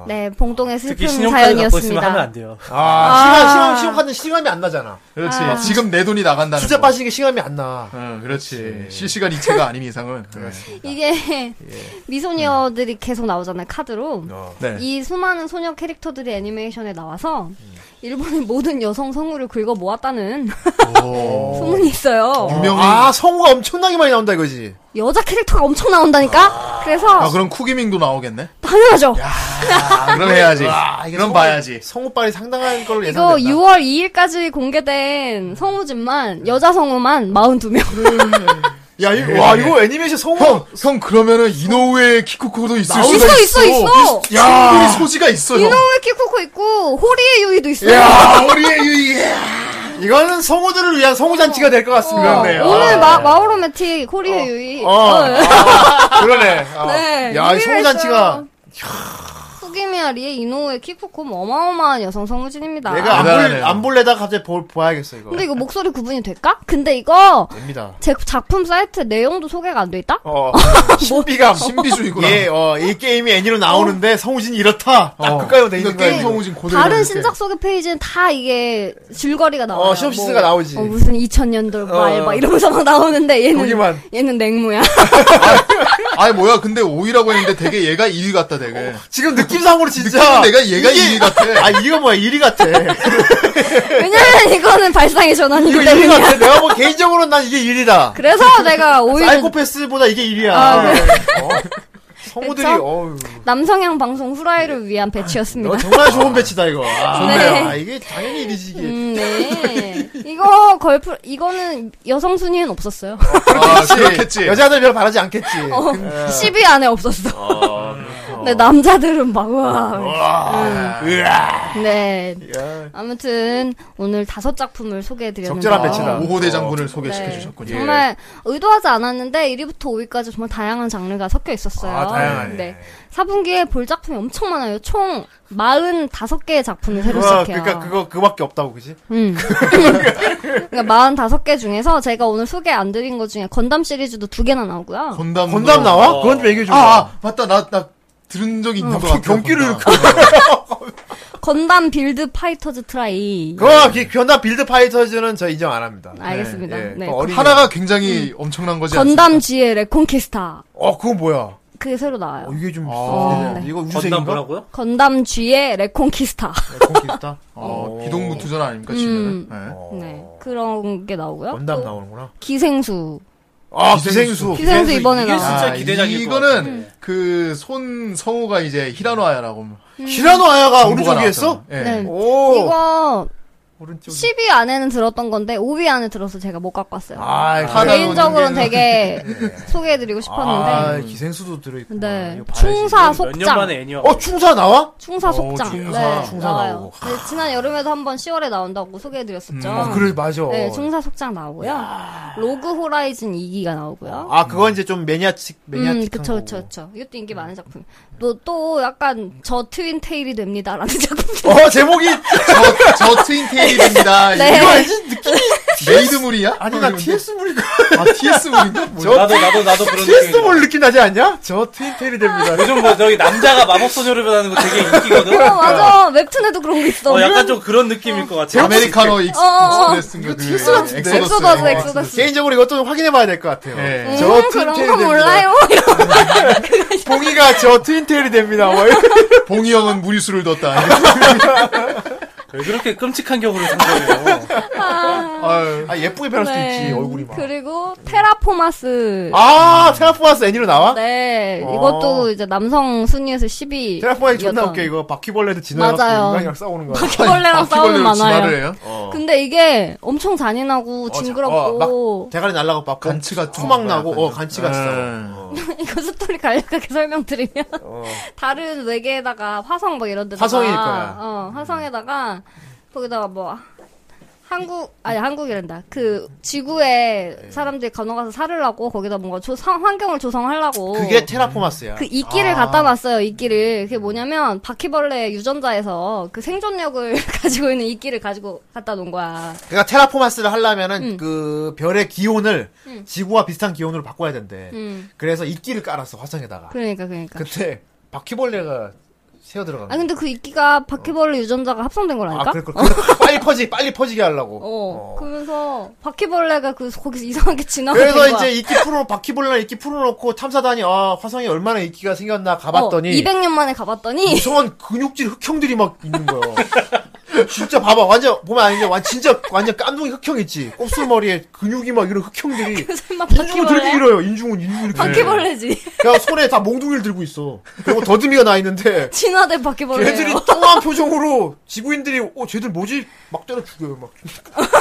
S6: 네 봉동의
S2: 특히
S6: 슬픈
S2: 신용카드 갖고 있으면 하면
S6: 사연이었습니다.
S2: 안 돼요.
S1: 아, 시간, 시간, 시간하는 실감이 안 나잖아.
S3: 그렇지. 지금 내 돈이 나간다는
S1: 숫자
S3: 거.
S1: 빠지는 네. 게 실감이 안 나.
S3: 응, 그렇지. 실시간 이체가 아닌
S1: 네.
S3: 이상은.
S6: 이게 미소녀들이 계속 나오잖아요 카드로.
S3: 예. 네.
S6: 이 수많은 소녀 캐릭터들이 애니메이션에 나와서 일본의 모든 여성 성우를 긁어 모았다는
S3: 오.
S6: 소문이 있어요.
S3: 유명인.
S1: 아, 성우가 엄청나게 많이 나온다 이거지.
S6: 여자 캐릭터가 엄청 나온다니까? 그래서
S3: 아, 그럼 쿠기밍도 나오겠네?
S6: 당연하죠.
S3: 아, 그럼 해야지.
S1: 와, 이게
S3: 그럼
S1: 성우-
S3: 봐야지.
S1: 성우빨이 상당한 걸로
S6: 이거
S1: 예상된다.
S6: 6월 2일까지 공개된 성우집만 여자 성우만 42명.
S1: 야, 이거, 와, 이거 애니메이션 성공.
S3: 네. 형, 형 그러면은 이노우의 키쿠코도 있을 수가
S6: 나올 수가 아, 있어, 있어, 있어.
S3: 야, 충분히 소지가 있어, 형.
S6: 이노우의 키코코 있고 호리의 유이도 있어.
S3: 야, 우리의 유예.
S1: 이거는 성우들을 위한 성우잔치가 될 것 같습니다.
S3: 그렇네요.
S6: 어, 오늘
S3: 아.
S6: 마, 마오로매틱 호리의 유이.
S1: 어, 그러네. 아.
S6: 네.
S1: 야, 이
S6: 유의를
S1: 성우잔치가
S6: 했어요. 후기미야 리의 이노우의 키코코 어마어마한 여성 성우진입니다.
S1: 내가 안, 볼,
S3: 대단하네요.
S1: 안 볼래다가 갑자기 볼, 봐야겠어, 이거.
S6: 근데 이거 목소리 구분이 될까? 근데 이거
S1: 됩니다.
S6: 제 작품 사이트 내용도 소개가 안 돼 있다?
S1: 어, 신비감.
S3: 뭐, 신비주의구나.
S1: 예, 어, 이 게임이 애니로 나오는데 성우진이 이렇다. 딱
S3: 어.
S1: 그까요, 돼 있는
S3: 이거
S1: 거야.
S3: 게임
S1: 이거.
S3: 성우진 고대
S6: 다른 신작 소개 페이지는 다 이게 줄거리가 나와요.
S1: 어, 시놉시스가 나오지.
S6: 어, 무슨 2000년도 말
S1: 어.
S6: 막 이러면서 막 나오는데 얘는
S1: 거기만.
S6: 얘는 냉무야.
S3: 아니 뭐야 근데 5위라고 했는데 되게 얘가 2위 같다
S1: 어,
S3: 되게
S1: 지금 느낌상으로 진짜.
S3: 느낌은 내가 얘가
S1: 이게-
S3: 2위 같아
S1: 아, 이거 뭐야, 1위 같아.
S6: 왜냐면 이거는 발상의
S1: 이거
S6: 전환이기
S1: 1위
S6: 때문이야.
S1: 같아. 아, 내가 뭐 개인적으로는 난 이게 1위다.
S6: 그래서 내가 오히려
S1: 사이코패스보다 이게 1위야. 어?
S6: 아,
S1: 성우들이,
S6: 그쵸? 음.
S1: 어우.
S6: 남성향 방송 후라이를 위한
S1: 너
S6: 배치였습니다.
S1: 정말 좋은 배치다, 이거. 아,
S6: 좋네요.
S1: 아, 이게 당연히 1위지, 이게.
S6: 음, 네. 이거 걸프 이거는 여성 순위는 없었어요.
S3: 아, 그렇겠지
S1: 여자들 별로 바라지 않겠지.
S6: 어,
S1: 예.
S6: 10위 안에 없었어. 네, 남자들은 막, 와. 네.
S1: 야,
S6: 아무튼, 오늘 다섯 작품을 소개해드렸는데.
S1: 적절한 배치다. 예.
S3: 5호 아, 대장군을
S6: 네.
S3: 소개시켜주셨군요 예.
S6: 정말 의도하지 않았는데 1위부터 5위까지 정말 다양한 장르가 섞여 있었어요.
S1: 아, 다양하네.
S6: 네. 4분기에 볼 작품이 엄청 많아요. 총 45개의 작품이 새로
S1: 그거, 그러니까
S6: 시작해요.
S1: 그니까 그거, 그밖에 없다고, 그지?
S6: 음. 그러니까 45개 중에서 제가 오늘 소개 안 드린 것 중에 건담 시리즈도 두 개나 나오고요.
S3: 건담
S1: 건담 나와? 그건 좀 얘기해줘.
S3: 음, 아, 아 맞다 나, 나 들은 적이 있는 것 같아
S1: 어, 그 경기를
S3: 건담.
S6: 건담 빌드 파이터즈 트라이.
S1: 그거, 기- 견다 빌드 파이터즈는 저 인정 안 합니다.
S6: 알겠습니다.
S1: 예,
S6: 네.
S1: 그 어린이.
S3: 하나가 굉장히 엄청난 거지
S6: 음. 건담
S3: 않습니까?
S6: GL의 콘키스타.
S1: 어, 그건 뭐야?
S6: 그게 새로 나와요.
S1: 어, 이게 좀
S6: 아,
S1: 비슷한데.
S6: 네.
S1: 이거
S2: 건담
S1: 우주색인가?
S2: 뭐라고요?
S6: 건담 G의 레콘키스타.
S1: 공기다.
S3: 어, 기동무투전 아닙니까
S6: 음.
S3: 지금
S1: 어.
S6: 네. 그런 게 나오고요.
S1: 건담
S6: 또
S1: 나오는구나.
S6: 기생수.
S1: 아,
S3: 네. 기생수.
S1: 기생수.
S3: 아,
S6: 기생수 이번에
S2: 이게
S6: 나와.
S2: 진짜 기대작일
S3: 이거는
S2: 것
S6: 음.
S2: 같아.
S3: 그 손 성우가 이제 히라노아야라고
S1: 히라노 아야가
S3: 정보가
S1: 오른쪽에 했어?
S3: 나왔잖아. 예.
S6: 네.
S1: 오.
S6: 음. 이거
S1: 오른쪽.
S6: 10위 안에는 들었던 건데 5위 안에 들어서 제가 못 갖고 왔어요.
S1: 아,
S3: 아,
S1: 아,
S6: 개인적으로는 되게 소개해드리고 싶었는데.
S1: 아, 기생수도 들어있고.
S6: 근데
S1: 충사.
S6: 충사
S2: 몇 년
S6: 속장.
S2: 만에 애니화.
S1: 어, 충사 나와?
S6: 충사 속장.
S3: 충사.
S6: 네,
S1: 충사
S6: 나와요.
S1: 나오고.
S6: 네, 지난 여름에도 한번 10월에 나온다고 소개해드렸었죠.
S3: 음, 어,
S1: 그래, 맞아.
S6: 네, 충사 속장 나오고요. 로그 호라이즌 2기가 나오고요.
S1: 아, 그건 이제 좀 매니아틱, 매니아틱한
S6: 어? 음, 그쵸,
S1: 거고.
S6: 그쵸, 그쵸. 이것도 인기 많은 작품. 또, 또, 약간, 저 트윈 테일이 됩니다라는 작품.
S1: 어, 제목이
S3: 저, 저
S1: 아,
S3: 트윈테일입니다
S6: 네.
S3: 이거 알지? 느낌이 메이드물이야?
S1: 아니 나 TS 물가
S3: 아 TS물인가? 뭐야?
S2: 나도, 나도, 나도 그런
S1: TS
S2: 느낌이야.
S1: 물 느낌 나지 않냐? 저 트윈테일이 됩니다.
S2: 요즘 뭐 저기 남자가 마법소녀로 변하는 거 되게 인기거든.
S1: 그러니까.
S6: 어, 맞아. 웹툰에도 그런 거 있어.
S2: 어, 약간 좀 그런 느낌인 것 같아.
S3: 아메리카노 익스-
S6: 어, 어.
S3: 익스프레스인가? 그
S1: TS 같은데?
S6: 엑소더스, 엑소더스.
S1: 개인적으로 이것도 좀 확인해봐야 될 것 같아요.
S3: 예.
S6: 음,
S1: 저
S6: 그런
S1: 트윈테일이
S6: 거
S1: 됩니다.
S6: 몰라요.
S1: 봉이가 저 트윈테일이 됩니다. 뭐 이런-
S3: E 봉이 형은 무리수를 뒀다. 아,
S2: 왜 그렇게 끔찍한 격으로 상상해요?
S3: 아유.
S1: 아 예쁘게 변할 수도
S6: 네.
S1: 있지 얼굴이 막. 음.
S6: 그리고, 테라포마스.
S1: 아 테라포마스 애니로 나와?
S6: 네.
S1: 어.
S6: 이것도 이제 남성 순위에서 10위.
S1: 테라포마스 존나 웃겨 이거 아, 바퀴벌레도
S6: 맞아요.
S1: 진화해서 인간이랑 싸우는 거야.
S6: 바퀴벌레랑 싸우는
S3: 바퀴벌레로 아, 진화를
S6: 만화예요.
S3: 해요?
S1: 어.
S6: 근데 이게 엄청 잔인하고
S1: 자- 어,
S6: 징그럽고
S1: 막 대가리 날라가 막
S3: 간치 같은
S1: 토막
S3: 건가,
S1: 나고
S3: 약간
S1: 어
S3: 좀.
S1: 간치 같이
S3: 예.
S1: 싸워. 어.
S6: 이거 그 스토리 간략하게 설명드리면 다른 외계에다가 화성 뭐 이런 데다가
S1: 화성일 거야. 음.
S6: 어, 화성에다가 거기다가 뭐 한국
S1: 음.
S6: 아니 한국이란다. 그
S1: 예.
S6: 지구에 사람들이 건너가서 살으려고 거기다 뭔가 조, 상- 환경을 조성하려고
S1: 그게 아. 테라포마스야.
S6: 그 이끼를 갖다 놨어요. 이끼를 그게 뭐냐면 바퀴벌레 유전자에서 그 생존력을 가지고 있는 이끼를 가지고 갖다 놓은 거야.
S1: 그러니까 테라포마스를 하려면은
S6: 음.
S1: 그 별의 기온을 지구와 비슷한 기온으로 바꿔야 된대.
S6: 음,
S1: 그래서 이끼를 깔았어 화성에다가.
S6: 그러니까 그러니까.
S1: 근데 바퀴벌레가 새어 들어간
S6: 아
S1: 거야.
S6: 근데 그 이끼가 바퀴벌레 유전자가 합성된 걸 아닐까?
S1: 아, 그래, 그래. 그래. 빨리 퍼지, 빨리 퍼지게 하려고.
S6: 어, 그러면서 바퀴벌레가 그 거기서 이상하게 지나가는
S1: 그래서
S6: 거야.
S1: 이제 이끼 풀어, 바퀴벌레랑 이끼 풀어놓고 탐사단이, 아, 화성에 얼마나 이끼가 생겼나 가봤더니.
S6: 어, 200년 만에 가봤더니
S1: 이상한 근육질 흑형들이 막 있는 거야. 진짜 봐봐. 완전, 보면 아닌데, 완, 진짜, 완전 깐둥이 흑형 있지. 곱슬머리에 근육이 막 이런 흑형들이.
S6: 설마
S1: 인중은 되게
S6: 그 바퀴벌레?
S1: 길어요. 인중은, 인중이 이렇게.
S6: 바퀴벌레지.
S1: 그냥 손에 다 몽둥이를 들고 있어. 그리고 더듬이가 나 있는데.
S6: 진화된 바퀴벌레.
S1: 걔들이 뚱한 표정으로 지구인들이 어 쟤들 뭐지 막 때려 죽여요 막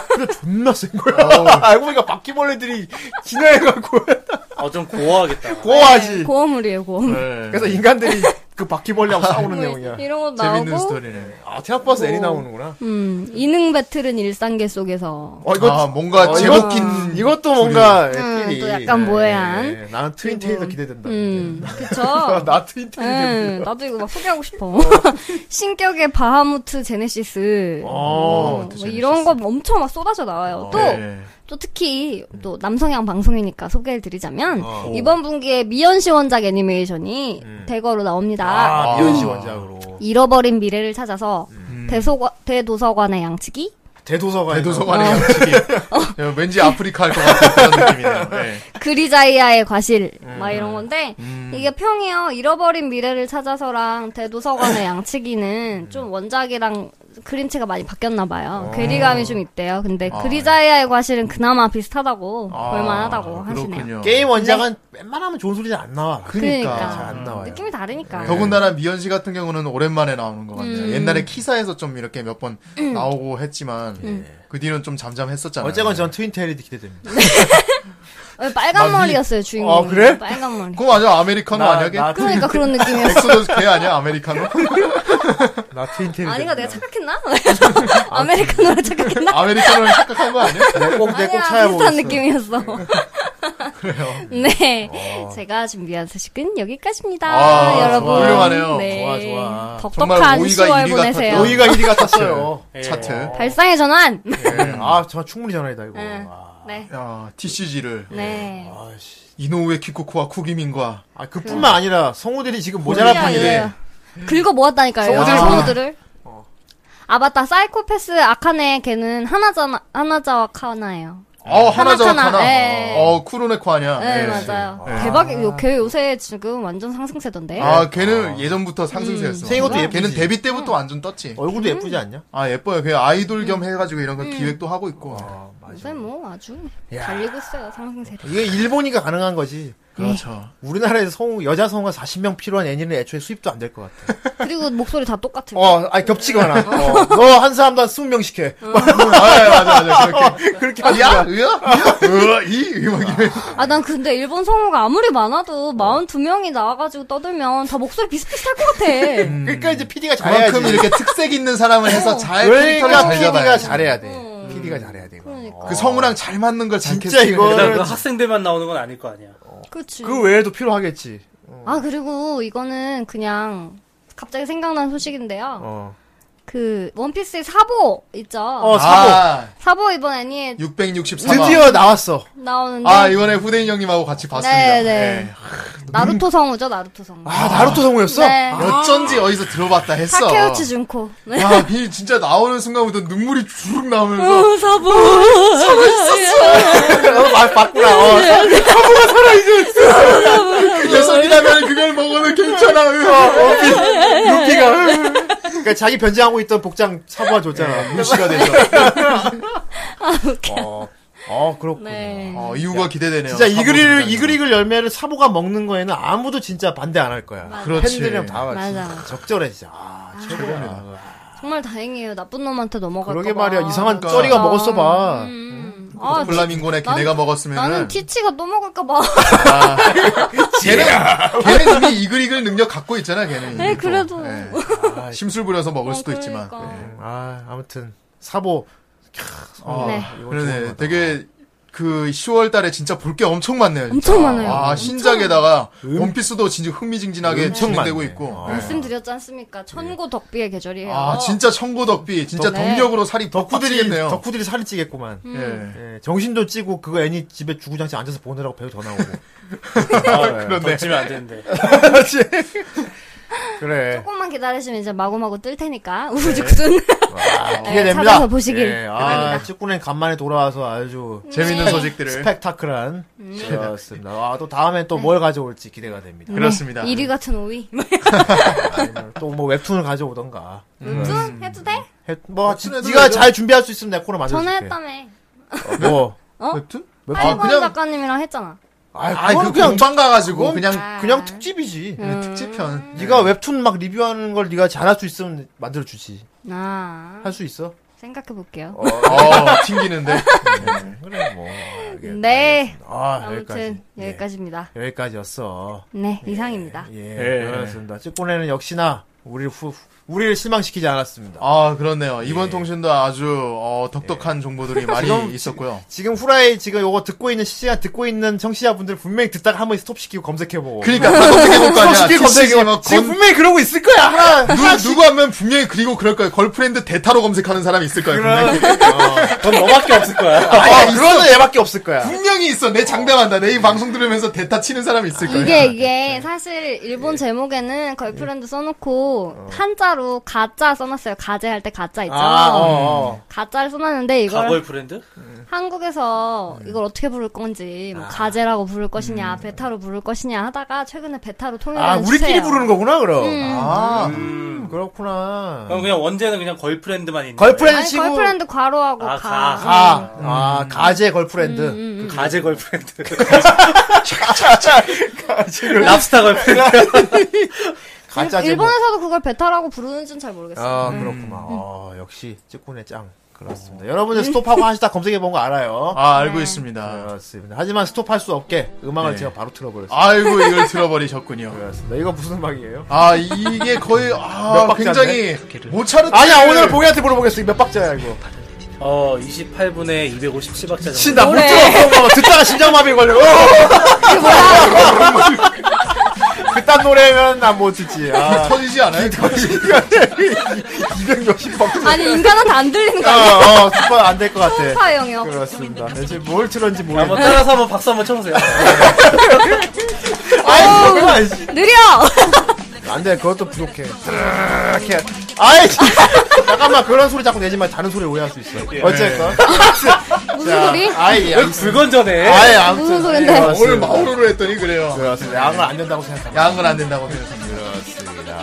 S1: 근데 존나 센 거야. 알고 보니까 바퀴벌레들이 진화해갖고
S2: 어좀 고어하겠다.
S1: 고하지.
S6: 네, 고어물이에요, 고어물.
S1: 그래서 인간들이 네, 그 바퀴벌레하고 싸우는 내용이야.
S6: 아, 이런 거
S1: 재밌는
S6: 나오고.
S1: 스토리네. 아, 테라버스 애니 나오는구나.
S6: 음, 이능 배틀은 일상계 속에서.
S1: 어,
S3: 아, 뭔가
S1: 어,
S3: 제목
S1: 이거-
S3: 긴
S1: 이것도 뭔가 네,
S6: 음,
S1: 끼리.
S6: 또 약간 모해한.
S1: 예, 나는 트윈 테일러 기대된다.
S6: 음,
S1: 아,
S6: 그쵸.
S1: 나 트윈 테일러.
S6: 응, 나도 이거 막 소개하고 싶어. 신격의 바하무트 제네시스. 어, 뭐 이런 거 엄청 막 쏟아져
S1: 어.
S6: 나와요. 또,
S1: 네.
S6: 또 특히, 또 남성향 방송이니까 소개를 드리자면, 이번 분기에 미연씨 원작 애니메이션이 대거로 나옵니다.
S1: 아, 미연 씨 원작으로.
S6: 잃어버린 미래를 찾아서, 대소관, 대도서관의 양치기?
S1: 대도서관.
S3: 대도서관의 양치기. 야,
S6: 어.
S3: 왠지 아프리카 할 것 같은 그런 느낌이네요. 예.
S6: 그리자이아의 과실 막 이런 건데 이게 평이요 잃어버린 미래를 찾아서랑 대도서관의 양치기는 좀 원작이랑 그림체가 많이 바뀌었나 봐요 괴리감이 좀 있대요 근데 그리자이아의 과실은 그나마 비슷하다고 볼만하다고 하시네요
S3: 아. 그렇군요.
S1: 게임 원작은 웬만하면 좋은 소리는 안 나와.
S6: 네. 그러니까.
S1: 잘 안 나와요.
S6: 느낌이 다르니까
S3: 네. 더군다나 미연 씨 같은 경우는 오랜만에 나오는 것
S6: 음.
S3: 같네요. 옛날에 키사에서 좀 이렇게 몇 번 나오고 했지만
S6: 음.
S3: 그 뒤는 좀 잠잠했었잖아요.
S1: 어쨌건 전 트윈 테일이 기대됩니다.
S6: 어, 빨간 머리였어요 주인공
S1: 아, 그래?
S6: 빨간 머리
S3: 그거 맞아 아메리카노
S1: 나-
S3: 아니야? 걔?
S1: 나-
S6: 그러니까 그런 느낌이었어
S3: 엑소도 걔 아니야 아메리카노?
S1: 나 트윈 테일.
S6: 아닌가 내가 착각했나 아메리카노를 착각했나
S3: 아메리카노를 착각한 거 아니야?
S1: 꼭내 꼭
S6: 아니야
S1: 차야
S6: 비슷한
S1: 보고.
S6: 느낌이었어. 네, 제가 준비한 소식은 여기까지입니다,
S3: 아,
S6: 여러분.
S3: 좋아. 훌륭하네요.
S6: 네.
S1: 좋아, 좋아.
S3: 정말
S6: 덕덕한
S3: 오이가
S6: 10월
S3: 이리 같았다.
S6: 보내세요.
S1: 너희가 1위 같았어요.
S2: 예.
S3: 차트.
S6: 발상의 전환.
S1: 예. 아, 저 충분히 전화이다 이거.
S6: 응.
S1: 아,
S6: 네,
S3: 야 TCG를
S6: 네.
S1: 아씨.
S3: 이노우의 키코코와 쿠기민과
S1: 아, 그뿐만 아니라 성우들이
S6: 그
S1: 지금 모자란
S6: 야,
S1: 판인데.
S6: 야, 야. 네. 긁어 모았다니까요.
S1: 성우들을
S6: 성우들을. 아 맞다, 사이코패스 아카네 걔는 하나자나 하나자와 카나예요.
S1: 음.
S3: 어 하나자
S6: 하나,
S3: 하나.
S6: 예.
S3: 어 쿠로네코 아니야?
S6: 네,
S3: 예.
S6: 맞아요. 대박, 요, 걔 요새 지금 완전 상승세던데.
S3: 아 걔는 예전부터 상승세였어.
S1: 음. 생긴 것도
S3: 걔는
S1: 예쁘지. 음.
S3: 데뷔 때부터 완전 떴지.
S1: 얼굴도
S6: 음.
S1: 예쁘지 않냐?
S3: 아 예뻐요. 걔 아이돌 겸 해가지고 이런 거 기획도 하고 있고.
S6: 요새 뭐 아주 달리고 있어요 상승세를.
S1: 이게 일본이가 가능한 거지.
S6: 음.
S3: 그렇죠.
S1: 우리나라에서 성우, 여자 성우가 40명 필요한 애니는 애초에 수입도 안 될 것 같아.
S6: 그리고 목소리 다 똑같은. 거.
S1: 어, 아니, 겹치거나. 어, 너한 사람도 한 20명씩 해.
S6: 음.
S3: 아, 예, 맞아 맞아 그렇게 그렇게 하야 으아 이 음악이
S6: 아, 난 근데 일본 성우가 아무리 많아도 42명이 나와가지고 떠들면 다 목소리 비슷비슷할 것 같아.
S3: 음.
S1: 그러니까 이제 PD가 잘해야지.
S3: 그만큼 이렇게 특색 있는 사람을 해서 잘 캐릭터를
S1: 그러니까
S3: 잘
S1: PD가
S3: 잡아야
S1: 잘해야 돼.
S6: 음.
S1: PD가 잘해야 돼. 이거.
S6: 그러니까.
S3: 그 성우랑 잘 맞는 걸잘
S1: 진짜 이거-
S2: 그다음 그 학생들만 나오는 건 아닐 거 아니야.
S6: 그치.
S1: 그 외에도 필요하겠지.
S6: 아, 그리고 이거는 그냥 갑자기 생각난 소식인데요.
S1: 어.
S6: 그, 원피스의 사보 있죠?
S1: 어, 사보.
S3: 아,
S6: 사보 이번 애니에
S3: 663화.
S1: 드디어 나왔어.
S6: 나오는데.
S3: 아, 이번에 후대인 형님하고 같이 봤습니다.
S6: 네네.
S3: 예.
S6: 나루토 성우죠, 나루토 성우.
S1: 아, 나루토 성우였어?
S3: 예.
S6: 네.
S3: 아, 어쩐지 어디서 들어봤다 했어.
S6: 타케우치 준코. 네.
S3: 아, 이 진짜 나오는 순간부터 눈물이 주르륵 나오면서
S6: 어, 사보.
S1: 어, 말 봤구나. 어,
S6: 음.
S3: 그 녀석이라면 그걸 먹으면 괜찮아.
S6: 음.
S3: 으아. 어,
S1: 루피가. 그러니까 자기 변장하고 있던 복장 사부가 줬잖아.
S3: 무시가 되죠. 아,
S1: 어, 어 그렇군.
S6: 네.
S3: 어, 이유가 기대되네요.
S1: 진짜 이
S3: 사보
S1: 그릴
S3: 등장이.
S1: 이 그릭을 열매를 사보가 먹는 거에는 아무도 진짜 반대 안 할 거야.
S3: 그렇지.
S1: 팬들이랑 다
S6: 맞아.
S1: 적절해 진짜. 아, 최고야.
S6: 정말 다행이에요. 나쁜 놈한테 넘어갈까
S1: 그러게
S6: 봐. 네.
S1: 말이야 이상한
S3: 그러니까.
S1: 쩌리가 먹었어 봐.
S6: 음. 아,
S3: 플라밍고네 어, 기내가
S6: 나는
S3: 먹었으면은 아.
S6: 티치가 또 먹을까 봐.
S3: 걔는 걔는 이미 이글이글 능력 갖고 있잖아 걔는.
S6: 네,
S3: 이미 또.
S6: 그래도. 아,
S3: 예. 심술 부려서 먹을 수도 있지만.
S6: 그러니까.
S3: 예.
S1: 아 아무튼 사보.
S3: 아,
S6: 네.
S3: 그러네. 되게 그 10월 달에 진짜 볼 게 엄청 많네요. 진짜.
S6: 엄청 많아요.
S3: 아, 신작에다가 원피스도 진짜 흥미진진하게
S1: 엄청
S3: 진행되고
S1: 많네.
S3: 있고. 예.
S6: 말씀드렸지 않습니까?
S1: 네.
S6: 천고 덕비의 계절이에요.
S3: 아, 진짜 청고덕비. 진짜
S6: 덕-
S3: 덕력으로 살이
S1: 덕후들이
S3: 덕후들이겠네요.
S1: 덕후들이 살이 찌겠구만.
S6: 음.
S3: 예.
S1: 예, 정신도 찌고 그거 애니 집에 주구장창 앉아서 보느라고 배우 더 나오고. 아, 네.
S3: 그런데
S2: 던지면 안 되는데.
S1: 그래.
S6: 조금만 기다리시면 이제 마구마구 뜰
S1: 네,
S6: 테니까 우후죽순
S1: 기대됩니다.
S6: 네, 찾아서 보시길.
S1: 예, 아, 축구는 간만에 돌아와서 아주
S6: 네.
S3: 재밌는 소식들을 네.
S1: 스펙타클한 시였습니다. 아, 또 다음에 또 뭘 가져올지 기대가 됩니다.
S3: 네,
S1: 음.
S3: 그렇습니다.
S6: 1위 같은 5위
S1: 또 뭐 웹툰을 가져오던가.
S6: 웹툰 해도 돼?
S1: 해- 뭐
S3: 웹툰 해도
S1: 네가
S3: 되죠?
S1: 잘 준비할 수 있으면 내 코너 맞춰줄게.
S6: 전화했다며
S1: 뭐.
S6: 어?
S3: 웹툰?
S6: 팔권
S3: 그냥-
S6: 작가님이랑 했잖아
S1: 아,
S3: 아니,
S1: 그건
S3: 그
S1: 그냥 음.
S3: 공방 가 가지고
S1: 그건
S3: 그냥
S6: 아. 음.
S1: 그냥 특집이지.
S3: 예, 특집편.
S1: 네가 웹툰 막 리뷰하는 걸 네가 잘할 수 있으면 만들어 주지.
S6: 아
S1: 할 수 있어?
S6: 생각해 볼게요.
S1: 어, 어, 튕기는데. 네, 그래, 뭐. 알겠다.
S6: 네.
S1: 아,
S6: 아무튼
S1: 여기까지. 예,
S6: 여기까지입니다.
S1: 여기까지였어.
S6: 네, 이상입니다.
S1: 예,
S3: 예.
S1: 그렇습니다. 찌꼬네는 역시나, 우리를 후, 우리를 실망시키지 않았습니다.
S3: 아,
S1: 예.
S3: 그렇네요. 이번 통신도 아주 어, 덕덕한 정보들이
S1: 지금-
S3: 많이 있었고요.
S1: 지금 후라이 지금 요거 듣고 있는 시간 듣고 있는 청취자분들 분명히 듣다가 한번 스톱시키고 검색해보고
S3: 그러니까 다 검색해볼 거 아니야.
S1: 스톱시키고 검색해보고
S3: 검색이면
S1: 지금
S3: 건,
S1: 분명히 그러고 있을 거야 하나
S3: 누, 누구 하면 분명히 그리고 그럴 거야. 걸프렌드 대타로 검색하는 사람이 있을 거야. 분명히,
S2: 그건 너밖에 없을 거야.
S1: 아, 그거는 얘밖에 없을 거야
S3: 분명히 있어. 내 장담한다. 내 이 방송 들으면서 대타 치는 사람이 있을 거야.
S1: 아,
S6: 이게 이게 사실
S1: 예.
S6: 일본 제목에는 걸프렌드 써놓고 한자로 가짜 써놨어요. 가재 할 때 가짜 있잖아.
S1: 어. 아, 어, 어.
S6: 가짜를 써놨는데 이걸
S2: 과거의 브랜드?
S6: 한국에서 이걸 어떻게 부를 건지
S1: 아.
S6: 뭐 가재라고 부를 것이냐 베타로 부를 것이냐 하다가 최근에 베타로
S1: 음.
S6: 통일을
S1: 아 우리끼리 부르는 거구나 그럼
S6: 음.
S1: 아 그렇구나
S2: 그럼 그냥 원제는 그냥 걸프렌드만 있는
S1: 걸프렌드
S6: 아니
S1: 치고
S6: 걸프렌드 과로하고
S2: 아,
S6: 가. 음.
S2: 가.
S1: 아, 아 가제 걸프렌드
S2: 거예요. 그 가제 걸프렌드.
S1: 가제 걸-
S2: 랍스타 걸프렌드.
S1: 가짜 제목
S6: 일- 일본에서도 그걸 베타라고 부르는지는 잘 모르겠어요.
S1: 아 그렇구나 아, 역시 찌꾸네 짱 그렇습니다 여러분들 스톱하고 하시다 검색해본 거 음. 알아요
S3: 아, 알고
S1: 네.
S3: 있습니다.
S1: 그렇습니다. 하지만 스톱할 수 없게 음악을
S3: 네.
S1: 제가 바로 틀어버렸어요.
S3: 아이고, 이걸 들어버리셨군요.
S1: 그렇습니다. 이거 무슨 음악이에요?
S3: 아, 이게 거의,
S1: 네. 몇
S3: 아,
S1: 박자인데?
S3: 굉장히 모차르트.
S1: 아니야 오늘 봉이한테 물어보겠어. 몇 박자야 이거?
S2: 어, 28분에 257박자 정도.
S1: 신나 못 들어. 어. 그거 듣다가 심장마비 걸려. 그딴 노래면 난 못 듣지. 아.
S3: 터지지 않아요?
S1: 260 박자.
S6: 아니 인간한테 안 들리는 거 아니야?
S1: 어, 어, 스포 안될 것 같아.
S6: 초음파 영역.
S1: 그렇습니다. 네, 지금 뭘 틀었는지
S2: 한번
S1: 모르겠네.
S2: 따라서 한번 박수 한번 쳐보세요. 어,
S1: 아이, 그만, 씨.
S6: 느려.
S1: 안 돼, 그것도 부족해. 이렇게. 아이, 진짜. 잠깐만, 그런 소리 자꾸 내지 말. 다른 소리 오해할 수 있어.
S3: 예.
S1: 어쨌건.
S6: 무슨 소리?
S1: 아이, 야,
S2: 왜 불건 전에?
S1: 아이, 아무튼. 네,
S6: 무슨 소린데?
S3: 오늘 마오로로 했더니 그래요. 네.
S1: 그렇습니다. 양은 안 된다고 생각합니다.
S3: 양은 안 된다고 생각합니다.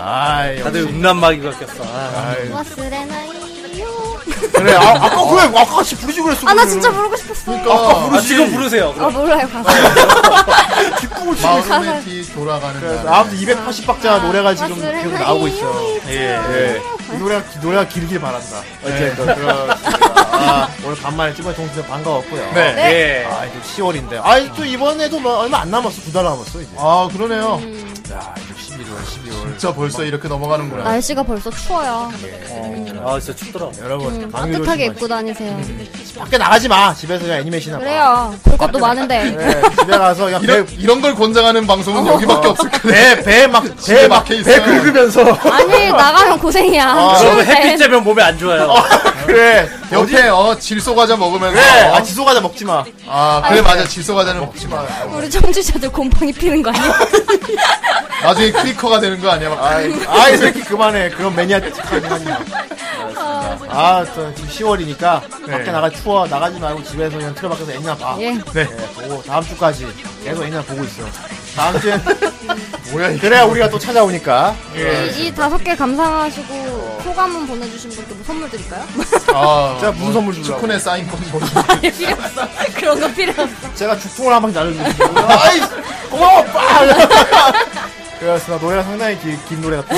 S1: 아이, 역시.
S2: 다들 음란마귀가 꼈어. 아,
S1: 아이.
S6: 와스레나이요.
S1: 그래, 아,
S3: 어.
S1: 아까 그왜 아까 같이 부르지 그랬어.
S6: 아 나 진짜 부르고 싶었어.
S3: 그러니까
S2: 아, 지금 부르세요.
S6: 아
S2: 그럼.
S6: 몰라요 가사.
S1: 뒷꿈을 치고 있어.
S3: 마오로의 뒤 돌아가는
S1: 그래서
S3: 날.
S1: 아무튼 280박자 노래가 지금 계속 나오고 있어.
S6: 예.
S1: 예. 이 노래가, 이 노래가 길길 바란다. 어쨌든,
S3: 예.
S1: 그렇습니다. 아, 오늘 간만에 찌발 동생 반가웠고요.
S2: 예.
S3: 네.
S1: 아, 이제 10월인데. 아, 또 이번에도 뭐 얼마 안 남았어. 두 달 남았어, 이제.
S3: 아, 그러네요.
S1: 야, 이제 11월, 12월.
S3: 진짜 벌써 이렇게
S1: 아.
S3: 넘어가는구나.
S6: 날씨가 벌써 추워요. 음,
S2: 아, 진짜 춥더라고.
S1: 여러분, 방귀 조심하시고.
S6: 따뜻하게 입고 다니세요.
S1: 밖에 나가지 마. 집에서 그냥 애니메이션이나 봐.
S6: 그래요. 볼 것도 많은데.
S1: 네, 집에 가서 그냥
S3: 이런, 이런 걸 권장하는 방송은 여기밖에 없을 거예요.
S1: 배, 배 막,
S3: 집에
S1: 네. 배 막,
S3: 막혀
S1: 배
S3: 있어요.
S1: 긁으면서.
S6: 아니 나가면 고생이야.
S2: 여러분,
S6: 추운데.
S2: 아, 햇빛 쬐면 몸에 안 좋아요.
S1: 그래.
S3: 옆에 어 질소 과자 먹으면서
S1: 그래.
S3: 어,
S1: 아, 지소 과자 먹지 마.
S3: 아 그래 맞아 질소 과자는 먹지 마
S6: 우리 청취자들 곰팡이 피는 거 아니야?
S3: 나중에 크리커가 되는 거 아니야 막.
S1: 아, 이 새끼 그만해. 그런 매니아틱하게 하냐. 아, 또 지금 10월이니까 밖에 나가 추워. 나가지 말고 집에서 그냥 틀어 밖에서 애니나 봐.
S6: 예.
S1: 네. 보고 다음 주까지 계속 애니나 보고 있어. 다음 주에
S3: 뭐야 이게
S1: 그래야 우리가 또 찾아오니까.
S6: 이, 이 다섯 개 감상하시고 소감은 보내주신 분께 뭐 선물 드릴까요?
S3: 아,
S1: 제가 무슨 선물 주려고.
S3: 축구에 쌓인 건 뭐.
S6: 필요 없어. 그런 거 필요 없어.
S1: 제가 죽통을 한 방 날려주고 아이 고마워 빠 그렇습니다 노래가 상당히 길- 긴, 노래가 또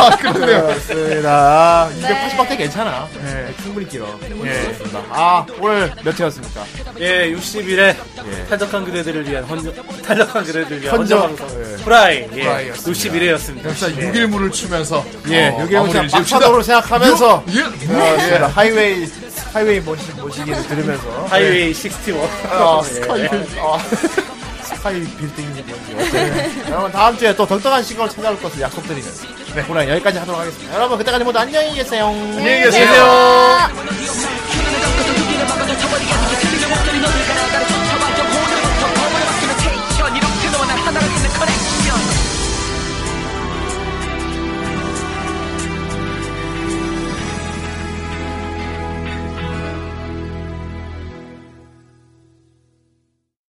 S3: 아 그러네요 네.
S1: 그렇습니다 280박대 괜찮아 네, 충분히 길어 그렇습니다 아 오늘 몇 회였습니까
S2: 예, 60일에 탈덕한 그대들을 위한 헌정, 탈덕한 그대들을 위한
S1: 헌정.
S2: 헌정 방송
S1: 예.
S2: 프라이, 예,
S3: 프라이였습니다.
S2: 61회였습니다. 예.
S3: 역시 6일물을 추면서
S1: 예
S3: 어,
S1: 여기 오면
S3: 마무리를
S1: 박차도로
S3: 지읍시다.
S1: 생각하면서 어, 네.
S3: 예.
S1: 그렇습니다. 하이웨이 하이웨이 모시, 모시기를 들으면서
S2: 하이웨이 61.
S1: 어, 스카이 어, 스카이 빌딩이 뭔지 어쨌든 여러분 다음 주에 또 덕덕한 시간을 찾아올 것을 약속드리면서 네 오늘 여기까지 하도록 하겠습니다 여러분 그때까지 모두 안녕히 계세요
S3: 안녕히 계세요.